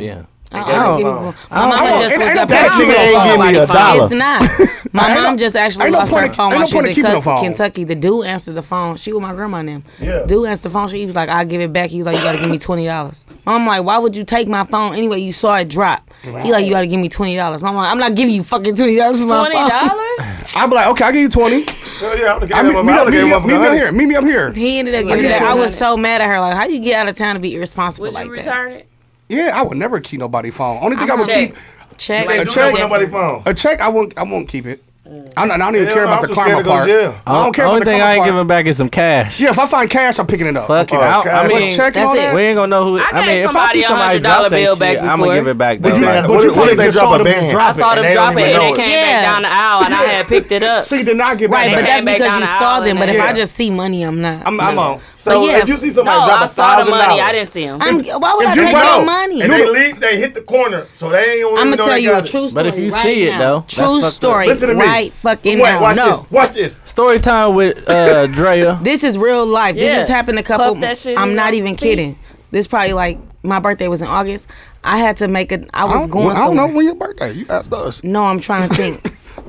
Speaker 4: Yeah.
Speaker 6: I
Speaker 7: gave
Speaker 6: always
Speaker 7: him
Speaker 6: give people. My mom
Speaker 7: a phone.
Speaker 3: want- ain't- ain't
Speaker 6: just was up
Speaker 3: no
Speaker 6: at
Speaker 7: That nigga ain't give me a dollar.
Speaker 6: It's not. My
Speaker 3: Ain't no-
Speaker 6: mom just actually
Speaker 3: ain't no
Speaker 6: lost
Speaker 3: point
Speaker 6: her
Speaker 3: of-
Speaker 6: phone
Speaker 3: ain't
Speaker 6: while
Speaker 3: no
Speaker 6: she was
Speaker 3: point
Speaker 6: in
Speaker 3: of keeping
Speaker 6: Ken-
Speaker 3: a phone.
Speaker 6: Kentucky. The dude answered the phone. She with my grandma and them.
Speaker 7: Yeah.
Speaker 6: Dude answered the phone. She he was like, I'll give it back. He was like, you gotta give me twenty dollars. Mom like, why would you take my phone anyway? You saw it drop. He like, you gotta give me twenty dollars. Mom like, I'm not giving you fucking twenty dollars for my
Speaker 5: Twenty
Speaker 6: phone.
Speaker 5: dollars?
Speaker 3: I'd be like, okay, I'll give you twenty.
Speaker 7: Hell yeah, I would've gave
Speaker 3: I
Speaker 7: him
Speaker 3: mean,
Speaker 7: a- I
Speaker 3: meet, up,
Speaker 7: would've
Speaker 3: meet,
Speaker 7: gave
Speaker 3: me
Speaker 7: him
Speaker 3: up,
Speaker 7: a
Speaker 3: meet me up
Speaker 7: hundred.
Speaker 3: here. Meet me up here.
Speaker 6: He ended up giving
Speaker 3: you
Speaker 6: it back. I
Speaker 5: 200.
Speaker 6: was so mad at her. Like, how you get out of town to be irresponsible
Speaker 5: Would
Speaker 6: like
Speaker 5: you
Speaker 6: that?
Speaker 5: return it?
Speaker 3: Yeah, I would never keep nobody phone. Only thing I would
Speaker 5: Check.
Speaker 3: keep
Speaker 6: Check.
Speaker 7: They
Speaker 3: A
Speaker 7: do
Speaker 3: check.
Speaker 7: that with nobody's phone.
Speaker 3: a check. I won't. I won't keep it. I don't, I don't even
Speaker 7: Yeah,
Speaker 3: care about
Speaker 7: I'm
Speaker 3: the
Speaker 7: too
Speaker 3: karma
Speaker 7: scared to go
Speaker 3: part.
Speaker 7: to jail.
Speaker 3: I don't care
Speaker 4: Only
Speaker 3: about the
Speaker 4: thing
Speaker 3: karma
Speaker 4: I ain't
Speaker 3: part.
Speaker 4: giving back is some cash.
Speaker 3: Yeah, if I find cash, I'm picking it up.
Speaker 4: Fuck it.
Speaker 7: Oh,
Speaker 4: I, I
Speaker 7: cash.
Speaker 3: But
Speaker 4: mean,
Speaker 3: check
Speaker 6: that's
Speaker 3: on
Speaker 6: it.
Speaker 3: that.
Speaker 4: we ain't gonna know who.
Speaker 5: I
Speaker 4: I,
Speaker 5: gave
Speaker 4: mean, if I
Speaker 5: somebody
Speaker 4: see
Speaker 5: a
Speaker 4: somebody
Speaker 5: hundred
Speaker 4: drop
Speaker 5: dollar
Speaker 4: that
Speaker 5: bill
Speaker 4: shit,
Speaker 5: back
Speaker 4: I'm
Speaker 5: before.
Speaker 4: gonna give it back.
Speaker 3: But
Speaker 4: though.
Speaker 3: you
Speaker 4: Like,
Speaker 3: had-
Speaker 7: What
Speaker 3: But
Speaker 7: you
Speaker 3: you
Speaker 7: think
Speaker 3: probably
Speaker 7: they
Speaker 3: just
Speaker 7: drop
Speaker 3: saw
Speaker 7: a
Speaker 3: them just
Speaker 7: band?
Speaker 5: I
Speaker 3: drop it.
Speaker 5: saw
Speaker 7: and
Speaker 5: them
Speaker 7: they don't
Speaker 5: drop it
Speaker 7: even
Speaker 5: and
Speaker 7: know
Speaker 5: they
Speaker 7: it.
Speaker 5: came
Speaker 6: Yeah.
Speaker 5: back down the aisle and I had picked it up.
Speaker 3: See, then I get back.
Speaker 6: Right, but
Speaker 5: came
Speaker 6: that's
Speaker 5: back
Speaker 6: because
Speaker 5: down
Speaker 6: you
Speaker 5: the
Speaker 6: saw
Speaker 5: aisle
Speaker 6: them.
Speaker 5: and
Speaker 6: But
Speaker 5: they-
Speaker 6: if I just see money, I'm not.
Speaker 3: I'm, I'm on.
Speaker 7: So
Speaker 6: But yeah.
Speaker 7: if you see
Speaker 5: No,
Speaker 7: somebody drop
Speaker 5: I
Speaker 7: a
Speaker 5: saw the
Speaker 7: thousand
Speaker 5: money. I
Speaker 7: dollars,
Speaker 5: didn't see him.
Speaker 6: I'm, why would I
Speaker 7: If you
Speaker 6: take
Speaker 7: know,
Speaker 6: your money?
Speaker 7: and they leave, they hit the corner, so they ain't.
Speaker 6: I'm gonna tell you a
Speaker 7: truth.
Speaker 6: true story.
Speaker 4: But if you
Speaker 6: right
Speaker 4: see it,
Speaker 6: now.
Speaker 4: though, that's
Speaker 6: true
Speaker 4: fucked up.
Speaker 6: story.
Speaker 7: Listen to me.
Speaker 6: Right fucking
Speaker 7: Wait,
Speaker 6: now.
Speaker 7: watch
Speaker 6: no.
Speaker 7: this. Watch this.
Speaker 4: Story time with uh, Drea.
Speaker 6: This is real life. This
Speaker 5: Yeah.
Speaker 6: just happened a couple.
Speaker 5: Puff that shit
Speaker 6: I'm
Speaker 5: in
Speaker 6: not
Speaker 5: your
Speaker 6: even
Speaker 5: teeth.
Speaker 6: kidding. This probably like my birthday was in August. I had to make a.
Speaker 3: I
Speaker 6: I was
Speaker 3: don't,
Speaker 6: going.
Speaker 3: I don't know
Speaker 6: somewhere.
Speaker 3: when your birthday. You asked us.
Speaker 6: No, I'm trying to think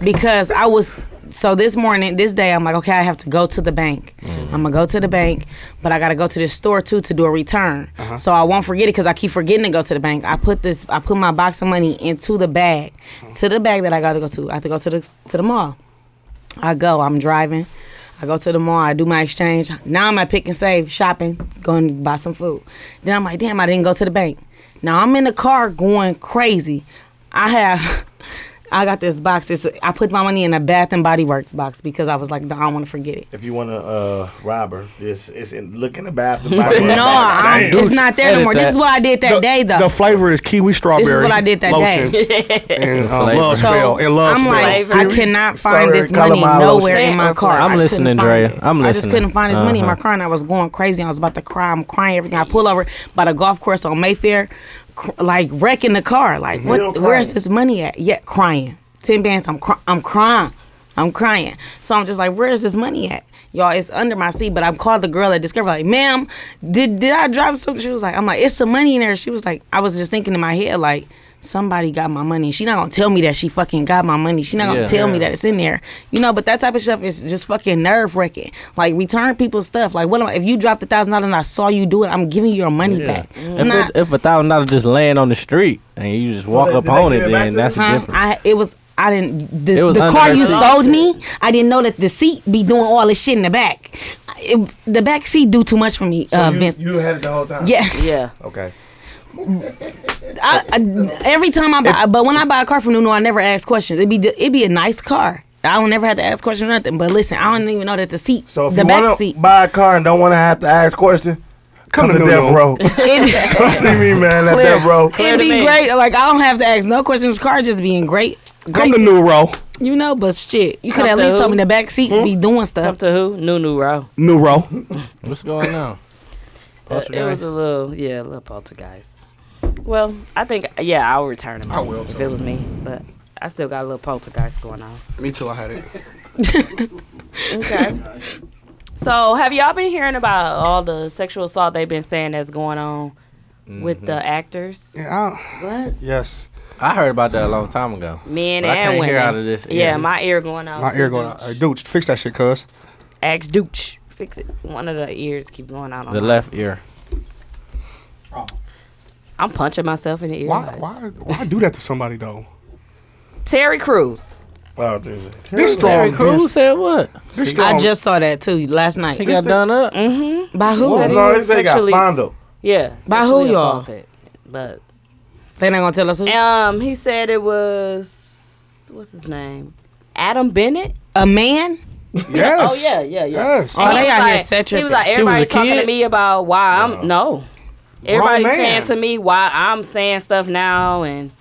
Speaker 6: because I was. So this morning, this day, I'm like, okay, I have to go to the bank. I'm gonna go to the bank, but I gotta go to this store too to do a return. So I won't forget it because I keep forgetting to go to the bank. I put this, I put my box of money into the bag, to the bag that I gotta go to. I have to go to the to the mall. I go. I'm driving. I go to the mall. I do my exchange. Now I'm at Pick and Save shopping, going to buy some food. Then I'm like, damn, I didn't go to the bank. Now I'm in the car going crazy. I have I got this box. It's I put my money in a Bath and Body Works box because I was like, "No, I don't want to forget it.
Speaker 7: If you want to uh, rob her, this it's in, look in the bathroom. Buy
Speaker 6: No,
Speaker 7: one.
Speaker 6: I'm,
Speaker 3: Damn.
Speaker 6: it's not there no
Speaker 4: Edit
Speaker 6: more. This
Speaker 4: that.
Speaker 6: is what I did that
Speaker 3: the,
Speaker 6: day, though.
Speaker 3: The flavor is kiwi strawberry.
Speaker 6: what I did that
Speaker 3: lotion and uh, love
Speaker 6: so
Speaker 3: spell. And love
Speaker 6: I'm
Speaker 3: spell.
Speaker 6: like, I cannot find
Speaker 7: Strawberry
Speaker 6: this money
Speaker 7: calamari
Speaker 6: nowhere
Speaker 5: lotion.
Speaker 6: in my car.
Speaker 4: I'm
Speaker 6: I couldn't
Speaker 4: listening,
Speaker 6: find
Speaker 4: Drea.
Speaker 6: it.
Speaker 4: I'm
Speaker 6: I just
Speaker 4: listening.
Speaker 6: couldn't find this money in my
Speaker 4: Uh-huh.
Speaker 6: car, and I was going crazy. I was about to cry. I'm crying. Everything. I pull over by the golf course on Mayfair, cr- like wrecking the car. Like,
Speaker 7: Real
Speaker 6: what?
Speaker 7: crying.
Speaker 6: Where's this money at? Yet crying. Ten bands. I'm cr- I'm crying. I'm crying. So I'm just like, where is this money at? Y'all, it's under my seat. But I called the girl at Discover, like, ma'am, did did I drop something? She was like, I'm like, it's some money in there. She was like, I was just thinking in my head, like, somebody got my money. She not gonna tell me that she fucking got my money. She not gonna
Speaker 4: Yeah.
Speaker 6: tell me that it's in there. You know, but that type of stuff is just fucking nerve wracking. Like return people's stuff. Like what am I, if you dropped a thousand dollars and I saw you do it, I'm giving you your money back. I'm
Speaker 4: If,
Speaker 6: not,
Speaker 4: it, if a thousand dollars just laying on the street and you just walk
Speaker 7: they-
Speaker 4: up
Speaker 7: they
Speaker 4: on
Speaker 7: give
Speaker 4: it,
Speaker 7: it back
Speaker 4: then
Speaker 7: to
Speaker 4: that's a
Speaker 6: huh?
Speaker 4: different.
Speaker 6: I it was I didn't
Speaker 4: It
Speaker 6: this,
Speaker 4: was
Speaker 6: the
Speaker 4: under
Speaker 6: car
Speaker 4: her
Speaker 6: you
Speaker 4: seat.
Speaker 6: sold me. I didn't know that the seat be doing all this shit in the back. It- the back seat do too much for me, uh,
Speaker 7: you,
Speaker 6: Vince.
Speaker 7: you had it the whole time.
Speaker 6: yeah,
Speaker 5: Yeah.
Speaker 7: Okay.
Speaker 6: I, I, every time I buy, but when I buy a car from Nuno, I never ask questions. It'd be it'd be a nice car. I don't never have to ask questions or nothing. But listen, I don't even know that the seat,
Speaker 7: So if
Speaker 6: the
Speaker 7: you
Speaker 6: back
Speaker 7: want to
Speaker 6: seat.
Speaker 7: buy a car and don't want to have to ask questions,
Speaker 3: Come to
Speaker 7: to
Speaker 3: New
Speaker 7: death
Speaker 3: York.
Speaker 7: row.
Speaker 6: It,
Speaker 7: Come see me, man. At death row.
Speaker 6: it'd
Speaker 5: to
Speaker 6: be
Speaker 5: me.
Speaker 6: great. Like I don't have to ask no questions. Car just being great.
Speaker 3: Come
Speaker 6: great,
Speaker 3: to New Row.
Speaker 6: you know, but shit, you could
Speaker 5: Come
Speaker 6: at
Speaker 5: to
Speaker 6: least
Speaker 5: who?
Speaker 6: tell me the back seats
Speaker 4: Hmm?
Speaker 6: be doing stuff.
Speaker 5: Up to who? Nunu Row.
Speaker 3: New Row.
Speaker 4: What's going on?
Speaker 5: Uh, it was a little, yeah, a little poltergeist. Well, I think, yeah, I'll return him. I will if it was me, but I still got a little poltergeist going on.
Speaker 3: Me too. I had it.
Speaker 5: Okay. so, have y'all been hearing about all the sexual assault they've been saying that's going on with
Speaker 4: Mm-hmm.
Speaker 5: the actors,
Speaker 3: Yeah.
Speaker 6: What?
Speaker 3: yes.
Speaker 4: I heard about that a long time ago.
Speaker 5: men
Speaker 4: But I
Speaker 5: and
Speaker 4: can't
Speaker 5: women?
Speaker 4: hear out of this
Speaker 5: Yeah,
Speaker 4: ear.
Speaker 5: my ear going out.
Speaker 3: My
Speaker 5: to
Speaker 3: ear going
Speaker 5: Dooch.
Speaker 3: out. Hey, dude, fix that shit, cuz.
Speaker 5: Ask Dooch. Fix it. One of the ears keep going out. On
Speaker 4: The
Speaker 5: my-
Speaker 4: left ear.
Speaker 5: I'm punching myself in the ear.
Speaker 3: Why, why, why do that to somebody, though?
Speaker 5: Terry Crews.
Speaker 7: Oh, Jesus.
Speaker 3: This strong.
Speaker 4: Who
Speaker 3: This,
Speaker 4: said what?
Speaker 3: this strong.
Speaker 6: I just saw that too last night.
Speaker 4: He got done up.
Speaker 6: By who?
Speaker 5: Said he
Speaker 7: No,
Speaker 5: was
Speaker 7: they got
Speaker 5: sexually-
Speaker 7: fondled.
Speaker 5: Yeah.
Speaker 6: By who,
Speaker 5: sexually
Speaker 6: y'all?
Speaker 5: assaulted. But
Speaker 6: They not gonna tell us who.
Speaker 5: um, he said it was what's his name, Adam Bennett.
Speaker 6: A man?
Speaker 3: yes.
Speaker 5: Oh yeah, yeah, yeah.
Speaker 3: Yes.
Speaker 6: Oh,
Speaker 5: He
Speaker 6: they
Speaker 5: was
Speaker 6: out here
Speaker 5: like,
Speaker 6: set
Speaker 5: he
Speaker 6: tripping.
Speaker 5: was like
Speaker 4: He was
Speaker 5: everybody
Speaker 4: a
Speaker 5: talking
Speaker 4: kid?
Speaker 5: to me about why I'm no. Everybody
Speaker 3: man.
Speaker 5: saying to me why I'm saying stuff now and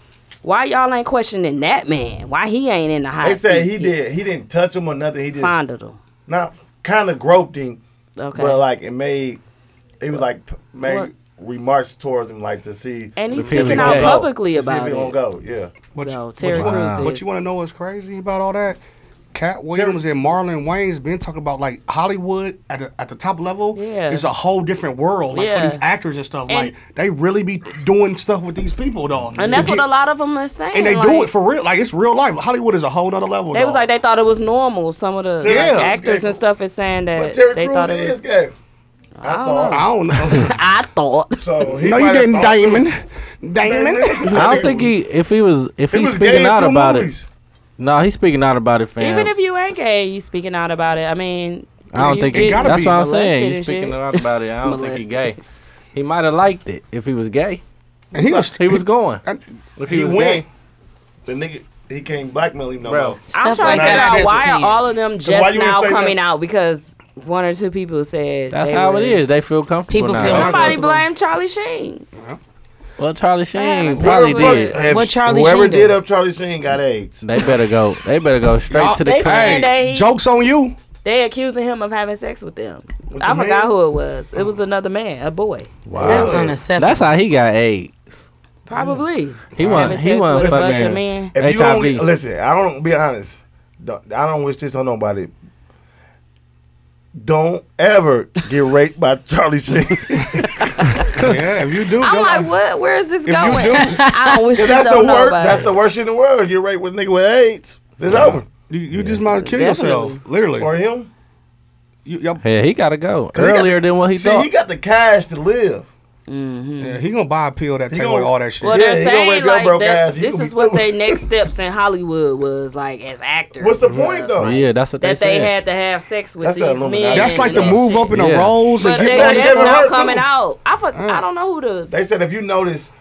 Speaker 5: why y'all ain't questioning that man? Why he ain't in the hot
Speaker 7: They said
Speaker 5: seat
Speaker 7: he
Speaker 5: yet?
Speaker 7: did. He didn't touch him or nothing. He just
Speaker 5: fondled him.
Speaker 7: not kind of groped him,
Speaker 5: Okay.
Speaker 7: but like it made. It was like p- made
Speaker 5: What?
Speaker 7: remarks towards him, like to see.
Speaker 5: And he's
Speaker 7: if he
Speaker 5: speaking
Speaker 7: gonna
Speaker 5: out
Speaker 7: go.
Speaker 5: publicly
Speaker 7: To see
Speaker 5: about
Speaker 7: if he
Speaker 5: it.
Speaker 7: gonna go. Yeah.
Speaker 3: But,
Speaker 5: No,
Speaker 3: you,
Speaker 5: Terry Crews is.
Speaker 3: but you want to know what's crazy about all that? Cat Williams and Marlon Wayne's been talking about like Hollywood at the, at the top level.
Speaker 5: Yeah.
Speaker 3: it's a whole different world. Like
Speaker 5: Yeah.
Speaker 3: for these actors and stuff,
Speaker 5: And-
Speaker 3: like they really be doing stuff with these people, dog.
Speaker 5: and that's what a lot of them are saying.
Speaker 3: And they
Speaker 5: like,
Speaker 3: do it for real. Like it's real life. Hollywood is a whole nother level.
Speaker 5: They was like they thought it was normal. Some of the like,
Speaker 3: Yeah.
Speaker 5: actors and stuff is saying that
Speaker 7: But Terry
Speaker 5: they
Speaker 7: Crews
Speaker 5: thought it
Speaker 7: is
Speaker 5: was.
Speaker 7: gay. I, thought
Speaker 3: I don't know.
Speaker 5: I thought.
Speaker 7: so. He
Speaker 3: no, you
Speaker 7: might have
Speaker 3: didn't,
Speaker 7: thought-
Speaker 3: Damon. Damon.
Speaker 4: I don't think he. If he was, if
Speaker 7: He
Speaker 4: he's
Speaker 7: was gay
Speaker 4: speaking
Speaker 7: in
Speaker 4: out
Speaker 7: two
Speaker 4: about
Speaker 7: movies.
Speaker 4: it. No, he's speaking out about it, fam.
Speaker 5: Even if you ain't gay, you speaking out about it. I mean,
Speaker 4: I don't
Speaker 5: you
Speaker 4: think
Speaker 5: get
Speaker 4: he,
Speaker 3: gotta
Speaker 4: that's
Speaker 3: be
Speaker 4: what I'm saying.
Speaker 5: molested
Speaker 4: He's
Speaker 5: and
Speaker 4: speaking
Speaker 5: shit.
Speaker 4: out about it. I don't think he gay. He might have liked it if he was gay.
Speaker 3: And he was.
Speaker 4: He was going. If he,
Speaker 7: He
Speaker 4: was gay,
Speaker 7: went. The nigga, he can't blackmail him no
Speaker 4: Bro.
Speaker 7: more.
Speaker 5: I'm
Speaker 6: Stuff
Speaker 5: trying
Speaker 6: like
Speaker 5: to figure
Speaker 7: that.
Speaker 5: out why are all of them
Speaker 7: why
Speaker 5: just
Speaker 7: you ain't
Speaker 5: now
Speaker 7: say
Speaker 5: coming
Speaker 7: nothing?
Speaker 5: out because one or two people said
Speaker 4: that's
Speaker 5: they
Speaker 4: how
Speaker 5: were-
Speaker 4: it is. They feel comfortable
Speaker 6: People
Speaker 4: now.
Speaker 6: feel
Speaker 5: Somebody
Speaker 6: Uncomfortable.
Speaker 5: blamed Charlie Sheen.
Speaker 4: Well, Charlie Sheen
Speaker 5: haven't
Speaker 4: probably
Speaker 5: seen him.
Speaker 4: did.
Speaker 7: If
Speaker 6: What Charlie
Speaker 7: whoever
Speaker 6: Sheen
Speaker 7: did
Speaker 6: do?
Speaker 7: up Charlie Sheen got AIDS.
Speaker 4: They better go. They better go straight to the.
Speaker 5: They
Speaker 4: co-
Speaker 5: saying they
Speaker 3: Jokes on you.
Speaker 5: they accusing him of having sex with them. I
Speaker 7: the
Speaker 5: forgot
Speaker 7: man?
Speaker 5: who it was. It was another man, a boy,
Speaker 6: That's
Speaker 7: Really?
Speaker 6: unacceptable.
Speaker 4: That's how he got AIDS.
Speaker 5: probably.
Speaker 4: He
Speaker 5: Having
Speaker 4: won. He
Speaker 5: sex
Speaker 4: won.
Speaker 5: with a
Speaker 4: Fuck
Speaker 5: bunch of
Speaker 4: man.
Speaker 5: men.
Speaker 7: If you
Speaker 4: HIV.
Speaker 7: only listen, I don't be honest. Don't, I don't wish this on nobody. Don't ever get raped by Charlie Sheen.
Speaker 3: yeah, if you do.
Speaker 5: I'm
Speaker 3: dog.
Speaker 5: like, what? Where is this
Speaker 3: you
Speaker 5: going?
Speaker 3: do-
Speaker 5: I don't wish you
Speaker 7: that's the
Speaker 5: don't know
Speaker 7: worst.
Speaker 5: about
Speaker 7: That's
Speaker 5: it.
Speaker 7: the worst shit in the world. Get raped with a nigga with AIDS. It's over
Speaker 3: You, you just might kill yourself,
Speaker 7: for
Speaker 3: literally.
Speaker 7: him.
Speaker 3: You, y'all-
Speaker 4: Yeah, he gotta go
Speaker 7: he got
Speaker 4: earlier
Speaker 7: the-
Speaker 4: than what he
Speaker 7: See,
Speaker 4: thought.
Speaker 7: he got the cash to live.
Speaker 3: yeah, he gonna buy a pill that take
Speaker 7: Mm. gonna-
Speaker 3: away all that shit.
Speaker 5: Well,
Speaker 7: Yeah,
Speaker 5: they're
Speaker 7: he gonna wake
Speaker 5: saying
Speaker 7: up
Speaker 5: like
Speaker 7: broke
Speaker 5: that,
Speaker 7: ass. He
Speaker 5: this
Speaker 7: gonna
Speaker 5: is
Speaker 7: be
Speaker 5: what
Speaker 7: doing-
Speaker 5: their next steps in Hollywood was like as actors.
Speaker 7: What's the
Speaker 5: and stuff,
Speaker 7: point though?
Speaker 4: yeah, that's what they
Speaker 5: That they
Speaker 4: said.
Speaker 5: had to have sex with
Speaker 7: That's the
Speaker 5: these
Speaker 7: Illuminati.
Speaker 5: men.
Speaker 3: That's
Speaker 5: and
Speaker 3: like the
Speaker 5: that
Speaker 3: move
Speaker 5: shit.
Speaker 3: up in the
Speaker 4: Yeah.
Speaker 3: roles
Speaker 5: But
Speaker 3: and
Speaker 5: they
Speaker 3: get
Speaker 7: It's like
Speaker 3: back.
Speaker 5: just
Speaker 7: Kevin
Speaker 5: now
Speaker 7: Hart,
Speaker 5: coming
Speaker 7: too. Mm.
Speaker 5: out. I fuck, I don't know who the
Speaker 7: They said if you notice,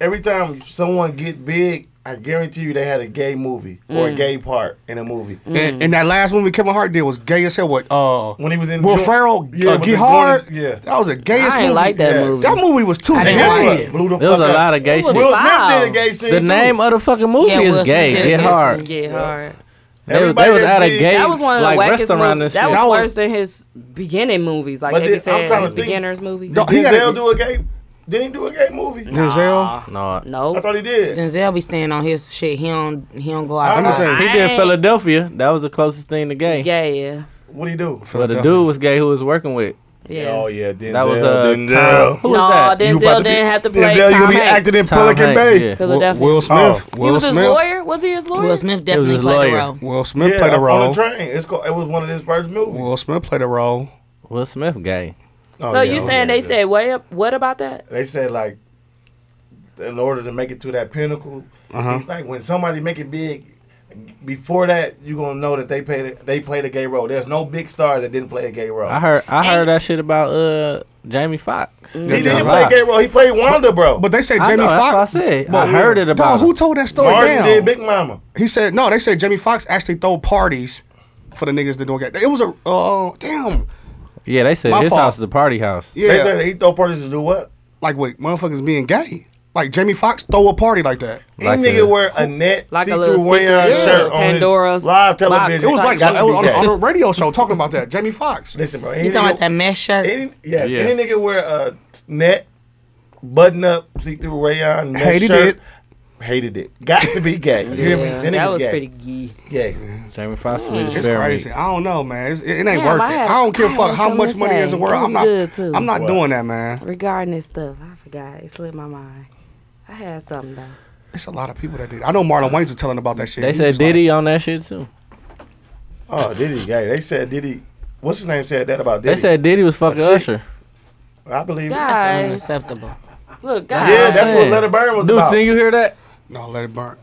Speaker 7: every time someone get big, I guarantee you they had a gay movie or a gay part in a movie.
Speaker 3: And,
Speaker 5: Mm.
Speaker 3: and that last movie Kevin Hart did was gay as hell. What? Uh,
Speaker 7: When he was in
Speaker 3: Will
Speaker 7: Jo-
Speaker 3: Ferrell,
Speaker 7: Yeah,
Speaker 3: uh,
Speaker 7: with
Speaker 3: Get
Speaker 7: the
Speaker 3: Hard.
Speaker 7: Goonies, yeah.
Speaker 3: that was the
Speaker 5: I
Speaker 3: gayest
Speaker 5: ain't
Speaker 3: movie.
Speaker 5: like that
Speaker 7: yeah.
Speaker 5: movie.
Speaker 3: That movie was too
Speaker 5: I didn't
Speaker 7: Guess
Speaker 5: like
Speaker 3: gay.
Speaker 7: what? Blew the
Speaker 4: There was
Speaker 7: fuck
Speaker 4: a
Speaker 7: up.
Speaker 4: lot of gay
Speaker 5: It was
Speaker 4: shit.
Speaker 7: Will Smith
Speaker 5: Wow.
Speaker 7: did a gay scene.
Speaker 4: The
Speaker 7: too.
Speaker 4: name of the fucking movie
Speaker 6: Yeah, Will
Speaker 4: is
Speaker 6: Smith
Speaker 4: gay.
Speaker 6: did
Speaker 4: Get
Speaker 6: it.
Speaker 4: hard.
Speaker 5: Get hard.
Speaker 4: They was,
Speaker 7: Everybody
Speaker 4: they was
Speaker 7: that's
Speaker 4: at a
Speaker 7: big-
Speaker 4: gay
Speaker 5: That was one of the
Speaker 4: like
Speaker 5: wackest
Speaker 4: restaurant
Speaker 5: movies.
Speaker 4: and
Speaker 5: That
Speaker 4: shit.
Speaker 5: was
Speaker 3: That was-
Speaker 5: worse than his beginning movies. Like
Speaker 7: But
Speaker 5: they
Speaker 7: then-
Speaker 5: be saying,
Speaker 7: I'm trying to
Speaker 5: his
Speaker 7: think.
Speaker 5: beginners movie.
Speaker 3: No,
Speaker 7: Did
Speaker 3: he had
Speaker 7: Denzel
Speaker 3: that-
Speaker 7: do a gay? Didn't he do a gay movie?
Speaker 3: Denzel.
Speaker 4: No,
Speaker 7: I
Speaker 5: no,
Speaker 7: thought he did.
Speaker 6: Denzel be staying on his shit. He don't he don't go
Speaker 7: I'm
Speaker 6: outside.
Speaker 7: gonna
Speaker 3: tell
Speaker 4: he
Speaker 5: I
Speaker 4: did
Speaker 5: ain't-
Speaker 4: Philadelphia. That was the closest thing to gay.
Speaker 5: yeah, yeah,
Speaker 7: What do he do?
Speaker 4: But the dude was gay who was working with.
Speaker 5: yeah.
Speaker 7: Oh yeah, Denzel.
Speaker 4: That was uh, Tom,
Speaker 7: Denzel.
Speaker 4: who was
Speaker 5: no,
Speaker 4: that?
Speaker 5: Denzel
Speaker 7: You about to be-
Speaker 5: didn't have to play
Speaker 7: Denzel, you
Speaker 5: Tom
Speaker 7: be
Speaker 5: Hanks.
Speaker 7: acting in
Speaker 4: Tom
Speaker 7: Pelican
Speaker 4: Hanks,
Speaker 7: Bay.
Speaker 4: yeah.
Speaker 5: Philadelphia.
Speaker 3: Will Smith.
Speaker 7: Oh.
Speaker 5: he
Speaker 3: Will
Speaker 5: was his
Speaker 3: Smith.
Speaker 5: lawyer. Was he his lawyer?
Speaker 6: Will Smith
Speaker 4: was
Speaker 6: definitely
Speaker 4: his
Speaker 6: played the
Speaker 4: lawyer.
Speaker 6: role.
Speaker 3: Will Smith
Speaker 7: Yeah,
Speaker 3: played a
Speaker 7: On the
Speaker 3: role.
Speaker 7: train. It's called, it was one of his first movies.
Speaker 3: Will Smith played a role.
Speaker 4: Will Smith gay.
Speaker 7: Oh,
Speaker 5: So
Speaker 7: yeah,
Speaker 5: you
Speaker 7: oh,
Speaker 5: saying
Speaker 7: yeah,
Speaker 5: they
Speaker 7: yeah.
Speaker 5: said way up? What about that?
Speaker 7: they said like in order to make it to that pinnacle,
Speaker 3: Uh-huh.
Speaker 7: it's like when somebody make it big. Before that, you gonna know that they played they played a gay role. There's no big star that didn't play a gay role.
Speaker 4: I heard I heard
Speaker 5: And- Mm-hmm.
Speaker 4: that shit about uh Jamie Foxx.
Speaker 7: he didn't play a gay role. He played Wanda, bro.
Speaker 3: But they said
Speaker 4: I
Speaker 3: Jamie
Speaker 4: know, that's what I
Speaker 3: Foxx.
Speaker 4: said. I heard it about.
Speaker 3: Dog,
Speaker 4: him.
Speaker 3: who told that story
Speaker 7: Martin
Speaker 3: down?
Speaker 7: did Big Mama.
Speaker 3: He said no. They said Jamie Foxx actually throw parties for the niggas that don't get. It was a uh, damn.
Speaker 4: yeah, they said
Speaker 3: My
Speaker 4: his
Speaker 3: fault.
Speaker 4: house is a party house.
Speaker 7: They
Speaker 3: Yeah,
Speaker 7: said he throw parties to do what?
Speaker 3: like wait, motherfuckers being gay. Like Jamie Foxx throw a party like that.
Speaker 4: Like
Speaker 7: Any nigga
Speaker 4: a-
Speaker 7: wear a net
Speaker 5: Like a
Speaker 7: see-through
Speaker 5: little
Speaker 7: wearing
Speaker 5: secret, yeah,
Speaker 7: shirt on
Speaker 5: Pandora's
Speaker 7: his live
Speaker 5: box.
Speaker 7: television.
Speaker 3: It was like
Speaker 7: gotta
Speaker 3: I was on,
Speaker 7: be
Speaker 3: a- on
Speaker 7: gay.
Speaker 3: a radio show talking about that. Jamie Foxx.
Speaker 7: Listen, bro.
Speaker 6: You talking about that mesh shirt?
Speaker 7: Any, yeah,
Speaker 4: Yeah.
Speaker 7: any nigga wear a net, button up, see through rayon, net
Speaker 3: Hated
Speaker 7: shirt,
Speaker 3: it.
Speaker 7: hated it. Got to be gay. You hear me?
Speaker 5: Yeah, that
Speaker 7: That nigga's
Speaker 5: was
Speaker 7: gay.
Speaker 5: pretty gee.
Speaker 7: gay.
Speaker 4: Jamie Foxx, Swedish
Speaker 3: It's
Speaker 4: Bear
Speaker 3: crazy.
Speaker 4: Meat.
Speaker 3: I don't know, man. It's, it, it ain't
Speaker 5: Damn,
Speaker 3: worth
Speaker 5: I
Speaker 3: it.
Speaker 5: had-
Speaker 3: I don't
Speaker 5: I
Speaker 3: give a
Speaker 5: had
Speaker 3: fuck how
Speaker 5: something
Speaker 3: much
Speaker 5: to
Speaker 3: money is in the
Speaker 5: say.
Speaker 3: world.
Speaker 5: It was
Speaker 3: I'm not.
Speaker 5: good, too.
Speaker 3: I'm not
Speaker 7: What?
Speaker 3: doing that, man.
Speaker 5: Regarding this stuff, I forgot. It slipped my mind. I had something though.
Speaker 3: It's a lot of people that did. I know Marlon Wayans was telling about that shit.
Speaker 4: They
Speaker 3: He
Speaker 4: said
Speaker 3: just like-
Speaker 4: Diddy on that shit too.
Speaker 7: Oh, Diddy gay. They said Diddy. What's his name said that about
Speaker 4: They
Speaker 7: Diddy?
Speaker 4: said Diddy was fucking
Speaker 7: A chick.
Speaker 4: Usher.
Speaker 7: I believe. it.
Speaker 5: God.
Speaker 6: That's
Speaker 5: Guys.
Speaker 6: unacceptable.
Speaker 5: Look,
Speaker 7: Yeah,
Speaker 5: guys.
Speaker 7: that's what
Speaker 4: saying.
Speaker 7: Letter Burn was
Speaker 4: Dude,
Speaker 7: about.
Speaker 4: did you hear that?
Speaker 3: No, let it burn.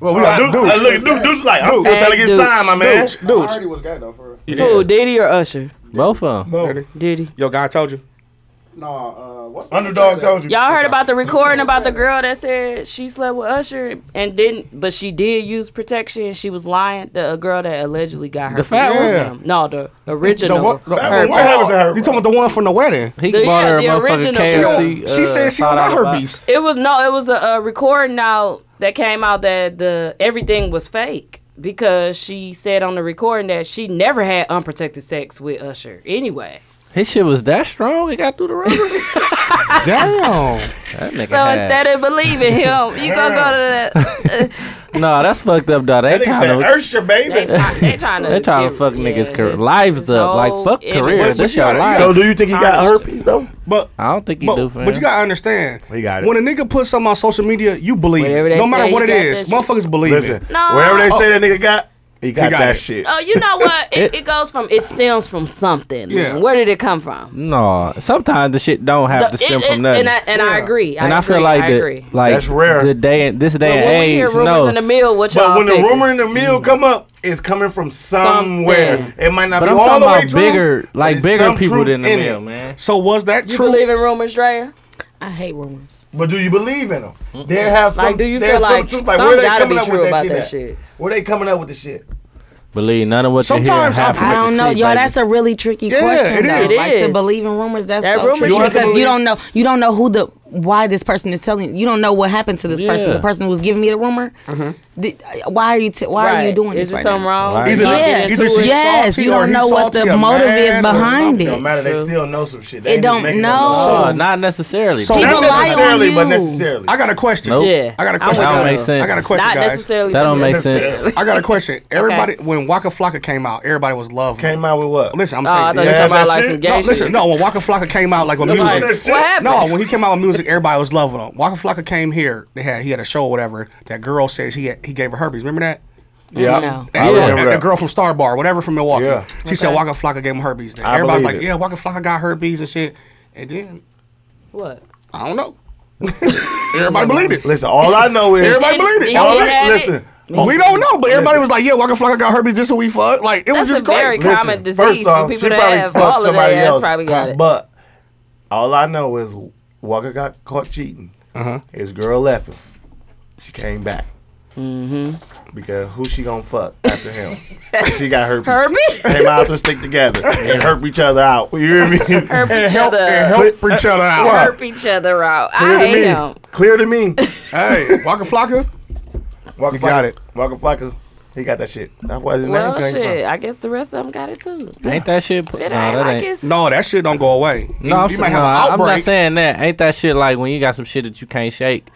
Speaker 7: Well, we
Speaker 3: Oh,
Speaker 7: got
Speaker 3: Duke.
Speaker 7: Duke. Hey, look, Duke, Duke's like, I'm just trying to get
Speaker 5: Duke.
Speaker 7: signed, my man.
Speaker 3: Dudes, dudes.
Speaker 9: was gay though, for real.
Speaker 5: Who, Diddy or Usher?
Speaker 4: Both of them.
Speaker 7: No.
Speaker 5: Diddy.
Speaker 3: Yo, God told you.
Speaker 9: No, uh, what's
Speaker 7: Underdog told you.
Speaker 5: Y'all heard about the recording about the girl that said she slept with Usher and didn't, but she did use protection. and She was lying. The a girl that allegedly got her.
Speaker 4: The fat
Speaker 5: from
Speaker 3: one?
Speaker 5: him. No, the original.
Speaker 3: The what? The,
Speaker 7: That
Speaker 5: Her
Speaker 7: one, what happened to her?
Speaker 3: you talking about the one from the wedding?
Speaker 4: He
Speaker 5: The-
Speaker 4: bought
Speaker 5: yeah,
Speaker 4: her a
Speaker 5: the
Speaker 4: motherfucking
Speaker 5: original. She
Speaker 4: KFC.
Speaker 3: she
Speaker 4: uh,
Speaker 3: said she
Speaker 4: thought
Speaker 3: don't
Speaker 4: out
Speaker 3: got
Speaker 4: of box.
Speaker 3: herpes.
Speaker 5: It was no, it was a, a recording out that came out that the everything was fake because she said on the recording that she never had unprotected sex with Usher. Anyway,
Speaker 4: His shit was that strong. It got through the rubber.
Speaker 3: Damn.
Speaker 4: that nigga.
Speaker 5: so instead of believing him, you gonna go to the.
Speaker 4: no, that's fucked up, dog. They
Speaker 7: That nigga said,
Speaker 4: trying to
Speaker 7: Ursha,
Speaker 5: They,
Speaker 7: baby.
Speaker 5: try, they trying to.
Speaker 4: They trying to
Speaker 5: get-
Speaker 4: fuck
Speaker 5: yeah,
Speaker 4: niggas' car-
Speaker 5: this-
Speaker 4: lives
Speaker 5: this
Speaker 4: up. Like
Speaker 5: whole
Speaker 4: fuck
Speaker 5: image.
Speaker 4: career. This your life.
Speaker 8: So do you think he got
Speaker 5: Tarnished.
Speaker 8: herpes though?
Speaker 3: But
Speaker 4: I don't think he
Speaker 3: but,
Speaker 4: do.
Speaker 3: but
Speaker 4: fam.
Speaker 3: you gotta understand.
Speaker 8: He got it.
Speaker 3: When a nigga puts something on social media, you believe.
Speaker 5: Whatever
Speaker 3: it.
Speaker 5: they
Speaker 3: No matter
Speaker 5: say,
Speaker 3: what it
Speaker 5: you got
Speaker 3: is,
Speaker 5: that shit.
Speaker 3: motherfuckers believe
Speaker 8: Listen,
Speaker 3: it.
Speaker 5: No.
Speaker 8: wherever they say that nigga got, he got,
Speaker 3: He got
Speaker 8: that
Speaker 3: it.
Speaker 8: shit.
Speaker 5: Oh, you know what? It,
Speaker 4: It-
Speaker 5: it goes from it stems from something.
Speaker 3: Yeah.
Speaker 5: Where did it come from?
Speaker 4: No, sometimes the shit don't have to
Speaker 5: The- it-
Speaker 4: stem
Speaker 5: it-
Speaker 4: from nothing.
Speaker 5: And I, and I agree.
Speaker 4: And I, feel
Speaker 5: agree,
Speaker 4: like
Speaker 5: I
Speaker 4: the
Speaker 5: agree.
Speaker 4: like
Speaker 8: That's rare.
Speaker 4: The day in this
Speaker 5: But
Speaker 4: day
Speaker 5: when we hear
Speaker 4: and age,
Speaker 5: rumors in the
Speaker 4: no.
Speaker 5: mill, what y'all
Speaker 7: But when the
Speaker 5: figure?
Speaker 7: rumor in the mill come up, it's coming from somewhere.
Speaker 5: Something.
Speaker 7: It might not
Speaker 4: But
Speaker 7: be
Speaker 4: I'm
Speaker 7: all
Speaker 4: talking
Speaker 7: the way
Speaker 4: about
Speaker 7: true,
Speaker 4: bigger,
Speaker 7: but
Speaker 4: like
Speaker 7: it's
Speaker 4: bigger
Speaker 7: some
Speaker 4: people
Speaker 7: truth
Speaker 4: than the
Speaker 7: in
Speaker 4: mill,
Speaker 7: it.
Speaker 4: man.
Speaker 3: So was that
Speaker 5: you
Speaker 3: true?
Speaker 5: believe in rumors, Drea?
Speaker 6: I hate rumors.
Speaker 7: But do you believe in them? There have some.
Speaker 5: Like, do you
Speaker 7: there's
Speaker 5: feel
Speaker 7: some
Speaker 5: like
Speaker 7: truth.
Speaker 5: some
Speaker 7: where they
Speaker 5: gotta
Speaker 7: coming
Speaker 5: be
Speaker 7: up
Speaker 5: true
Speaker 7: with
Speaker 5: about
Speaker 7: shit
Speaker 5: that
Speaker 7: at?
Speaker 5: shit?
Speaker 7: Where they coming up with the shit?
Speaker 4: Believe none of what you hear.
Speaker 3: Sometimes I
Speaker 4: happens
Speaker 3: feel
Speaker 6: I
Speaker 4: with
Speaker 3: like
Speaker 4: the
Speaker 6: don't know,
Speaker 4: shit,
Speaker 6: y'all.
Speaker 4: baby.
Speaker 6: That's a really tricky
Speaker 3: Yeah,
Speaker 6: question,
Speaker 3: it
Speaker 6: though.
Speaker 3: is.
Speaker 6: Like to
Speaker 5: It is.
Speaker 6: believe in rumors, that's
Speaker 5: That
Speaker 6: so
Speaker 5: rumor
Speaker 6: tricky
Speaker 5: shit
Speaker 6: because
Speaker 5: is-
Speaker 6: you don't know, you don't know who the why this person is telling you. You don't know what happened to this person,
Speaker 4: Yeah.
Speaker 6: the person who was giving me the rumor. Did- why are you? T- why are you doing
Speaker 5: Is
Speaker 6: this
Speaker 5: there
Speaker 6: Uh-huh. right
Speaker 5: something
Speaker 6: now?
Speaker 5: wrong?
Speaker 4: Right.
Speaker 5: Y'all
Speaker 3: Either,
Speaker 6: Yeah.
Speaker 5: get into
Speaker 3: either
Speaker 5: it?
Speaker 3: she's
Speaker 6: Yes,
Speaker 3: salty
Speaker 6: you don't
Speaker 3: or he
Speaker 6: know what
Speaker 3: salty
Speaker 6: the
Speaker 3: or
Speaker 6: motive
Speaker 3: mad
Speaker 6: is
Speaker 3: or
Speaker 6: behind
Speaker 3: something.
Speaker 7: No matter, they still know some shit. They
Speaker 6: It
Speaker 7: ain't just
Speaker 6: don't-
Speaker 7: making
Speaker 6: no.
Speaker 7: up
Speaker 6: So-
Speaker 4: Oh,
Speaker 7: shit.
Speaker 4: not necessarily.
Speaker 3: So-
Speaker 6: People
Speaker 7: Not
Speaker 6: lie on
Speaker 7: necessarily,
Speaker 6: you.
Speaker 7: but necessarily.
Speaker 3: I got a question.
Speaker 4: Nope.
Speaker 5: Yeah.
Speaker 3: I got a
Speaker 5: I'm
Speaker 3: question.
Speaker 5: with
Speaker 3: guys.
Speaker 5: that. That
Speaker 3: I got
Speaker 4: sense.
Speaker 5: don't make
Speaker 3: a question,
Speaker 5: Not
Speaker 3: guys.
Speaker 5: necessarily.
Speaker 4: that
Speaker 5: but
Speaker 4: don't make
Speaker 5: necessarily.
Speaker 4: sense.
Speaker 3: I got a question. Everybody, when Waka Flocka came out, everybody was loving.
Speaker 7: Came out with what?
Speaker 3: Listen, I'm
Speaker 5: Oh, I thought you
Speaker 3: saying.
Speaker 5: were
Speaker 7: Yeah,
Speaker 5: talking about
Speaker 7: that
Speaker 5: like
Speaker 7: shit.
Speaker 5: some gay
Speaker 3: no,
Speaker 5: shit.
Speaker 3: listen, no. When Waka Flocka came out, like with
Speaker 5: Like,
Speaker 3: music,
Speaker 5: what
Speaker 7: shit.
Speaker 5: happened?
Speaker 3: No, when he came out with music, everybody was loving him. Waka Flocka came here. They had he had a show, or whatever. That girl says he had, he gave her herpes. Remember that?
Speaker 8: Yeah,
Speaker 6: No.
Speaker 8: I
Speaker 3: That girl-
Speaker 8: remember
Speaker 3: that
Speaker 8: that.
Speaker 3: girl from Star Bar, whatever from Milwaukee.
Speaker 8: Yeah.
Speaker 3: She said Waka Flocka gave him herpes.
Speaker 8: I
Speaker 3: Everybody's
Speaker 8: believe
Speaker 3: like,
Speaker 8: it.
Speaker 3: yeah, Waka Flocka got herpes and shit. And then
Speaker 5: What?
Speaker 3: I don't know. everybody believed it.
Speaker 8: Listen, all I know is
Speaker 3: Everybody believed it.
Speaker 5: Y'all
Speaker 3: All
Speaker 5: had
Speaker 3: that-
Speaker 5: it?
Speaker 7: Listen,
Speaker 3: we don't know, but everybody was like, yeah, Waka Flocka got herpes just a week fuck. Like it
Speaker 5: That's
Speaker 3: was
Speaker 5: a
Speaker 3: just crazy.
Speaker 5: very common disease
Speaker 7: First off,
Speaker 5: for
Speaker 7: she
Speaker 5: people that
Speaker 7: probably
Speaker 5: have
Speaker 7: fucked
Speaker 5: all of that
Speaker 7: somebody
Speaker 5: ass
Speaker 7: else.
Speaker 5: probably got it.
Speaker 7: But all I know Uh-huh. is Walker got caught cheating. His girl left him. She came back.
Speaker 5: Mm-hmm.
Speaker 7: Because who she gonna fuck after him? she got herpes.
Speaker 5: Herbie?
Speaker 7: They might as well stick together and herp each other out. You hear me?
Speaker 5: Herp each other.
Speaker 7: Help each other out.
Speaker 5: Herp each other out.
Speaker 7: Clear
Speaker 5: I
Speaker 7: to
Speaker 5: hate
Speaker 7: me.
Speaker 5: him.
Speaker 7: Clear to me.
Speaker 3: Hey, Waka Flocka.
Speaker 7: Walker
Speaker 3: You got
Speaker 7: Flocka-
Speaker 3: it.
Speaker 7: Walker Flocka. He got that shit. That's why his
Speaker 5: Well,
Speaker 7: name came from.
Speaker 5: shit. I guess the rest of them got it too.
Speaker 4: Ain't that shit?
Speaker 5: It ain't
Speaker 4: no, that
Speaker 5: like
Speaker 4: ain't.
Speaker 5: it's.
Speaker 3: No, that shit don't go away. You-
Speaker 4: No, I'm,
Speaker 3: you
Speaker 4: s-
Speaker 3: might
Speaker 4: no,
Speaker 3: have an
Speaker 4: I'm
Speaker 3: outbreak.
Speaker 4: not saying that. Ain't that shit like when you got some shit that you can't shake?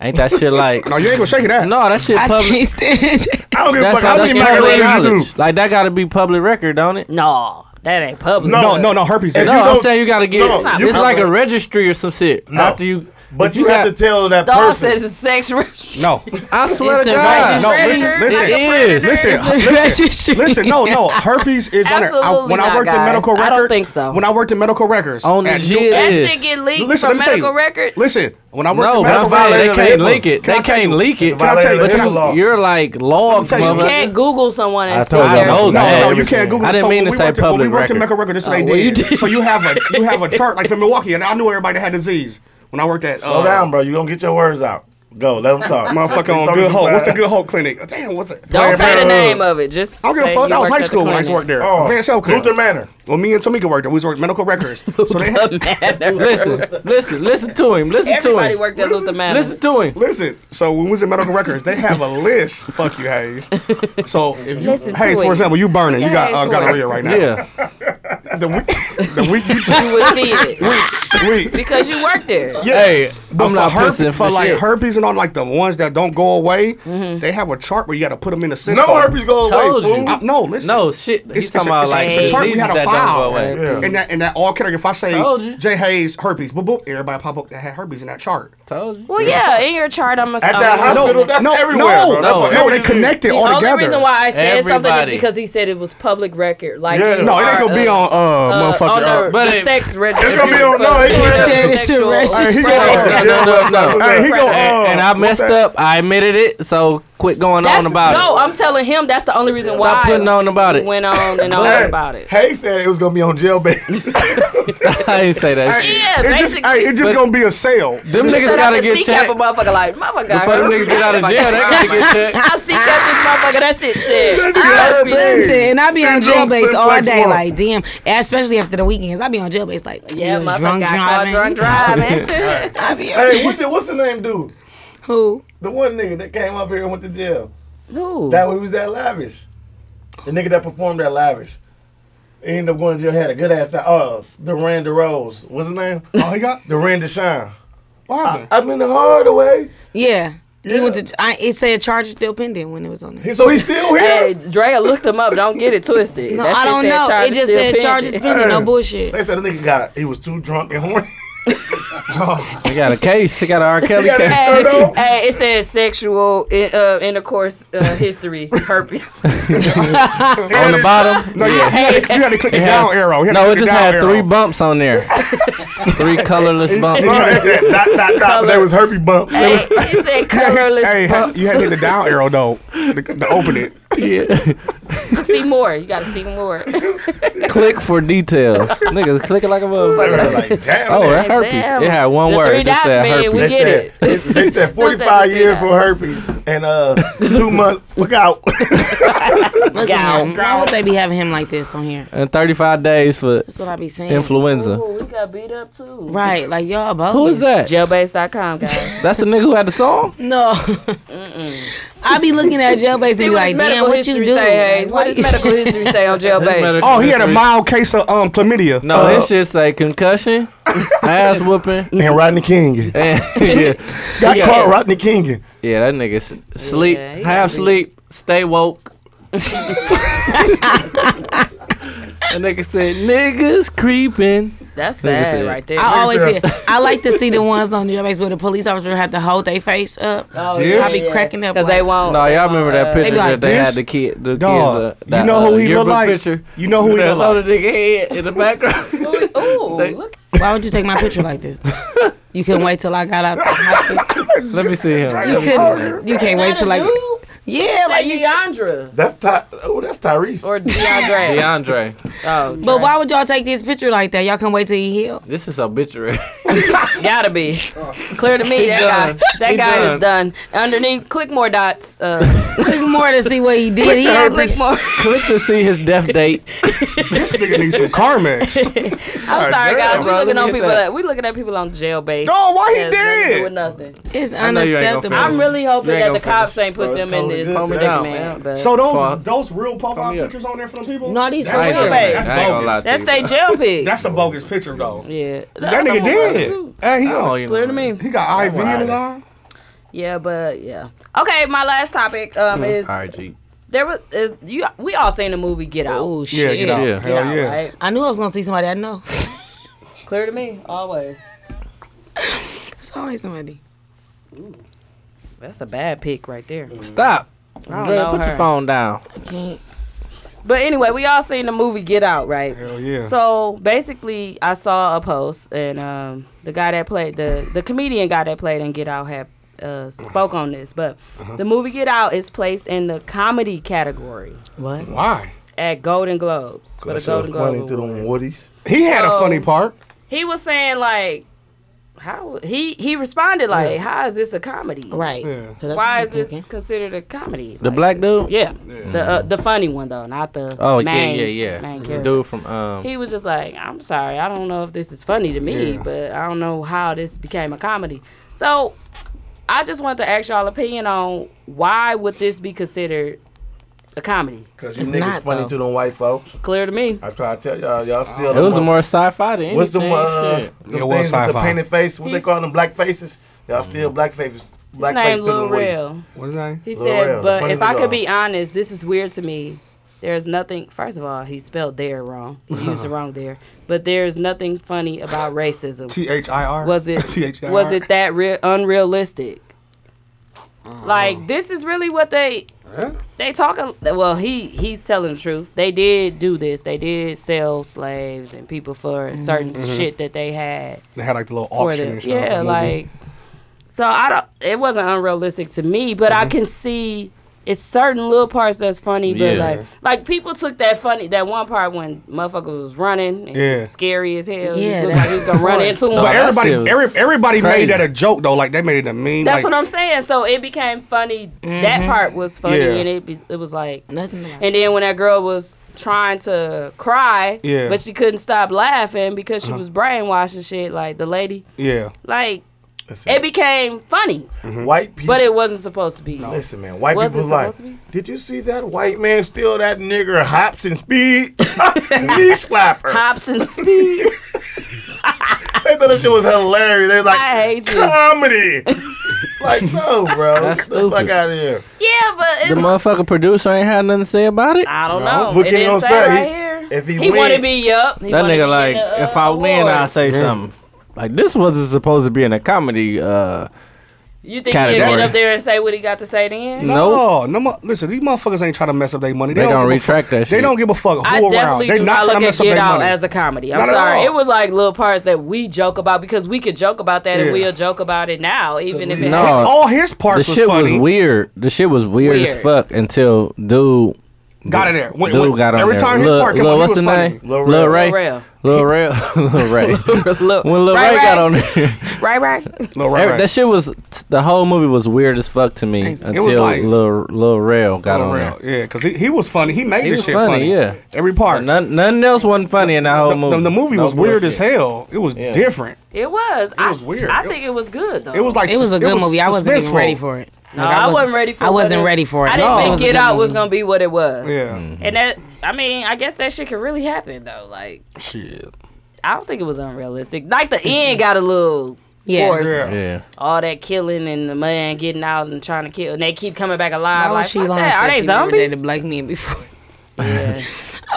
Speaker 4: Ain't that shit like?
Speaker 3: No, you ain't gonna shake it out.
Speaker 4: no, that shit
Speaker 6: I
Speaker 4: public.
Speaker 6: can't stand you.
Speaker 7: I don't give a
Speaker 4: That's
Speaker 7: fuck
Speaker 4: how
Speaker 7: how
Speaker 4: that's
Speaker 7: many
Speaker 4: public
Speaker 7: macaroni I do.
Speaker 4: knowledge. Like that got to be public record, don't it?
Speaker 5: No, that ain't public.
Speaker 3: No, no, no, herpes.
Speaker 7: If
Speaker 3: is-
Speaker 4: No,
Speaker 7: you
Speaker 4: I'm
Speaker 7: don't-
Speaker 4: saying you got to get.
Speaker 7: no,
Speaker 4: it's
Speaker 5: you-
Speaker 4: like a registry or some shit.
Speaker 7: No.
Speaker 4: After you,
Speaker 7: But
Speaker 4: if
Speaker 7: you, have
Speaker 4: got-
Speaker 7: to tell that
Speaker 5: Dog
Speaker 7: person.
Speaker 5: says it's sex registry.
Speaker 3: no,
Speaker 4: I swear
Speaker 6: It's
Speaker 4: to
Speaker 6: a
Speaker 4: God,
Speaker 3: no, listen,
Speaker 5: Predator?
Speaker 3: listen,
Speaker 5: Like a
Speaker 4: It is.
Speaker 3: listen,
Speaker 6: Registry.
Speaker 3: listen, listen. No, no, herpes is on there. I,
Speaker 5: Absolutely
Speaker 3: when I
Speaker 5: not,
Speaker 3: worked in
Speaker 5: guys.
Speaker 3: medical
Speaker 5: I
Speaker 3: records,
Speaker 5: don't think so.
Speaker 3: When I worked in medical records,
Speaker 4: On the
Speaker 3: and
Speaker 4: jig
Speaker 3: you-
Speaker 5: That
Speaker 4: is.
Speaker 5: shit get leaked
Speaker 3: Listen,
Speaker 5: from
Speaker 3: let me tell
Speaker 5: medical
Speaker 3: you.
Speaker 5: record.
Speaker 3: Listen, when I worked
Speaker 4: No,
Speaker 3: in
Speaker 4: but I'm
Speaker 3: medical
Speaker 7: violation
Speaker 4: saying
Speaker 7: of
Speaker 4: they can't
Speaker 7: HIPAA.
Speaker 4: link it.
Speaker 3: Can
Speaker 4: They
Speaker 3: I tell
Speaker 4: can't
Speaker 3: you-
Speaker 4: leak it.
Speaker 7: It's a violation
Speaker 4: But
Speaker 7: of HIPAA
Speaker 4: you,
Speaker 7: law.
Speaker 4: you're like logged,
Speaker 7: tell you,
Speaker 5: You
Speaker 7: Well,
Speaker 4: mother.
Speaker 5: can't Google someone and
Speaker 8: I
Speaker 5: say
Speaker 8: told y'all
Speaker 4: I know
Speaker 8: No,
Speaker 3: No,
Speaker 4: that.
Speaker 3: no, you can't Google.
Speaker 4: I didn't
Speaker 3: so
Speaker 4: mean
Speaker 3: when
Speaker 4: to
Speaker 3: we
Speaker 4: say
Speaker 3: worked in- when
Speaker 4: public
Speaker 3: we worked in
Speaker 4: record.
Speaker 3: medical records. That's what
Speaker 5: Oh,
Speaker 3: they
Speaker 5: well, you
Speaker 3: did. So you have a you have a chart like from Milwaukee, and I knew everybody that had disease when I worked at.
Speaker 7: Slow
Speaker 3: uh,
Speaker 7: down, bro. You gonna get your words out. Go, let them talk.
Speaker 3: Motherfucker on Good Hope. What's the Good Hope Clinic? Damn, what's it?
Speaker 5: Don't
Speaker 7: Planned
Speaker 5: say the
Speaker 7: Parenthood.
Speaker 5: name of it. Just
Speaker 3: I don't give
Speaker 5: say
Speaker 3: a fuck.
Speaker 5: you
Speaker 3: That was
Speaker 5: worked
Speaker 3: high
Speaker 5: at the
Speaker 3: school when I used to work
Speaker 5: clinic.
Speaker 3: there.
Speaker 7: Oh,
Speaker 3: Van Selker.
Speaker 7: Luther Manor.
Speaker 3: Well, me and Tamika worked there. We was worked medical records. So they had,
Speaker 4: Listen, listen, listen to him. Listen to
Speaker 5: Everybody
Speaker 4: him.
Speaker 5: worked at Luther Manor.
Speaker 4: Listen to him.
Speaker 3: listen. So when we was in medical records, they have a list. Fuck you, Hayes. So if you,
Speaker 5: Listen to
Speaker 3: Hayes,
Speaker 5: it.
Speaker 3: for example, you burning. You got
Speaker 5: Hayes
Speaker 3: uh,
Speaker 5: for
Speaker 3: gonorrhea
Speaker 5: it.
Speaker 3: right now.
Speaker 4: Yeah.
Speaker 3: The week, the week you
Speaker 5: you would see it
Speaker 3: week.
Speaker 5: because you worked there.
Speaker 3: Yeah.
Speaker 4: Hey,
Speaker 3: But
Speaker 4: I'm not
Speaker 3: for, herpes,
Speaker 4: pissing
Speaker 3: for,
Speaker 4: for
Speaker 3: like
Speaker 4: shit.
Speaker 3: herpes and all like the ones that don't go away,
Speaker 5: Mm-hmm.
Speaker 3: they have a chart where you got to put them in the system.
Speaker 7: No herpes go away.
Speaker 4: Told
Speaker 7: fool.
Speaker 4: you.
Speaker 3: I- no, listen.
Speaker 4: No shit. He's
Speaker 3: It's,
Speaker 4: talking
Speaker 3: it's a-
Speaker 4: about
Speaker 3: it's a-
Speaker 4: like
Speaker 3: it's a chart.
Speaker 4: diseases
Speaker 3: We had
Speaker 4: that
Speaker 3: a
Speaker 4: don't go
Speaker 3: file,
Speaker 4: away.
Speaker 7: Yeah.
Speaker 3: and that and that all category. If I say
Speaker 4: Told you.
Speaker 3: J Hayes herpes, boop boop, everybody pop up that had herpes in that chart.
Speaker 4: Told you.
Speaker 5: Well, yeah, in your chart, I'm a.
Speaker 7: At that hospital, that's
Speaker 3: no,
Speaker 7: everywhere.
Speaker 3: no,
Speaker 7: bro. That's
Speaker 4: no,
Speaker 7: what
Speaker 3: No,
Speaker 7: every
Speaker 3: they
Speaker 7: disease.
Speaker 3: connected
Speaker 5: The
Speaker 3: all
Speaker 5: only
Speaker 3: together.
Speaker 5: reason why I said something
Speaker 4: Everybody.
Speaker 5: is because he said it was public record. Like
Speaker 7: Yeah.
Speaker 5: you
Speaker 3: No, it ain't
Speaker 5: are
Speaker 3: gonna be
Speaker 5: a-
Speaker 3: on uh,
Speaker 5: uh, on
Speaker 3: motherfucker.
Speaker 5: the,
Speaker 3: uh,
Speaker 4: But
Speaker 5: the
Speaker 4: it-
Speaker 5: sex registry.
Speaker 7: gonna be on- no, it
Speaker 5: for
Speaker 6: be
Speaker 7: gonna
Speaker 6: on-
Speaker 5: sexual-
Speaker 6: It's a
Speaker 3: hey, he go,
Speaker 5: Right.
Speaker 4: No, no, no, no.
Speaker 3: hey, he go, uh,
Speaker 4: And I messed up. I admitted it. So quit going
Speaker 5: That's-
Speaker 4: on about
Speaker 5: no,
Speaker 4: it.
Speaker 5: I'm telling him that's the only reason why.
Speaker 4: Stop putting on about
Speaker 5: he
Speaker 4: it.
Speaker 5: Went on and on about it.
Speaker 7: Hey said it was gonna be on jail bait.
Speaker 4: I didn't say that. shit.
Speaker 5: Yeah,
Speaker 3: it just,
Speaker 5: basically.
Speaker 3: hey, it just gonna be a sale.
Speaker 4: Them niggas
Speaker 5: Stood up
Speaker 4: gotta
Speaker 5: and
Speaker 4: get
Speaker 5: C cap
Speaker 4: checked.
Speaker 5: a motherfucker like motherfucker. I
Speaker 4: Before them
Speaker 5: heard
Speaker 4: niggas
Speaker 5: you.
Speaker 4: get out of jail, they gotta get checked.
Speaker 5: I see cap this motherfucker. That shit shit. I be-
Speaker 6: Listen, and I be on
Speaker 7: Syndrome,
Speaker 6: jailbase all
Speaker 7: simplex
Speaker 6: day,
Speaker 7: one.
Speaker 6: like damn. Especially after the weekends, I be on jailbase like
Speaker 5: Yeah,
Speaker 6: you was
Speaker 5: motherfucker got caught drunk driving.
Speaker 6: I be
Speaker 7: hey, what the, what's the name, dude?
Speaker 6: who?
Speaker 7: The one nigga that came up here and went to jail.
Speaker 5: Ooh.
Speaker 7: That way we was at lavish. The nigga that performed at lavish. He ended up going to jail. Had a good ass time. Oh, Duran DeRose. What's his name?
Speaker 3: Oh, he got.
Speaker 7: Duran Deshawn.
Speaker 3: What happened?
Speaker 7: I'm in the hard way.
Speaker 6: Yeah. He
Speaker 7: Yeah.
Speaker 6: went to. I, it said charges still pending when it was on there.
Speaker 7: He- So he's still
Speaker 5: Hey,
Speaker 7: here.
Speaker 5: Drea looked him up. Don't get it twisted.
Speaker 6: No,
Speaker 5: That
Speaker 6: I
Speaker 5: shit
Speaker 6: don't
Speaker 5: said
Speaker 6: know. It
Speaker 5: charges
Speaker 6: just
Speaker 5: still
Speaker 6: said
Speaker 5: pending.
Speaker 6: charges pending. No bullshit.
Speaker 7: They said the nigga got. He was too drunk and horny.
Speaker 4: They got a case. They got a R. Kelly
Speaker 7: got a-
Speaker 4: case.
Speaker 5: Hey,
Speaker 7: Straight up.
Speaker 5: hey, it said sexual in, uh, intercourse uh, history herpes.
Speaker 4: on the bottom.
Speaker 3: No, you, you, had to, you had to click the
Speaker 4: It
Speaker 3: down
Speaker 4: has-
Speaker 3: arrow. You had to
Speaker 4: No,
Speaker 3: click
Speaker 4: it
Speaker 3: the
Speaker 4: just
Speaker 3: down
Speaker 4: had three
Speaker 3: arrow.
Speaker 4: bumps on there. three colorless bumps.
Speaker 7: Bro, it's that dot, dot, dot, but They was herpy bump.
Speaker 5: hey, it said colorless.
Speaker 3: Hey,
Speaker 5: bump.
Speaker 3: you had to hit the down arrow though to, to open it.
Speaker 4: Yeah.
Speaker 5: see more. You gotta see more.
Speaker 4: Click for details. Niggas clicking like a
Speaker 7: They
Speaker 4: motherfucker.
Speaker 7: were like, damn.
Speaker 4: Oh,
Speaker 7: nigga.
Speaker 4: that herpes.
Speaker 5: Damn.
Speaker 4: It had one
Speaker 5: The
Speaker 4: word.
Speaker 5: three
Speaker 4: It just
Speaker 5: dots
Speaker 4: said
Speaker 5: mean we
Speaker 4: herpes.
Speaker 7: They
Speaker 5: get
Speaker 7: said, they said 45
Speaker 5: do
Speaker 7: years
Speaker 5: that.
Speaker 7: for herpes and uh two months for gout.
Speaker 6: Look at him. Why would they be having him like this on here?
Speaker 4: And 35 days for
Speaker 6: That's what I be saying.
Speaker 4: influenza.
Speaker 5: Ooh, we got beat up too.
Speaker 6: right, like y'all both.
Speaker 4: Who is that?
Speaker 5: Jailbase.com, guys.
Speaker 4: That's the nigga who had the song?
Speaker 6: No. I be looking at jailbase and
Speaker 5: See
Speaker 6: be
Speaker 5: what
Speaker 6: like,
Speaker 5: his
Speaker 6: damn,
Speaker 5: medical
Speaker 6: what you
Speaker 5: history
Speaker 6: do?
Speaker 5: say, Hayes.
Speaker 6: Like,
Speaker 5: What
Speaker 6: why
Speaker 5: does
Speaker 6: you-
Speaker 5: medical history say on jailbase?
Speaker 3: Oh, he had a mild case of um chlamydia.
Speaker 4: No,
Speaker 3: Uh,
Speaker 4: this shit say concussion, ass whooping,
Speaker 7: and Rodney King.
Speaker 4: and yeah,
Speaker 7: Got caught Rodney King.
Speaker 4: yeah, that nigga s- sleep,
Speaker 5: Yeah, he
Speaker 4: half
Speaker 5: gotta be-
Speaker 4: sleep, stay woke. that nigga said, "Niggas creeping."
Speaker 5: That's
Speaker 4: Nigga
Speaker 5: sad
Speaker 4: said-
Speaker 5: right there.
Speaker 6: I always see. I like to see the ones on jailbase where the police officer have to hold their face up.
Speaker 5: Oh,
Speaker 3: Yes.
Speaker 6: I be cracking up.
Speaker 5: Cause
Speaker 6: like,
Speaker 5: they won't.
Speaker 4: No,
Speaker 5: they
Speaker 4: y'all
Speaker 5: won't,
Speaker 4: remember that
Speaker 5: uh,
Speaker 4: picture
Speaker 6: be like,
Speaker 4: that they had
Speaker 3: "This
Speaker 4: the kid, the
Speaker 3: dog,
Speaker 4: kids. Uh,
Speaker 3: you
Speaker 4: that,
Speaker 3: know who
Speaker 4: uh,
Speaker 3: he look
Speaker 4: yearbook
Speaker 3: like?
Speaker 4: Picture.
Speaker 3: You know who he
Speaker 4: That's
Speaker 3: look
Speaker 4: on the nigga head in the background.
Speaker 5: Ooh, look.
Speaker 6: Why would you take my picture like this? You couldn't wait till I got out. the hospital?
Speaker 4: Let me see him.
Speaker 6: You couldn't. You can't wait till like. Yeah, like you.
Speaker 5: Deandra
Speaker 7: That's Ty. Oh, that's Tyrese.
Speaker 5: or Deandre.
Speaker 4: DeAndre,
Speaker 5: oh,
Speaker 6: But why would y'all take this picture like that? Y'all can wait till he heal.
Speaker 4: this is obituary.
Speaker 5: Gotta be clear to me. That
Speaker 4: done.
Speaker 5: guy, that
Speaker 4: He
Speaker 5: guy
Speaker 4: done.
Speaker 5: is done. Underneath, click more dots. Uh,
Speaker 6: Click more to see what he did. He had
Speaker 5: click
Speaker 6: this.
Speaker 5: more.
Speaker 4: Click to see his death date.
Speaker 3: This nigga needs some Carmex.
Speaker 5: I'm sorry, guys. We
Speaker 4: bro, let
Speaker 5: looking
Speaker 4: me
Speaker 5: on
Speaker 4: hit
Speaker 5: people.
Speaker 4: that.
Speaker 5: That. We looking at people on jail base.
Speaker 3: No, why he
Speaker 5: Has nothing to do
Speaker 3: dead?
Speaker 5: with nothing.
Speaker 6: It's
Speaker 4: know you ain't gonna
Speaker 6: unacceptable.
Speaker 4: finish.
Speaker 5: I'm really hoping
Speaker 4: ain't
Speaker 5: that the
Speaker 4: gonna
Speaker 5: cops ain't put
Speaker 7: Bro, it's
Speaker 5: them in
Speaker 7: cold
Speaker 5: this
Speaker 7: good
Speaker 4: Calm it
Speaker 7: today,
Speaker 4: down,
Speaker 5: predicament.
Speaker 4: man.
Speaker 5: But
Speaker 3: So those
Speaker 4: Fuck.
Speaker 3: those real profile
Speaker 4: Come here.
Speaker 3: pictures on there for them people.
Speaker 6: No, these
Speaker 3: that's
Speaker 4: I ain't,
Speaker 5: real
Speaker 4: tripping.
Speaker 5: base.
Speaker 3: That's
Speaker 4: I ain't gonna lie
Speaker 3: bogus.
Speaker 4: to
Speaker 5: that's
Speaker 4: you.
Speaker 5: they
Speaker 4: bro.
Speaker 5: jail pig.
Speaker 3: That's a bogus picture though.
Speaker 5: yeah.
Speaker 3: That nigga did. Hey, he,
Speaker 4: I don't even
Speaker 5: Clear to
Speaker 4: Oh, know.
Speaker 5: me.
Speaker 3: he got IV in the eye.
Speaker 5: Yeah, but yeah. Okay, my last topic um is
Speaker 4: All right, G.
Speaker 5: there was is you we all seen the movie Get Out.
Speaker 6: Oh
Speaker 3: Yeah,
Speaker 6: shit!
Speaker 3: get out.
Speaker 4: Yeah.
Speaker 3: Hell
Speaker 5: Get Out,
Speaker 3: yeah.
Speaker 5: right?
Speaker 6: I knew I was gonna see somebody I know.
Speaker 5: Clear to me, always.
Speaker 6: it's always somebody.
Speaker 5: That's a bad pick right there.
Speaker 4: Stop.
Speaker 5: I don't
Speaker 4: Dre,
Speaker 5: know
Speaker 4: Mm. put
Speaker 5: her.
Speaker 4: your phone down.
Speaker 6: I can't.
Speaker 5: But anyway, we all seen the movie Get Out, right?
Speaker 3: Hell yeah.
Speaker 5: So basically, I saw a post, and um, the guy that played the the comedian guy that played in Get Out had uh, spoke on this. But
Speaker 4: Uh-huh.
Speaker 5: the movie Get Out is placed in the comedy category
Speaker 6: What?
Speaker 3: why?
Speaker 5: at Golden Globes for the Golden
Speaker 7: Pointing
Speaker 5: Globe.
Speaker 7: to
Speaker 5: Award.
Speaker 7: them Woodies.
Speaker 3: He had a
Speaker 5: So-
Speaker 3: funny part.
Speaker 5: He was saying like, how he he responded like, how is this a comedy?
Speaker 6: Right.
Speaker 3: Yeah.
Speaker 6: 'Cause that's
Speaker 5: Why
Speaker 6: what
Speaker 5: is
Speaker 6: I'm
Speaker 5: this
Speaker 6: thinking.
Speaker 5: considered a comedy?
Speaker 4: The
Speaker 5: Like,
Speaker 4: black dude.
Speaker 5: Yeah, the uh, the funny one though, not the
Speaker 4: Oh
Speaker 5: main,
Speaker 4: yeah, yeah, yeah.
Speaker 5: main
Speaker 4: The
Speaker 5: character.
Speaker 4: dude from um.
Speaker 5: he was just like, I'm sorry, I don't know if this is funny to me,
Speaker 3: Yeah.
Speaker 5: but I don't know how this became a comedy. So I just want to ask y'all opinion on why would this be considered a comedy?
Speaker 7: Cause you
Speaker 6: It's
Speaker 7: niggas
Speaker 6: not,
Speaker 7: funny
Speaker 6: though.
Speaker 7: to them white folks.
Speaker 5: Clear to me.
Speaker 7: I try to tell y'all, y'all still.
Speaker 4: it was a more sci-fi than anything.
Speaker 7: What's the uh,
Speaker 4: shit.
Speaker 3: It
Speaker 7: them
Speaker 3: was
Speaker 7: things with the
Speaker 3: sci-fi.
Speaker 7: painted face? What they
Speaker 5: He's-
Speaker 7: call them? Black faces. Y'all still black
Speaker 5: His
Speaker 7: faces. Black
Speaker 5: name's
Speaker 7: faces to
Speaker 5: Lil
Speaker 7: them Woodies.
Speaker 5: Real.
Speaker 3: What is that?
Speaker 5: He
Speaker 7: Lil
Speaker 5: said,
Speaker 7: Rel,
Speaker 5: but
Speaker 7: funny
Speaker 5: if I
Speaker 7: nigga.
Speaker 5: could be honest, this is weird to me. There's nothing. First of all, he spelled there wrong. He used the wrong there. But there's nothing funny about racism.
Speaker 3: T H I R.
Speaker 5: Was it
Speaker 3: T H I R?
Speaker 5: was it that re- unrealistic?
Speaker 3: Uh-huh.
Speaker 5: Like this is really what they they talking. Well, he he's telling the truth. They did do this. They did sell slaves and people for certain
Speaker 3: Mm-hmm.
Speaker 5: shit that they had
Speaker 3: They had like the little
Speaker 5: for
Speaker 3: auction
Speaker 5: them.
Speaker 3: and stuff.
Speaker 5: Yeah,
Speaker 3: movie.
Speaker 5: like so I don't. It wasn't unrealistic to me, but
Speaker 3: Mm-hmm.
Speaker 5: I can see. It's certain little parts that's funny, but
Speaker 4: Yeah.
Speaker 5: like, like people took that funny that one part when motherfucker was running and
Speaker 3: Yeah.
Speaker 5: scary as hell. Yeah,
Speaker 6: Yeah,
Speaker 5: looked
Speaker 6: that's-
Speaker 5: like he was gonna run into him.
Speaker 4: No,
Speaker 3: But
Speaker 4: that
Speaker 3: everybody,
Speaker 4: shit was
Speaker 3: every, everybody
Speaker 4: crazy.
Speaker 3: made that a joke though. Like they made it a meme.
Speaker 5: That's
Speaker 3: like,
Speaker 5: what I'm saying. So it became funny. That part was funny,
Speaker 3: Yeah.
Speaker 5: and it be, it was like.
Speaker 6: Nothing. about it.
Speaker 5: And then when that girl was trying to cry,
Speaker 3: Yeah. Uh-huh.
Speaker 5: but she couldn't stop laughing because she was brainwashed and shit. Like the lady,
Speaker 3: yeah.
Speaker 5: like
Speaker 7: Listen,
Speaker 5: it became funny,
Speaker 7: white people.
Speaker 5: but it wasn't supposed to be.
Speaker 7: Listen, man, white
Speaker 5: Oh. Was it
Speaker 7: people like,
Speaker 5: supposed to
Speaker 7: did you see that white man steal that nigger hops and speed? Knee slapper.
Speaker 5: Hops and speed.
Speaker 7: They thought that shit was hilarious. They was like,
Speaker 5: I hate you.
Speaker 7: comedy. like, no, bro.
Speaker 4: That's
Speaker 7: Get the fuck
Speaker 4: stupid.
Speaker 7: out of here.
Speaker 5: Yeah, but
Speaker 4: The
Speaker 5: it,
Speaker 4: motherfucking producer ain't had nothing to say about it.
Speaker 5: I don't
Speaker 7: No,
Speaker 5: know.
Speaker 7: what
Speaker 5: it
Speaker 7: can you
Speaker 5: didn't
Speaker 7: gonna
Speaker 5: say,
Speaker 7: say?
Speaker 5: right here.
Speaker 7: If he
Speaker 5: he
Speaker 7: win-
Speaker 5: want to be up. He
Speaker 4: That
Speaker 5: wanna be
Speaker 4: nigga
Speaker 5: in
Speaker 4: like,
Speaker 5: the, uh,
Speaker 4: if I win, I
Speaker 5: awards.
Speaker 4: say something. Like this wasn't supposed to be in a comedy. Uh,
Speaker 5: You think he'll get
Speaker 4: category.
Speaker 5: up there and say what he got to say then?
Speaker 3: No, no. mo- Listen, these motherfuckers ain't trying to mess up their money.
Speaker 4: They
Speaker 3: don't
Speaker 4: gonna
Speaker 3: give a fuck.
Speaker 4: retract that
Speaker 3: They
Speaker 4: shit.
Speaker 3: don't give a fuck who
Speaker 5: I
Speaker 3: around.
Speaker 5: definitely
Speaker 3: They not
Speaker 5: do not
Speaker 3: trying
Speaker 5: look
Speaker 3: to
Speaker 5: at
Speaker 3: mess up their
Speaker 5: Get Out
Speaker 3: money.
Speaker 5: as a comedy. I'm
Speaker 3: Not at
Speaker 5: sorry.
Speaker 3: all.
Speaker 5: It was like little parts that we joke about because we could joke about that
Speaker 3: Yeah.
Speaker 5: and we'll joke about it now, even if it
Speaker 4: No.
Speaker 5: happened.
Speaker 3: All his
Speaker 4: the
Speaker 3: parts was
Speaker 4: shit was
Speaker 3: funny.
Speaker 4: weird. The shit was weird, as
Speaker 5: Weird.
Speaker 4: fuck until dude.
Speaker 3: Got it there. When-
Speaker 4: dude
Speaker 3: when-
Speaker 4: got on
Speaker 3: every
Speaker 4: there.
Speaker 3: time his
Speaker 4: Lil-
Speaker 3: part came
Speaker 4: Lil-
Speaker 3: on, he
Speaker 4: what's
Speaker 3: was
Speaker 4: the
Speaker 3: funny.
Speaker 4: name? Lil Ray.
Speaker 5: Lil Rel.
Speaker 4: Lil Ray. Lil Ray.
Speaker 5: Look,
Speaker 4: When Lil
Speaker 5: right,
Speaker 4: Ray got
Speaker 5: right,
Speaker 4: on there,
Speaker 5: right, right.
Speaker 3: Lil
Speaker 4: every-
Speaker 3: Ray.
Speaker 4: that shit was the whole movie was weird as fuck to me until
Speaker 3: like-
Speaker 4: Lil Lil Rail got
Speaker 3: Lil
Speaker 4: on
Speaker 3: Rel.
Speaker 4: there.
Speaker 3: Yeah, because he, he was funny. He made
Speaker 4: He
Speaker 3: this
Speaker 4: was
Speaker 3: shit
Speaker 4: funny,
Speaker 3: funny,
Speaker 4: yeah.
Speaker 3: Every part.
Speaker 4: None, nothing else wasn't funny in that whole
Speaker 3: the,
Speaker 4: movie.
Speaker 3: the- the movie
Speaker 4: No
Speaker 3: was weird as
Speaker 4: bullshit.
Speaker 3: hell. It was
Speaker 4: Yeah.
Speaker 3: different.
Speaker 5: It was. It
Speaker 3: was weird.
Speaker 5: I,
Speaker 3: It-
Speaker 5: think it was good though.
Speaker 3: It was like
Speaker 6: It was a
Speaker 3: sus-
Speaker 6: good movie. I wasn't even
Speaker 3: suspenseful.
Speaker 6: ready for it.
Speaker 5: no,
Speaker 6: Like,
Speaker 5: I, wasn't ready for.
Speaker 6: I
Speaker 5: what
Speaker 6: wasn't
Speaker 5: it-
Speaker 6: ready for it.
Speaker 5: I didn't
Speaker 6: No. It
Speaker 5: think
Speaker 6: was a
Speaker 5: Get
Speaker 6: good
Speaker 5: Out was
Speaker 6: movie.
Speaker 5: gonna be what it was.
Speaker 3: Yeah.
Speaker 5: And that, I mean, I guess that shit could really happen though. Like,
Speaker 3: Shit.
Speaker 5: I don't think it was unrealistic. Like the end got a little
Speaker 6: Yeah.
Speaker 5: forced.
Speaker 3: Yeah.
Speaker 4: Yeah.
Speaker 5: all that killing and the man getting out and trying to kill, and they keep coming back alive.
Speaker 6: Why
Speaker 5: like,
Speaker 6: was she
Speaker 5: fuck
Speaker 6: lying?
Speaker 5: that. Are
Speaker 6: since
Speaker 5: they
Speaker 6: she never dated
Speaker 5: zombies?
Speaker 6: black men before.
Speaker 5: Yeah.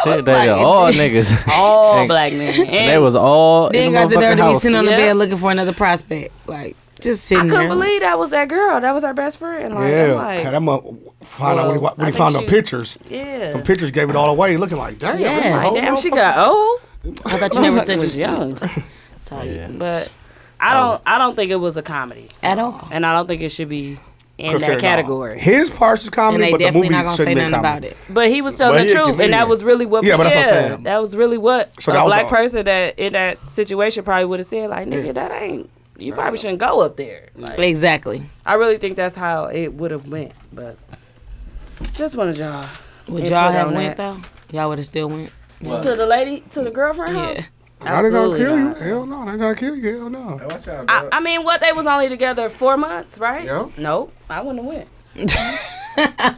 Speaker 4: Shit, they
Speaker 6: like-
Speaker 4: are all niggas.
Speaker 5: all
Speaker 4: And-
Speaker 5: black men. And
Speaker 4: They was all
Speaker 6: Then
Speaker 4: in the
Speaker 6: got the
Speaker 4: motherfucking
Speaker 6: nerve to be
Speaker 4: house.
Speaker 6: sitting on the
Speaker 5: Yeah.
Speaker 6: bed looking for another prospect. Like just
Speaker 5: I
Speaker 6: sitting
Speaker 5: couldn't
Speaker 6: there.
Speaker 5: believe that was that girl. That was our best friend. Like,
Speaker 3: Yeah.
Speaker 5: I'm like,
Speaker 3: Had that mo- find out when he, wa-
Speaker 5: Well,
Speaker 3: when he
Speaker 5: I think
Speaker 3: found the
Speaker 5: she-
Speaker 3: pictures.
Speaker 5: yeah.
Speaker 3: The pictures gave it all away, looking like, damn,
Speaker 6: Yeah.
Speaker 3: this is a
Speaker 6: Like,
Speaker 3: whole
Speaker 5: Damn, she
Speaker 3: motherfucker.
Speaker 5: got
Speaker 3: Oh.
Speaker 5: old.
Speaker 6: I thought you never
Speaker 5: Motherfucker
Speaker 6: said
Speaker 5: was
Speaker 6: you
Speaker 5: young. But I don't. I don't think it was a comedy,
Speaker 6: at all.
Speaker 5: and I don't think it should be in
Speaker 3: considered
Speaker 5: that
Speaker 3: all.
Speaker 5: category.
Speaker 3: His parts is
Speaker 6: and
Speaker 3: comedy,
Speaker 6: they
Speaker 3: but the
Speaker 6: definitely
Speaker 3: movie
Speaker 6: not gonna
Speaker 3: shouldn't
Speaker 6: say
Speaker 3: be
Speaker 6: nothing
Speaker 3: comedy.
Speaker 6: about it.
Speaker 5: But he was telling
Speaker 10: Well, he
Speaker 5: the
Speaker 10: a
Speaker 5: truth, and
Speaker 10: comedian.
Speaker 5: that was really what.
Speaker 3: Yeah, but that's what I'm saying.
Speaker 5: That was really what
Speaker 3: So that
Speaker 5: a
Speaker 3: was
Speaker 5: black
Speaker 3: all.
Speaker 5: person that in that situation probably would have said, like, nigga, that ain't. You probably shouldn't go up there. Like,
Speaker 6: Exactly.
Speaker 5: I really think that's how it would have went. But just wanted y'all
Speaker 6: Would
Speaker 5: Input
Speaker 6: y'all have
Speaker 5: on
Speaker 6: went
Speaker 5: that.
Speaker 6: though? Y'all would have still went.
Speaker 5: to the lady to the girlfriend house.
Speaker 6: Yeah.
Speaker 3: I didn't gonna
Speaker 5: Absolutely
Speaker 3: kill you.
Speaker 5: not.
Speaker 3: Hell no, they gonna kill you. Hell no.
Speaker 11: Watch out,
Speaker 5: I,
Speaker 11: dog.
Speaker 5: I mean, what they was only together four months, right?
Speaker 3: Yeah.
Speaker 5: Nope, I wouldn't have went.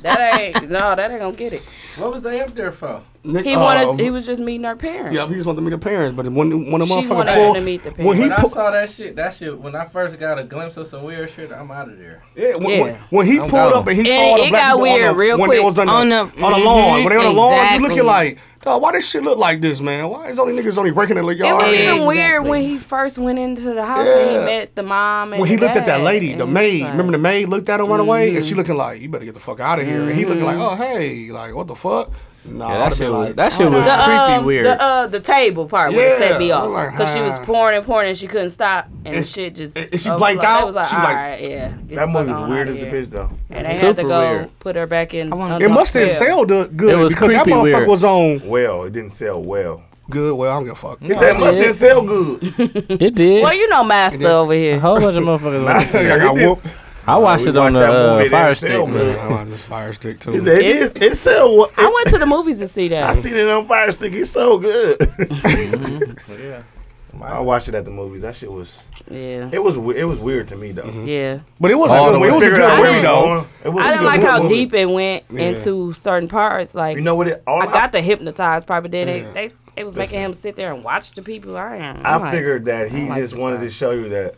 Speaker 5: that ain't no, that ain't gonna get it.
Speaker 11: What was they up there for?
Speaker 5: He
Speaker 3: Um,
Speaker 5: wanted, he was just meeting her parents.
Speaker 3: Yeah, he just wanted to meet the parents, but when when the
Speaker 5: She
Speaker 3: motherfucker
Speaker 5: wanted him
Speaker 3: pulled,
Speaker 5: to meet the
Speaker 3: when he
Speaker 11: When I
Speaker 3: pulled,
Speaker 11: saw that shit, that shit, when I first got a glimpse of some weird shit, I'm out of there.
Speaker 3: yeah, when,
Speaker 5: Yeah.
Speaker 3: when- when he
Speaker 11: I'm
Speaker 3: pulled
Speaker 11: gone.
Speaker 3: up and he
Speaker 5: And
Speaker 3: saw all
Speaker 5: it
Speaker 3: the black
Speaker 5: got
Speaker 3: people on
Speaker 5: weird
Speaker 3: the-
Speaker 5: real
Speaker 3: when
Speaker 5: quick.
Speaker 3: It was on,
Speaker 6: On
Speaker 3: the,
Speaker 6: the-
Speaker 3: on the lawn,
Speaker 6: mhm,
Speaker 3: when they on the lawn, you
Speaker 6: exactly.
Speaker 3: looking like, dog, why this shit look like this, man? Why is all these niggas only breaking the
Speaker 5: It
Speaker 3: yard?
Speaker 5: was
Speaker 6: Yeah,
Speaker 5: even weird
Speaker 6: exactly.
Speaker 5: when he first went into the house and
Speaker 3: Yeah.
Speaker 5: he met the mom. And
Speaker 3: when he
Speaker 5: the
Speaker 3: looked at that
Speaker 5: dad,
Speaker 3: lady,
Speaker 5: and
Speaker 3: the
Speaker 5: he was
Speaker 3: maid,
Speaker 5: like-
Speaker 3: remember the maid looked at him right away, and she looking like, "You better get the fuck out of here." And he looking like, "Oh hey, like what the fuck?" Nah, I'd
Speaker 4: Yeah, that
Speaker 3: have
Speaker 4: shit
Speaker 3: been
Speaker 4: was
Speaker 3: like,
Speaker 4: that shit was
Speaker 5: the,
Speaker 4: creepy
Speaker 5: uh,
Speaker 4: weird.
Speaker 5: The, uh, the table part where it
Speaker 3: Yeah,
Speaker 5: set me
Speaker 3: I'm
Speaker 5: off
Speaker 3: like,
Speaker 5: because she was
Speaker 3: huh.
Speaker 5: pouring and pouring and she couldn't stop and
Speaker 3: And-
Speaker 5: shit just.
Speaker 3: and she blanked
Speaker 5: overflowed. They
Speaker 3: out.
Speaker 5: Was like,
Speaker 3: She
Speaker 5: all
Speaker 3: like-
Speaker 5: right, yeah. get
Speaker 7: That
Speaker 5: the fuck
Speaker 7: movie's
Speaker 5: on
Speaker 7: weird
Speaker 5: outta
Speaker 7: as a
Speaker 5: here."
Speaker 7: bitch though.
Speaker 5: And they had to
Speaker 4: Super
Speaker 5: go
Speaker 4: weird.
Speaker 5: put her back in.
Speaker 6: I wanna-
Speaker 5: under
Speaker 3: it must have
Speaker 5: jail.
Speaker 3: sold good
Speaker 4: It was
Speaker 3: because that
Speaker 4: creepy
Speaker 3: motherfucker
Speaker 4: weird.
Speaker 3: was on
Speaker 7: Well, it didn't sell well.
Speaker 3: good. Well, I don't give a fuck.
Speaker 4: Mm-hmm.
Speaker 7: That must didn't sell good.
Speaker 4: it did.
Speaker 5: Well, you know, master over
Speaker 4: a
Speaker 5: here.
Speaker 3: Uh-huh.
Speaker 4: whole bunch of motherfuckers.
Speaker 7: I
Speaker 4: like that.
Speaker 7: said,
Speaker 3: I got
Speaker 7: it did-
Speaker 3: whooped.
Speaker 4: I watched
Speaker 7: we
Speaker 4: it on
Speaker 7: watched
Speaker 4: the
Speaker 7: that movie,
Speaker 4: uh,
Speaker 7: it
Speaker 4: Fire
Speaker 7: didn't sell
Speaker 4: Stick.
Speaker 7: good.
Speaker 4: man.
Speaker 3: I want this fire stick too.
Speaker 7: It, it, is, it sell well.
Speaker 5: I went to the movies to see
Speaker 7: I
Speaker 5: that.
Speaker 7: seen it on Fire Stick. It's so good.
Speaker 5: Mm-hmm.
Speaker 7: I watched it at the movies. That shit was.
Speaker 5: Yeah,
Speaker 7: It was. we- It was weird to me though.
Speaker 5: yeah.
Speaker 3: But it was
Speaker 4: All
Speaker 3: a
Speaker 4: the
Speaker 3: good,
Speaker 4: way.
Speaker 3: it was a
Speaker 7: Figured out
Speaker 3: good
Speaker 7: where
Speaker 3: movie
Speaker 7: we
Speaker 3: though.
Speaker 7: going. It was
Speaker 5: I
Speaker 7: a
Speaker 5: didn't
Speaker 7: good
Speaker 5: like how
Speaker 7: movie.
Speaker 5: deep it went
Speaker 3: Yeah.
Speaker 5: into certain parts. Like
Speaker 7: You know what? It, all
Speaker 5: I got the hypnotized part, but then
Speaker 3: Yeah.
Speaker 5: they, they they was making him sit there and watch the people. I am.
Speaker 7: I figured that he
Speaker 5: like
Speaker 7: just
Speaker 5: this
Speaker 7: wanted
Speaker 5: guy.
Speaker 7: to show you that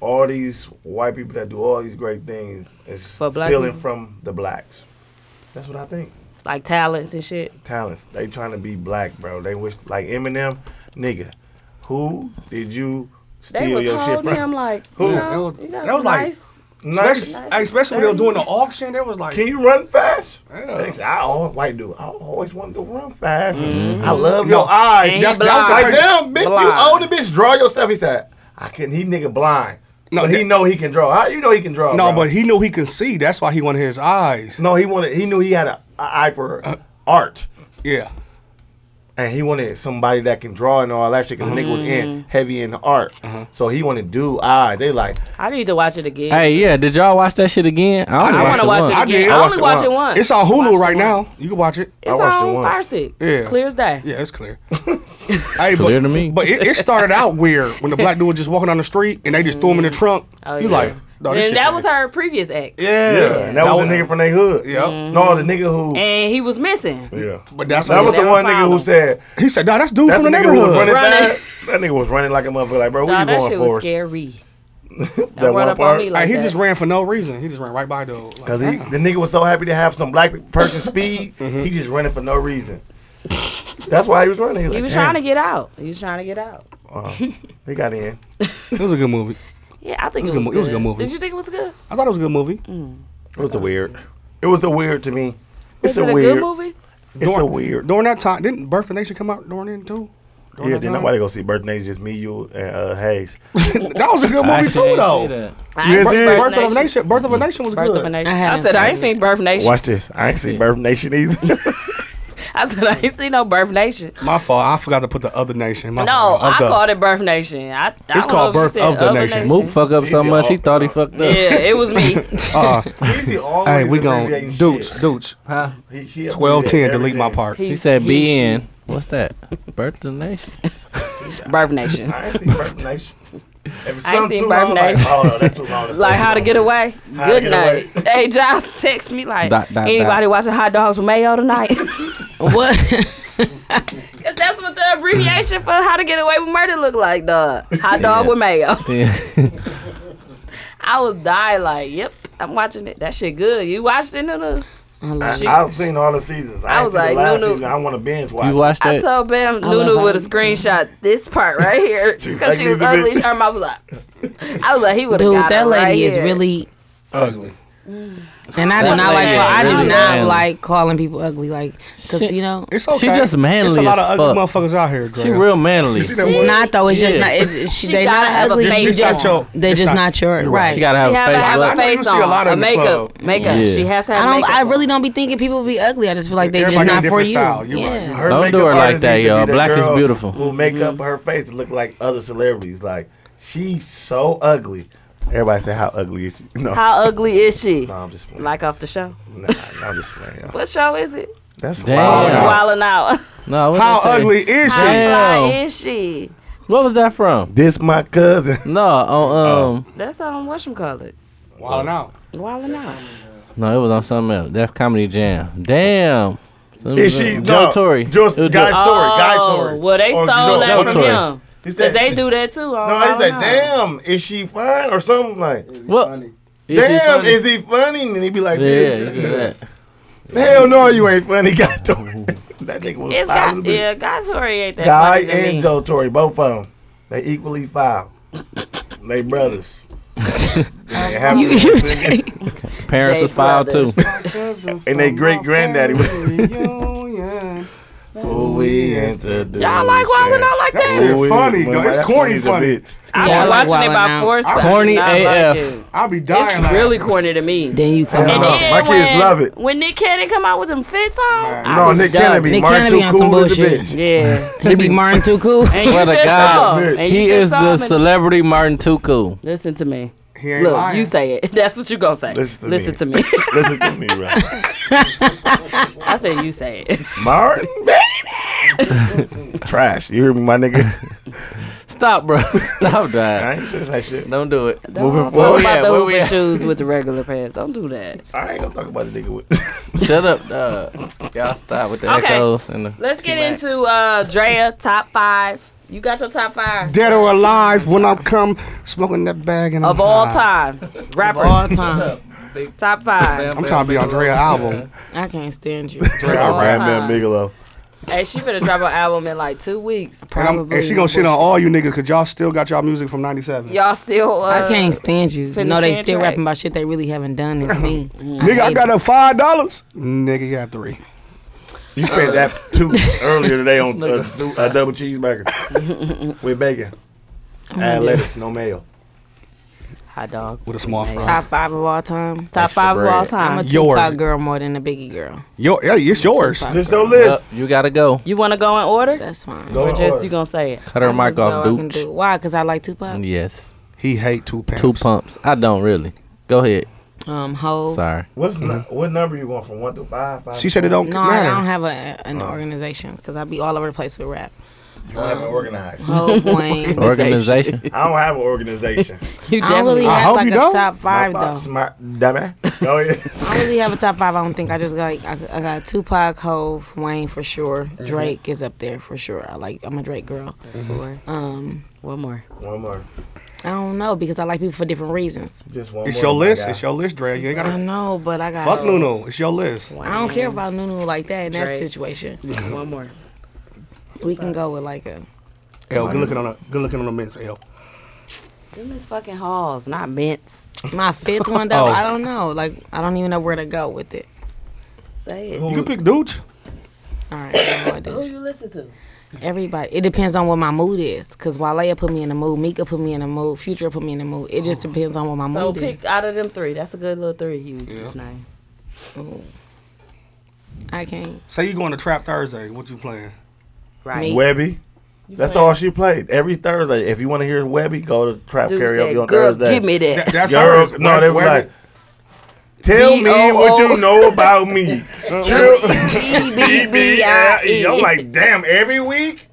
Speaker 7: all these white people that do all these great things is
Speaker 5: For black
Speaker 7: stealing
Speaker 5: people?
Speaker 7: from the blacks. That's what I think.
Speaker 5: like talents and shit.
Speaker 7: Talents. They trying to be black, bro. They wish like Eminem, nigga. Who did you
Speaker 5: They
Speaker 7: steal
Speaker 5: was
Speaker 7: your shit
Speaker 5: holding
Speaker 7: from?
Speaker 5: him like,
Speaker 3: Who?
Speaker 5: you
Speaker 3: That
Speaker 5: know,
Speaker 3: was-
Speaker 5: you got
Speaker 3: that
Speaker 5: some
Speaker 3: was like-
Speaker 5: nice.
Speaker 7: Nice.
Speaker 3: Especially, especially when they were doing the auction, they was like,
Speaker 7: Can you run fast?
Speaker 3: Yeah.
Speaker 7: They say, I always, white dude. I always wanted to run fast. I love your eyes.
Speaker 5: And
Speaker 7: That's
Speaker 5: he
Speaker 7: that's
Speaker 5: blind.
Speaker 7: the like, damn, bitch.
Speaker 5: Blind.
Speaker 7: You own the bitch. Draw yourself. He said, I can. He nigga blind.
Speaker 3: No,
Speaker 7: No, but he
Speaker 3: that-
Speaker 7: know he can draw. How you know he can draw?
Speaker 3: no,
Speaker 7: bro?
Speaker 3: but he knew he could see. That's why he wanted his eyes.
Speaker 7: no, he wanted. He knew he had an eye for art,
Speaker 3: Yeah.
Speaker 7: and he wanted somebody that can draw and all that shit. Because the nigga was in heavy in art, so he wanted do eyes. They like
Speaker 5: I need to watch it again.
Speaker 4: Hey, yeah, did y'all watch that shit again? I only
Speaker 5: I
Speaker 4: watched
Speaker 5: want to watch it
Speaker 4: once.
Speaker 5: again. I,
Speaker 3: I did.
Speaker 7: I
Speaker 5: only
Speaker 7: watched
Speaker 5: watch
Speaker 7: it
Speaker 5: it once.
Speaker 3: It's on Hulu
Speaker 5: Watched
Speaker 3: right
Speaker 5: it
Speaker 3: now.
Speaker 5: once.
Speaker 3: You can watch it.
Speaker 5: It's
Speaker 7: watched it
Speaker 5: on
Speaker 7: once.
Speaker 5: Fire Stick.
Speaker 3: Yeah.
Speaker 5: Clear as day.
Speaker 3: Yeah, it's clear. hey,
Speaker 4: Clear
Speaker 3: but,
Speaker 4: to me.
Speaker 3: But it, it started out weird when the black dude was just walking down the street and they just threw him in the trunk.
Speaker 5: Oh,
Speaker 3: you
Speaker 5: yeah.
Speaker 3: like, no, this shit
Speaker 5: and that
Speaker 3: crazy.
Speaker 5: was her previous act.
Speaker 3: Yeah.
Speaker 7: yeah. and that, was
Speaker 3: one
Speaker 7: the nigga from their hood.
Speaker 3: Yep.
Speaker 7: No, the nigga who.
Speaker 5: And he was missing.
Speaker 7: yeah.
Speaker 3: But that's
Speaker 7: That
Speaker 3: what
Speaker 7: was the
Speaker 5: Never
Speaker 7: one nigga
Speaker 5: found
Speaker 7: who
Speaker 5: him.
Speaker 7: said.
Speaker 3: he said. No, that's dude
Speaker 7: That's
Speaker 3: from the
Speaker 7: the nigga who was
Speaker 3: neighborhood.
Speaker 7: running
Speaker 5: Running.
Speaker 7: back. That nigga was running like a motherfucker. Like, bro, where
Speaker 5: Nah,
Speaker 7: you
Speaker 5: that
Speaker 7: going
Speaker 5: shit
Speaker 7: for?
Speaker 5: was
Speaker 7: us?
Speaker 5: scary. That,
Speaker 7: That
Speaker 5: run
Speaker 7: one
Speaker 5: up
Speaker 7: part.
Speaker 5: on me
Speaker 3: Hey,
Speaker 5: like
Speaker 3: he
Speaker 5: that.
Speaker 3: just ran for no reason. He just ran right by the dude. Like,
Speaker 7: Cause he, the nigga was so happy to have some black person speed, he just running for no reason. That's why he was running. He was,
Speaker 5: He
Speaker 7: like,
Speaker 5: was
Speaker 7: "Damn."
Speaker 5: trying to get out. He was trying to get out.
Speaker 7: He got in.
Speaker 3: it was a good movie.
Speaker 5: Yeah, I think
Speaker 3: It
Speaker 5: it
Speaker 3: was
Speaker 5: was,
Speaker 3: a good mo- it was a good movie.
Speaker 5: Did you think it was good?
Speaker 3: I thought it was a good movie.
Speaker 5: Mm.
Speaker 7: It was a weird. It was a weird to me. It's
Speaker 5: Was
Speaker 7: a
Speaker 5: it a
Speaker 7: weird.
Speaker 5: good movie?
Speaker 7: It's a weird.
Speaker 3: During that time, didn't Birth of a Nation come out during then too? During
Speaker 7: Yeah,
Speaker 3: that
Speaker 7: then
Speaker 3: time?
Speaker 7: nobody go see Birth Nation. Just me, you, and uh, Hayes.
Speaker 3: that was a good
Speaker 4: I
Speaker 3: movie
Speaker 4: actually
Speaker 3: too,
Speaker 4: ain't see
Speaker 3: though.
Speaker 4: that.
Speaker 5: I
Speaker 7: ain't
Speaker 5: ain't
Speaker 7: seen
Speaker 5: seen
Speaker 7: it?
Speaker 5: Birth
Speaker 3: Birth of a
Speaker 5: Nation.
Speaker 3: Nation. Birth of a
Speaker 4: Mm.
Speaker 3: Nation was
Speaker 5: Birth
Speaker 3: good.
Speaker 5: of a Nation.
Speaker 6: I
Speaker 5: I,
Speaker 6: haven't
Speaker 5: said I
Speaker 6: seen
Speaker 5: ain't
Speaker 6: it.
Speaker 5: seen Birth Nation.
Speaker 7: Watch this. I ain't see Birth Nation either.
Speaker 5: I said I ain't seen no Birth Nation.
Speaker 3: My fault. I forgot to put the other nation. My
Speaker 5: No,
Speaker 3: fault. Of
Speaker 5: I
Speaker 3: the-
Speaker 5: called it Birth Nation. I, I don't know
Speaker 3: called
Speaker 5: if you
Speaker 3: Birth
Speaker 5: said
Speaker 3: of the
Speaker 5: Other
Speaker 3: Nation.
Speaker 4: Mook fuck up so much, he thought he fucked up.
Speaker 5: Yeah, it was me.
Speaker 3: Uh,
Speaker 7: Easy, always
Speaker 3: hey, we gon'
Speaker 7: abbreviating
Speaker 3: Dooch,
Speaker 7: shit.
Speaker 3: Dooch.
Speaker 4: Huh?
Speaker 7: He- he
Speaker 3: Twelve ten.
Speaker 7: abbreviate
Speaker 3: Delete my
Speaker 7: everything.
Speaker 3: part.
Speaker 4: He said BN. What's that? Birth of the Nation.
Speaker 5: Birth Nation.
Speaker 7: I ain't seen Birth Nation. If it's
Speaker 5: I ain't
Speaker 7: something
Speaker 5: seen
Speaker 7: too
Speaker 5: Birth
Speaker 7: long, like,
Speaker 5: Nation.
Speaker 7: oh no, that's too long. to
Speaker 5: Like
Speaker 7: say.
Speaker 5: how to get away.
Speaker 7: How to
Speaker 5: Good
Speaker 7: Get
Speaker 5: night. Hey, Josh, text me like
Speaker 4: Dot, dot,
Speaker 5: anybody watching hot dogs with mayo tonight?
Speaker 6: What?
Speaker 5: Cause that's what the abbreviation for how to get away with murder look like, dog. Hot dog
Speaker 4: Yeah.
Speaker 5: with mayo.
Speaker 4: Yeah.
Speaker 5: I was die like, yep, I'm watching it. That shit good. You watched it, Nunu?
Speaker 6: I love
Speaker 7: I,
Speaker 6: it.
Speaker 7: I've seen all the seasons. I,
Speaker 5: I
Speaker 7: ain't
Speaker 5: was
Speaker 7: seen
Speaker 5: like,
Speaker 7: the last
Speaker 5: no, no.
Speaker 7: season. I want to binge watch.
Speaker 4: You watched
Speaker 5: I
Speaker 4: that?
Speaker 5: told Bam
Speaker 6: love
Speaker 5: Nunu
Speaker 6: how
Speaker 5: with a
Speaker 6: you-
Speaker 5: screenshot this part right here because she
Speaker 7: ugly
Speaker 5: was
Speaker 7: as a
Speaker 5: ugly.
Speaker 7: bitch.
Speaker 5: Her mouth was like, I was like, he would have
Speaker 6: Dude,
Speaker 5: got
Speaker 6: that
Speaker 5: her
Speaker 6: lady
Speaker 5: right
Speaker 6: is
Speaker 5: here.
Speaker 6: really
Speaker 7: ugly.
Speaker 6: And I do
Speaker 4: That
Speaker 6: not like.
Speaker 4: lady
Speaker 6: Well, I do
Speaker 4: really
Speaker 6: not
Speaker 4: ugly.
Speaker 6: like calling people ugly. Like, cause you know,
Speaker 3: It's okay.
Speaker 4: She just manly
Speaker 3: It's a lot
Speaker 4: as
Speaker 3: of ugly
Speaker 4: fuck.
Speaker 3: motherfuckers out here.
Speaker 4: She
Speaker 3: Graham.
Speaker 4: real manly.
Speaker 3: You see that
Speaker 6: it's
Speaker 3: one?
Speaker 6: not though. It's just
Speaker 4: Yeah.
Speaker 6: not. It's, it's, she,
Speaker 5: She
Speaker 6: they
Speaker 5: gotta
Speaker 6: not
Speaker 5: have a
Speaker 6: ugly.
Speaker 5: face
Speaker 6: They
Speaker 5: It's not
Speaker 6: just
Speaker 3: your-
Speaker 6: they
Speaker 3: it's
Speaker 6: just
Speaker 3: not-
Speaker 6: not yours.
Speaker 3: You're right.
Speaker 6: Right.
Speaker 4: She gotta have
Speaker 5: She
Speaker 4: a
Speaker 5: have,
Speaker 4: face.
Speaker 5: have
Speaker 4: look.
Speaker 5: a
Speaker 3: know you
Speaker 5: face
Speaker 3: see a
Speaker 5: on.
Speaker 3: lot of
Speaker 5: a
Speaker 3: in the
Speaker 5: makeup,
Speaker 3: club.
Speaker 5: makeup.
Speaker 4: Yeah.
Speaker 5: She has to
Speaker 6: I
Speaker 5: have
Speaker 6: don't.
Speaker 5: makeup.
Speaker 6: I really don't be thinking people be ugly. I just feel like they just
Speaker 3: Everybody got
Speaker 6: not for
Speaker 3: different
Speaker 6: you.
Speaker 3: style. You're right.
Speaker 6: yeah.
Speaker 3: You're
Speaker 7: Her
Speaker 4: Don't
Speaker 7: makeup
Speaker 4: do her like
Speaker 7: artist
Speaker 4: that,
Speaker 7: needs to
Speaker 4: y'all.
Speaker 7: be the
Speaker 4: Black is
Speaker 7: girl
Speaker 4: beautiful.
Speaker 7: Who make up her face to look like other celebrities? Like she's so ugly. Everybody say how ugly is she? No,
Speaker 5: How ugly is she?
Speaker 7: no I'm just playing.
Speaker 5: Like off the show.
Speaker 7: nah, nah, I'm just playing. y'all.
Speaker 5: What show is it?
Speaker 7: That's
Speaker 4: Damn.
Speaker 7: wild.
Speaker 4: Yeah.
Speaker 7: y'all.
Speaker 5: Wildin' out.
Speaker 4: No, what
Speaker 3: How
Speaker 4: they say?
Speaker 3: ugly is she?
Speaker 4: Damn.
Speaker 5: How fly is she?
Speaker 4: What was that from?
Speaker 7: This my cousin.
Speaker 4: No,
Speaker 7: Oh.
Speaker 4: on um,
Speaker 5: That's on what's from colored.
Speaker 3: Wilding out.
Speaker 5: Wildin' out.
Speaker 4: no, it was on something else. That comedy jam. Damn.
Speaker 7: Is she
Speaker 4: Joe
Speaker 7: no,
Speaker 4: Torre?
Speaker 7: Just
Speaker 4: It
Speaker 7: guy
Speaker 4: was
Speaker 7: story.
Speaker 4: Joe-
Speaker 7: Guy
Speaker 5: Oh,
Speaker 7: story.
Speaker 5: Well, they stole
Speaker 7: Or Joe-
Speaker 5: that
Speaker 4: Joe
Speaker 5: from
Speaker 4: Torre.
Speaker 5: him.
Speaker 7: He said-
Speaker 5: Cause they do that too. on
Speaker 7: No, he
Speaker 5: Wildin'
Speaker 7: said,
Speaker 5: Out.
Speaker 7: "Damn, is she fine or something like?
Speaker 4: What? Is he
Speaker 7: Damn,
Speaker 4: funny?
Speaker 7: is he funny?" And he'd be like,
Speaker 4: yeah,
Speaker 7: "Yeah,
Speaker 4: you do that.
Speaker 7: hell no, you ain't funny, Guy Tory." that nigga was
Speaker 5: It's
Speaker 7: foul. as a
Speaker 5: got
Speaker 7: bitch.
Speaker 5: yeah, God's story ain't that
Speaker 7: Guy
Speaker 5: funny to
Speaker 7: and
Speaker 5: me.
Speaker 7: Joe Torre, both of them, they equally foul. they brothers. they have
Speaker 6: You irritate.
Speaker 4: Parents
Speaker 5: They
Speaker 4: was filed too.
Speaker 5: brothers.
Speaker 7: and they great granddaddy. Ooh, we entered.
Speaker 5: Y'all like Wildin' Out like
Speaker 3: That
Speaker 5: that?
Speaker 3: shit funny, though. It's corny funny.
Speaker 5: I
Speaker 6: Yeah, I
Speaker 5: was
Speaker 6: like
Speaker 5: watching it
Speaker 6: Wildin'
Speaker 5: by
Speaker 6: Out.
Speaker 5: force. I
Speaker 4: Corny
Speaker 5: did not like
Speaker 4: AF.
Speaker 5: it.
Speaker 3: I'll be dying.
Speaker 5: It's
Speaker 3: laughing.
Speaker 5: really corny to me.
Speaker 6: Then you come
Speaker 5: And
Speaker 7: Uh-huh.
Speaker 6: out.
Speaker 5: then
Speaker 7: My kids
Speaker 5: when,
Speaker 7: love it.
Speaker 5: When Nick Cannon come out with them fits on, I
Speaker 7: No,
Speaker 5: be
Speaker 7: Nick
Speaker 5: done.
Speaker 7: Cannon be
Speaker 6: Nick
Speaker 7: Martin
Speaker 6: Cannon
Speaker 7: too
Speaker 6: be on some
Speaker 7: cool as a
Speaker 6: bullshit.
Speaker 7: bitch.
Speaker 5: Yeah,
Speaker 6: He be Martin too cool.
Speaker 5: and you
Speaker 4: Swear to
Speaker 5: just
Speaker 4: God.
Speaker 5: saw him. And you
Speaker 4: He
Speaker 5: just
Speaker 4: is
Speaker 5: saw
Speaker 4: the
Speaker 5: him and-
Speaker 4: celebrity Martin Tuku.
Speaker 5: Listen to me.
Speaker 3: He ain't
Speaker 5: Look,
Speaker 3: lying.
Speaker 5: you say it. That's what you gonna say.
Speaker 7: Listen to
Speaker 5: Listen
Speaker 7: me.
Speaker 5: to me.
Speaker 7: Listen to me, bro.
Speaker 5: I said you say it.
Speaker 7: Martin, baby. Trash. You hear me, my nigga?
Speaker 4: Stop, bro. Stop
Speaker 7: I
Speaker 4: that.
Speaker 7: ain't just that shit.
Speaker 4: Don't do it.
Speaker 5: Don't
Speaker 7: Moving
Speaker 5: talk
Speaker 7: forward.
Speaker 5: about
Speaker 4: Where
Speaker 5: the
Speaker 4: we
Speaker 5: Uber
Speaker 4: at?
Speaker 5: shoes with the regular pants. Don't do that.
Speaker 7: I ain't gonna talk about the nigga with.
Speaker 4: Shut up, dog. Y'all stop with the
Speaker 5: Okay.
Speaker 4: echoes and the.
Speaker 5: Let's get
Speaker 4: T-Max.
Speaker 5: into uh Drea top five. You got your top five
Speaker 3: dead or alive when I come smoking that bag and
Speaker 5: of
Speaker 3: I'm
Speaker 5: all
Speaker 3: high.
Speaker 5: time. Rapper
Speaker 6: All time.
Speaker 5: top five.
Speaker 3: I'm trying to be Andrea album.
Speaker 6: I can't stand you.
Speaker 7: I
Speaker 5: All
Speaker 7: ran
Speaker 5: time.
Speaker 7: that Bigelow.
Speaker 5: hey, she finna drop an album in like two weeks.
Speaker 3: And, I'm,
Speaker 6: Probably
Speaker 3: and she gonna shit on all you niggas because y'all still got y'all music from '97.
Speaker 5: Y'all still uh,
Speaker 6: I can't stand you. Mm.
Speaker 5: Finna
Speaker 6: No, they
Speaker 5: stand
Speaker 6: still
Speaker 5: your
Speaker 6: rapping
Speaker 5: ass.
Speaker 6: about shit they really haven't done and seen.
Speaker 3: Nigga, I
Speaker 6: hate
Speaker 3: got a five dollars. Nigga, you got three.
Speaker 7: You spent that two earlier today on a, a double cheeseburger with bacon
Speaker 5: Oh
Speaker 7: and lettuce, no mayo.
Speaker 5: hot dog.
Speaker 3: With a small
Speaker 5: Nice.
Speaker 3: fry.
Speaker 6: Top five of all time.
Speaker 5: Top five of all
Speaker 6: I'm a
Speaker 5: time.
Speaker 3: Yours.
Speaker 6: Tupac girl more than a Biggie girl.
Speaker 3: Yo, yeah, it's yours.
Speaker 6: Tupac.
Speaker 7: Just don't
Speaker 4: Yup,
Speaker 7: list.
Speaker 4: you gotta go.
Speaker 5: You wanna go in order?
Speaker 6: That's fine.
Speaker 7: Go
Speaker 5: Or
Speaker 7: in
Speaker 5: just
Speaker 7: order.
Speaker 5: you gonna say it?
Speaker 4: Cut her mic off,
Speaker 6: dude.
Speaker 4: dude.
Speaker 6: Why? Because I like Tupac.
Speaker 4: Yes.
Speaker 3: He hate two pants.
Speaker 4: Two pumps. I don't really. Go ahead.
Speaker 6: Um,
Speaker 5: Oh.
Speaker 6: Ho.
Speaker 4: Sorry.
Speaker 7: What's nu-
Speaker 5: Mm-hmm.
Speaker 7: what number you want from one to five? five
Speaker 3: She said it don't
Speaker 6: No, I
Speaker 3: matter. Uh.
Speaker 6: don't have a, an organization because I be all over the place with rap.
Speaker 7: you don't have it organized.
Speaker 6: Ho, Wayne.
Speaker 4: Organization.
Speaker 7: I don't have an organization.
Speaker 5: You
Speaker 6: I don't really
Speaker 3: I
Speaker 6: have
Speaker 3: hope
Speaker 6: like
Speaker 3: you
Speaker 6: a
Speaker 3: don't.
Speaker 6: top five
Speaker 7: My
Speaker 6: though.
Speaker 7: pops, my- dummy. Go ahead.
Speaker 6: I don't really have a top five. I don't think I just got like I, I got Tupac, Hove, Wayne for sure.
Speaker 3: Mm-hmm.
Speaker 6: Drake is up there for sure. I like I'm a Drake girl. Um,
Speaker 5: One more.
Speaker 7: One more.
Speaker 6: I don't know because I like people for different reasons.
Speaker 7: Just one
Speaker 3: It's
Speaker 7: more,
Speaker 3: your
Speaker 7: my
Speaker 3: list.
Speaker 7: guy.
Speaker 3: It's your list, Dre. You ain't
Speaker 6: I
Speaker 3: gotta
Speaker 6: know, but I got
Speaker 3: fuck Nuno. It's your list.
Speaker 6: I don't care about Nunu like that in that
Speaker 5: Drake.
Speaker 6: situation.
Speaker 5: One more.
Speaker 6: We can go with like a
Speaker 3: L, good looking on a good looking on the men's L.
Speaker 5: Them is fucking halls, not mints.
Speaker 6: my fifth one though.
Speaker 3: Oh.
Speaker 6: I don't know. Like I don't even know where to go with it.
Speaker 5: Say it.
Speaker 3: You can pick dudes.
Speaker 6: All right, I know I did.
Speaker 5: Who you listen to?
Speaker 6: Everybody. It depends on what my mood is. Cause Walea put me in the mood, Mika put me in the mood, Future put me in the mood. It just depends on what my
Speaker 5: Oh. So
Speaker 6: mood
Speaker 5: pick
Speaker 6: is.
Speaker 5: out of them three. That's a good little three you just named.
Speaker 6: Ooh. I can't.
Speaker 3: Say you going to Trap Thursday. What you playing?
Speaker 5: Right.
Speaker 6: Me.
Speaker 7: Webby. That's all she played every Thursday. If you want to hear Webby, go to trap
Speaker 5: Dude
Speaker 7: karaoke
Speaker 5: said,
Speaker 7: on
Speaker 5: girl,
Speaker 7: Thursday.
Speaker 5: give me that.
Speaker 3: That- that's
Speaker 7: Girl,
Speaker 3: hers.
Speaker 7: no,
Speaker 3: Wait,
Speaker 7: they were
Speaker 3: wait.
Speaker 7: like, tell me what you know about me.
Speaker 5: B-B-I-E.
Speaker 7: E
Speaker 6: E.
Speaker 7: W-E-B-B-I-E. I'm E. like, damn, every week?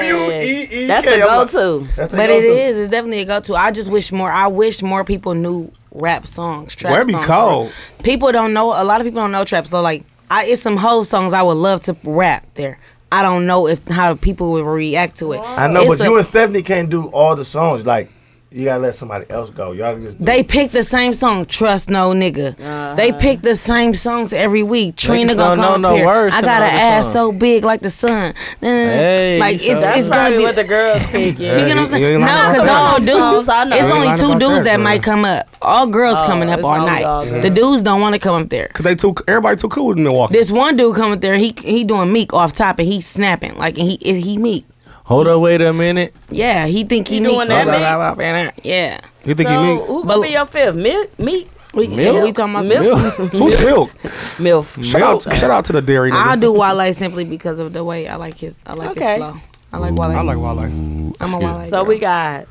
Speaker 7: W-E-E-K.
Speaker 5: That's the
Speaker 7: I'm like,
Speaker 5: go-to.
Speaker 7: that's the
Speaker 6: But it
Speaker 7: go-to.
Speaker 6: is. It's definitely a go-to. I just wish more. I wish more people knew rap songs. Trap
Speaker 3: Where be
Speaker 6: songs.
Speaker 3: cold?
Speaker 6: People don't know. A lot of people don't know trap. So like, I it's some whole songs I would love to rap there. I don't know if how people would react to it.
Speaker 7: I know,
Speaker 6: It's
Speaker 7: but
Speaker 6: a-
Speaker 7: you and Stephanie can't do all the songs. Like,
Speaker 8: You gotta let somebody else go. Y'all just
Speaker 6: They pick the same song, Trust No Nigga. They pick the same songs every week. Trina
Speaker 4: Niggas
Speaker 6: gonna
Speaker 4: don't know
Speaker 6: come
Speaker 4: no
Speaker 6: up here.
Speaker 4: words
Speaker 6: I
Speaker 4: to
Speaker 6: got
Speaker 4: know
Speaker 6: an
Speaker 4: the
Speaker 6: ass
Speaker 4: song."
Speaker 6: so big like the sun.
Speaker 4: Hey,
Speaker 6: like
Speaker 4: so-
Speaker 6: it's,
Speaker 4: That's
Speaker 6: it's gonna
Speaker 5: probably
Speaker 6: be
Speaker 5: what the girls pick.
Speaker 6: You
Speaker 5: Yeah.
Speaker 6: get what I'm saying?
Speaker 3: You ain't lying
Speaker 6: No, because
Speaker 3: about
Speaker 6: all
Speaker 5: that.
Speaker 6: dudes,
Speaker 5: I know.
Speaker 6: it's
Speaker 5: You ain't
Speaker 6: only
Speaker 3: lying
Speaker 6: two
Speaker 3: about
Speaker 6: dudes
Speaker 3: that,
Speaker 6: that,
Speaker 3: bro.
Speaker 6: might come up. All girls
Speaker 5: Oh,
Speaker 6: coming up
Speaker 5: it's
Speaker 6: all
Speaker 5: only
Speaker 6: night.
Speaker 5: all girls.
Speaker 6: The dudes don't want to come up there.
Speaker 3: Cause they too everybody too cool in Milwaukee.
Speaker 6: This one dude come up there, he he doing meek off top and he snapping like and he he meek.
Speaker 4: Hold up, wait a minute.
Speaker 6: Yeah, he think he,
Speaker 5: He
Speaker 6: meek.
Speaker 5: doing that, Meek?
Speaker 6: Yeah,
Speaker 3: you think he
Speaker 5: So,
Speaker 3: mean?
Speaker 5: who
Speaker 6: But-
Speaker 5: gonna be your fifth? Milk? Meat?
Speaker 6: we
Speaker 4: Milk?
Speaker 6: we talking about
Speaker 5: Milk?
Speaker 3: Who's milk?
Speaker 5: Milk.
Speaker 3: Shout out, shout out to the dairy. Nigga.
Speaker 6: I'll do Wale simply because of the way I like his I like
Speaker 5: Okay.
Speaker 6: his flow. I like Wale.
Speaker 3: I
Speaker 6: I
Speaker 3: like wildlife.
Speaker 6: am a
Speaker 4: excuse
Speaker 6: Wale.
Speaker 5: So
Speaker 6: girl.
Speaker 5: we got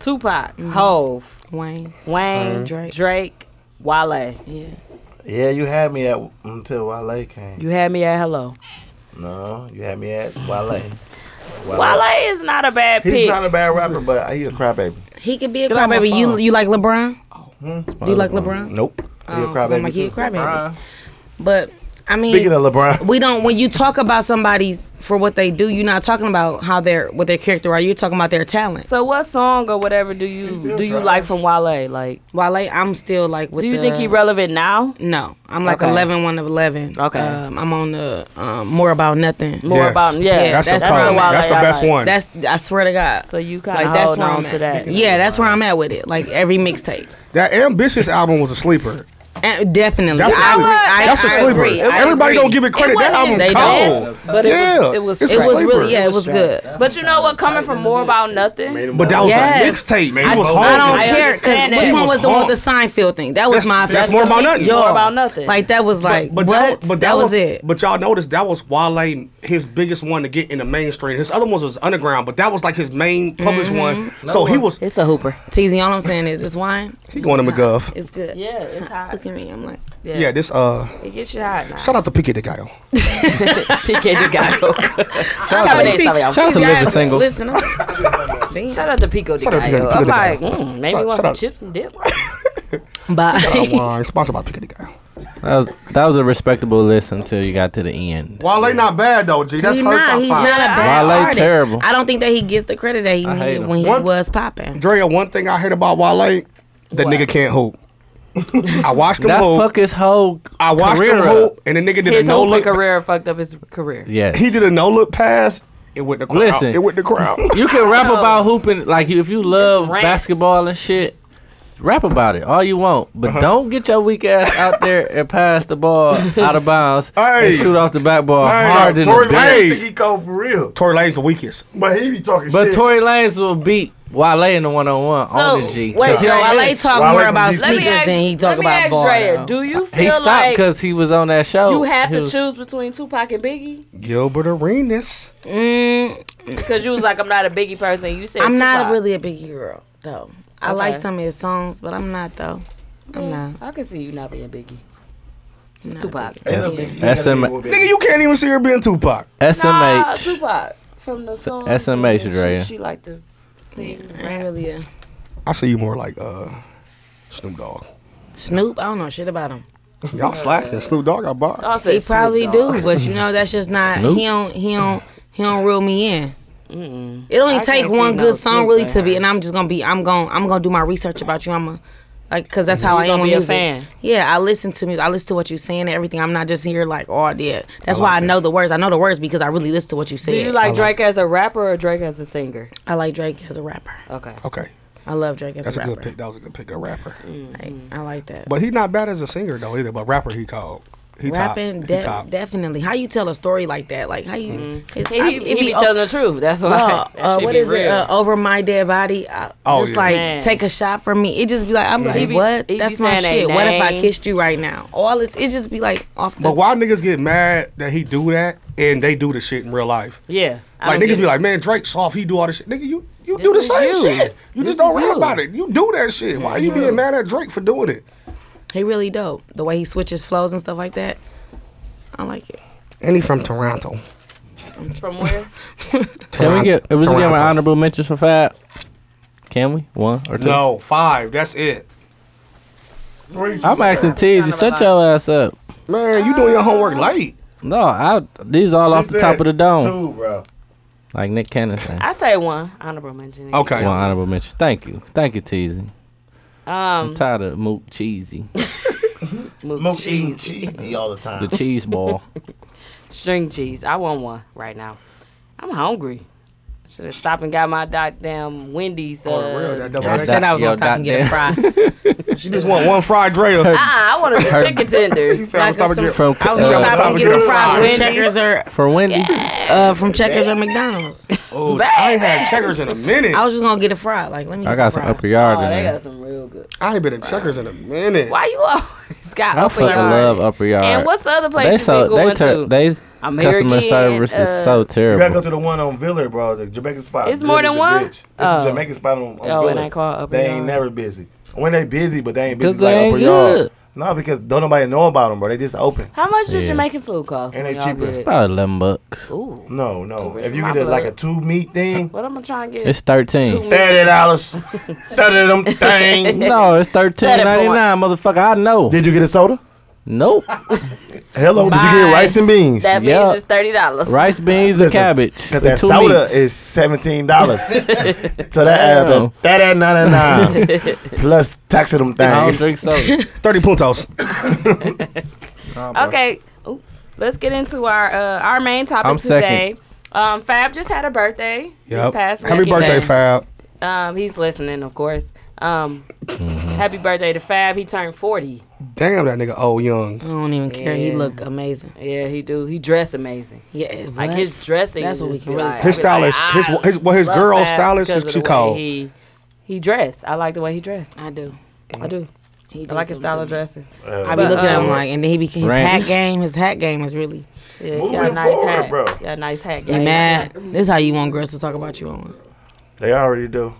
Speaker 5: Tupac,
Speaker 6: Mm-hmm.
Speaker 5: Hove,
Speaker 6: Wayne.
Speaker 5: Wayne,
Speaker 6: Drake.
Speaker 5: Drake. Wale.
Speaker 6: Yeah.
Speaker 7: Yeah, you had me at until Wale came.
Speaker 5: You had me at hello.
Speaker 7: No, you had me at Wale.
Speaker 5: Wale is not a bad
Speaker 7: He's
Speaker 5: pick.
Speaker 7: not a bad rapper, but he's a crybaby.
Speaker 6: He could be a
Speaker 5: Get on my
Speaker 6: crybaby. You
Speaker 5: phone.
Speaker 6: you like LeBron? Do you like LeBron?
Speaker 7: Nope. He a
Speaker 6: Oh, 'cause I'm like, he a
Speaker 7: crybaby. too.
Speaker 6: crybaby. But I mean,
Speaker 7: Speaking of LeBron,
Speaker 6: we don't when you talk about somebody's for what they do you're not talking about how their what their character are you're talking about their talent
Speaker 5: So what song or whatever do you do you like from Wale? Like,
Speaker 6: while I, i'm still like with
Speaker 5: do you
Speaker 6: the-
Speaker 5: think he relevant now?
Speaker 6: no i'm like
Speaker 5: Okay.
Speaker 6: 11 one of 11
Speaker 5: Okay.
Speaker 6: um, i'm on the um, more about nothing
Speaker 5: More
Speaker 3: Yes.
Speaker 5: about yeah.
Speaker 6: Yeah,
Speaker 3: That's,
Speaker 6: that's
Speaker 3: the
Speaker 6: the
Speaker 3: top.
Speaker 6: one
Speaker 5: Wale
Speaker 3: That's the
Speaker 5: I
Speaker 3: best
Speaker 5: like.
Speaker 3: one.
Speaker 6: that's i swear to god
Speaker 5: So you kind
Speaker 6: like
Speaker 5: of
Speaker 6: that's
Speaker 5: hold
Speaker 6: where i'm
Speaker 5: on
Speaker 6: at
Speaker 5: to that.
Speaker 6: yeah that's where i'm at with it like every mixtape
Speaker 3: that ambitious album was a sleeper.
Speaker 6: And definitely
Speaker 3: That's a
Speaker 6: I,
Speaker 3: sleeper.
Speaker 6: I-
Speaker 3: That's a
Speaker 6: I
Speaker 3: sleeper.
Speaker 6: agree. I
Speaker 3: Everybody
Speaker 6: agree.
Speaker 3: don't give it credit. that album
Speaker 5: wasn't
Speaker 6: They
Speaker 3: cold.
Speaker 5: don't. But it
Speaker 3: yeah,
Speaker 5: was- it was-
Speaker 3: It's a
Speaker 6: it was
Speaker 3: sleeper.
Speaker 6: really yeah it was good
Speaker 5: But you know what? Coming from more about nothing.
Speaker 3: But that was
Speaker 6: Yes.
Speaker 3: a mixtape, man.
Speaker 6: I,
Speaker 3: It was hard.
Speaker 6: I don't
Speaker 5: I
Speaker 6: care because
Speaker 5: understand that.
Speaker 6: which
Speaker 5: It
Speaker 6: one
Speaker 3: was
Speaker 6: was the one
Speaker 3: hard.
Speaker 6: with the Seinfeld thing? That was
Speaker 3: That's-
Speaker 6: my.
Speaker 3: that's More About Nothing.
Speaker 5: More
Speaker 6: Y'all.
Speaker 5: about nothing.
Speaker 6: Like that was like
Speaker 3: that
Speaker 6: what?
Speaker 3: was-
Speaker 6: that, was, it.
Speaker 3: But y'all noticed that was Wale his biggest one to get in the mainstream. His other ones was underground, but that was like his main published
Speaker 6: Mm-hmm.
Speaker 3: one. So he was
Speaker 5: it's a hooper.
Speaker 6: Teasing, all I'm saying is it's wine.
Speaker 3: he going to McGuff.
Speaker 6: It's good.
Speaker 5: Yeah, it's hot.
Speaker 6: Look at me. I'm like,
Speaker 5: Yeah,
Speaker 3: Yeah, this uh
Speaker 5: it gets you hot. Now.
Speaker 3: shout out to Piquet de Gallo.
Speaker 5: PK the guy.
Speaker 6: shout
Speaker 5: out to Nate Savio.
Speaker 4: Shout out to Living Single.
Speaker 6: Listen, I'm,
Speaker 5: Shout out to Pico de
Speaker 3: Shout out to Pico
Speaker 5: Gallo.
Speaker 3: de
Speaker 5: I'm
Speaker 3: Gallo.
Speaker 5: like, mm, maybe
Speaker 3: Shout- shout
Speaker 5: want some
Speaker 3: out.
Speaker 5: chips and dip.
Speaker 3: Uh,
Speaker 5: Bye.
Speaker 3: wine, sponsored by Piquet de Gallo.
Speaker 4: That was, that was a respectable list until you got to the end.
Speaker 3: Wale not bad though, G. That's
Speaker 6: he's
Speaker 3: her
Speaker 6: not.
Speaker 3: top
Speaker 6: He's
Speaker 3: five.
Speaker 6: not a bad
Speaker 4: Wale
Speaker 6: artist.
Speaker 4: terrible.
Speaker 6: I don't think that he gets the credit that he
Speaker 4: I hate
Speaker 6: needed
Speaker 4: him.
Speaker 6: when he
Speaker 3: What?
Speaker 6: was popping.
Speaker 3: Drea, one thing I hate about Wale, that nigga can't hoop. I watched him
Speaker 4: That
Speaker 3: hoop.
Speaker 4: fuck his whole
Speaker 3: I watched
Speaker 4: career
Speaker 3: him
Speaker 4: up.
Speaker 3: hoop, and the nigga did
Speaker 5: His
Speaker 3: a no
Speaker 5: whole
Speaker 3: look.
Speaker 5: career fucked up his career.
Speaker 4: Yes.
Speaker 3: He did a no look pass. It went the crowd.
Speaker 4: Listen.
Speaker 3: It went the crowd.
Speaker 4: You can rap about hooping, like if you love
Speaker 5: rants.
Speaker 4: basketball and shit, rap about it all you want, but don't get your weak ass out there and pass the ball out of bounds and
Speaker 3: Hey.
Speaker 4: shoot off the back ball
Speaker 3: Hey,
Speaker 4: hard in the
Speaker 7: Tory
Speaker 4: bitch.
Speaker 7: Lanez
Speaker 3: Hey.
Speaker 7: think he cold for real,
Speaker 3: Tory Lane's the weakest.
Speaker 7: but he be talking
Speaker 4: But
Speaker 7: shit.
Speaker 4: Tory Lanez will beat Wale in the one on one on the G.
Speaker 5: wait, so
Speaker 6: Wale talk
Speaker 7: Wale
Speaker 6: more
Speaker 7: from
Speaker 6: about
Speaker 7: DC.
Speaker 5: Let me
Speaker 6: sneakers
Speaker 5: ask-
Speaker 6: than he talk
Speaker 5: let me
Speaker 6: about
Speaker 5: ask
Speaker 6: ball.
Speaker 5: Drea,
Speaker 6: though.
Speaker 5: Do you feel
Speaker 4: he stopped
Speaker 5: like
Speaker 4: because he was on that show.
Speaker 5: you have
Speaker 4: He
Speaker 5: to
Speaker 4: was-
Speaker 5: choose between Tupac and Biggie?
Speaker 3: Gilbert Arenas.
Speaker 6: Mm,
Speaker 5: Because you was like, I'm not a Biggie person. You said
Speaker 6: I'm not
Speaker 5: Tupac.
Speaker 6: really a big girl though. I like
Speaker 5: Okay.
Speaker 6: some of his songs, but I'm not though. I'm not.
Speaker 5: I can see you not being Biggie. Just
Speaker 6: Not
Speaker 5: Tupac.
Speaker 4: SMA,
Speaker 3: Nigga, you can't even see her being Tupac.
Speaker 5: Nah,
Speaker 4: SMH.
Speaker 5: Ah, Tupac from the song.
Speaker 4: SMH,
Speaker 5: she-
Speaker 4: Drea.
Speaker 5: She like to sing.
Speaker 6: I ain't really a
Speaker 3: I see you more like uh Snoop Dogg.
Speaker 6: Snoop. I don't know shit about him.
Speaker 3: Y'all slacking. Snoop Dogg got bars.
Speaker 5: Also,
Speaker 6: He
Speaker 5: Snoop
Speaker 6: probably
Speaker 5: Dogg.
Speaker 6: do, but you know that's just not
Speaker 4: Snoop?
Speaker 6: he don't he don't he don't reel me in. It only take
Speaker 5: can't
Speaker 6: one
Speaker 5: see
Speaker 6: good
Speaker 5: no
Speaker 6: song
Speaker 5: Snoop
Speaker 6: really
Speaker 5: in
Speaker 6: to be,
Speaker 5: her.
Speaker 6: and I'm just gonna be I'm gonna I'm gonna do my research about you. I'm a like because that's how I
Speaker 5: You
Speaker 6: am
Speaker 5: gonna
Speaker 6: with
Speaker 5: be a fan.
Speaker 6: music. Yeah, I listen to music. I listen to what you're saying and everything. I'm not just here like oh yeah. That's why I know the words. I know the words because I really listen to what you said.
Speaker 5: Do you like Drake as a rapper or Drake as a singer?
Speaker 6: I like Drake as a rapper.
Speaker 5: Okay.
Speaker 3: Okay,
Speaker 6: I love Drake as
Speaker 3: that's
Speaker 6: a
Speaker 3: a
Speaker 6: rapper. Mm.
Speaker 3: good pick. That was a good pick. A rapper,
Speaker 6: Like, I like that.
Speaker 3: but he's not bad as a singer though either. But rapper, he called. He
Speaker 6: Rapping
Speaker 3: top.
Speaker 6: de-
Speaker 3: he top.
Speaker 6: definitely. How you tell a story like that? Like how you? It's,
Speaker 5: Mm-hmm. He,
Speaker 6: I-
Speaker 5: he,
Speaker 6: it
Speaker 5: be
Speaker 6: o-
Speaker 5: telling the truth. That's why.
Speaker 6: uh,
Speaker 5: That
Speaker 6: uh,
Speaker 5: shit
Speaker 6: what
Speaker 5: be
Speaker 6: is it?
Speaker 5: real.
Speaker 6: Uh, over my dead body. I,
Speaker 3: Oh,
Speaker 6: just
Speaker 3: yeah.
Speaker 6: like
Speaker 5: Man.
Speaker 6: take a shot from me. It just be like I'm
Speaker 5: He
Speaker 6: like
Speaker 5: be-
Speaker 6: what?
Speaker 5: he be
Speaker 6: That's my
Speaker 5: saying they
Speaker 6: shit. What if I
Speaker 5: names.
Speaker 6: kissed you right now? All this. It just be like off the.
Speaker 3: But why niggas get mad that he do that and they do the shit in real life?
Speaker 5: yeah. I
Speaker 3: Like
Speaker 5: don't
Speaker 3: niggas
Speaker 5: get
Speaker 3: be
Speaker 5: it.
Speaker 3: like, man, Drake soft, he do all this shit. Nigga, you you
Speaker 5: This
Speaker 3: do the
Speaker 5: is
Speaker 3: same
Speaker 5: you.
Speaker 3: shit. You
Speaker 5: This
Speaker 3: just don't
Speaker 5: is
Speaker 3: rap
Speaker 5: you.
Speaker 3: about it. You do that shit. Why you being mad at Drake for doing it?
Speaker 6: He really dope. The way he switches flows and stuff like that. I like it.
Speaker 3: And he from Toronto.
Speaker 5: from where?
Speaker 4: Can we get? Can we just give
Speaker 3: Toronto.
Speaker 4: my honorable mentions for five? Can we one or two?
Speaker 3: No, five. That's it.
Speaker 4: I'm asking Teasy, shut your ass up.
Speaker 3: Man, you doing your homework late.
Speaker 4: No, I these all off the top of the dome.
Speaker 7: Two, bro.
Speaker 4: Like Nick Cannon said.
Speaker 5: I say one honorable mention.
Speaker 3: Okay.
Speaker 4: One honorable mention. Thank you. Thank you, Teasy. I'm
Speaker 5: Um,
Speaker 4: tired of Moot Cheesy.
Speaker 5: mook
Speaker 7: Mo eating
Speaker 5: cheese,
Speaker 7: cheesy all the
Speaker 4: The
Speaker 7: time.
Speaker 4: cheese ball.
Speaker 5: string cheese. I want one right now. I'm hungry. Should have stopped and got my goddamn Wendy's. Uh,
Speaker 7: Oh, the real, that double
Speaker 4: Yes,
Speaker 7: bacon.
Speaker 6: Said I was
Speaker 4: Yo,
Speaker 6: gonna stop and get a fry.
Speaker 3: She just want one fried grater.
Speaker 5: Ah, I wanted the chicken
Speaker 3: He
Speaker 5: tenders.
Speaker 3: said, "I'm
Speaker 6: Like
Speaker 3: talking
Speaker 6: some-
Speaker 3: to you."
Speaker 4: From
Speaker 6: I was gonna
Speaker 4: uh,
Speaker 6: stop and get some fries
Speaker 5: Wendy's.
Speaker 6: from Checkers or
Speaker 4: for Wendy's.
Speaker 6: uh, from Checkers or McDonald's.
Speaker 3: Oh, I ain't had checkers in a minute.
Speaker 6: I was just gonna get a fry. Like let me. Get
Speaker 4: I got some
Speaker 6: some
Speaker 4: upper
Speaker 6: fries.
Speaker 4: yard
Speaker 5: Oh,
Speaker 4: in
Speaker 5: they
Speaker 4: there.
Speaker 5: got some real good.
Speaker 3: I ain't been in checkers in a minute.
Speaker 5: Why you always got
Speaker 4: I
Speaker 5: upper
Speaker 4: fucking
Speaker 5: yard?
Speaker 4: love upper yard.
Speaker 5: And what's the other place
Speaker 4: they
Speaker 5: you've
Speaker 4: so
Speaker 5: been going
Speaker 4: they tur-
Speaker 5: to?
Speaker 4: they customer
Speaker 5: American,
Speaker 4: service is
Speaker 5: uh,
Speaker 4: so
Speaker 7: You gotta go
Speaker 4: terrible.
Speaker 7: to the one on Villard, bro. The Jamaican spot.
Speaker 5: It's more
Speaker 7: Villard's
Speaker 5: than
Speaker 7: a
Speaker 5: one?
Speaker 7: bitch. It's
Speaker 5: Oh.
Speaker 7: a Jamaican spot on, on
Speaker 5: Oh, and
Speaker 7: Villard.
Speaker 5: I call it Upper
Speaker 7: They
Speaker 5: Yard.
Speaker 7: ain't never busy. When they busy, but they ain't busy
Speaker 4: 'Cause they
Speaker 7: like
Speaker 4: ain't
Speaker 7: upper yard.
Speaker 4: good.
Speaker 7: No, because don't nobody know about them, bro. They just open.
Speaker 5: How much does
Speaker 4: Yeah.
Speaker 5: Jamaican food cost?
Speaker 7: And
Speaker 5: when
Speaker 7: they
Speaker 5: y'all
Speaker 7: cheaper.
Speaker 5: get it?
Speaker 4: About eleven bucks.
Speaker 5: Ooh,
Speaker 7: No, no.
Speaker 5: Too rich
Speaker 7: If you
Speaker 5: for my
Speaker 7: get a, like a
Speaker 5: blood.
Speaker 7: two meat thing,
Speaker 5: what am I trying to get?
Speaker 4: It's thirteen.
Speaker 5: Two
Speaker 7: thirty dollars, thirty of them thing.
Speaker 4: No, it's thirteen ninety nine, motherfucker. I know.
Speaker 7: Did you get a soda?
Speaker 4: Nope.
Speaker 7: Hello. Did you
Speaker 5: Bye.
Speaker 7: get rice and beans?
Speaker 5: That means
Speaker 4: Yeah.
Speaker 5: it's thirty dollars.
Speaker 4: Rice, beans, and
Speaker 7: Listen,
Speaker 4: cabbage.
Speaker 7: Cause
Speaker 4: with
Speaker 7: that
Speaker 4: two
Speaker 7: soda
Speaker 4: meats.
Speaker 7: is seventeen dollars. so that adds
Speaker 4: Damn.
Speaker 7: up that at ninety nine plus tax of them
Speaker 4: I don't
Speaker 7: things.
Speaker 4: drink soda.
Speaker 3: 30 puntos.
Speaker 5: Okay, Ooh, let's get into our uh, our main topic
Speaker 4: I'm second.
Speaker 5: today. Um, Fab just had a birthday this past weekend.
Speaker 3: Happy birthday, Fab.
Speaker 5: Um, he's listening, of course. Um,
Speaker 3: Mm-hmm.
Speaker 5: happy birthday to Fab. He turned forty.
Speaker 3: Damn, that nigga old young.
Speaker 6: I don't even care. He
Speaker 5: Yeah.
Speaker 6: look amazing.
Speaker 5: Yeah, he do. He dressed amazing.
Speaker 6: Yeah,
Speaker 5: Like his dressing.
Speaker 6: That's what we
Speaker 5: just
Speaker 6: can
Speaker 5: be
Speaker 6: really
Speaker 5: like-
Speaker 3: His
Speaker 5: I be like,
Speaker 3: stylist,
Speaker 5: I
Speaker 3: his his well, his
Speaker 5: love
Speaker 3: girl
Speaker 5: Fab
Speaker 3: stylist
Speaker 5: because
Speaker 3: is
Speaker 5: of
Speaker 3: too
Speaker 5: the way
Speaker 3: cold.
Speaker 5: He he dressed. I like the way he dressed.
Speaker 6: I do.
Speaker 5: I do.
Speaker 6: He
Speaker 5: I
Speaker 6: do
Speaker 5: like his
Speaker 6: something
Speaker 5: style
Speaker 6: to
Speaker 5: of
Speaker 6: me.
Speaker 5: dressing.
Speaker 6: I be
Speaker 5: But,
Speaker 6: looking at him
Speaker 5: um,
Speaker 6: like, and then he became his
Speaker 4: Ranch.
Speaker 6: hat game. His hat game is really.
Speaker 5: Yeah, he got a
Speaker 7: Moving
Speaker 5: nice
Speaker 7: forward,
Speaker 5: hat,
Speaker 7: bro.
Speaker 5: bro. Got a nice hat.
Speaker 6: You
Speaker 5: game.
Speaker 6: mad? This is how you want girls to talk about you on.
Speaker 7: They already do.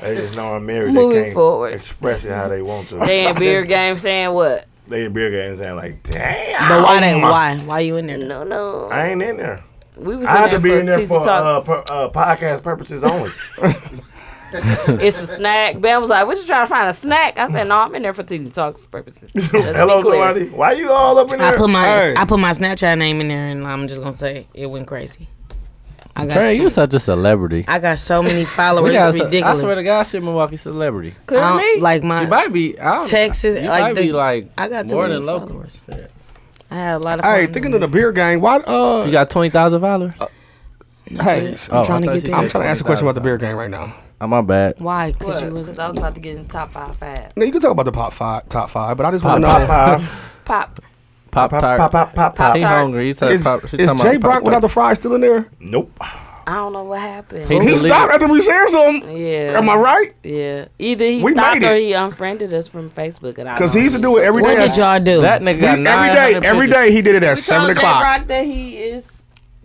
Speaker 7: they just know I'm married.
Speaker 5: Moving
Speaker 7: they can't
Speaker 5: forward.
Speaker 7: express it how they want to.
Speaker 5: They in beer game saying what?
Speaker 7: They in beer games and like, damn.
Speaker 6: But why that? Why? Why you in there?
Speaker 5: No, no.
Speaker 7: I ain't in there.
Speaker 5: We was
Speaker 7: I had to be in there
Speaker 5: Tootsie
Speaker 7: for uh,
Speaker 5: Talks.
Speaker 7: per, uh, podcast purposes only.
Speaker 5: it's a snack. Ben was like, "What you trying to find a snack?" I said, "No, I'm in there for TV talks purposes." Let's be
Speaker 7: Hello,
Speaker 5: clear.
Speaker 7: somebody. Why you all up in there?
Speaker 6: I put my
Speaker 3: Hey.
Speaker 6: I put my Snapchat name in there, and I'm just gonna say it went crazy. I got
Speaker 4: Trey,
Speaker 6: so-
Speaker 4: you such a celebrity.
Speaker 6: I got so many followers.
Speaker 4: We got
Speaker 6: It's
Speaker 4: so- I
Speaker 6: ridiculous.
Speaker 4: swear to God, shit, Milwaukee celebrity.
Speaker 5: Clear
Speaker 6: I
Speaker 5: to
Speaker 6: don't-
Speaker 5: me.
Speaker 6: Like
Speaker 4: She
Speaker 6: my
Speaker 4: might be. I don't-
Speaker 6: Texas,
Speaker 4: You
Speaker 6: like
Speaker 4: might
Speaker 6: the-
Speaker 4: be like.
Speaker 6: I got too
Speaker 4: more
Speaker 6: many
Speaker 4: than local.
Speaker 6: followers. I had a lot of.
Speaker 3: Hey,
Speaker 6: followers.
Speaker 3: thinking of the beer gang, why uh
Speaker 4: You got twenty thousand followers.
Speaker 3: hey,
Speaker 4: Oh, I
Speaker 6: I'm trying to
Speaker 4: thought
Speaker 6: get
Speaker 4: she
Speaker 6: there.
Speaker 4: said
Speaker 3: I'm trying to ask a question about the beer gang right now.
Speaker 4: Oh, my bad.
Speaker 6: Why? Cause you was
Speaker 5: Because I was about to get in the top five five.
Speaker 3: Now you can talk about the pop five top five, but I just want to
Speaker 4: Pop
Speaker 3: know
Speaker 7: Pop,
Speaker 5: Pop.
Speaker 4: Pop
Speaker 7: pop, pop,
Speaker 4: tart.
Speaker 7: pop, pop, pop.
Speaker 5: Pop.
Speaker 4: He
Speaker 5: Tarts.
Speaker 4: hungry. He said
Speaker 3: is,
Speaker 4: pop. she
Speaker 3: is
Speaker 4: talking
Speaker 3: Jay
Speaker 4: about pop
Speaker 3: Brock without the
Speaker 4: tart.
Speaker 3: fries still in there?
Speaker 7: Nope.
Speaker 5: I don't know what happened.
Speaker 4: He
Speaker 3: He
Speaker 4: deleted-
Speaker 3: stopped after we said something.
Speaker 5: Yeah.
Speaker 3: Am I right?
Speaker 5: Yeah. Either he
Speaker 3: We
Speaker 5: stopped
Speaker 3: made
Speaker 5: or
Speaker 3: it.
Speaker 5: he unfriended us from Facebook, and I.
Speaker 3: Because
Speaker 5: don't
Speaker 3: he used to
Speaker 5: know.
Speaker 3: do it every
Speaker 6: What
Speaker 3: day.
Speaker 6: did y'all do?
Speaker 4: That nigga
Speaker 3: He-
Speaker 4: got
Speaker 3: every day,
Speaker 4: 900
Speaker 3: every
Speaker 4: pictures.
Speaker 3: day he did it at
Speaker 5: We
Speaker 3: seven
Speaker 5: told Jay
Speaker 3: o'clock.
Speaker 5: Rock that he is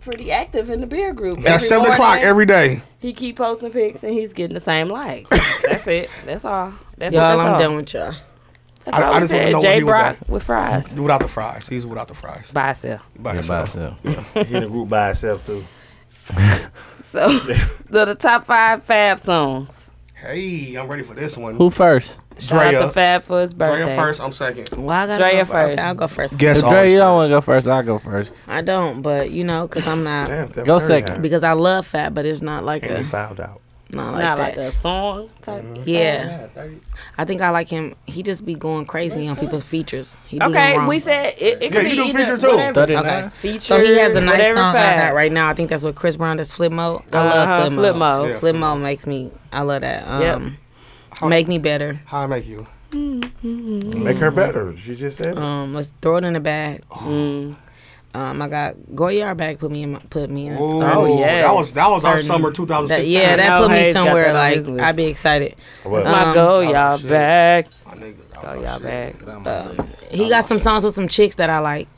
Speaker 5: pretty active in the beer group.
Speaker 3: At seven o'clock
Speaker 5: morning,
Speaker 3: every day.
Speaker 5: he keep posting pics, and he's getting the same like. that's it. That's all. That's
Speaker 6: Y'all,
Speaker 5: it. That's
Speaker 6: I'm
Speaker 5: all.
Speaker 6: done with y'all.
Speaker 5: That's
Speaker 3: I-
Speaker 5: all
Speaker 3: I
Speaker 5: we
Speaker 3: just wanna
Speaker 5: said.
Speaker 3: know where
Speaker 5: Jay
Speaker 3: he was
Speaker 5: Brock
Speaker 3: at.
Speaker 5: with fries.
Speaker 3: Without the fries. He's without the fries.
Speaker 5: By himself.
Speaker 3: By
Speaker 4: Yeah, by
Speaker 3: himself.
Speaker 4: himself.
Speaker 7: He in the group by himself too.
Speaker 5: So, the, the top five Fab songs.
Speaker 3: Hey, I'm ready for this one.
Speaker 4: Who first?
Speaker 5: Shout out
Speaker 3: Drea.
Speaker 5: to Fab for his birthday.
Speaker 3: Drea first, I'm second.
Speaker 6: Why I gotta
Speaker 5: Drea
Speaker 6: go first?
Speaker 5: first.
Speaker 6: Okay, I'll go first.
Speaker 3: Guess
Speaker 4: If Dre, you
Speaker 3: all.
Speaker 4: don't want to go first. I'll go first.
Speaker 6: I don't, but you know, cause I'm not
Speaker 7: Damn, that
Speaker 4: Go
Speaker 7: very
Speaker 4: second.
Speaker 7: high.
Speaker 6: because I love fat, but it's not like
Speaker 7: And he
Speaker 6: a
Speaker 7: fouled out.
Speaker 6: not like
Speaker 5: Not like
Speaker 6: that.
Speaker 5: a song type.
Speaker 3: Mm-hmm.
Speaker 6: yeah, I think I like him. He just be going crazy on people's features. He do them
Speaker 5: Okay,
Speaker 6: wrong.
Speaker 5: we said it, it
Speaker 3: Yeah,
Speaker 5: could
Speaker 3: you
Speaker 5: be
Speaker 3: do
Speaker 5: either
Speaker 3: feature too.
Speaker 5: whatever.
Speaker 4: Thirty
Speaker 6: Okay.
Speaker 4: nine.
Speaker 5: Feature,
Speaker 6: So he has a nice
Speaker 5: whatever
Speaker 6: song on
Speaker 5: Fab.
Speaker 6: that right now. I think that's what Chris Brown does. Flip mode. I
Speaker 5: Uh-huh,
Speaker 6: love flip
Speaker 5: Flip
Speaker 6: mode.
Speaker 5: Mode.
Speaker 3: Yeah.
Speaker 6: Flip mode makes me. I love that.
Speaker 5: Yep.
Speaker 6: Um, make me better.
Speaker 3: How I make you?
Speaker 7: Make her better. She just said. it.
Speaker 6: Um, let's throw it in the bag.
Speaker 5: Mm.
Speaker 6: Um, I got Goyard bag. Put me in. My, put me in.
Speaker 3: Ooh,
Speaker 6: Sorry.
Speaker 5: yeah.
Speaker 3: That was that was our
Speaker 6: Oh, Certain-
Speaker 3: summer
Speaker 6: That,
Speaker 3: 2016.
Speaker 6: yeah,
Speaker 5: I
Speaker 6: that
Speaker 5: know
Speaker 6: put me
Speaker 5: Hayes got
Speaker 6: somewhere.
Speaker 5: that on
Speaker 6: Like
Speaker 5: his list.
Speaker 6: I'd be excited.
Speaker 7: Well,
Speaker 5: That's my
Speaker 6: Um,
Speaker 5: goal,
Speaker 3: oh,
Speaker 5: y'all.
Speaker 3: shit.
Speaker 5: Back,
Speaker 3: My nigga,
Speaker 5: oh, y'all back.
Speaker 6: He got some songs with some chicks that I like.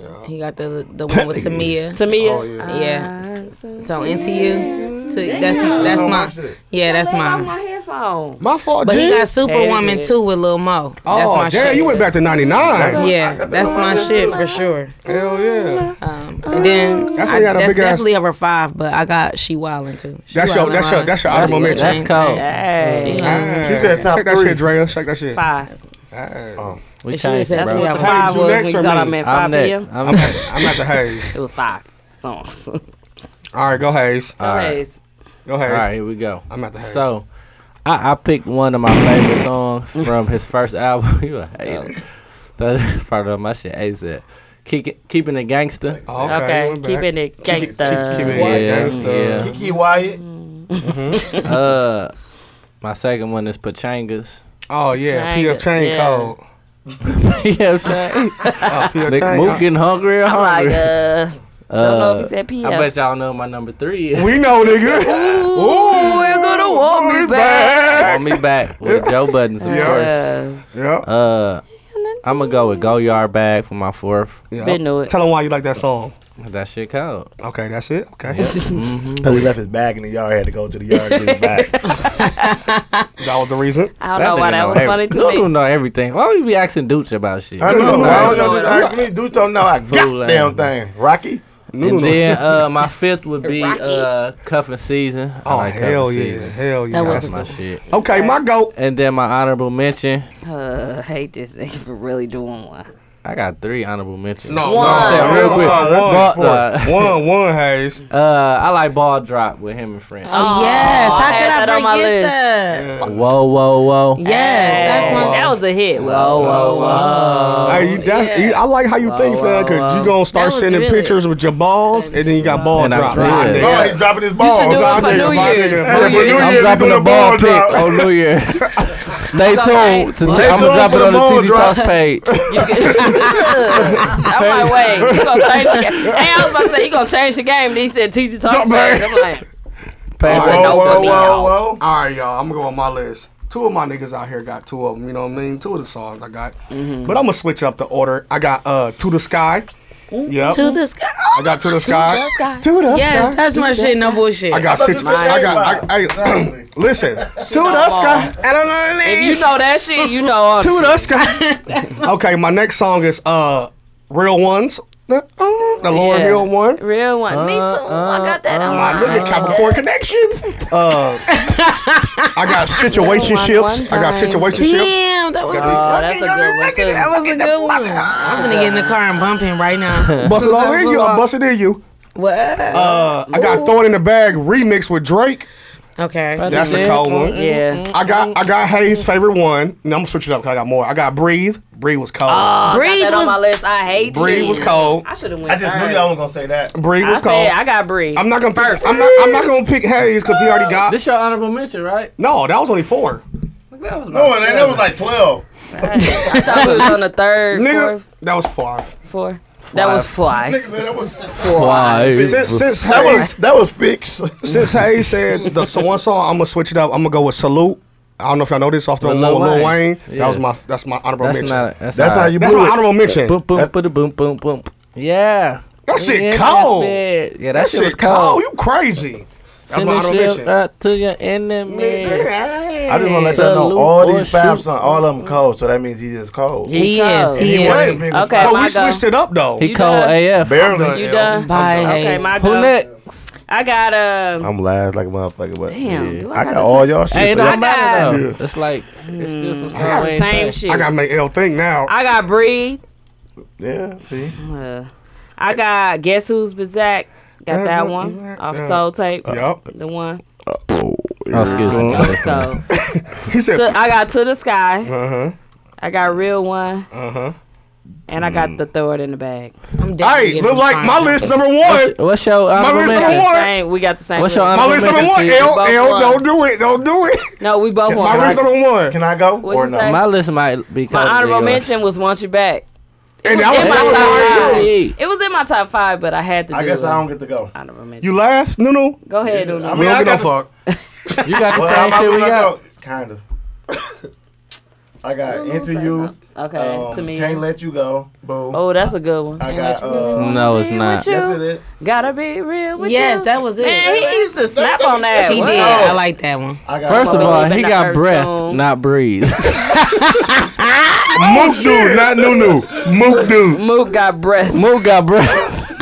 Speaker 3: Yeah.
Speaker 6: He got the the one with Tamia.
Speaker 5: To me,
Speaker 3: Oh, yeah.
Speaker 6: Uh, Yeah. So into you. To, that's that's my. Yeah, that's
Speaker 5: my
Speaker 6: mine.
Speaker 5: headphone.
Speaker 3: My fault,
Speaker 6: But he
Speaker 3: G.
Speaker 6: got Superwoman
Speaker 5: Hey,
Speaker 6: too with Lil Mo. That's
Speaker 3: oh,
Speaker 6: my
Speaker 3: damn,
Speaker 6: shit.
Speaker 3: you went back to 99.
Speaker 6: Yeah, that's my shit for sure.
Speaker 3: Hell yeah.
Speaker 6: Um, and then
Speaker 3: That's
Speaker 6: that's,
Speaker 3: why
Speaker 6: I,
Speaker 3: you got a
Speaker 6: that's
Speaker 3: big ass-
Speaker 6: definitely over five, but I got she wildin' too. She
Speaker 3: That's your
Speaker 6: Wildin'
Speaker 3: that's your
Speaker 6: Wildin'.
Speaker 3: that's your honorable
Speaker 6: what-
Speaker 3: mention.
Speaker 4: That's cold.
Speaker 5: Hey.
Speaker 3: Hey,
Speaker 7: She said top
Speaker 3: Shake that
Speaker 7: three.
Speaker 3: shit, Drea. Shake that shit.
Speaker 5: Five.
Speaker 3: Hey.
Speaker 4: We
Speaker 6: If she would've
Speaker 4: changed
Speaker 6: said
Speaker 4: it,
Speaker 5: That's
Speaker 6: three,
Speaker 4: bro.
Speaker 6: I
Speaker 5: what
Speaker 6: would've-
Speaker 5: five
Speaker 3: you
Speaker 5: was
Speaker 3: next
Speaker 5: when
Speaker 3: or
Speaker 5: you thought I
Speaker 3: me?
Speaker 5: meant
Speaker 4: I'm
Speaker 5: 5
Speaker 4: next.
Speaker 5: p.m.
Speaker 4: I'm next.
Speaker 3: I'm at the haze.
Speaker 5: It was five songs.
Speaker 3: All right, go Hayes.
Speaker 5: Go ahead.
Speaker 3: Go Hayes.
Speaker 4: All right, here we go.
Speaker 3: I'm at the Hayes.
Speaker 4: So, I, I picked one of my favorite songs from his first album. you a hater. That's part of my shit. ASAP. Keep it, keeping it gangster.
Speaker 3: Oh,
Speaker 5: Okay,
Speaker 3: we're back.
Speaker 5: keeping it
Speaker 3: Keep it- keep- keep it
Speaker 5: gangsta.
Speaker 4: Yeah,
Speaker 3: gangsta.
Speaker 7: Kiki Wyatt.
Speaker 4: yeah. Uh, my second one is Pachangas.
Speaker 3: Oh yeah,
Speaker 5: Chain-
Speaker 3: PF chain
Speaker 5: yeah.
Speaker 3: code.
Speaker 4: you know what I'm saying?
Speaker 3: Oh, PF
Speaker 4: Nigga,
Speaker 3: chain
Speaker 4: Mook
Speaker 3: code.
Speaker 4: getting hungry or
Speaker 5: I'm like,
Speaker 4: hungry?
Speaker 5: uh, don't know
Speaker 4: Uh,
Speaker 5: if he said
Speaker 4: I bet
Speaker 5: PF.
Speaker 4: y'all know my number three. is.
Speaker 3: We know, nigga.
Speaker 5: Ooh, we're gonna walk me back.
Speaker 4: Want me back with Joe Buttons, of course.
Speaker 5: Uh,
Speaker 3: Yep.
Speaker 4: Uh, I'm gonna go with Go Yard Bag for my fourth.
Speaker 5: been knew it.
Speaker 3: Tell him why you like that song.
Speaker 4: That shit cold.
Speaker 3: Okay, that's it. Okay,
Speaker 5: Mm-hmm.
Speaker 8: Cause he left his bag in the yard, had to go to the yard to get it back.
Speaker 3: that was the reason.
Speaker 5: I don't know
Speaker 4: nigga
Speaker 5: why that
Speaker 4: know
Speaker 5: was
Speaker 4: every-
Speaker 5: funny to
Speaker 4: Dude
Speaker 5: me.
Speaker 4: don't know everything. Why would you be asking Dooch about shit?
Speaker 8: I know. Why don't
Speaker 4: Right.
Speaker 8: y'all just ask me? Do something now. I
Speaker 4: Fool
Speaker 8: got damn
Speaker 3: ass.
Speaker 8: thing. Rocky.
Speaker 4: And then uh, my fifth would be uh, cuffing season. I
Speaker 3: Oh
Speaker 4: like cuffing
Speaker 3: hell yeah,
Speaker 4: season.
Speaker 3: hell yeah.
Speaker 5: That
Speaker 4: That's
Speaker 5: was-
Speaker 4: my shit.
Speaker 3: okay, my goat.
Speaker 4: And then my honorable mention.
Speaker 5: Uh, hate this nigga for really doing one.
Speaker 4: I got three honorable mentions.
Speaker 3: No,
Speaker 4: I
Speaker 3: no,
Speaker 4: said real
Speaker 3: one,
Speaker 4: quick.
Speaker 3: one,
Speaker 4: Ball-
Speaker 3: one, one, one, Hayes.
Speaker 4: uh, uh, I like ball drop with him and friend.
Speaker 6: Oh, yes.
Speaker 5: I
Speaker 6: How
Speaker 5: had
Speaker 6: could I
Speaker 5: that on my
Speaker 6: forget
Speaker 5: list.
Speaker 6: that?
Speaker 4: Whoa, whoa, whoa.
Speaker 6: Yes, that's one.
Speaker 5: That was a hit. Whoa, whoa, whoa.
Speaker 3: Hey, you, that's, you, I like how you think, fam, because you going to
Speaker 5: Oh, That
Speaker 3: start
Speaker 5: was
Speaker 3: sending
Speaker 5: really-
Speaker 3: pictures with your balls, and then you got ball
Speaker 4: And I
Speaker 3: drop.
Speaker 4: drew
Speaker 3: My
Speaker 4: it.
Speaker 3: nigga.
Speaker 7: Oh, he's dropping his balls.
Speaker 5: should do
Speaker 7: My
Speaker 5: it for
Speaker 7: nigga,
Speaker 5: New
Speaker 7: my
Speaker 5: Year's.
Speaker 7: nigga.
Speaker 5: For
Speaker 7: For
Speaker 5: New Year's.
Speaker 4: I'm
Speaker 7: we
Speaker 4: dropping
Speaker 7: doing
Speaker 4: a ball pick
Speaker 7: drop.
Speaker 4: on New Year. Stay
Speaker 5: okay. Oh,
Speaker 4: tuned. To
Speaker 5: Stay
Speaker 4: I'm gonna
Speaker 7: tuned
Speaker 4: drop
Speaker 7: for
Speaker 4: it
Speaker 7: the
Speaker 4: on the
Speaker 7: ball
Speaker 4: TZ
Speaker 7: drop.
Speaker 4: Talks page.
Speaker 5: I'm like, wait, you gonna change the game? Hey, I was about to say you gonna change the game. Then he said TZ Talks
Speaker 3: Jump back.
Speaker 5: first. I'm like,
Speaker 4: Pass
Speaker 3: All right,
Speaker 4: it
Speaker 5: no
Speaker 3: whoa,
Speaker 5: for
Speaker 3: whoa,
Speaker 5: me,
Speaker 3: whoa,
Speaker 5: y'all.
Speaker 3: whoa. All right, y'all. I'm going to go on my list. Two of my niggas out here got two of them. You know what I mean? Two of the songs I got. But I'm going to switch up the order. I got uh, To the Sky. Yep.
Speaker 6: To the sky.
Speaker 3: I got To the Sky. To the
Speaker 6: Yes, that's my shit. No bullshit.
Speaker 3: I got six. I got. I, I, listen. To the Sky.
Speaker 6: I don't know the name.
Speaker 5: you know that shit. You know all the
Speaker 3: Two
Speaker 5: shit.
Speaker 3: the Sky. Okay, my next song is uh, Real Ones. The Lauren
Speaker 5: Yeah.
Speaker 3: Hill one.
Speaker 5: real one. me too. I got that. on
Speaker 3: I look at Capricorn Connections. Uh, I got situationships. I got situationships.
Speaker 6: Damn, that was,
Speaker 5: Oh, that's a good one too.
Speaker 6: that was a good one. I'm gonna get in the car and bump him right now.
Speaker 3: Bust it all in you. I bust it in you.
Speaker 6: what?
Speaker 3: Uh, I got throw it in the bag remix with Drake.
Speaker 6: okay.
Speaker 3: That's a cold one.
Speaker 5: Yeah.
Speaker 3: I got I got Hayes' favorite one. No, I'm gonna switch it up because I got more. I got breathe. Breathe was cold.
Speaker 5: I
Speaker 6: Breathe
Speaker 5: got that on my
Speaker 6: was.
Speaker 5: list. I hate
Speaker 3: breathe
Speaker 5: you.
Speaker 3: was cold.
Speaker 5: I should have went.
Speaker 7: I just knew
Speaker 5: first.
Speaker 7: y'all was gonna say that.
Speaker 3: Breathe
Speaker 5: I
Speaker 3: was
Speaker 5: said
Speaker 3: cold.
Speaker 5: I got Bree.
Speaker 3: I'm not gonna
Speaker 5: First.
Speaker 3: pick. I'm not. I'm not gonna pick Hayes because he already got.
Speaker 4: This your honorable mention, right?
Speaker 3: No, that was only four.
Speaker 4: That was my
Speaker 7: No, and that was like twelve.
Speaker 5: I thought we was on the third,
Speaker 3: Nigga,
Speaker 5: fourth,
Speaker 3: that was five.
Speaker 5: fourth. That was fly.
Speaker 7: Nigga, man, that was
Speaker 3: Since since
Speaker 8: That
Speaker 3: Hayes
Speaker 8: was that was fixed.
Speaker 3: Since Hayes said the so one song, I'm gonna switch it up. I'm gonna go with Salute. I don't know if y'all know this off the
Speaker 4: With
Speaker 3: one with
Speaker 4: Lil
Speaker 3: Lil Wayne.
Speaker 4: Wayne. Yeah.
Speaker 3: That was my that's my honorable
Speaker 4: That's
Speaker 3: mention.
Speaker 4: not. That's,
Speaker 8: That's
Speaker 4: not-
Speaker 8: how you
Speaker 3: that's
Speaker 8: blew
Speaker 3: my
Speaker 8: it.
Speaker 3: honorable mention.
Speaker 4: Boom, boom,
Speaker 8: That-
Speaker 4: boom, boom, boom, boom. Yeah.
Speaker 3: That shit
Speaker 4: Yeah,
Speaker 3: cold.
Speaker 4: that's bad. Yeah, that,
Speaker 3: that
Speaker 4: shit was
Speaker 3: shit cold.
Speaker 4: cold.
Speaker 3: You crazy? That's
Speaker 4: Send
Speaker 3: my
Speaker 4: the
Speaker 3: honorable
Speaker 4: shit
Speaker 3: mention.
Speaker 4: out to your enemies.
Speaker 8: I
Speaker 3: I
Speaker 8: just want to let y'all
Speaker 4: Salute
Speaker 8: know all
Speaker 4: or
Speaker 8: these five
Speaker 4: shoot.
Speaker 8: songs, all of them cold. So that means he just cold.
Speaker 6: He is. He
Speaker 8: He
Speaker 6: is.
Speaker 8: wasn't big as
Speaker 5: Okay,
Speaker 3: But
Speaker 5: my
Speaker 3: we
Speaker 5: go.
Speaker 3: switched it up though.
Speaker 4: He
Speaker 5: You
Speaker 4: cold
Speaker 5: done?
Speaker 4: AF.
Speaker 8: Barely.
Speaker 5: You done?
Speaker 6: Bye.
Speaker 5: Okay,
Speaker 6: Hayes.
Speaker 5: my
Speaker 4: Who
Speaker 5: go.
Speaker 4: next?
Speaker 5: I got um.
Speaker 8: I'm last like a motherfucker, but
Speaker 5: Damn,
Speaker 8: yeah.
Speaker 5: do I
Speaker 8: I, got
Speaker 5: gotta
Speaker 8: all
Speaker 5: say-
Speaker 8: y'all shit.
Speaker 4: Hey, it
Speaker 8: so
Speaker 4: don't
Speaker 8: y'all-
Speaker 4: matter
Speaker 8: Yeah.
Speaker 4: though. Oh, It's like it's still some
Speaker 5: I got
Speaker 4: stuff.
Speaker 5: the same shit.
Speaker 3: I gotta make L thing now.
Speaker 5: I got Bree.
Speaker 8: yeah, see,
Speaker 5: Uh, I got Guess Who's Bizak. Got that one off Soul Tape.
Speaker 3: Yup.
Speaker 5: The one.
Speaker 4: Oh, excuse me. guys.
Speaker 5: So
Speaker 3: He said,
Speaker 5: to, I got To the Sky.
Speaker 3: uh huh.
Speaker 5: I got Real One. Uh And I
Speaker 4: Mm.
Speaker 5: got the throw it in the bag.
Speaker 6: I'm definitely
Speaker 3: Hey,
Speaker 6: getting
Speaker 3: look
Speaker 6: in the
Speaker 3: like
Speaker 6: car.
Speaker 3: my list number one.
Speaker 4: What's your honorable
Speaker 3: list number
Speaker 4: mention?
Speaker 3: one.
Speaker 5: Same, we got the same.
Speaker 4: What's your
Speaker 5: list.
Speaker 3: My
Speaker 4: honorable
Speaker 3: list number
Speaker 4: mention
Speaker 3: one.
Speaker 4: to you?
Speaker 3: L
Speaker 5: Both
Speaker 3: L.
Speaker 5: one.
Speaker 3: Don't do it. Don't do it.
Speaker 5: No, we both
Speaker 3: My
Speaker 5: won.
Speaker 3: list number one.
Speaker 8: can I go
Speaker 5: What'd
Speaker 8: or
Speaker 5: you
Speaker 8: no?
Speaker 5: say?
Speaker 4: My list might be
Speaker 5: My
Speaker 4: colder than
Speaker 5: honorable
Speaker 4: yours.
Speaker 5: mention was Want You Back.
Speaker 3: And that was
Speaker 5: in my
Speaker 3: that was
Speaker 5: top
Speaker 3: mine.
Speaker 5: five.
Speaker 4: Hey,
Speaker 5: It was in my top five, but I had to
Speaker 7: I
Speaker 5: do
Speaker 7: guess
Speaker 5: it.
Speaker 7: I don't get to go.
Speaker 5: honorable mention.
Speaker 3: You last? No, no.
Speaker 5: Go ahead, Nunu.
Speaker 7: I
Speaker 3: We
Speaker 7: mean,
Speaker 3: don't
Speaker 7: I
Speaker 3: give no
Speaker 7: got
Speaker 3: fuck.
Speaker 4: You got the
Speaker 7: Well, I'm
Speaker 4: same
Speaker 7: not
Speaker 4: shit we
Speaker 7: gonna
Speaker 4: got.
Speaker 7: go. Kind of. I got into you.
Speaker 5: okay,
Speaker 7: Um,
Speaker 5: to me.
Speaker 7: Can't let you go.
Speaker 3: Boom.
Speaker 5: Oh, that's a good one.
Speaker 7: I got. Uh,
Speaker 4: No, it's not.
Speaker 5: you.
Speaker 7: yes, it is.
Speaker 5: Gotta be real with
Speaker 6: Yes,
Speaker 5: you.
Speaker 6: that was it.
Speaker 5: Man, he used to snap on that.
Speaker 6: He
Speaker 5: What?
Speaker 3: Oh.
Speaker 6: did. I like that one.
Speaker 7: I got.
Speaker 4: First of all,
Speaker 5: Believe in
Speaker 4: he
Speaker 5: the
Speaker 4: got
Speaker 5: earth
Speaker 4: breath,
Speaker 5: song.
Speaker 4: not breathe.
Speaker 8: Mook dude, not Nunu. Mook dude.
Speaker 5: Mook got breath.
Speaker 4: Mook got breath.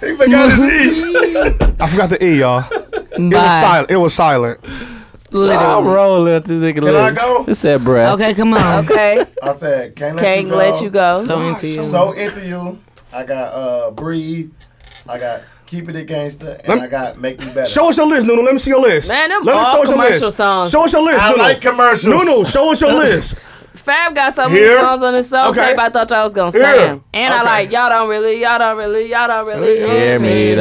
Speaker 8: He forgot his E.
Speaker 3: I forgot the E, y'all. It was
Speaker 6: Bye.
Speaker 3: silent. It was silent.
Speaker 4: I'm
Speaker 6: Literally.
Speaker 4: rolling at this nigga
Speaker 7: Can I
Speaker 4: list.
Speaker 7: go?
Speaker 4: It said breath.
Speaker 6: Okay, come on.
Speaker 5: Okay, oh
Speaker 7: I said can't let
Speaker 5: can't
Speaker 7: you go.
Speaker 5: let you go.
Speaker 6: So into you.
Speaker 7: So into you. I got uh breathe. I got Keep it a gangster, and
Speaker 3: Lem-
Speaker 7: I got make me better.
Speaker 3: Show us your list, Nunu. Let me see your list.
Speaker 5: Man, them
Speaker 3: Let me
Speaker 5: all
Speaker 3: show us your
Speaker 5: commercial
Speaker 3: list.
Speaker 5: songs.
Speaker 3: Show us your list,
Speaker 7: I
Speaker 3: Nunu.
Speaker 7: like commercials.
Speaker 3: Nunu, show us your list.
Speaker 5: Fab got so many
Speaker 3: Here?
Speaker 5: songs on his soul
Speaker 3: Okay.
Speaker 5: tape. I thought y'all was gonna
Speaker 3: Here.
Speaker 5: say them. And I
Speaker 3: Okay.
Speaker 5: like y'all don't really, y'all don't really, y'all don't really
Speaker 4: Hear me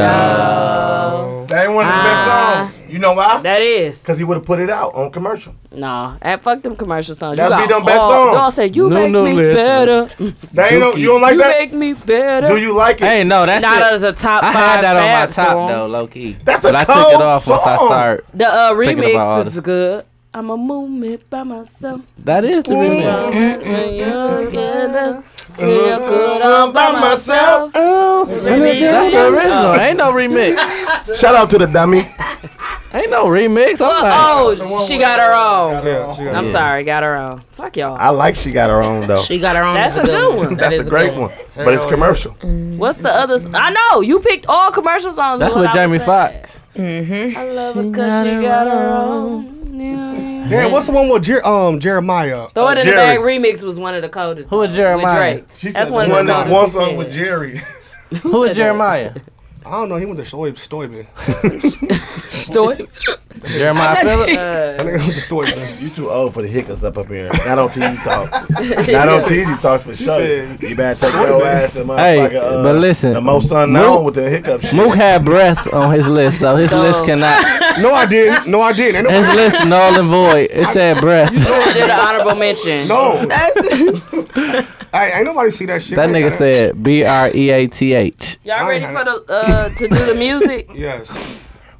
Speaker 5: though.
Speaker 7: That ain't one of the best songs. You know why?
Speaker 5: That is
Speaker 7: Because he would have put it out on commercial.
Speaker 5: no. And fuck them commercial songs.
Speaker 7: That
Speaker 5: you
Speaker 7: be
Speaker 5: got
Speaker 7: them best
Speaker 5: all-
Speaker 7: songs.
Speaker 5: Y'all say you
Speaker 4: No,
Speaker 5: make
Speaker 4: no,
Speaker 5: me
Speaker 4: listen.
Speaker 5: better.
Speaker 7: That ain't no, you don't like
Speaker 5: you
Speaker 7: that?
Speaker 5: make me better.
Speaker 7: Do you like it?
Speaker 4: Hey, no, that's
Speaker 5: Not
Speaker 4: it.
Speaker 5: as a top
Speaker 4: I
Speaker 5: five.
Speaker 4: had that on my
Speaker 5: Fab
Speaker 4: top
Speaker 5: song.
Speaker 4: though, low key.
Speaker 7: That's a
Speaker 4: but I took
Speaker 7: cold
Speaker 4: it off once I
Speaker 7: song.
Speaker 4: start.
Speaker 5: The uh,
Speaker 4: Thinking about all
Speaker 5: remix
Speaker 4: this.
Speaker 5: is good. I'm a movement by myself.
Speaker 4: That is the remix.
Speaker 5: When you're together, feel good all by myself.
Speaker 3: Oh.
Speaker 4: That's the original. Ain't no remix.
Speaker 7: Shout out to the dummy.
Speaker 4: Ain't no remix. I'm like,
Speaker 5: Oh, she got her own.
Speaker 3: Yeah, she got
Speaker 5: I'm
Speaker 3: it.
Speaker 5: sorry, got her own. Fuck y'all.
Speaker 7: I like she got her own though.
Speaker 6: She got her own.
Speaker 5: That's
Speaker 6: is
Speaker 5: a good one.
Speaker 6: That
Speaker 7: That's
Speaker 6: is
Speaker 7: a great
Speaker 6: good
Speaker 7: one, but it's commercial.
Speaker 5: What's the other? s- I know you picked all commercial songs.
Speaker 4: that's
Speaker 5: is what
Speaker 4: with
Speaker 5: I was
Speaker 4: Jamie
Speaker 5: saying.
Speaker 4: Foxx.
Speaker 5: I love her 'cause she got her own.
Speaker 3: Damn, what's the one with Jer- um, Jeremiah?
Speaker 5: Throw it in
Speaker 7: Jerry.
Speaker 5: the bag remix was one of the coldest.
Speaker 4: Who is
Speaker 5: though,
Speaker 4: Jeremiah?
Speaker 5: With Drake. That's one of the
Speaker 7: that
Speaker 5: coldest.
Speaker 7: one
Speaker 5: he
Speaker 7: song
Speaker 5: said.
Speaker 7: with Jerry.
Speaker 4: Who is Jeremiah?
Speaker 3: I don't know. He went to Stoy- Stoyman.
Speaker 6: Story.
Speaker 4: Jeremiah Phillips.
Speaker 3: That nigga went to Stoyman.
Speaker 7: you too old for the hiccups up up here. Not on TV talk. Not on TV talk for sure.
Speaker 3: said-
Speaker 7: You better take your ass and motherfucker.
Speaker 4: Hey,
Speaker 7: uh,
Speaker 4: but listen,
Speaker 7: the most
Speaker 4: Mook-
Speaker 7: unknown with the hiccup shit.
Speaker 4: Mook had breath on his list, so his list cannot.
Speaker 3: No, I didn't. No, I didn't. Ain't
Speaker 4: His
Speaker 3: nobody-
Speaker 4: list null and void. It said breath.
Speaker 5: I did an honorable mention.
Speaker 3: No. Oh. Hey, ain't nobody see that shit.
Speaker 4: That
Speaker 3: They
Speaker 4: nigga
Speaker 3: got it.
Speaker 4: said B R E A T H.
Speaker 5: Y'all ready for the uh, to do the music?
Speaker 3: Yes.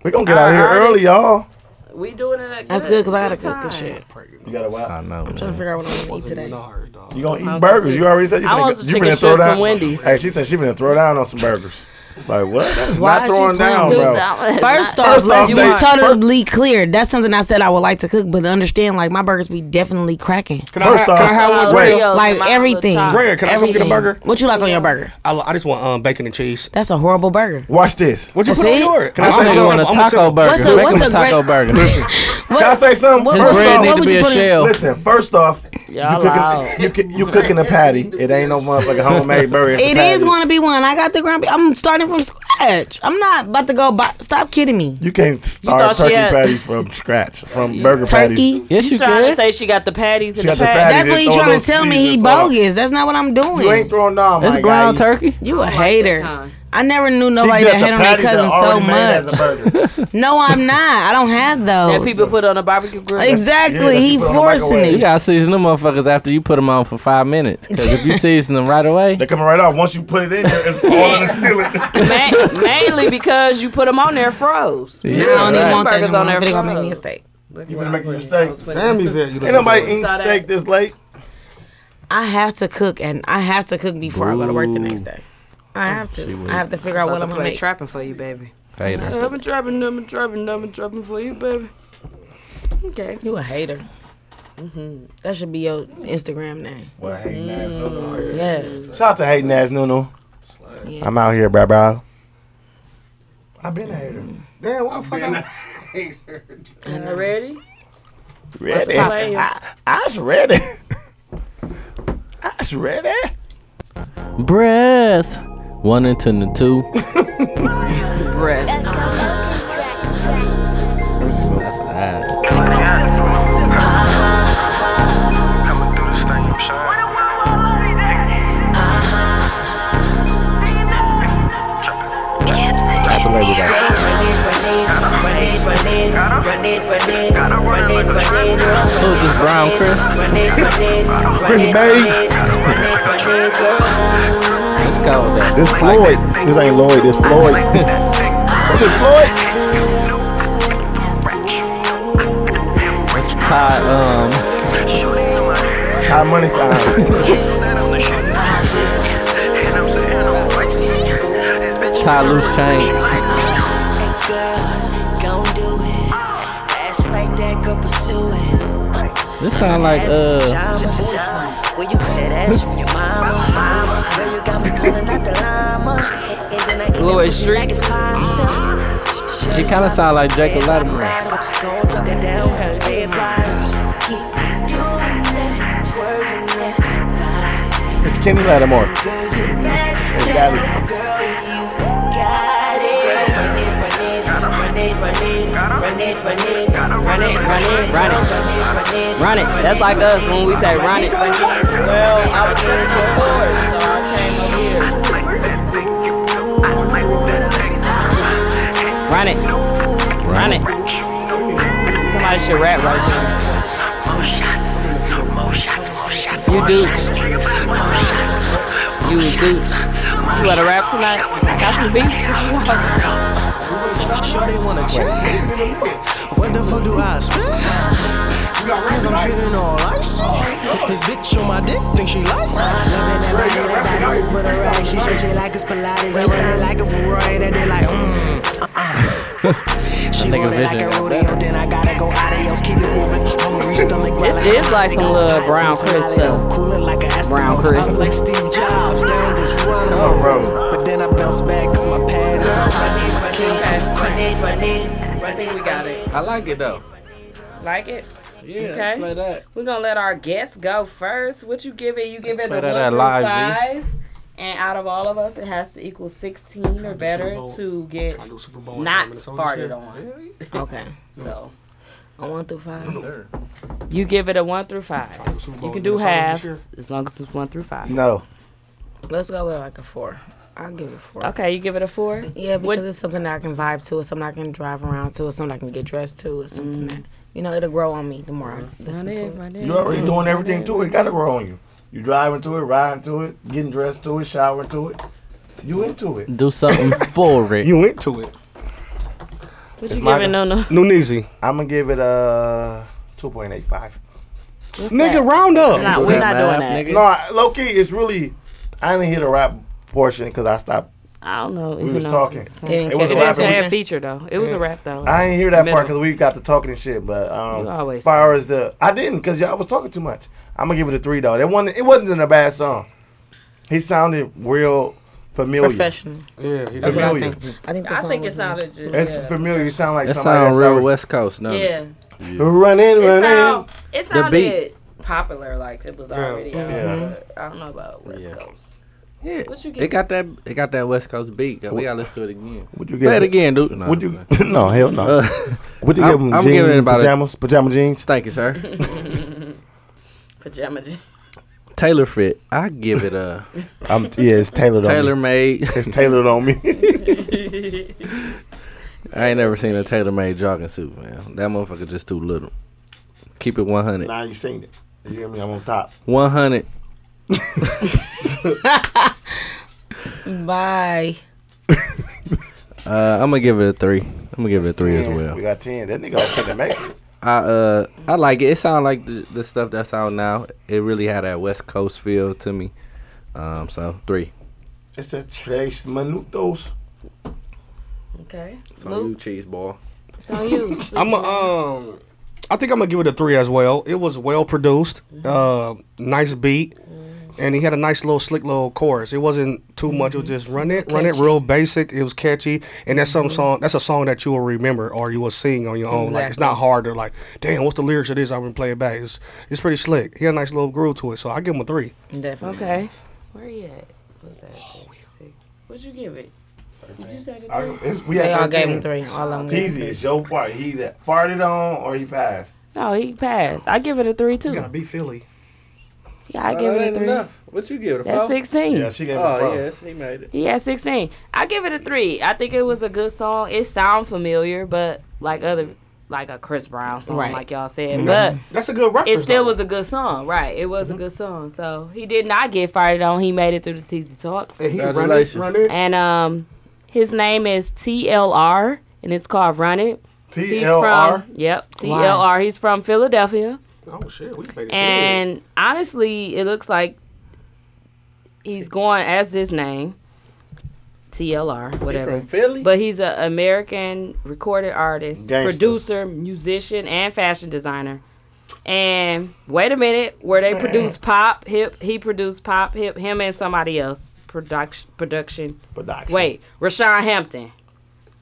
Speaker 7: We gonna get out of here
Speaker 5: Alright.
Speaker 7: early, y'all.
Speaker 5: We doing it. At
Speaker 6: That's good because I gotta cook this shit.
Speaker 7: You gotta watch.
Speaker 4: I know.
Speaker 6: Trying to
Speaker 4: man.
Speaker 6: figure out what I'm gonna eat today.
Speaker 3: Nars, dog.
Speaker 7: You gonna eat burgers? You already said you
Speaker 5: I
Speaker 7: finna,
Speaker 5: want
Speaker 7: go-
Speaker 5: some
Speaker 7: you
Speaker 5: chicken
Speaker 7: finna throw
Speaker 5: strips
Speaker 7: down.
Speaker 5: from Wendy's.
Speaker 7: Hey, she said she finna throw down on some burgers. Like what? That's
Speaker 6: Why
Speaker 7: not
Speaker 6: is she
Speaker 7: throwing
Speaker 6: playing
Speaker 7: down,
Speaker 6: dudes
Speaker 7: bro.
Speaker 6: First
Speaker 7: off,
Speaker 6: off, let's
Speaker 7: you
Speaker 6: be
Speaker 7: want-
Speaker 6: totally clear. That's something I said I would like to cook, but understand, like my burgers be definitely cracking,
Speaker 3: Can I, ha-
Speaker 7: First
Speaker 3: can I
Speaker 7: off-
Speaker 3: have one?
Speaker 7: Drea.
Speaker 5: Oreos and
Speaker 6: like
Speaker 5: my little
Speaker 6: everything.
Speaker 5: chocolate.
Speaker 3: Drea, can I come get a
Speaker 6: Everything.
Speaker 3: burger?
Speaker 6: What you like on your burger?
Speaker 3: I, I just want um, bacon and cheese.
Speaker 6: That's a horrible burger.
Speaker 7: Watch this.
Speaker 3: What you
Speaker 6: Well,
Speaker 3: put on
Speaker 6: see?
Speaker 3: yours?
Speaker 7: I
Speaker 4: That
Speaker 7: say
Speaker 4: nigga
Speaker 7: something?
Speaker 4: want a
Speaker 3: I'm gonna
Speaker 4: taco
Speaker 3: say-
Speaker 4: burger.
Speaker 6: What's a-
Speaker 4: Make
Speaker 6: what's
Speaker 4: him
Speaker 6: a
Speaker 4: taco
Speaker 6: great-
Speaker 4: burger.
Speaker 6: What,
Speaker 7: Can I say something?
Speaker 6: What-
Speaker 4: His
Speaker 7: First
Speaker 4: bread
Speaker 7: off,
Speaker 4: need
Speaker 6: would
Speaker 4: to
Speaker 6: you
Speaker 4: be a
Speaker 6: put in-
Speaker 4: shell.
Speaker 7: Listen, first off, you
Speaker 5: Y'all
Speaker 7: cooking, you, coo- you cooking a patty. It ain't no motherfucking homemade burger. It's a
Speaker 6: It is
Speaker 7: patty.
Speaker 6: going to be one. I got the ground. beef. I'm starting from scratch. I'm not about to go. Buy, stop kidding me.
Speaker 7: You can't
Speaker 5: thought
Speaker 7: start
Speaker 5: she
Speaker 7: turkey
Speaker 5: had-
Speaker 7: patty from scratch, from burger patties.
Speaker 6: Turkey.
Speaker 4: Yes, you
Speaker 5: She's trying to
Speaker 4: could.
Speaker 5: say she got the patties in
Speaker 7: She
Speaker 5: the
Speaker 7: got the
Speaker 5: bag.
Speaker 7: patties.
Speaker 6: That's what
Speaker 7: just
Speaker 6: he
Speaker 7: throw
Speaker 6: trying
Speaker 7: those
Speaker 6: to tell me. He
Speaker 7: seasons on.
Speaker 6: bogus. That's not what I'm doing.
Speaker 7: You ain't throwing down,
Speaker 4: It's
Speaker 7: oh my
Speaker 4: ground
Speaker 7: guy.
Speaker 4: turkey.
Speaker 6: You a
Speaker 5: that
Speaker 6: hater.
Speaker 5: kind.
Speaker 6: I never knew
Speaker 7: She
Speaker 6: nobody
Speaker 7: got
Speaker 6: that
Speaker 7: the
Speaker 6: hated on their
Speaker 7: patties that
Speaker 6: cousin so
Speaker 7: already made as a
Speaker 6: much.
Speaker 7: burger.
Speaker 6: No, I'm not. I don't have
Speaker 5: That
Speaker 6: those.
Speaker 5: people put on a barbecue grill.
Speaker 6: exactly.
Speaker 7: Yeah, that
Speaker 6: he
Speaker 7: you put on the
Speaker 6: forcing
Speaker 7: microwave.
Speaker 4: You
Speaker 6: it.
Speaker 4: gotta season them motherfuckers after you put them on for five minutes. Cause if you season them right away,
Speaker 7: They're coming right off. Once you put it in there, it's all in the skillet.
Speaker 5: Ma- mainly because you put them on there froze.
Speaker 4: yeah,
Speaker 6: I don't even
Speaker 4: right.
Speaker 6: want that.
Speaker 5: Burgers
Speaker 6: No
Speaker 5: on
Speaker 6: more.
Speaker 5: there
Speaker 6: If they gonna
Speaker 5: froze.
Speaker 6: make me a steak.
Speaker 7: You finna make a mistake.
Speaker 3: Damn, you vet.
Speaker 7: Ain't nobody eating
Speaker 5: Saw that.
Speaker 7: steak this late.
Speaker 6: I have to cook, and I have to cook before I go to work the next day. I have to. I have to figure out what I'm
Speaker 5: I'm
Speaker 6: gonna
Speaker 5: play
Speaker 6: make.
Speaker 5: trapping for you, baby.
Speaker 4: Hater.
Speaker 5: I've been trapping, I've been trapping, I've been trapping for you, baby. Okay.
Speaker 6: You a hater. That should be your Instagram name.
Speaker 7: Well, hating ass Nunu.
Speaker 6: Yes.
Speaker 7: Shout out to hating ass Nunu. I'm out here, bro, bro. I've been a hater.
Speaker 3: Damn, why the fuck? I-
Speaker 5: You ready?
Speaker 7: Ready?
Speaker 5: poppin'?
Speaker 7: I, I was ready. I was ready.
Speaker 4: Breath. One into the two.
Speaker 5: Breath.
Speaker 7: Let me see, Nunu.
Speaker 4: Alright.
Speaker 7: After Labor Day.
Speaker 4: Who's this brown Chris?
Speaker 7: Chris Bay,
Speaker 4: Let's go with that.
Speaker 7: this Floyd. This ain't Lloyd, this Floyd. this is Floyd.
Speaker 4: Let's tie um
Speaker 7: High money sign.
Speaker 4: tie loose change. This sound like uh
Speaker 12: Where you get that ass from your mama? Girl, you got me pulling out the llama. And then I eat
Speaker 5: Lloyd
Speaker 12: that pussy
Speaker 5: Street.
Speaker 12: like it's pasta.
Speaker 4: She kinda sound like Jacob Latimer.
Speaker 12: Gon' drop that down, red bottoms. Keep doing that, twirling that body.
Speaker 7: It's Kenny Lattimore.
Speaker 12: Girl, you got
Speaker 7: got it.
Speaker 12: that. Girl, you got it. run it, run it, run it, run it, run it,
Speaker 5: Run it.
Speaker 12: run it,
Speaker 5: Run it. That's like us when we say run it.
Speaker 12: run it, run it.
Speaker 5: Well, I was in the so I came over here. Run it. Run it. Somebody should rap right there. You dudes. You was dudes. You wanna rap tonight? Got some beats? if you want.
Speaker 13: Shorty wanna check. What the fuck do I spit? Cause I'm treating her like shit. This bitch on my dick think she like me.
Speaker 12: Loving that body, that body with a ride. She shake it like it's Pilates. I run it like a Ferrari. That they like, mm, uh-uh. She
Speaker 4: think
Speaker 12: want
Speaker 4: of
Speaker 12: it like a
Speaker 4: vision.
Speaker 12: rodeo. Then I gotta go adios. Keep it moving. Hungry stomach.
Speaker 5: This is like some little Brown Chris stuff.
Speaker 12: Cool it like an Eskimo.
Speaker 5: Brown Chris.
Speaker 12: I'm like Steve Jobs down this road. But then I bounce back cause my pad is not running. Run it, run it, run it, run it.
Speaker 5: We got it.
Speaker 9: I like it though.
Speaker 5: Like it?
Speaker 9: Yeah,
Speaker 5: Okay.
Speaker 9: play that.
Speaker 5: We're gonna let our guests go first. What you give it? You give it
Speaker 4: Play
Speaker 5: a
Speaker 4: that
Speaker 5: one
Speaker 4: at
Speaker 5: through
Speaker 4: live, V.
Speaker 5: five, and out of all of us, it has to equal sixteen or better
Speaker 3: Bowl.
Speaker 5: to get
Speaker 3: I do Super Bowl in
Speaker 5: not
Speaker 3: Minnesota
Speaker 5: farted
Speaker 3: this
Speaker 5: on.
Speaker 6: Okay.
Speaker 5: So
Speaker 6: On one through five.
Speaker 5: you give it a one through five.
Speaker 3: year. Super Bowl
Speaker 5: You can
Speaker 3: in
Speaker 5: do
Speaker 3: Minnesota this
Speaker 5: halves as long as it's one through five.
Speaker 7: No.
Speaker 6: Let's go with like a four. I'll give it a four.
Speaker 5: Okay, you give it a four.
Speaker 6: Yeah, because
Speaker 5: What-
Speaker 6: it's something that I can vibe to. It's something I can drive around to. It's something I can get dressed to. It's something that you know it'll grow on me the more I listen
Speaker 5: Run
Speaker 6: to
Speaker 5: it,
Speaker 6: Mm. it.
Speaker 5: run
Speaker 7: You
Speaker 5: it.
Speaker 7: already doing everything to it. It gotta grow on you. You driving to it, riding to it, getting dressed to it, showering to it. You into it.
Speaker 4: Do something for it.
Speaker 3: You went to it.
Speaker 5: What you
Speaker 7: my-
Speaker 5: giving on the
Speaker 3: Nuneezy.
Speaker 7: I'm gonna give it a 2.85.
Speaker 3: Nigga, round up.
Speaker 5: Nah, we're not doing
Speaker 4: Math,
Speaker 5: that.
Speaker 4: nigga.
Speaker 7: No, I- low key, it's really. I didn't hear the rap portion because I stopped.
Speaker 5: I don't know.
Speaker 7: was talking.
Speaker 6: It
Speaker 5: It
Speaker 7: was
Speaker 5: was
Speaker 7: a
Speaker 5: a
Speaker 7: rap
Speaker 6: version.
Speaker 5: feature though. It was a rap though.
Speaker 7: I didn't hear that part
Speaker 5: Middle.
Speaker 7: because we got to talking and shit. But um,
Speaker 5: You always
Speaker 7: as far as the, I didn't because y'all was talking too much. I'm gonna give it a three though. That one, it wasn't a bad song. He sounded real familiar.
Speaker 6: Professional.
Speaker 3: Yeah, he
Speaker 6: That's what I
Speaker 7: Familiar.
Speaker 6: think. I think, the
Speaker 5: I
Speaker 6: song
Speaker 5: think it
Speaker 6: was nice.
Speaker 5: sounded just.
Speaker 7: It's
Speaker 5: yeah.
Speaker 7: familiar. You sound like
Speaker 4: That
Speaker 7: somebody
Speaker 4: sound
Speaker 7: that's
Speaker 4: real
Speaker 7: already-
Speaker 4: West Coast, no?
Speaker 5: yeah.
Speaker 7: Running,
Speaker 5: It
Speaker 7: running.
Speaker 5: sound, it sounded
Speaker 4: beat.
Speaker 5: popular, like it was already out.
Speaker 7: Yeah.
Speaker 5: but I don't know about West
Speaker 4: Yeah.
Speaker 5: Coast.
Speaker 4: Yeah.
Speaker 5: What you get?
Speaker 4: It got that it got that West Coast beat. though. We gotta listen to it again.
Speaker 7: Would you
Speaker 4: Play it
Speaker 7: give?
Speaker 4: again, dude. No,
Speaker 7: Would you? No, hell no.
Speaker 4: Uh,
Speaker 7: Would you
Speaker 4: I'm-
Speaker 7: give him
Speaker 4: I'm
Speaker 7: jeans,
Speaker 4: giving it about a-
Speaker 7: pajamas, pajama jeans?
Speaker 4: thank you, sir.
Speaker 5: Pajama jeans.
Speaker 4: Taylor fit. I give it a
Speaker 7: I'm, yeah, it's tailored
Speaker 4: tailor
Speaker 7: on me.
Speaker 4: made.
Speaker 7: It's tailored on me.
Speaker 4: I ain't never seen a tailor made jogging suit, man. That motherfucker just too little. Keep it 100.
Speaker 7: now you seen it. You hear me? I'm on top.
Speaker 4: 100.
Speaker 6: Bye.
Speaker 4: Uh, I'm gonna give it a three. I'm gonna give it a three as
Speaker 7: Yeah,
Speaker 4: well.
Speaker 7: We got ten. That nigga couldn't make it.
Speaker 4: I uh I like it. It sound like the, the stuff that's out now. It really had that West Coast feel to me. Um, so three.
Speaker 7: It's a tres minutos.
Speaker 5: Okay.
Speaker 4: So you
Speaker 5: Luke,
Speaker 4: cheese ball.
Speaker 5: it's on you.
Speaker 3: I'm a, um. I think I'm gonna give it a three as well. It was well produced,
Speaker 5: Mm-hmm.
Speaker 3: uh, nice beat, and he had a nice little slick little chorus. It wasn't too much. It
Speaker 5: Mm-hmm.
Speaker 3: was just run it, run it, real basic. It was catchy, and that's some
Speaker 5: Mm-hmm.
Speaker 3: song. That's a song that you will remember or you will sing on your own. Like it's not hard to like, damn, what's the lyrics of this? I've been playing back. It's it's pretty slick. He had a nice little groove to it, so I give him a three.
Speaker 6: Definitely.
Speaker 5: okay. Where you at? What's that? Six. What'd you give it? Did you say the
Speaker 7: I,
Speaker 5: three?
Speaker 7: it's, we
Speaker 6: They all
Speaker 7: had
Speaker 6: gave
Speaker 7: 13.
Speaker 6: him three. All of them. gave him
Speaker 7: Teasy,
Speaker 6: three.
Speaker 7: it's your part. He either farted on or he passed.
Speaker 5: No, Oh, he passed. I give it a three too.
Speaker 3: beat Philly.
Speaker 5: Yeah, I give it a three.
Speaker 4: What you give it a
Speaker 5: That's sixteen.
Speaker 7: Yeah, she gave him a
Speaker 4: Oh
Speaker 7: four.
Speaker 4: yes, he made it.
Speaker 5: He had 16. I give it a three. I think it was a good song. It sounds familiar, but like other, like a Chris Brown song,
Speaker 6: Right.
Speaker 5: like y'all said. But
Speaker 3: Mm-hmm. That's a good reference.
Speaker 5: it still
Speaker 3: though. Mm-hmm.
Speaker 5: was a good song, right? It was a good song. So he did not get fired on. He made it through the TZ Talks,
Speaker 3: And he run it,
Speaker 4: Congratulations.
Speaker 3: run it.
Speaker 5: and um, his name is TLR, and it's called Run It. He's
Speaker 7: TLR.
Speaker 5: from yep TLR. He's from Philadelphia.
Speaker 3: Oh shit, we played it.
Speaker 5: And honestly, it looks like he's going as his name, TLR, whatever.
Speaker 4: From Philly.
Speaker 5: But he's an American recorded artist,
Speaker 7: Gangsta.
Speaker 5: producer, musician, and fashion designer. And wait a minute, where they produce pop, hip, he produced pop, hip, him and somebody else. Production, production.
Speaker 7: Production.
Speaker 5: Wait, Rashawn Hampton.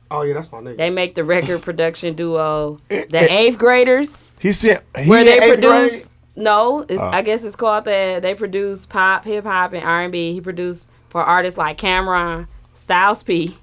Speaker 3: oh yeah, that's my nigga.
Speaker 5: They make the record production duo, the eighth graders
Speaker 7: He said he
Speaker 5: where they
Speaker 7: in eighth
Speaker 5: produce
Speaker 7: grade?
Speaker 5: no it's, i guess it's called that they produce pop hip-hop and r&b he produced for artists like cameron styles p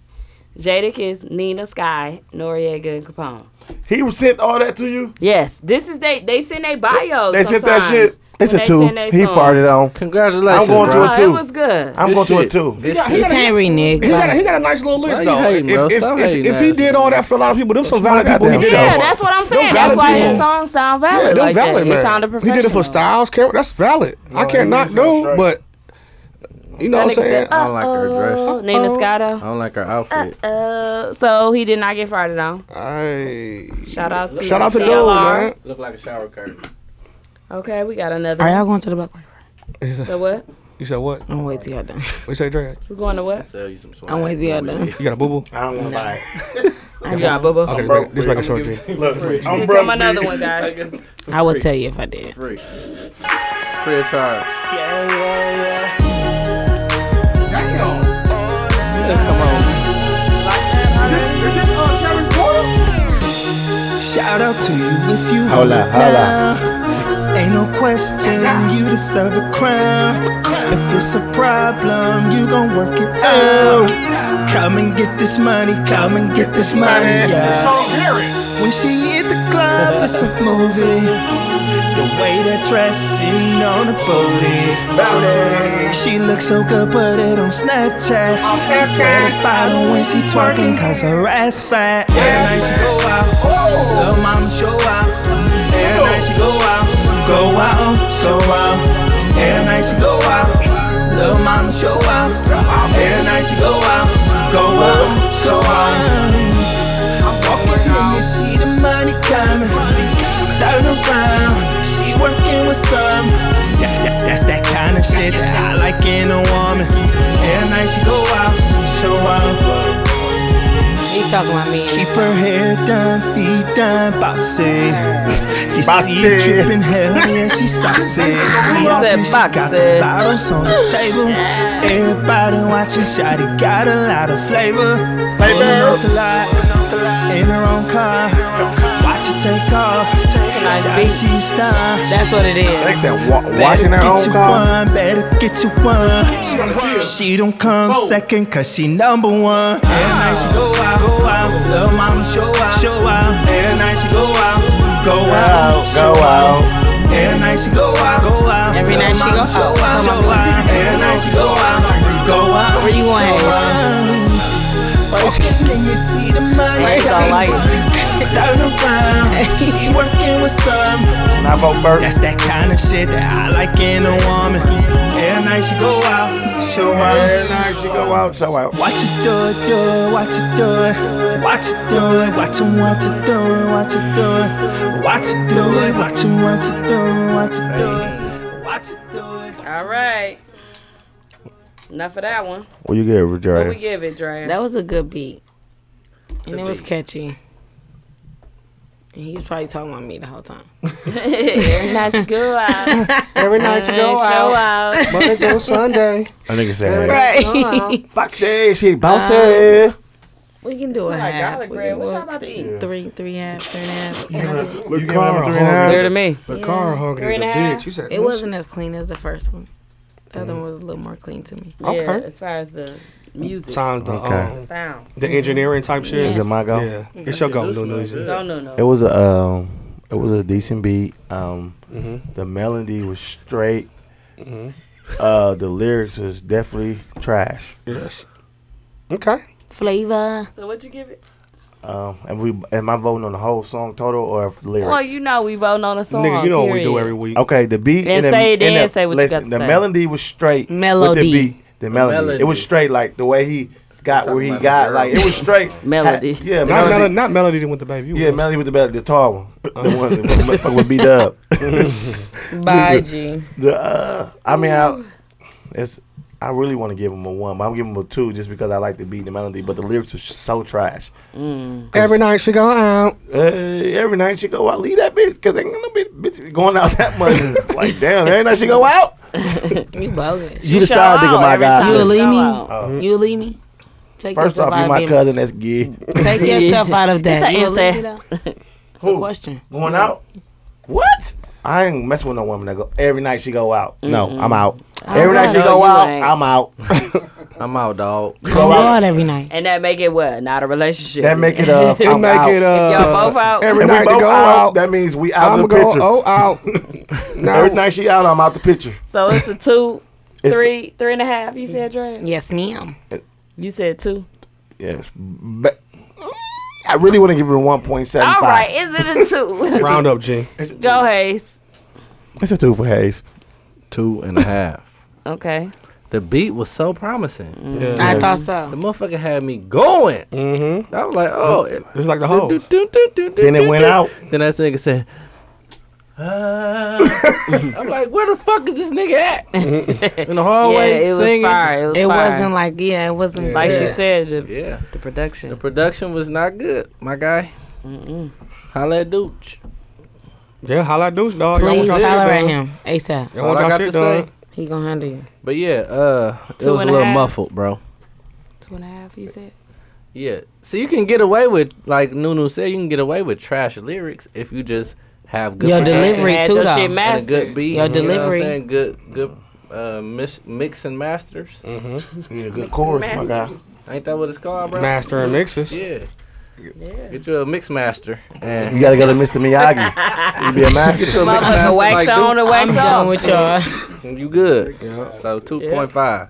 Speaker 5: Jadakiss, Nina Sky, Noriega, and Capone.
Speaker 7: He sent all that to you.
Speaker 5: Yes, this is they. They send their bios.
Speaker 7: They sent that
Speaker 5: sometimes
Speaker 7: shit. It's
Speaker 5: when
Speaker 7: a
Speaker 5: they
Speaker 7: two.
Speaker 5: send they
Speaker 7: He
Speaker 5: song.
Speaker 7: farted on.
Speaker 4: Congratulations,
Speaker 7: I'm going
Speaker 4: bro.
Speaker 7: to a
Speaker 5: Oh,
Speaker 7: two.
Speaker 5: it was good.
Speaker 7: I'm
Speaker 4: This
Speaker 7: going
Speaker 4: shit-
Speaker 7: to a two.
Speaker 4: this
Speaker 3: got-
Speaker 4: shit-
Speaker 3: he got-
Speaker 6: Can't renege.
Speaker 3: He got, a,
Speaker 6: like-
Speaker 3: he got a nice little list
Speaker 4: you
Speaker 3: though.
Speaker 4: hating,
Speaker 3: if,
Speaker 4: bro?
Speaker 3: if,
Speaker 4: Stop
Speaker 3: if-
Speaker 4: hating
Speaker 3: if he
Speaker 4: ass,
Speaker 3: did all that for a lot of people, them some valid people he
Speaker 7: goddamn
Speaker 3: did
Speaker 7: shit.
Speaker 3: that
Speaker 5: Yeah,
Speaker 3: for.
Speaker 5: that's what I'm saying.
Speaker 3: valid
Speaker 5: That's why
Speaker 3: people.
Speaker 5: his songs sound valid.
Speaker 3: Yeah, them
Speaker 5: like
Speaker 3: valid,
Speaker 5: that. It
Speaker 3: man.
Speaker 5: sounded
Speaker 3: He
Speaker 5: professional.
Speaker 3: did it for Styles, Carol. That's valid. I cannot
Speaker 7: he did sound
Speaker 3: do,
Speaker 7: straight.
Speaker 3: but you know
Speaker 5: That
Speaker 3: what
Speaker 5: nigga
Speaker 3: I'm saying?
Speaker 5: said,
Speaker 4: I don't like her dress.
Speaker 5: "Uh-oh, Oh, Nina
Speaker 4: I
Speaker 5: Scotto.
Speaker 4: don't like her outfit.
Speaker 5: Uh, so he did not get farted on.
Speaker 3: I
Speaker 5: Shout out to
Speaker 3: shout out to dude,
Speaker 5: CLR.
Speaker 3: man.
Speaker 14: Look like a shower curtain.
Speaker 5: Okay, we got another.
Speaker 6: Are y'all going to the black market?
Speaker 5: So what?
Speaker 3: You said what?
Speaker 6: I'm gonna wait till y'all done.
Speaker 3: We say Dre.
Speaker 5: We're going to what?
Speaker 14: Sell you some swag.
Speaker 6: I'm waiting till y'all done.
Speaker 3: You got a boo boo?
Speaker 7: I don't want to buy it.
Speaker 5: We got Bubba.
Speaker 3: Okay,
Speaker 7: broke,
Speaker 3: this make a short G.
Speaker 14: Give
Speaker 7: Look, I'm
Speaker 5: Come
Speaker 7: broke.
Speaker 5: another one, guys.
Speaker 6: I would tell you if I did.
Speaker 14: Free. Free of charge.
Speaker 12: Shout out to you if you
Speaker 7: Hola,
Speaker 12: want it
Speaker 7: hola.
Speaker 12: now. Ain't no question, you deserve a crown. If it's a problem, you gon' work it out. Come and get this money, come and get this money. Yeah. When she hit the club, it's a movie. The way that dressing on the booty. She looks so good, but it on Snapchat. On Snapchat. Bottle when she twerking, cause her ass fat. Every night she go out, little mama show out. Every night she go out, go out, go out. Every night she go out, little mama show out. Every night she go out, go out, go out. I'm walking and you see the money coming. Turn around, she working with some. Yeah, yeah, that's that kind of shit that I like in a woman. Every night she go out, show out.
Speaker 6: He talking about me.
Speaker 12: Keep her hair done, feet done, bossy. You see
Speaker 7: Bossy.
Speaker 12: it dripping, hell yeah, she
Speaker 5: said
Speaker 12: saucy. She got the
Speaker 5: bossy.
Speaker 12: bottles on the table. Everybody watching, shawty got a lot of flavor. Pulling off the lot, in her own car. Watch her take off.
Speaker 5: nice
Speaker 12: Shawty,
Speaker 5: beat.
Speaker 12: she a star.
Speaker 6: That's what it is.
Speaker 7: They said wa-
Speaker 12: Better
Speaker 7: washing
Speaker 12: get
Speaker 7: their own
Speaker 12: you
Speaker 7: car.
Speaker 12: one, better get you one. She don't come second, cause she number one. Every night she go out, go out. Little mama show out, show out. Every night she go out, go out,
Speaker 7: Go out.
Speaker 12: Every night she go out, go out.
Speaker 6: Every
Speaker 12: Little
Speaker 6: night she
Speaker 12: mama
Speaker 6: go out.
Speaker 12: show out, show out. Every night she go out, go out.
Speaker 6: Where you going?
Speaker 12: go out. Walking and you see the money
Speaker 6: Where's the
Speaker 12: coming.
Speaker 6: light?
Speaker 12: Turn around, she working with some.
Speaker 7: And I vote Burke.
Speaker 12: That's that kind of shit that I like in a woman. Every night she go out, show out.
Speaker 7: Every night she go out, show out.
Speaker 12: Watch her do it, do it, watch her do it. Watch her do it, watch her, watch her do it, watch her do it. Watch her do it, watch her, watch her do it, watch her do it. Watch her do it.
Speaker 5: All right. Enough of that one.
Speaker 7: What you get,
Speaker 5: What we
Speaker 7: Roger?
Speaker 5: give it, Dre?
Speaker 6: That was a good beat, and it was catchy. And he was probably talking about me the whole time.
Speaker 5: Every night you go out.
Speaker 3: Every night you go
Speaker 5: Show
Speaker 3: out,
Speaker 5: out.
Speaker 3: Monday through Sunday.
Speaker 7: I think said.
Speaker 6: Right.
Speaker 7: Fuck shit, she
Speaker 5: Ah.
Speaker 7: bouncy.
Speaker 6: we can do a
Speaker 5: Like
Speaker 6: half.
Speaker 5: Dollar
Speaker 6: We
Speaker 5: Grill.
Speaker 6: can
Speaker 5: What
Speaker 6: do
Speaker 5: y'all
Speaker 6: a
Speaker 5: about to eat?
Speaker 6: Three, three half, three and a half. Can I do it?
Speaker 7: You giving him
Speaker 5: Clear to me.
Speaker 3: The car hungry,
Speaker 5: Three
Speaker 3: the
Speaker 5: and a half.
Speaker 3: bitch. You said
Speaker 6: It wasn't as clean as the first one. The other one was a little more clean to me.
Speaker 3: Okay.
Speaker 5: Yeah, as far as the music
Speaker 3: Times the um,
Speaker 7: Okay.
Speaker 5: sound.
Speaker 3: the engineering type shit.
Speaker 7: Is it my go?
Speaker 3: Yeah, Mm-hmm. it's your go, new music.
Speaker 5: Don't know no.
Speaker 7: It was a um, it was a decent beat. Um,
Speaker 3: Mm-hmm.
Speaker 7: the melody was straight. Uh, the lyrics was definitely trash.
Speaker 3: Yes. Okay.
Speaker 6: Flavor.
Speaker 5: So what you give it?
Speaker 7: Um, and we am I voting on the whole song total or if lyrics?
Speaker 5: Well, you know we voting on a song.
Speaker 3: Nigga, you know what we do
Speaker 5: period.
Speaker 3: every week.
Speaker 7: okay, the beat
Speaker 5: Then
Speaker 7: and, the,
Speaker 5: say it,
Speaker 7: and
Speaker 5: then
Speaker 7: the-
Speaker 5: say what you
Speaker 7: listen,
Speaker 5: got to
Speaker 7: The
Speaker 5: say.
Speaker 7: melody was straight. With
Speaker 6: Melody.
Speaker 7: the beat, the melody. It was
Speaker 14: melody.
Speaker 7: straight. Like the way he got where he
Speaker 14: about
Speaker 7: got.
Speaker 14: the
Speaker 7: Like it was straight.
Speaker 5: Melody.
Speaker 7: Ha- yeah,
Speaker 3: Not
Speaker 7: melody.
Speaker 3: melody, Uh-huh. not melody that with the baby. You
Speaker 7: Yeah,
Speaker 3: was.
Speaker 7: melody with the better, the tall one, the one that motherfucker with beat up.
Speaker 6: Bye, G.
Speaker 7: The uh, I mean, I, it's I really want to give him a one, but I'm giving him a two just because I like the beat, and the melody, but the lyrics are so trash.
Speaker 3: Every night she go out.
Speaker 7: Uh, every night she go out, leave that bitch because ain't no bitch, bitch going out that much. like damn, every night she go out.
Speaker 6: You bogus.
Speaker 7: You the side nigga, my guy.
Speaker 6: You leave me?
Speaker 5: It's
Speaker 6: You leave me? Take
Speaker 7: First
Speaker 6: yourself
Speaker 7: off, you
Speaker 6: out
Speaker 7: my
Speaker 6: of being-
Speaker 7: cousin. That's gay.
Speaker 6: Take yourself out of that.
Speaker 5: an
Speaker 6: You gonna leave me
Speaker 5: incest.
Speaker 6: though? It's a
Speaker 7: Who?
Speaker 6: question.
Speaker 7: Going out? What? I ain't messing with no woman that go every night she go out. No, I'm out. Every night she
Speaker 5: No,
Speaker 7: go
Speaker 5: you
Speaker 7: out,
Speaker 5: ain't.
Speaker 7: I'm out.
Speaker 4: I'm out, dog.
Speaker 6: Go out every night.
Speaker 5: And that make it what? Not a relationship.
Speaker 7: That make it uh,
Speaker 3: It
Speaker 7: I'm
Speaker 3: make
Speaker 7: out.
Speaker 3: it uh.
Speaker 5: If y'all both out,
Speaker 3: Every
Speaker 7: If we
Speaker 3: night to
Speaker 7: both
Speaker 3: go
Speaker 7: out,
Speaker 3: out.
Speaker 7: That means we out
Speaker 3: I'm
Speaker 7: of
Speaker 3: gonna
Speaker 7: the
Speaker 3: go
Speaker 7: picture.
Speaker 3: oh out. no,
Speaker 7: Every night she out, I'm out the picture.
Speaker 5: so it's a two,
Speaker 7: It's-
Speaker 5: three, three and a half. You said, Dre?
Speaker 6: Yes, ma'am.
Speaker 5: You said two.
Speaker 7: Yes. But I really want to give her a 1.75.
Speaker 5: All right, is it a two?
Speaker 3: round up, G.
Speaker 5: Go, Hayes.
Speaker 7: It's a two for Hayes.
Speaker 4: Two and a half.
Speaker 5: Okay.
Speaker 4: The beat was so promising.
Speaker 6: I thought
Speaker 4: The
Speaker 6: so.
Speaker 4: motherfucker had me going. Mm-hmm. I was like, oh. It,
Speaker 3: It's like the hoe.
Speaker 4: then
Speaker 7: Then it went out.
Speaker 4: Then that nigga said, uh, I'm like, where the fuck is this nigga at? In the
Speaker 5: Yeah,
Speaker 4: hallway
Speaker 5: it was
Speaker 4: singing.
Speaker 5: fire. It was
Speaker 6: It
Speaker 5: fire.
Speaker 6: wasn't like yeah, it wasn't
Speaker 5: like she
Speaker 6: good.
Speaker 5: said the,
Speaker 4: Yeah,
Speaker 5: the
Speaker 4: the
Speaker 5: production.
Speaker 4: production was not good, my guy. Holla at Dooch.
Speaker 3: Yeah, holla at Deuce, dog.
Speaker 6: Please
Speaker 3: y'all want y'all
Speaker 6: holler
Speaker 3: shit
Speaker 6: at
Speaker 3: done.
Speaker 6: him ASAP.
Speaker 3: Y'all want
Speaker 4: That's all I
Speaker 3: y'all
Speaker 4: got
Speaker 3: shit
Speaker 4: to
Speaker 3: done.
Speaker 4: say.
Speaker 6: He gonna handle you.
Speaker 4: But yeah, uh, it
Speaker 5: Two
Speaker 4: was a
Speaker 5: and a
Speaker 4: little
Speaker 5: half.
Speaker 4: muffled, bro.
Speaker 5: Two and a half. You said.
Speaker 4: Yeah. So you can get away with, like Nunu said, you can get away with trash lyrics if you just have good
Speaker 6: Your
Speaker 4: production
Speaker 6: delivery
Speaker 5: Had
Speaker 6: too,
Speaker 5: your
Speaker 6: though.
Speaker 5: shit
Speaker 6: And a
Speaker 4: and a
Speaker 5: mastered.
Speaker 4: good beat.
Speaker 6: Your
Speaker 4: You know what I'm
Speaker 6: delivery.
Speaker 4: saying? Good, good uh, mis- mix and masters.
Speaker 7: Need a good chorus, my guy.
Speaker 4: Ain't that what it's called, bro?
Speaker 3: Master and mixes.
Speaker 4: Yeah. Get you a mix master.
Speaker 7: You
Speaker 4: And
Speaker 7: gotta go to Mr. Miyagi. so you be a master.
Speaker 4: get you a mix master.
Speaker 5: Motherfucker, wax
Speaker 4: like
Speaker 5: on and wax
Speaker 6: I'm done
Speaker 5: off.
Speaker 6: with y'all.
Speaker 4: Duke, You good.
Speaker 3: Yeah.
Speaker 4: So 2.5.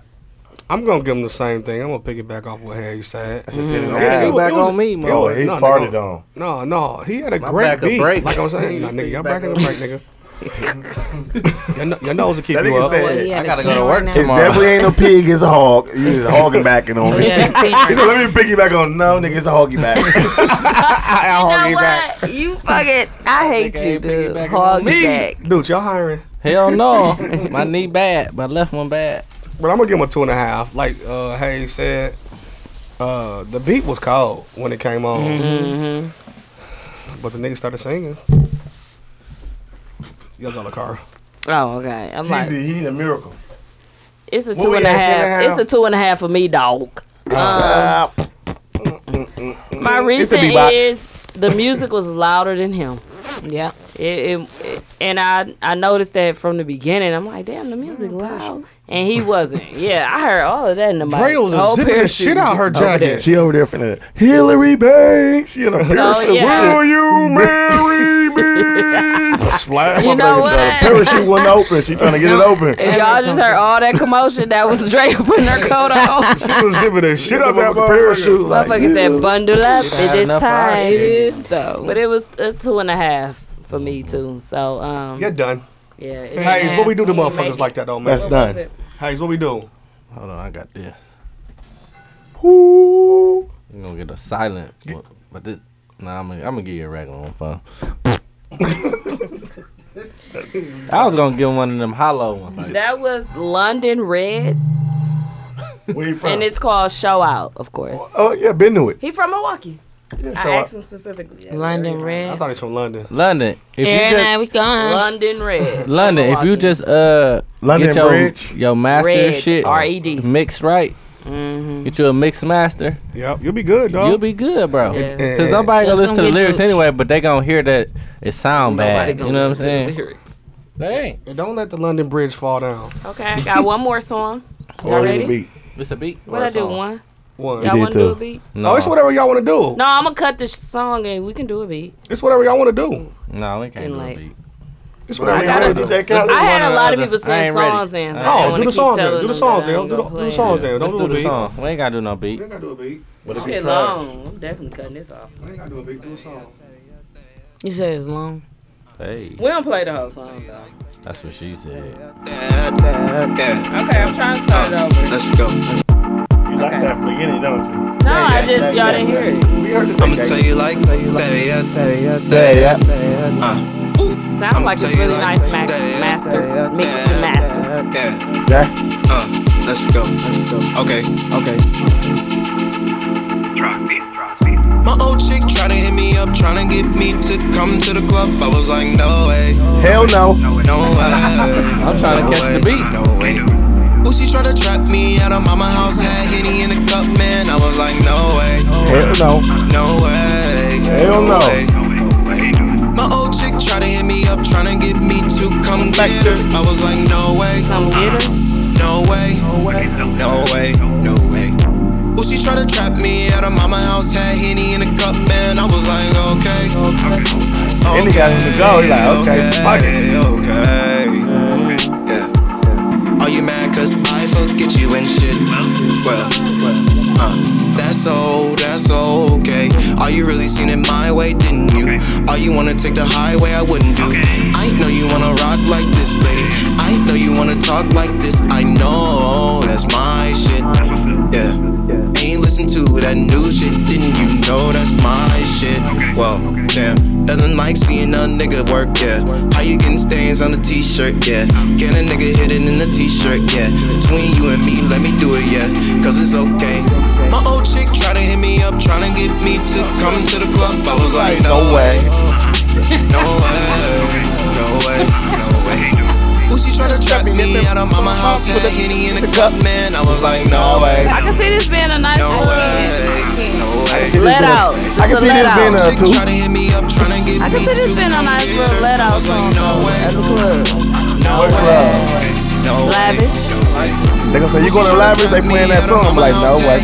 Speaker 3: I'm gonna give him the same thing. I'm gonna pick it back off what Hayes said. Mm.
Speaker 7: It's a ten and a
Speaker 4: Don't
Speaker 7: half.
Speaker 4: get back
Speaker 3: it was-
Speaker 4: on me,
Speaker 7: Yo,
Speaker 4: man.
Speaker 7: Oh, he
Speaker 3: No,
Speaker 7: farted
Speaker 3: nigga.
Speaker 7: on.
Speaker 3: No, no, he had a
Speaker 4: My
Speaker 3: great
Speaker 4: back a
Speaker 3: beat.
Speaker 4: break.
Speaker 3: Like I was saying, nah, nigga, y'all back in the break, nigga. your, kn- your nose will keep
Speaker 7: That
Speaker 3: you
Speaker 7: nigga
Speaker 3: up.
Speaker 7: said,
Speaker 6: Well, yeah,
Speaker 4: I
Speaker 6: the
Speaker 4: gotta go
Speaker 6: king
Speaker 4: to work
Speaker 6: right now.
Speaker 7: It's
Speaker 4: tomorrow.
Speaker 7: definitely ain't no pig, it's a hog. You just hogging backing on me.
Speaker 6: Yeah, the king right
Speaker 7: You know, let me piggy back on. No, nigga, it's a hoggy back.
Speaker 5: You know
Speaker 3: I'll
Speaker 5: what? You fucking. I hate you,
Speaker 4: ain't
Speaker 5: dude.
Speaker 4: piggybacking
Speaker 5: Hog
Speaker 4: on me.
Speaker 5: back.
Speaker 3: Dude, y'all hiring.
Speaker 4: Hell no. my knee bad. My left one bad.
Speaker 3: But I'm gonna give him a two and a half. Like uh Hayes said, uh the beat was cold when it came on.
Speaker 5: Mm-hmm.
Speaker 3: But the nigga started singing. Y'all got a car.
Speaker 5: Oh, okay. I'm like,
Speaker 7: he need a miracle.
Speaker 5: it's a
Speaker 7: What
Speaker 5: two
Speaker 7: we
Speaker 5: and a
Speaker 7: at, ten and a
Speaker 5: half. It's
Speaker 7: half?
Speaker 5: a two and a half for me, dog. Um,
Speaker 7: Uh,
Speaker 5: My
Speaker 7: It's
Speaker 5: reason
Speaker 7: a beatbox.
Speaker 5: is the music was louder than him.
Speaker 6: Yeah.
Speaker 5: It, it, it- and I I noticed that from the beginning. I'm like, damn, the music loud, and he wasn't. yeah, I heard all of that in the mic.
Speaker 3: Dre was
Speaker 5: Whole
Speaker 3: zipping the
Speaker 5: parachute.
Speaker 3: shit out her
Speaker 5: over there.
Speaker 3: jacket.
Speaker 7: she over there finna Hillary Banks. She in a parachute.
Speaker 5: Oh, yeah.
Speaker 7: Will you marry me? Splash.
Speaker 5: You know
Speaker 7: Motherfucker,
Speaker 5: what?
Speaker 7: The parachute wasn't open. She trying to get it open.
Speaker 5: If y'all just heard all that commotion, that was Dre putting her coat on.
Speaker 3: She was zipping the shit up that
Speaker 7: motherfucker
Speaker 3: parachute.
Speaker 7: like,
Speaker 5: Motherfucker said, bundle up.
Speaker 4: had
Speaker 5: It is
Speaker 4: enough for our
Speaker 5: time.
Speaker 4: shit.
Speaker 6: is though.
Speaker 5: But it was a two and a half for me too. So um,
Speaker 3: You're done.
Speaker 5: yeah. it
Speaker 3: Hayes,
Speaker 5: didn't
Speaker 3: what we do to
Speaker 5: have to
Speaker 3: motherfuckers
Speaker 5: make-
Speaker 3: like that though, man?
Speaker 7: That's done.
Speaker 3: Hayes, what we do?
Speaker 4: Hold on, Oh, I got this.
Speaker 7: Whoo.
Speaker 4: You're gonna get a silent. But, but this. Nah, I'm gonna, I'm gonna give you a regular one, fam. I was gonna give him one of them hollow ones. Like,
Speaker 5: That was London Red,
Speaker 7: Where you from?
Speaker 5: and it's called Show Out, of course.
Speaker 7: oh yeah, been to it.
Speaker 5: He from Milwaukee.
Speaker 7: Yeah,
Speaker 5: I
Speaker 7: so
Speaker 5: asked him specifically.
Speaker 6: London
Speaker 3: I
Speaker 6: red.
Speaker 3: thought he's from London.
Speaker 4: London, if you
Speaker 6: Every
Speaker 4: just
Speaker 6: night we gone.
Speaker 5: London Red.
Speaker 4: London, if you
Speaker 5: Milwaukee.
Speaker 4: just uh
Speaker 7: London
Speaker 4: get your
Speaker 7: Bridge.
Speaker 4: your master
Speaker 5: Red, E
Speaker 4: shit Mm-hmm.
Speaker 5: R.E.D..
Speaker 4: mix right,
Speaker 5: Mm-hmm.
Speaker 4: get you a mix master,
Speaker 3: Yep, you'll be good, dog.
Speaker 4: you'll be good, bro.
Speaker 5: Yeah.
Speaker 4: Cause nobody gonna
Speaker 6: Just
Speaker 4: listen to
Speaker 6: gonna
Speaker 4: the
Speaker 6: get
Speaker 4: lyrics
Speaker 6: duped.
Speaker 4: anyway, but they gonna hear that it sound
Speaker 9: Nobody
Speaker 4: bad.
Speaker 9: gonna
Speaker 4: You know what I'm
Speaker 9: listen to the
Speaker 4: saying?
Speaker 9: lyrics.
Speaker 4: They ain't.
Speaker 3: And don't let the London Bridge fall down.
Speaker 5: Okay, I got one more song. Y'all
Speaker 7: Or is it
Speaker 5: ready?
Speaker 7: beat?
Speaker 4: It's a beat.
Speaker 5: What
Speaker 4: or a
Speaker 5: I do?
Speaker 4: song.
Speaker 5: One.
Speaker 3: One.
Speaker 5: Y'all
Speaker 7: did
Speaker 5: want to do a
Speaker 7: too.
Speaker 5: beat?
Speaker 4: No,
Speaker 7: Oh,
Speaker 3: No, it's whatever y'all want to do.
Speaker 5: No, I'm gonna cut this song and we can do a beat.
Speaker 3: It's whatever y'all want to do.
Speaker 4: No, we can't
Speaker 5: Getting
Speaker 4: do a
Speaker 5: late.
Speaker 4: beat.
Speaker 3: It's whatever
Speaker 5: I
Speaker 3: y'all
Speaker 5: gotta-
Speaker 3: want to do.
Speaker 7: DJ Khaled.
Speaker 5: I had
Speaker 4: one
Speaker 5: a
Speaker 4: or
Speaker 5: lot of
Speaker 4: other.
Speaker 5: people
Speaker 4: I
Speaker 5: saying
Speaker 4: ain't ready.
Speaker 5: songs in.
Speaker 4: I
Speaker 5: so
Speaker 4: ain't
Speaker 5: I
Speaker 3: Oh,
Speaker 5: wanna
Speaker 3: do the
Speaker 5: keep
Speaker 3: songs
Speaker 5: telling
Speaker 3: then. Do the
Speaker 5: them
Speaker 3: songs
Speaker 5: that I
Speaker 3: then.
Speaker 5: ain't
Speaker 3: Do the,
Speaker 5: gonna
Speaker 3: do the
Speaker 5: play.
Speaker 3: songs then.
Speaker 4: Let's
Speaker 3: Don't
Speaker 4: do
Speaker 3: do a
Speaker 4: the
Speaker 3: beat.
Speaker 4: song. We ain't gotta do no beat.
Speaker 3: We ain't gotta do a beat.
Speaker 7: What if he
Speaker 5: Shit
Speaker 7: trash?
Speaker 5: long. I'm definitely cutting this off.
Speaker 3: We ain't gotta do a beat. Do a song.
Speaker 6: You said it's long.
Speaker 4: Hey,
Speaker 5: We don't play the whole song though.
Speaker 4: that's what she said.
Speaker 12: Yeah,
Speaker 5: Okay, I'm trying to start it over.
Speaker 12: let's go.
Speaker 7: You like that from the beginning, don't you?
Speaker 5: No, I
Speaker 7: yeah,
Speaker 5: just
Speaker 7: yeah,
Speaker 5: y'all
Speaker 7: yeah,
Speaker 5: didn't
Speaker 7: yeah.
Speaker 5: hear it.
Speaker 7: We heard this
Speaker 12: I'ma tell you like that. Yeah, that. Uh,
Speaker 5: Sound
Speaker 12: I'ma
Speaker 5: like a
Speaker 12: tell you
Speaker 5: really
Speaker 12: like
Speaker 5: nice ma-
Speaker 12: that.
Speaker 5: master, mix and master.
Speaker 12: yeah.
Speaker 7: Yeah.
Speaker 12: Uh, let's go. Okay. My old chick tried to hit me up, trying to get me to come to the club. I was like, no way,
Speaker 7: Hell no.
Speaker 12: no way.
Speaker 4: I'm trying to catch the beat.
Speaker 12: No way. Ooh, she tried to trap me out of mama house, had Henny in a cup, man. I was like, no way,
Speaker 7: Hell no.
Speaker 12: no way.
Speaker 7: Hell no.
Speaker 12: way, way. My old chick tried to hit me up, trying to get me to come get her. I was like, no way,
Speaker 5: Come get her.
Speaker 12: No way, no way, no way. Well, she tried to trap me at her mama house, had Henny in a cup, man. I was like, okay. okay.
Speaker 7: And he got him to go. He like, okay, fuck
Speaker 12: okay, okay. Yeah. Are you mad cause I forget you and shit? Well, uh, that's so, that's okay. Are you really seen it my way, didn't you? Are you wanna take the highway I wouldn't do? I know you wanna rock like this, lady. I know you wanna talk like this. I know that's my shit. Yeah. Ain't listen to that new shit, didn't you know that's my shit? Well, damn, nothing like seeing a nigga work, yeah. How you getting stains on a t-shirt, yeah. Can a nigga hit it in a t-shirt, yeah. Between you and me, let me do it, yeah. Cause it's okay. My old chick try to hit me up, trying to get me to come to the club. I was like, no way. No way, no way, no way. Ooh, she tryna trap me out of mama house, had Henny in the cup, man. I was like, no way.
Speaker 5: I can see this being a nice
Speaker 12: No
Speaker 5: little
Speaker 12: way, no way.
Speaker 5: let out.
Speaker 7: I
Speaker 5: It's
Speaker 7: can
Speaker 5: a
Speaker 7: see
Speaker 5: let
Speaker 7: this
Speaker 5: out.
Speaker 7: being a
Speaker 12: Chick
Speaker 7: two.
Speaker 12: tryna hit me up, tryna get
Speaker 5: I can
Speaker 12: me
Speaker 5: see
Speaker 12: to
Speaker 5: this being a
Speaker 12: come
Speaker 5: nice
Speaker 12: get
Speaker 5: little
Speaker 12: her.
Speaker 5: let
Speaker 12: I
Speaker 5: out
Speaker 12: was like,
Speaker 5: song though, at the club.
Speaker 12: No way, no way, no way.
Speaker 5: Lavish.
Speaker 7: They gonna say you going to library? They playing that song. I'm like, no way.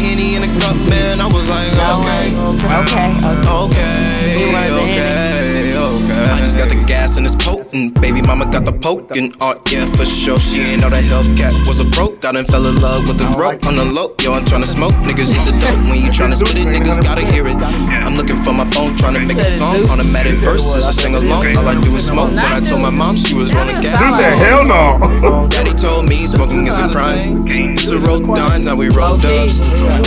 Speaker 12: I was like, okay.
Speaker 5: Okay. okay.
Speaker 12: Okay,
Speaker 5: We learned the
Speaker 12: okay, okay. I just got the gas and it's potent. Baby mama got the poking art, yeah, for sure. She ain't know the Hellcat was a broke. I done fell in love with the throat on the low. Yo, I'm tryna smoke. Niggas hit the dope when you tryna spit it. Niggas gotta hear it. I'm looking for my phone, tryna make a song. Automatic verses, a sing along. All I do is smoke. When I told my mom she was rolling gas.
Speaker 7: He said, hell no.
Speaker 12: Daddy told me smoking is a crime. It's a road dime, now we roll dubs.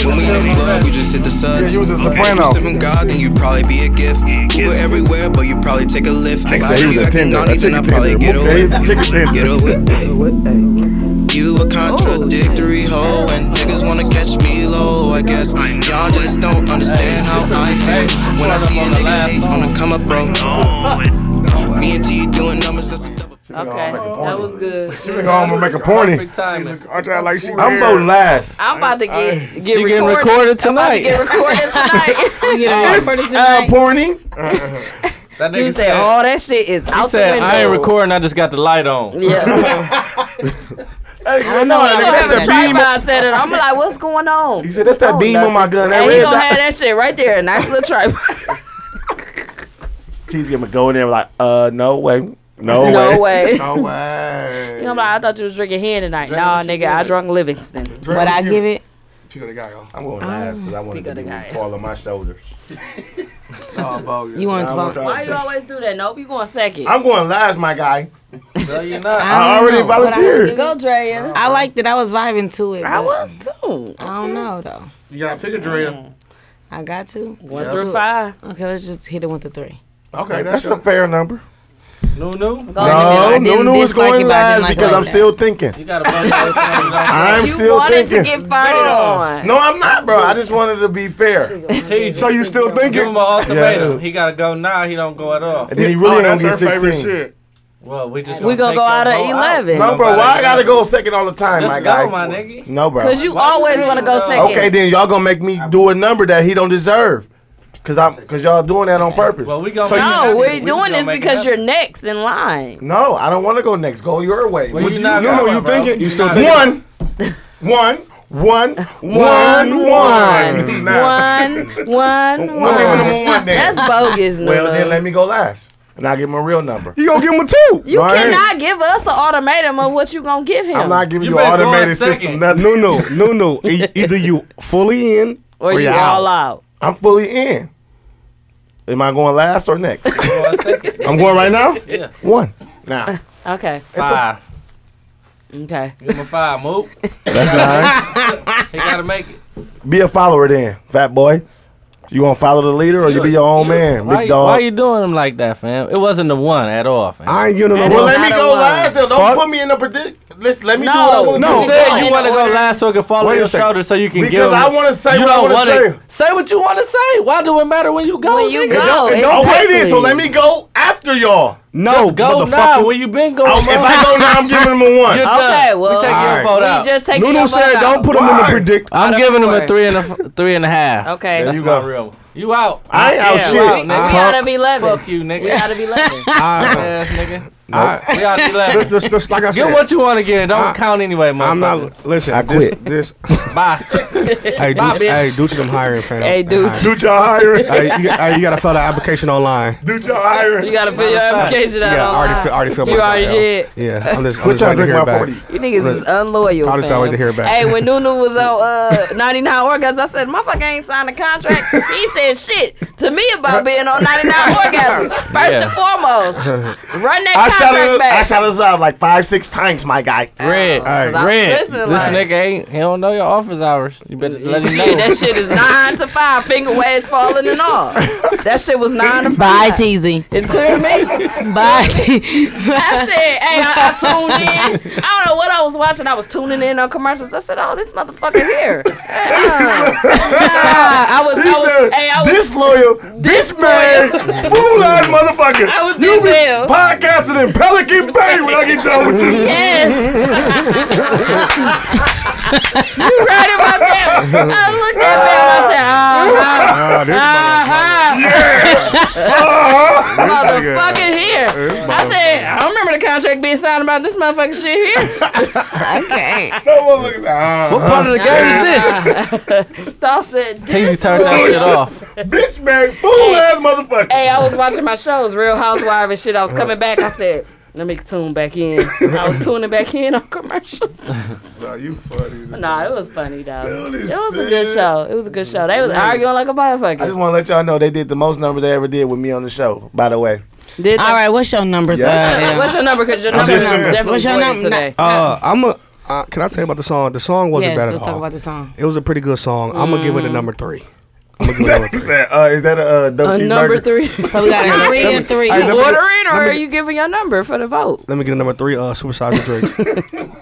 Speaker 12: When we in the club, we just hit the suds.
Speaker 7: Yeah, you was a
Speaker 12: If you
Speaker 7: soprano.
Speaker 12: serving God, then you probably be a gift. Uber everywhere, but you probably take a lift.
Speaker 7: Nigga said he
Speaker 12: If
Speaker 7: was
Speaker 12: you
Speaker 7: a
Speaker 12: acting
Speaker 7: tender. A
Speaker 12: naughty, then I
Speaker 7: chicken
Speaker 12: probably
Speaker 7: tender.
Speaker 12: get
Speaker 7: Okay,
Speaker 12: away.
Speaker 7: he's a chicken tender.
Speaker 12: Get away. You a contradictory hoe, and niggas wanna catch me low. I guess y'all just don't understand how I feel when I see a nigga hate on a come up, bro. Me and T doing numbers, that's a double.
Speaker 5: Okay. That was good.
Speaker 7: Go home and make a porny.
Speaker 15: Perfect timing.
Speaker 3: I try like she
Speaker 7: I'm voting last.
Speaker 5: I'm about to get get
Speaker 4: She
Speaker 5: recorded.
Speaker 4: getting recorded tonight.
Speaker 5: Get recorded tonight.
Speaker 7: It's uh, porny.
Speaker 15: That
Speaker 5: you
Speaker 15: nigga
Speaker 5: said
Speaker 15: said,
Speaker 5: all that shit is out the
Speaker 4: Said
Speaker 5: window.
Speaker 4: I ain't recording. I just got the light on.
Speaker 5: Yeah.
Speaker 7: I
Speaker 5: No,
Speaker 7: know.
Speaker 5: he gonna have a
Speaker 7: That's that beam.
Speaker 5: tripod Oh, set up. I'm like, what's going on?
Speaker 7: He said, that's that beam on my gun. That
Speaker 5: And he
Speaker 7: red
Speaker 5: gonna have
Speaker 7: dot.
Speaker 5: that shit right there. Nice little tripod.
Speaker 7: T's gonna go in there like, uh, no way. No,
Speaker 5: No
Speaker 7: way.
Speaker 5: way.
Speaker 16: No way.
Speaker 5: I'm like, I thought you was drinking hand tonight. Nah,
Speaker 15: what you
Speaker 5: nigga, I drunk Livingston.
Speaker 6: But I give it.
Speaker 3: She got a guy, yo.
Speaker 16: I'm going last because I wanted
Speaker 5: Pico
Speaker 16: to
Speaker 5: the
Speaker 16: be
Speaker 5: guy.
Speaker 16: fall on my shoulders. Oh, bogus.
Speaker 6: You want to
Speaker 16: I want
Speaker 6: vote?
Speaker 16: y'all-
Speaker 5: Why you always do that? Nope, you going second.
Speaker 16: I'm going last, my guy.
Speaker 15: no, you not.
Speaker 7: I
Speaker 6: don't
Speaker 7: already
Speaker 6: know, but I
Speaker 7: volunteered.
Speaker 6: give it-
Speaker 5: Go, Drea.
Speaker 6: I liked it. I was vibing to it.
Speaker 5: I
Speaker 6: but
Speaker 5: was too.
Speaker 6: I don't know though.
Speaker 16: You gotta pick a drill.
Speaker 6: I got to.
Speaker 5: One through five.
Speaker 6: Okay, let's just hit it with the three.
Speaker 16: Okay, that's,
Speaker 7: That's
Speaker 16: your
Speaker 7: a fair number.
Speaker 15: No, no.
Speaker 5: Go
Speaker 6: I
Speaker 7: No,
Speaker 5: in the middle.
Speaker 6: didn't
Speaker 7: no, no, it's
Speaker 6: dislike
Speaker 7: going
Speaker 6: it, but I
Speaker 7: last
Speaker 6: didn't like
Speaker 7: because
Speaker 6: it
Speaker 7: I'm
Speaker 6: like
Speaker 7: still thinking.
Speaker 15: You gotta vote for everything. Like,
Speaker 7: I'm
Speaker 5: you
Speaker 7: still
Speaker 5: wanted to
Speaker 7: thinking. Oh,
Speaker 5: get farted on.
Speaker 7: No, I'm not, bro. I just wanted to be fair. So you still
Speaker 15: Give him
Speaker 7: thinking?
Speaker 15: an ultimatum. He gotta go now. He don't go at all.
Speaker 7: And then he really
Speaker 3: Oh,
Speaker 7: don't
Speaker 3: that's
Speaker 7: get
Speaker 3: her favorite
Speaker 7: 16.
Speaker 3: shit.
Speaker 15: Well, we just
Speaker 5: We gonna
Speaker 15: take
Speaker 5: go
Speaker 15: your
Speaker 5: out at
Speaker 15: vote out.
Speaker 5: 11.
Speaker 7: No, bro.
Speaker 15: Nobody
Speaker 7: Why I
Speaker 15: got
Speaker 7: gotta
Speaker 15: it.
Speaker 7: go second all the time,
Speaker 15: Just
Speaker 7: my
Speaker 15: go,
Speaker 7: guy?
Speaker 15: my nigga.
Speaker 7: No, bro.
Speaker 5: Cause you always want to go second.
Speaker 7: Okay, then y'all gonna make me do a number that he don't deserve, cause I'm, cause y'all doing that on purpose.
Speaker 15: Well, we gonna.
Speaker 7: So you-
Speaker 5: No, we're
Speaker 15: just
Speaker 5: doing
Speaker 15: gonna
Speaker 5: this
Speaker 15: make it
Speaker 5: because
Speaker 15: happen.
Speaker 5: you're next in line.
Speaker 7: no, I don't want to go next. Go your way.
Speaker 15: Well, you
Speaker 7: Would
Speaker 15: not
Speaker 7: you, no, no,
Speaker 15: going,
Speaker 7: you
Speaker 15: bro.
Speaker 7: thinking?
Speaker 15: You
Speaker 7: You still
Speaker 15: not
Speaker 7: thinking? One, one, one, one,
Speaker 5: one,
Speaker 7: Nah.
Speaker 5: one, one,
Speaker 7: We'll leave it
Speaker 5: one.
Speaker 7: number one then.
Speaker 5: That's bogus, no.
Speaker 7: well, then let me go last, and I'll give him a real number.
Speaker 3: You gonna give him a two?
Speaker 5: you
Speaker 7: No, I ain't.
Speaker 5: cannot give us an ultimatum of what you gonna give him.
Speaker 7: I'm not giving
Speaker 15: You
Speaker 7: you, an
Speaker 15: better go
Speaker 7: automated
Speaker 15: second.
Speaker 7: system. Nothing.
Speaker 3: No, no, no, no. E- Either you fully in
Speaker 5: or you
Speaker 3: you're
Speaker 5: all out.
Speaker 7: I'm fully in. Am I going last or next?
Speaker 15: Go on second.
Speaker 7: I'm going right now.
Speaker 15: Yeah.
Speaker 7: One. Now.
Speaker 5: Okay.
Speaker 15: Five.
Speaker 5: Okay.
Speaker 15: Give him a five. Move.
Speaker 7: That's
Speaker 15: He gotta make it.
Speaker 7: nine. Be a follower then, fat boy. You gonna follow the leader or you, be your own man,
Speaker 4: Why,
Speaker 7: big
Speaker 4: you- why
Speaker 7: dog?
Speaker 4: you doing them like that, fam? It wasn't the one at all, fam.
Speaker 3: I ain't giving him
Speaker 5: Well,
Speaker 3: no.
Speaker 7: let me
Speaker 5: Not
Speaker 7: go
Speaker 5: a one.
Speaker 7: last. Though. Don't
Speaker 4: Fuck.
Speaker 7: put me in a prediction. Listen, let me do what I want to
Speaker 4: You
Speaker 5: No.
Speaker 7: do.
Speaker 5: Go
Speaker 4: said
Speaker 5: in
Speaker 4: you want to go
Speaker 5: order.
Speaker 4: last so it can fall
Speaker 7: Wait
Speaker 4: on
Speaker 7: a
Speaker 4: your
Speaker 7: second.
Speaker 4: shoulder so you can give
Speaker 7: Because
Speaker 4: them-
Speaker 7: I want to say
Speaker 4: You
Speaker 7: what I
Speaker 4: don't
Speaker 7: want
Speaker 4: want
Speaker 7: to say.
Speaker 4: to say what you want to say. Why do it matter when you go?
Speaker 5: When you
Speaker 4: nigga?
Speaker 5: go,
Speaker 7: And don't wait then. So let me go after y'all.
Speaker 3: No,
Speaker 4: Just go now. When you been going,
Speaker 7: Oh, if I go now, I'm giving him a one.
Speaker 4: you're
Speaker 5: Okay,
Speaker 4: done.
Speaker 5: well,
Speaker 4: we taking your
Speaker 5: alright.
Speaker 4: vote
Speaker 5: We
Speaker 4: out.
Speaker 5: just taking
Speaker 3: Nunu
Speaker 5: your
Speaker 3: said
Speaker 5: vote
Speaker 3: don't
Speaker 5: out.
Speaker 3: put him in the
Speaker 7: Why?
Speaker 3: predict.
Speaker 4: I'm
Speaker 5: Out of
Speaker 4: giving him
Speaker 5: four.
Speaker 4: a three and a f- three and a half.
Speaker 5: Okay.
Speaker 7: There
Speaker 15: That's
Speaker 7: you
Speaker 15: my
Speaker 7: go.
Speaker 15: real one. You out.
Speaker 7: I ain't out
Speaker 5: yeah,
Speaker 7: shit.
Speaker 5: we, we out of eleven.
Speaker 15: Fuck you, nigga.
Speaker 5: We out of eleven.
Speaker 15: Ass nigga.
Speaker 3: I,
Speaker 4: We gotta be
Speaker 3: this,
Speaker 4: laughing.
Speaker 3: this, this, like I
Speaker 4: Get
Speaker 3: said,
Speaker 4: what you want to get. Don't
Speaker 3: I-
Speaker 4: count anyway, motherfucker.
Speaker 3: I'm not. Listen,
Speaker 17: I quit.
Speaker 3: this. this
Speaker 4: Bye.
Speaker 3: hey,
Speaker 4: Bye,
Speaker 3: Dooch,
Speaker 4: bitch.
Speaker 3: hey, Dooch, them hiring fam.
Speaker 5: Hey, Dooch.
Speaker 3: Dooch, y'all hiring. hey, you, got- hey, you gotta fill the application online. Dooch,
Speaker 7: Dude, y'all hiring.
Speaker 5: You gotta fill your
Speaker 4: Matter of fact,
Speaker 5: application out
Speaker 3: yeah, I
Speaker 5: online.
Speaker 3: already, fill, I already filled
Speaker 5: You
Speaker 3: my
Speaker 5: already
Speaker 3: out.
Speaker 5: did.
Speaker 3: Yeah, I'm just, I'm
Speaker 7: Quit
Speaker 3: just trying to
Speaker 7: trying to
Speaker 3: hear
Speaker 7: drink my
Speaker 3: back.
Speaker 7: 40.
Speaker 5: You niggas is
Speaker 3: Look,
Speaker 5: unloyal.
Speaker 3: I'll just
Speaker 5: fam.
Speaker 3: wait to hear back.
Speaker 5: Hey, when Nunu was on uh, 99 Orgasms, I said, motherfucker ain't signed a contract. he said shit to me about being on 99 Orgasms. First and foremost, run that
Speaker 7: I shot
Speaker 5: contract
Speaker 7: it.
Speaker 5: back.
Speaker 7: I shot us out like five, six times, my guy.
Speaker 4: Red.
Speaker 5: Alright.
Speaker 4: Red. This
Speaker 5: Listen, like-
Speaker 4: nigga ain't. He don't know your office hours. You better let him
Speaker 5: Shit,
Speaker 4: know.
Speaker 5: that shit is nine to five, finger waves falling and all. That shit was nine to
Speaker 6: Bye,
Speaker 5: five.
Speaker 6: Teasy.
Speaker 5: It's clear to me.
Speaker 6: Bye. T-
Speaker 5: I said, hey, I, I tuned in. I don't know what I was watching. I was tuning in on commercials. I said, oh, this motherfucker here. Uh, I was, I was, hey, I was,
Speaker 7: Disloyal, this man, fool ass motherfucker.
Speaker 5: I was being real.
Speaker 7: Podcasting in Pelican Bay when I get done with you.
Speaker 5: Yes. you right about that. I looked at them. I said, uh-huh,
Speaker 3: Ah, this
Speaker 5: uh-huh.
Speaker 7: Uh-huh.
Speaker 3: motherfucker.
Speaker 5: Motherfucker here. I said, I don't remember the contract being signed about this motherfucking shit here.
Speaker 6: okay.
Speaker 7: motherfuckers. Ah,
Speaker 4: What part of the game is this?
Speaker 5: So I said, this
Speaker 4: Teasy turned that shit off.
Speaker 7: bitch, man, fool ass motherfucker.
Speaker 5: Hey, I was watching my shows, Real Housewives and shit. I was coming back. I said, let me tune back in. I was tuning back in on commercials.
Speaker 7: Nah, you funny.
Speaker 5: Nah, it was funny though.
Speaker 7: That
Speaker 5: It
Speaker 7: is
Speaker 5: was a good
Speaker 7: sad.
Speaker 5: show. It was a good show. They was arguing like a
Speaker 7: I just
Speaker 5: motherfucker.
Speaker 7: want to let y'all know they did the most numbers they ever did with me on the show. By the way,
Speaker 5: Did
Speaker 6: All
Speaker 5: they-
Speaker 6: right, what's your numbers?
Speaker 7: Yeah.
Speaker 6: uh,
Speaker 5: Hey, What's your number? Cause your number
Speaker 7: just saying.
Speaker 5: definitely
Speaker 6: What's your
Speaker 5: important
Speaker 6: number?
Speaker 5: today.
Speaker 3: Uh, I'm a. Uh, can I tell you about the song? The song wasn't
Speaker 6: Yes,
Speaker 3: bad
Speaker 6: let's
Speaker 3: at
Speaker 6: talk
Speaker 3: all.
Speaker 6: about the song.
Speaker 3: It was a pretty good song. I'm gonna give it a
Speaker 5: Mm.
Speaker 3: number three. I'm gonna give it a number three.
Speaker 7: he said, uh, "Is that a uh, double
Speaker 5: A
Speaker 7: cheeseburger?"
Speaker 5: number three.
Speaker 6: So we got a three and three.
Speaker 5: You
Speaker 3: number-
Speaker 5: ordering or
Speaker 3: number-
Speaker 5: are you giving your number for the vote?
Speaker 3: Let me get a number three. Uh, supersize your drink.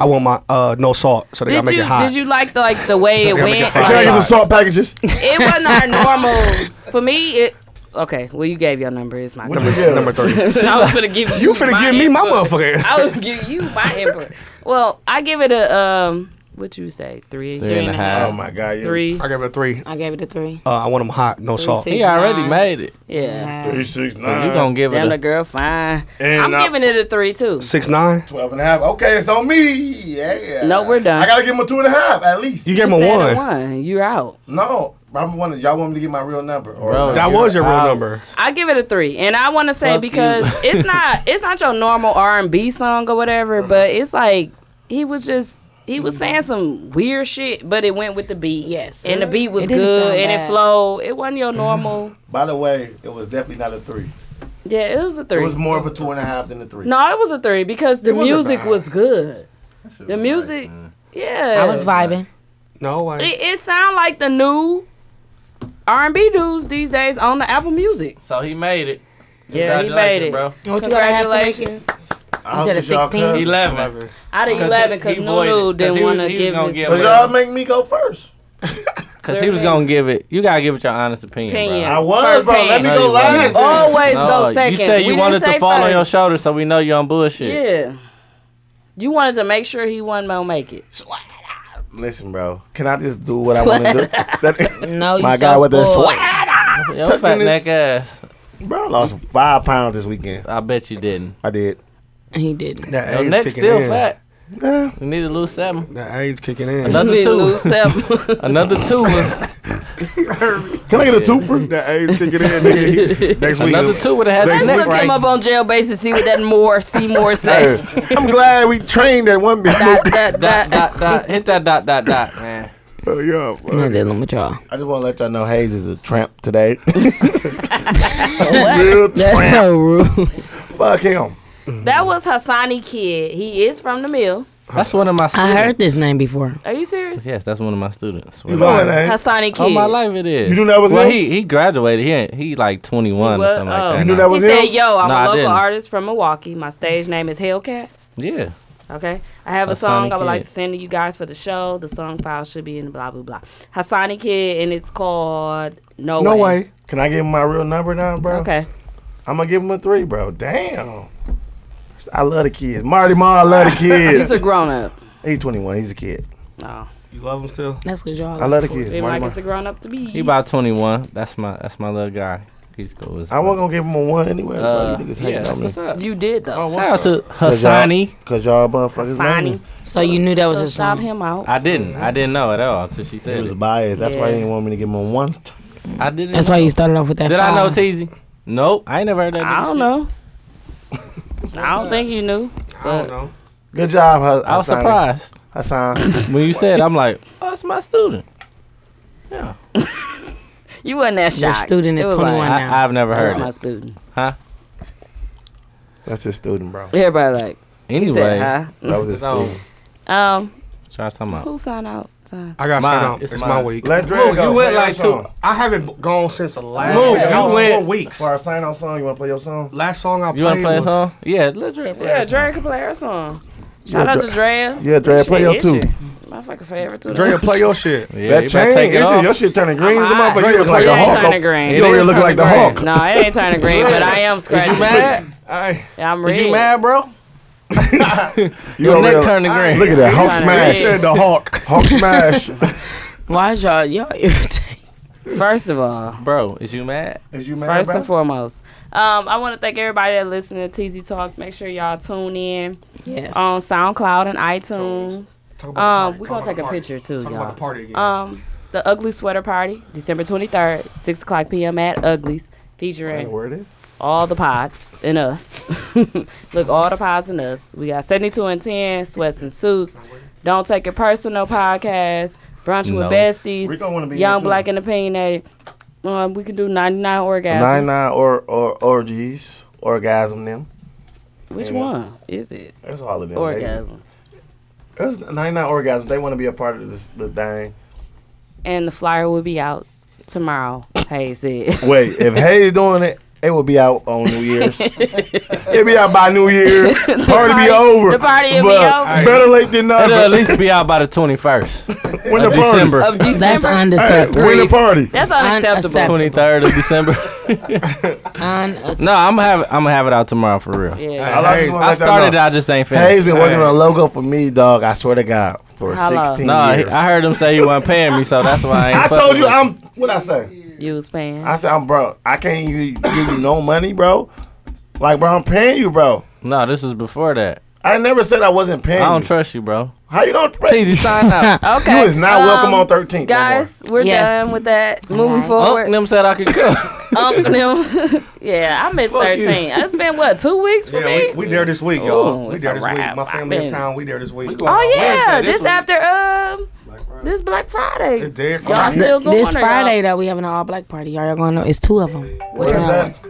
Speaker 3: I want my uh no salt, so they gotta
Speaker 5: Did
Speaker 3: make
Speaker 5: you
Speaker 3: it hot.
Speaker 5: did you like the like the way it
Speaker 3: gotta make it
Speaker 5: went?
Speaker 3: fire.
Speaker 7: Can I
Speaker 5: Like,
Speaker 7: get some salt packages?
Speaker 5: it wasn't our normal. For me, it okay. Well, you gave your number. It's my.
Speaker 3: number, number three.
Speaker 5: I was gonna give you.
Speaker 3: You finna
Speaker 5: my
Speaker 3: give me my
Speaker 5: input.
Speaker 3: motherfucker.
Speaker 5: I would give you my input. Well, I give it a um. What you say? Three.
Speaker 4: Three and a
Speaker 7: Oh
Speaker 4: half.
Speaker 7: my god, yeah.
Speaker 5: Three.
Speaker 3: I gave it a three.
Speaker 6: I gave it a three.
Speaker 3: Uh, I want them hot, no salt.
Speaker 6: six.
Speaker 4: He already
Speaker 6: Nine.
Speaker 4: made it.
Speaker 5: Yeah.
Speaker 7: three, six, nine,
Speaker 3: Uh,
Speaker 4: You gonna give
Speaker 5: Damn the
Speaker 4: it
Speaker 5: girl, fine.
Speaker 7: And
Speaker 5: I'm
Speaker 7: I-
Speaker 5: giving it a three too.
Speaker 3: Six nine.
Speaker 7: twelve and a half. Okay, it's on me. Yeah.
Speaker 5: No, we're done.
Speaker 7: I gotta give him a two and a half at least.
Speaker 3: You gave him
Speaker 5: You
Speaker 3: a
Speaker 5: said a
Speaker 3: one.
Speaker 5: one. You're out.
Speaker 7: no, I'm one. Y'all want me to give my real number? Or
Speaker 4: Bro,
Speaker 7: no,
Speaker 3: That
Speaker 7: you're-
Speaker 3: was your real
Speaker 4: Ouch.
Speaker 3: number.
Speaker 5: I give it a three, and I want to say
Speaker 4: Fuck
Speaker 5: because
Speaker 4: you.
Speaker 5: it's not it's not your normal R and B song or whatever, but it's like he was just he was saying some weird shit, but it went with the beat. Mm-hmm. Yes, and the beat was
Speaker 6: It didn't
Speaker 5: good
Speaker 6: sound
Speaker 5: and it
Speaker 6: bad.
Speaker 5: flowed. It wasn't your normal.
Speaker 7: By the way, it was definitely not a three.
Speaker 5: Yeah, it was a
Speaker 7: It
Speaker 5: three.
Speaker 7: was more of a two and a half than a three.
Speaker 5: no, it was a three because the
Speaker 3: wasn't
Speaker 5: music
Speaker 3: bad.
Speaker 5: was good. The music, yeah,
Speaker 6: I was vibing.
Speaker 3: No, I.
Speaker 5: It, it sound like the new R and B dudes these days on the Apple Music.
Speaker 4: So he made it.
Speaker 5: Yeah, he made
Speaker 4: Congratulations,
Speaker 5: it.
Speaker 4: bro.
Speaker 6: What you gotta have to make it?
Speaker 5: Congratulations.
Speaker 7: I
Speaker 6: said a
Speaker 7: hope y'all
Speaker 6: 16?
Speaker 7: cut.
Speaker 4: Eleven.
Speaker 5: Out of
Speaker 4: he-
Speaker 5: eleven, because
Speaker 4: he voided. 'Cause
Speaker 5: Nunu didn't
Speaker 4: he was-
Speaker 5: want to
Speaker 4: he was
Speaker 5: give
Speaker 4: gonna
Speaker 5: his
Speaker 4: give
Speaker 7: But y'all make me go first.
Speaker 4: Cause he was gonna give it. You gotta give it your honest opinion,
Speaker 5: Opinion.
Speaker 7: I was,
Speaker 5: First
Speaker 7: bro. Let
Speaker 5: hand.
Speaker 7: me
Speaker 4: No,
Speaker 7: go
Speaker 4: you
Speaker 7: last.
Speaker 4: wasn't.
Speaker 7: then.
Speaker 5: Always
Speaker 4: bro.
Speaker 5: go
Speaker 4: No,
Speaker 5: second.
Speaker 4: you said you
Speaker 5: We didn't
Speaker 4: wanted
Speaker 5: say
Speaker 4: to fall on your
Speaker 5: first.
Speaker 4: shoulder, so we know you on bullshit.
Speaker 5: Yeah. You wanted to make sure he wasn't gonna make it.
Speaker 7: Listen, bro. Can I just do what I want to do? That-
Speaker 6: No, you
Speaker 7: my
Speaker 6: so
Speaker 7: guy with the
Speaker 6: spoiled.
Speaker 7: sweat.
Speaker 4: Your
Speaker 7: Tucked
Speaker 4: fat
Speaker 7: in his-
Speaker 4: neck ass.
Speaker 7: Bro, I lost five pounds this weekend.
Speaker 4: I bet you didn't.
Speaker 7: I did.
Speaker 6: He didn't.
Speaker 3: That
Speaker 4: Your
Speaker 3: AIDS
Speaker 4: neck's
Speaker 3: kicking
Speaker 4: still
Speaker 3: in.
Speaker 4: fat.
Speaker 7: Yeah.
Speaker 4: You need to lose seven.
Speaker 3: That AIDS kicking in.
Speaker 4: Another
Speaker 5: He
Speaker 4: two.
Speaker 5: lose seven.
Speaker 4: Another two.
Speaker 7: Can I get a twofer?
Speaker 3: That AIDS kicking in. nigga. Next week.
Speaker 4: Another two would have had
Speaker 3: Next
Speaker 4: that
Speaker 5: Look
Speaker 4: neck.
Speaker 3: week,
Speaker 5: him
Speaker 3: right?
Speaker 5: up on jail base and see what that more Seymour say.
Speaker 7: Hey, I'm glad we trained that one bitch.
Speaker 5: Dot,
Speaker 4: Dot
Speaker 5: dot, dot.
Speaker 4: dot
Speaker 6: uh,
Speaker 4: dot. Hit that dot dot dot, man.
Speaker 7: Oh, yeah,
Speaker 6: I'm
Speaker 7: bro.
Speaker 6: not dealing with y'all.
Speaker 7: I just want to let y'all know Hayes is a tramp today.
Speaker 6: That's so rude.
Speaker 7: Fuck him.
Speaker 5: That was Hassani Kid. He is from the mill.
Speaker 4: That's one of my
Speaker 6: I
Speaker 4: students.
Speaker 6: heard this name before.
Speaker 5: Are you serious?
Speaker 4: Yes, that's one of my students.
Speaker 7: You lying, Hayes.
Speaker 5: Hassani Kid.
Speaker 4: All Oh, my life it is.
Speaker 7: You knew that was
Speaker 4: well,
Speaker 7: him?
Speaker 4: he he graduated. He ain't, he like twenty one or
Speaker 5: What?
Speaker 4: something
Speaker 5: Oh.
Speaker 4: like that.
Speaker 5: You
Speaker 7: knew
Speaker 4: now.
Speaker 7: that
Speaker 5: He
Speaker 7: was
Speaker 5: said,
Speaker 7: him?
Speaker 5: "Yo, I'm
Speaker 4: No, I
Speaker 5: a local
Speaker 4: didn't.
Speaker 5: artist from Milwaukee. My stage name is Hellcat.
Speaker 4: Yeah.
Speaker 5: Okay, I have a
Speaker 4: Hassani
Speaker 5: song I would like
Speaker 4: Kid.
Speaker 5: to send to you guys for the show. The song file should be in blah blah blah. Hassani Kid, and it's called No,
Speaker 3: No way.
Speaker 7: Can I give him my real number now, bro?
Speaker 5: Okay.
Speaker 7: I'm going to give him a three, bro. Damn. I love the kids. Marty Ma, I love the
Speaker 5: He's
Speaker 7: kids.
Speaker 5: a grown up.
Speaker 7: He's 21. He's a kid.
Speaker 5: No,
Speaker 3: You love him still?
Speaker 6: That's because
Speaker 7: I
Speaker 6: y'all.
Speaker 7: love the kids.
Speaker 5: seems
Speaker 7: Marty
Speaker 5: like
Speaker 7: Ma.
Speaker 5: it's a grown up to be.
Speaker 4: He about twenty one. That's my that's my little guy. Crisco is.
Speaker 7: I wasn't gonna give him a one anyway.
Speaker 4: Uh,
Speaker 7: bro. You niggas hate
Speaker 4: yes,
Speaker 7: on me.
Speaker 4: what's up?
Speaker 5: You did though.
Speaker 4: Shout out to
Speaker 7: Cause y'all-
Speaker 4: Hassani.
Speaker 7: Cause y'all motherfuckers. love me.
Speaker 5: Sonny.
Speaker 6: So you knew that was
Speaker 5: So
Speaker 6: a
Speaker 5: shout
Speaker 6: song.
Speaker 5: him out.
Speaker 4: I didn't. I didn't know at all until she
Speaker 7: He
Speaker 4: said
Speaker 7: was
Speaker 4: it.
Speaker 7: biased. That's why
Speaker 5: Yeah.
Speaker 7: he didn't want me to give him a one.
Speaker 4: I didn't.
Speaker 6: That's
Speaker 4: know.
Speaker 6: why you started off with that.
Speaker 4: Did I know
Speaker 6: five.
Speaker 4: Teasy? Nope. I ain't never heard that.
Speaker 5: I
Speaker 4: nigga
Speaker 5: don't
Speaker 4: shit.
Speaker 5: know. I don't think you knew.
Speaker 3: I don't know.
Speaker 7: Good job, Hassan.
Speaker 4: I was surprised
Speaker 7: Hassan.
Speaker 4: when you said. I'm like, oh, it's my student. Yeah.
Speaker 5: You wasn't that shy.
Speaker 6: Your student is
Speaker 5: It was
Speaker 6: 21
Speaker 5: Like,
Speaker 6: now.
Speaker 4: I, I've never
Speaker 5: that's
Speaker 4: heard
Speaker 5: my
Speaker 4: it.
Speaker 5: student.
Speaker 7: That's his student, bro.
Speaker 5: Everybody like. He
Speaker 4: Anyway,
Speaker 5: said,
Speaker 7: That was his
Speaker 4: So-
Speaker 7: student.
Speaker 5: huh? Um,
Speaker 4: try something out.
Speaker 5: who signed out? Sign.
Speaker 3: I got
Speaker 4: Mine.
Speaker 3: shut out.
Speaker 4: It's
Speaker 3: It's, my
Speaker 4: mine.
Speaker 3: week.
Speaker 7: Let Dre
Speaker 4: Move,
Speaker 7: go.
Speaker 4: you went
Speaker 7: Play your
Speaker 4: like two.
Speaker 7: song.
Speaker 3: I haven't b- gone since the last.
Speaker 4: Move,
Speaker 3: that
Speaker 4: you
Speaker 3: was
Speaker 4: went-
Speaker 3: four weeks.
Speaker 7: For our sign on song, you wanna play your song?
Speaker 3: Last song I
Speaker 4: You
Speaker 3: played
Speaker 4: want to play a
Speaker 3: was
Speaker 4: song? Yeah, let's rap.
Speaker 5: Yeah, Dre can play her song. Shout
Speaker 7: Yeah,
Speaker 5: out
Speaker 7: Dre-
Speaker 5: to Drea.
Speaker 7: Yeah, Dre,
Speaker 5: Shit,
Speaker 7: play your
Speaker 5: it's
Speaker 7: two.
Speaker 5: your- My fucking favorite too.
Speaker 3: Drea, play your shit.
Speaker 4: Yeah, you better take it
Speaker 7: ain't you?
Speaker 4: off.
Speaker 7: Your shit turning green. as a
Speaker 5: I'm
Speaker 7: motherfucker.
Speaker 5: hot.
Speaker 7: You look like
Speaker 5: It
Speaker 7: the
Speaker 5: ain't
Speaker 7: Hulk.
Speaker 5: turning green.
Speaker 7: You over here looking like the Hulk.
Speaker 5: No, it ain't turning green, but I am scratching.
Speaker 4: Is you mad?
Speaker 3: I,
Speaker 5: I'm
Speaker 4: Is
Speaker 5: red.
Speaker 4: you mad, bro?
Speaker 7: You
Speaker 4: Your
Speaker 7: over
Speaker 4: neck
Speaker 7: here-
Speaker 4: turned green.
Speaker 7: Look at that Hulk
Speaker 5: Turning
Speaker 3: I
Speaker 5: red.
Speaker 7: smash.
Speaker 3: said the Hawk.
Speaker 7: Hulk smash.
Speaker 6: Why is y'all y'all irritating?
Speaker 5: First of all,
Speaker 4: Bro, is you mad?
Speaker 7: Is you mad,
Speaker 5: first
Speaker 7: bro?
Speaker 5: and foremost, um, I want to thank everybody that listened to TZ Talks. Make sure y'all tune in
Speaker 6: Yes.
Speaker 5: on SoundCloud and iTunes.
Speaker 3: Talk about the
Speaker 5: Um,
Speaker 3: party.
Speaker 5: we're
Speaker 3: Talk
Speaker 5: gonna
Speaker 3: about
Speaker 5: take
Speaker 3: the
Speaker 5: a
Speaker 3: party.
Speaker 5: picture too,
Speaker 3: Talk
Speaker 5: y'all.
Speaker 3: about the party again.
Speaker 5: Um, the Ugly Sweater Party, December 23rd, 6 o'clock p.m. at Ugly's, featuring
Speaker 7: Where it is?
Speaker 5: all the pods and us. Look, all the pods and us. We got 72 and 10, Sweats and Suits, Don't Take It Personal podcast, Brunch
Speaker 4: No.
Speaker 5: with Besties,
Speaker 7: Rico wanna be here,
Speaker 5: Young
Speaker 7: too.
Speaker 5: Black and Opinionated. Um, we can do 99 orgasms.
Speaker 7: Nine nine or or orgies. Orgasm them.
Speaker 5: Which
Speaker 7: Yeah.
Speaker 5: one is it?
Speaker 7: There's all of them.
Speaker 5: Orgasm.
Speaker 7: They- There's nine nine orgasm. They want to be a part of this the thing.
Speaker 5: And the flyer will be out tomorrow. Hey, said.
Speaker 7: Wait, if Hayes doing it, it will be out on New Year's. It'll be out by New Year. Party,
Speaker 5: party-
Speaker 7: be over.
Speaker 5: the party will be
Speaker 7: But
Speaker 5: over.
Speaker 7: Better late than
Speaker 4: It'll at
Speaker 7: never.
Speaker 4: least be out by the 21st
Speaker 7: When the
Speaker 4: of
Speaker 7: party.
Speaker 4: December.
Speaker 5: Of December.
Speaker 6: That's
Speaker 7: Hey,
Speaker 6: unacceptable.
Speaker 7: when the party.
Speaker 5: That's unacceptable.
Speaker 6: Unacceptable.
Speaker 4: 23rd of December.
Speaker 6: Unacceptable.
Speaker 4: No, I'm gonna have it. I'm gonna have it out tomorrow for real.
Speaker 5: Yeah.
Speaker 7: I, like this one,
Speaker 4: I
Speaker 7: let y'all
Speaker 4: started.
Speaker 7: know.
Speaker 4: it, I just ain't finished.
Speaker 7: Hayes been working on a logo for me, dog. I swear to God, for
Speaker 5: How long?
Speaker 7: 16
Speaker 4: Nah, he,
Speaker 7: years.
Speaker 4: I heard him say he wasn't paying me, so that's why I ain't.
Speaker 7: I
Speaker 4: fucking
Speaker 7: told you,
Speaker 4: with him.
Speaker 7: I'm. What I say?
Speaker 5: You was paying.
Speaker 7: I said, I'm bro. I can't even give you no money, bro. Like, bro, I'm paying you, bro.
Speaker 4: No, this was before that.
Speaker 7: I never said I wasn't paying.
Speaker 4: I don't
Speaker 7: you.
Speaker 4: trust you, bro.
Speaker 7: How you don't?
Speaker 4: Teasy, sign out.
Speaker 5: Okay.
Speaker 7: You is not welcome
Speaker 5: um,
Speaker 7: on 13th, no
Speaker 5: Guys, we're
Speaker 6: Yes.
Speaker 5: done with that. Moving
Speaker 4: Unc
Speaker 5: forward.
Speaker 4: them said I could cook.
Speaker 5: Uncle them. yeah, I missed
Speaker 4: Fuck
Speaker 5: 13.
Speaker 4: you.
Speaker 5: It's been, what, two weeks for
Speaker 3: yeah,
Speaker 5: me?
Speaker 3: we, we there this week, y'all.
Speaker 5: Ooh,
Speaker 3: we
Speaker 5: it's
Speaker 3: there
Speaker 5: a
Speaker 3: this
Speaker 5: wrap.
Speaker 3: week. My
Speaker 5: I've
Speaker 3: family in
Speaker 5: been-
Speaker 3: town. We there this week.
Speaker 4: going-
Speaker 5: oh, yeah.
Speaker 4: Wednesday,
Speaker 5: This,
Speaker 4: this week.
Speaker 5: after um, this Black Friday.
Speaker 3: It's dead
Speaker 5: Y'all
Speaker 3: quiet.
Speaker 5: still going
Speaker 6: This
Speaker 5: or y'all-
Speaker 6: Friday though, we having an all black party. Y'all, y'all gonna know it's two of them. Which
Speaker 7: Where's that?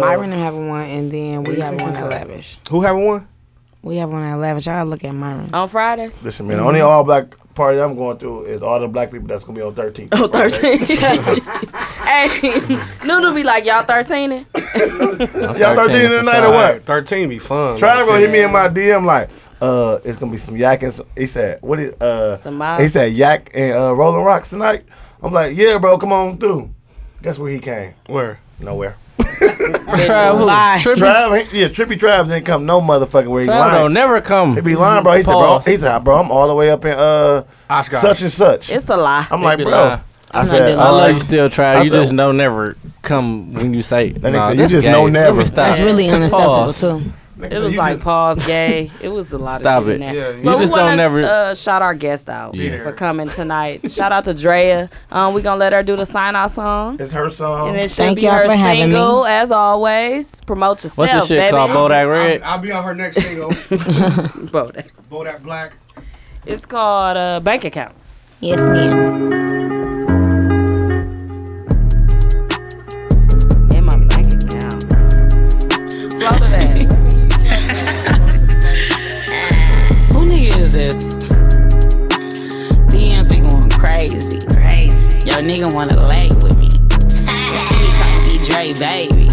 Speaker 6: Myron and having one, and then we have one at Lavish.
Speaker 3: Who having one?
Speaker 6: We have one at Lavish. Y'all look at Myron.
Speaker 5: On Friday?
Speaker 7: Listen, man, the only
Speaker 5: Mm-hmm.
Speaker 7: all black party I'm going to is all the black people that's gonna be on 13th.
Speaker 5: On 13. hey, Noodle be like, y'all 13
Speaker 7: Y'all 13 tonight or what?
Speaker 3: Thirteen be fun.
Speaker 7: Trav gonna hit me in my DM like, uh, it's gonna be some yak and some, he said, what is uh?
Speaker 5: Some miles.
Speaker 7: He said yak and uh, rolling rocks tonight. I'm like, yeah, bro, come on through. Guess where he came?
Speaker 3: Where?
Speaker 7: Nowhere.
Speaker 6: Lie.
Speaker 7: Trav, he- yeah, Trippy Trav didn't come no motherfucking where he
Speaker 4: Shadow
Speaker 7: lying.
Speaker 4: never come.
Speaker 7: He be lying, bro. He said, bro,
Speaker 4: Pause.
Speaker 7: he said, bro, I'm all the way up in uh
Speaker 3: Oscar.
Speaker 7: such and such.
Speaker 5: It's a lie.
Speaker 7: I'm like,
Speaker 4: be
Speaker 7: bro.
Speaker 4: lying.
Speaker 7: I
Speaker 6: not
Speaker 7: said,
Speaker 6: doing
Speaker 4: I
Speaker 7: uh,
Speaker 4: love you still, try.
Speaker 7: I
Speaker 4: You
Speaker 7: said-
Speaker 4: just know never come when you say.
Speaker 7: nigga
Speaker 4: nah,
Speaker 7: said, you
Speaker 4: that's
Speaker 7: just know
Speaker 4: gay.
Speaker 7: never.
Speaker 4: Let me stop.
Speaker 6: That's really unacceptable
Speaker 4: Pause.
Speaker 6: too.
Speaker 7: nigga
Speaker 5: It
Speaker 7: said,
Speaker 5: was
Speaker 7: you
Speaker 5: like
Speaker 7: just-
Speaker 5: pause gay. It was a lot
Speaker 4: Stop
Speaker 5: of shit in
Speaker 4: it.
Speaker 5: that.
Speaker 3: Yeah, you
Speaker 5: But
Speaker 4: just
Speaker 5: we
Speaker 4: don't
Speaker 5: wanna,
Speaker 4: never-
Speaker 5: uh, shout our guest out
Speaker 4: Yeah.
Speaker 5: for coming tonight. shout out to Drea. Um, we gonna let her do the sign out song.
Speaker 7: It's her song.
Speaker 5: And it should
Speaker 6: Thank
Speaker 5: be
Speaker 6: y'all
Speaker 5: her
Speaker 6: for having
Speaker 5: single as always. Promote yourself,
Speaker 4: What's this shit
Speaker 5: baby.
Speaker 4: called? Bodak Red.
Speaker 3: I'll be on her next single.
Speaker 5: Bodak.
Speaker 3: Bodak Black.
Speaker 5: It's called uh, bank account.
Speaker 6: Yes, ma'am.
Speaker 5: In my bank account. Flow to that.
Speaker 6: Who nigga is this? DMs be going crazy. Crazy. Yo, nigga wanna lay with me. he call me Dre, baby.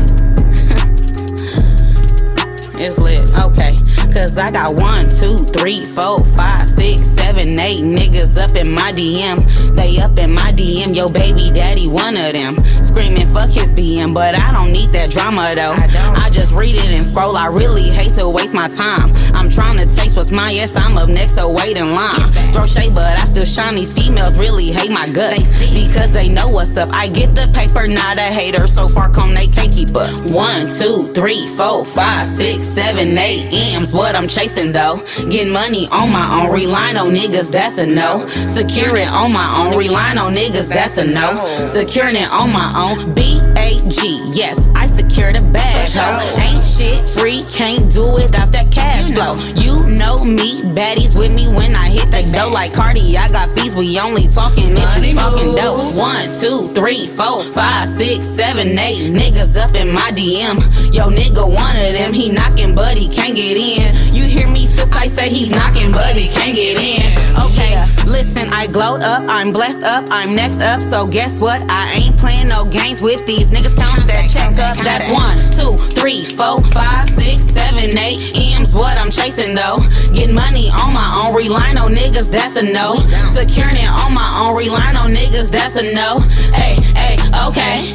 Speaker 6: It's lit. Okay. Cause I got one, two, three, four, five, six, seven, eight niggas up in my DM. They up in my DM. Yo, baby daddy, one of them. Screaming, fuck his DM. But I don't need that drama though. I, just read it and scroll. I really hate to waste my time. I'm trying to taste what what's mine. Yes, I'm up next, so wait in line. Throw shade, but I still shine. These females really hate my guts because they know what's up. I get the paper, not a hater. So far, come they can't keep up. One, two, three, four, five, six, seven, eight M's. What I'm chasing though, getting money on my own. Relying on niggas, that's a no. Securing on my own. Relying on niggas, that's a no. Securing it on my own. B A G. Yes, I secured a bag. Ho. Ain't shit free, can't do it out that cash flow. You know me, baddies with me when I hit the dough. Like Cardi, I got fees. We only talking if we talking dough. One, two, three, four, five, six, seven, eight niggas up in my DM. Yo, nigga, one of them. He knocking, but he can't get in. You hear me, sis? I say he's knocking, but he can't get in. Okay, listen, I glowed up, I'm blessed up, I'm next up. So guess what? I ain't playing no games with these niggas. Count that check up. That's one, two, three, four, five, six, seven, eight M's. What I'm chasing though, get money on my own. Relying on niggas, that's a no. Securing it on my own. Relying on niggas, that's a no. Hey, hey, okay.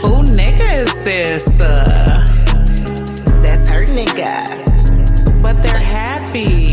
Speaker 18: Who Oh, nigga is this? Uh,
Speaker 6: That's her nigga.
Speaker 18: but they're happy.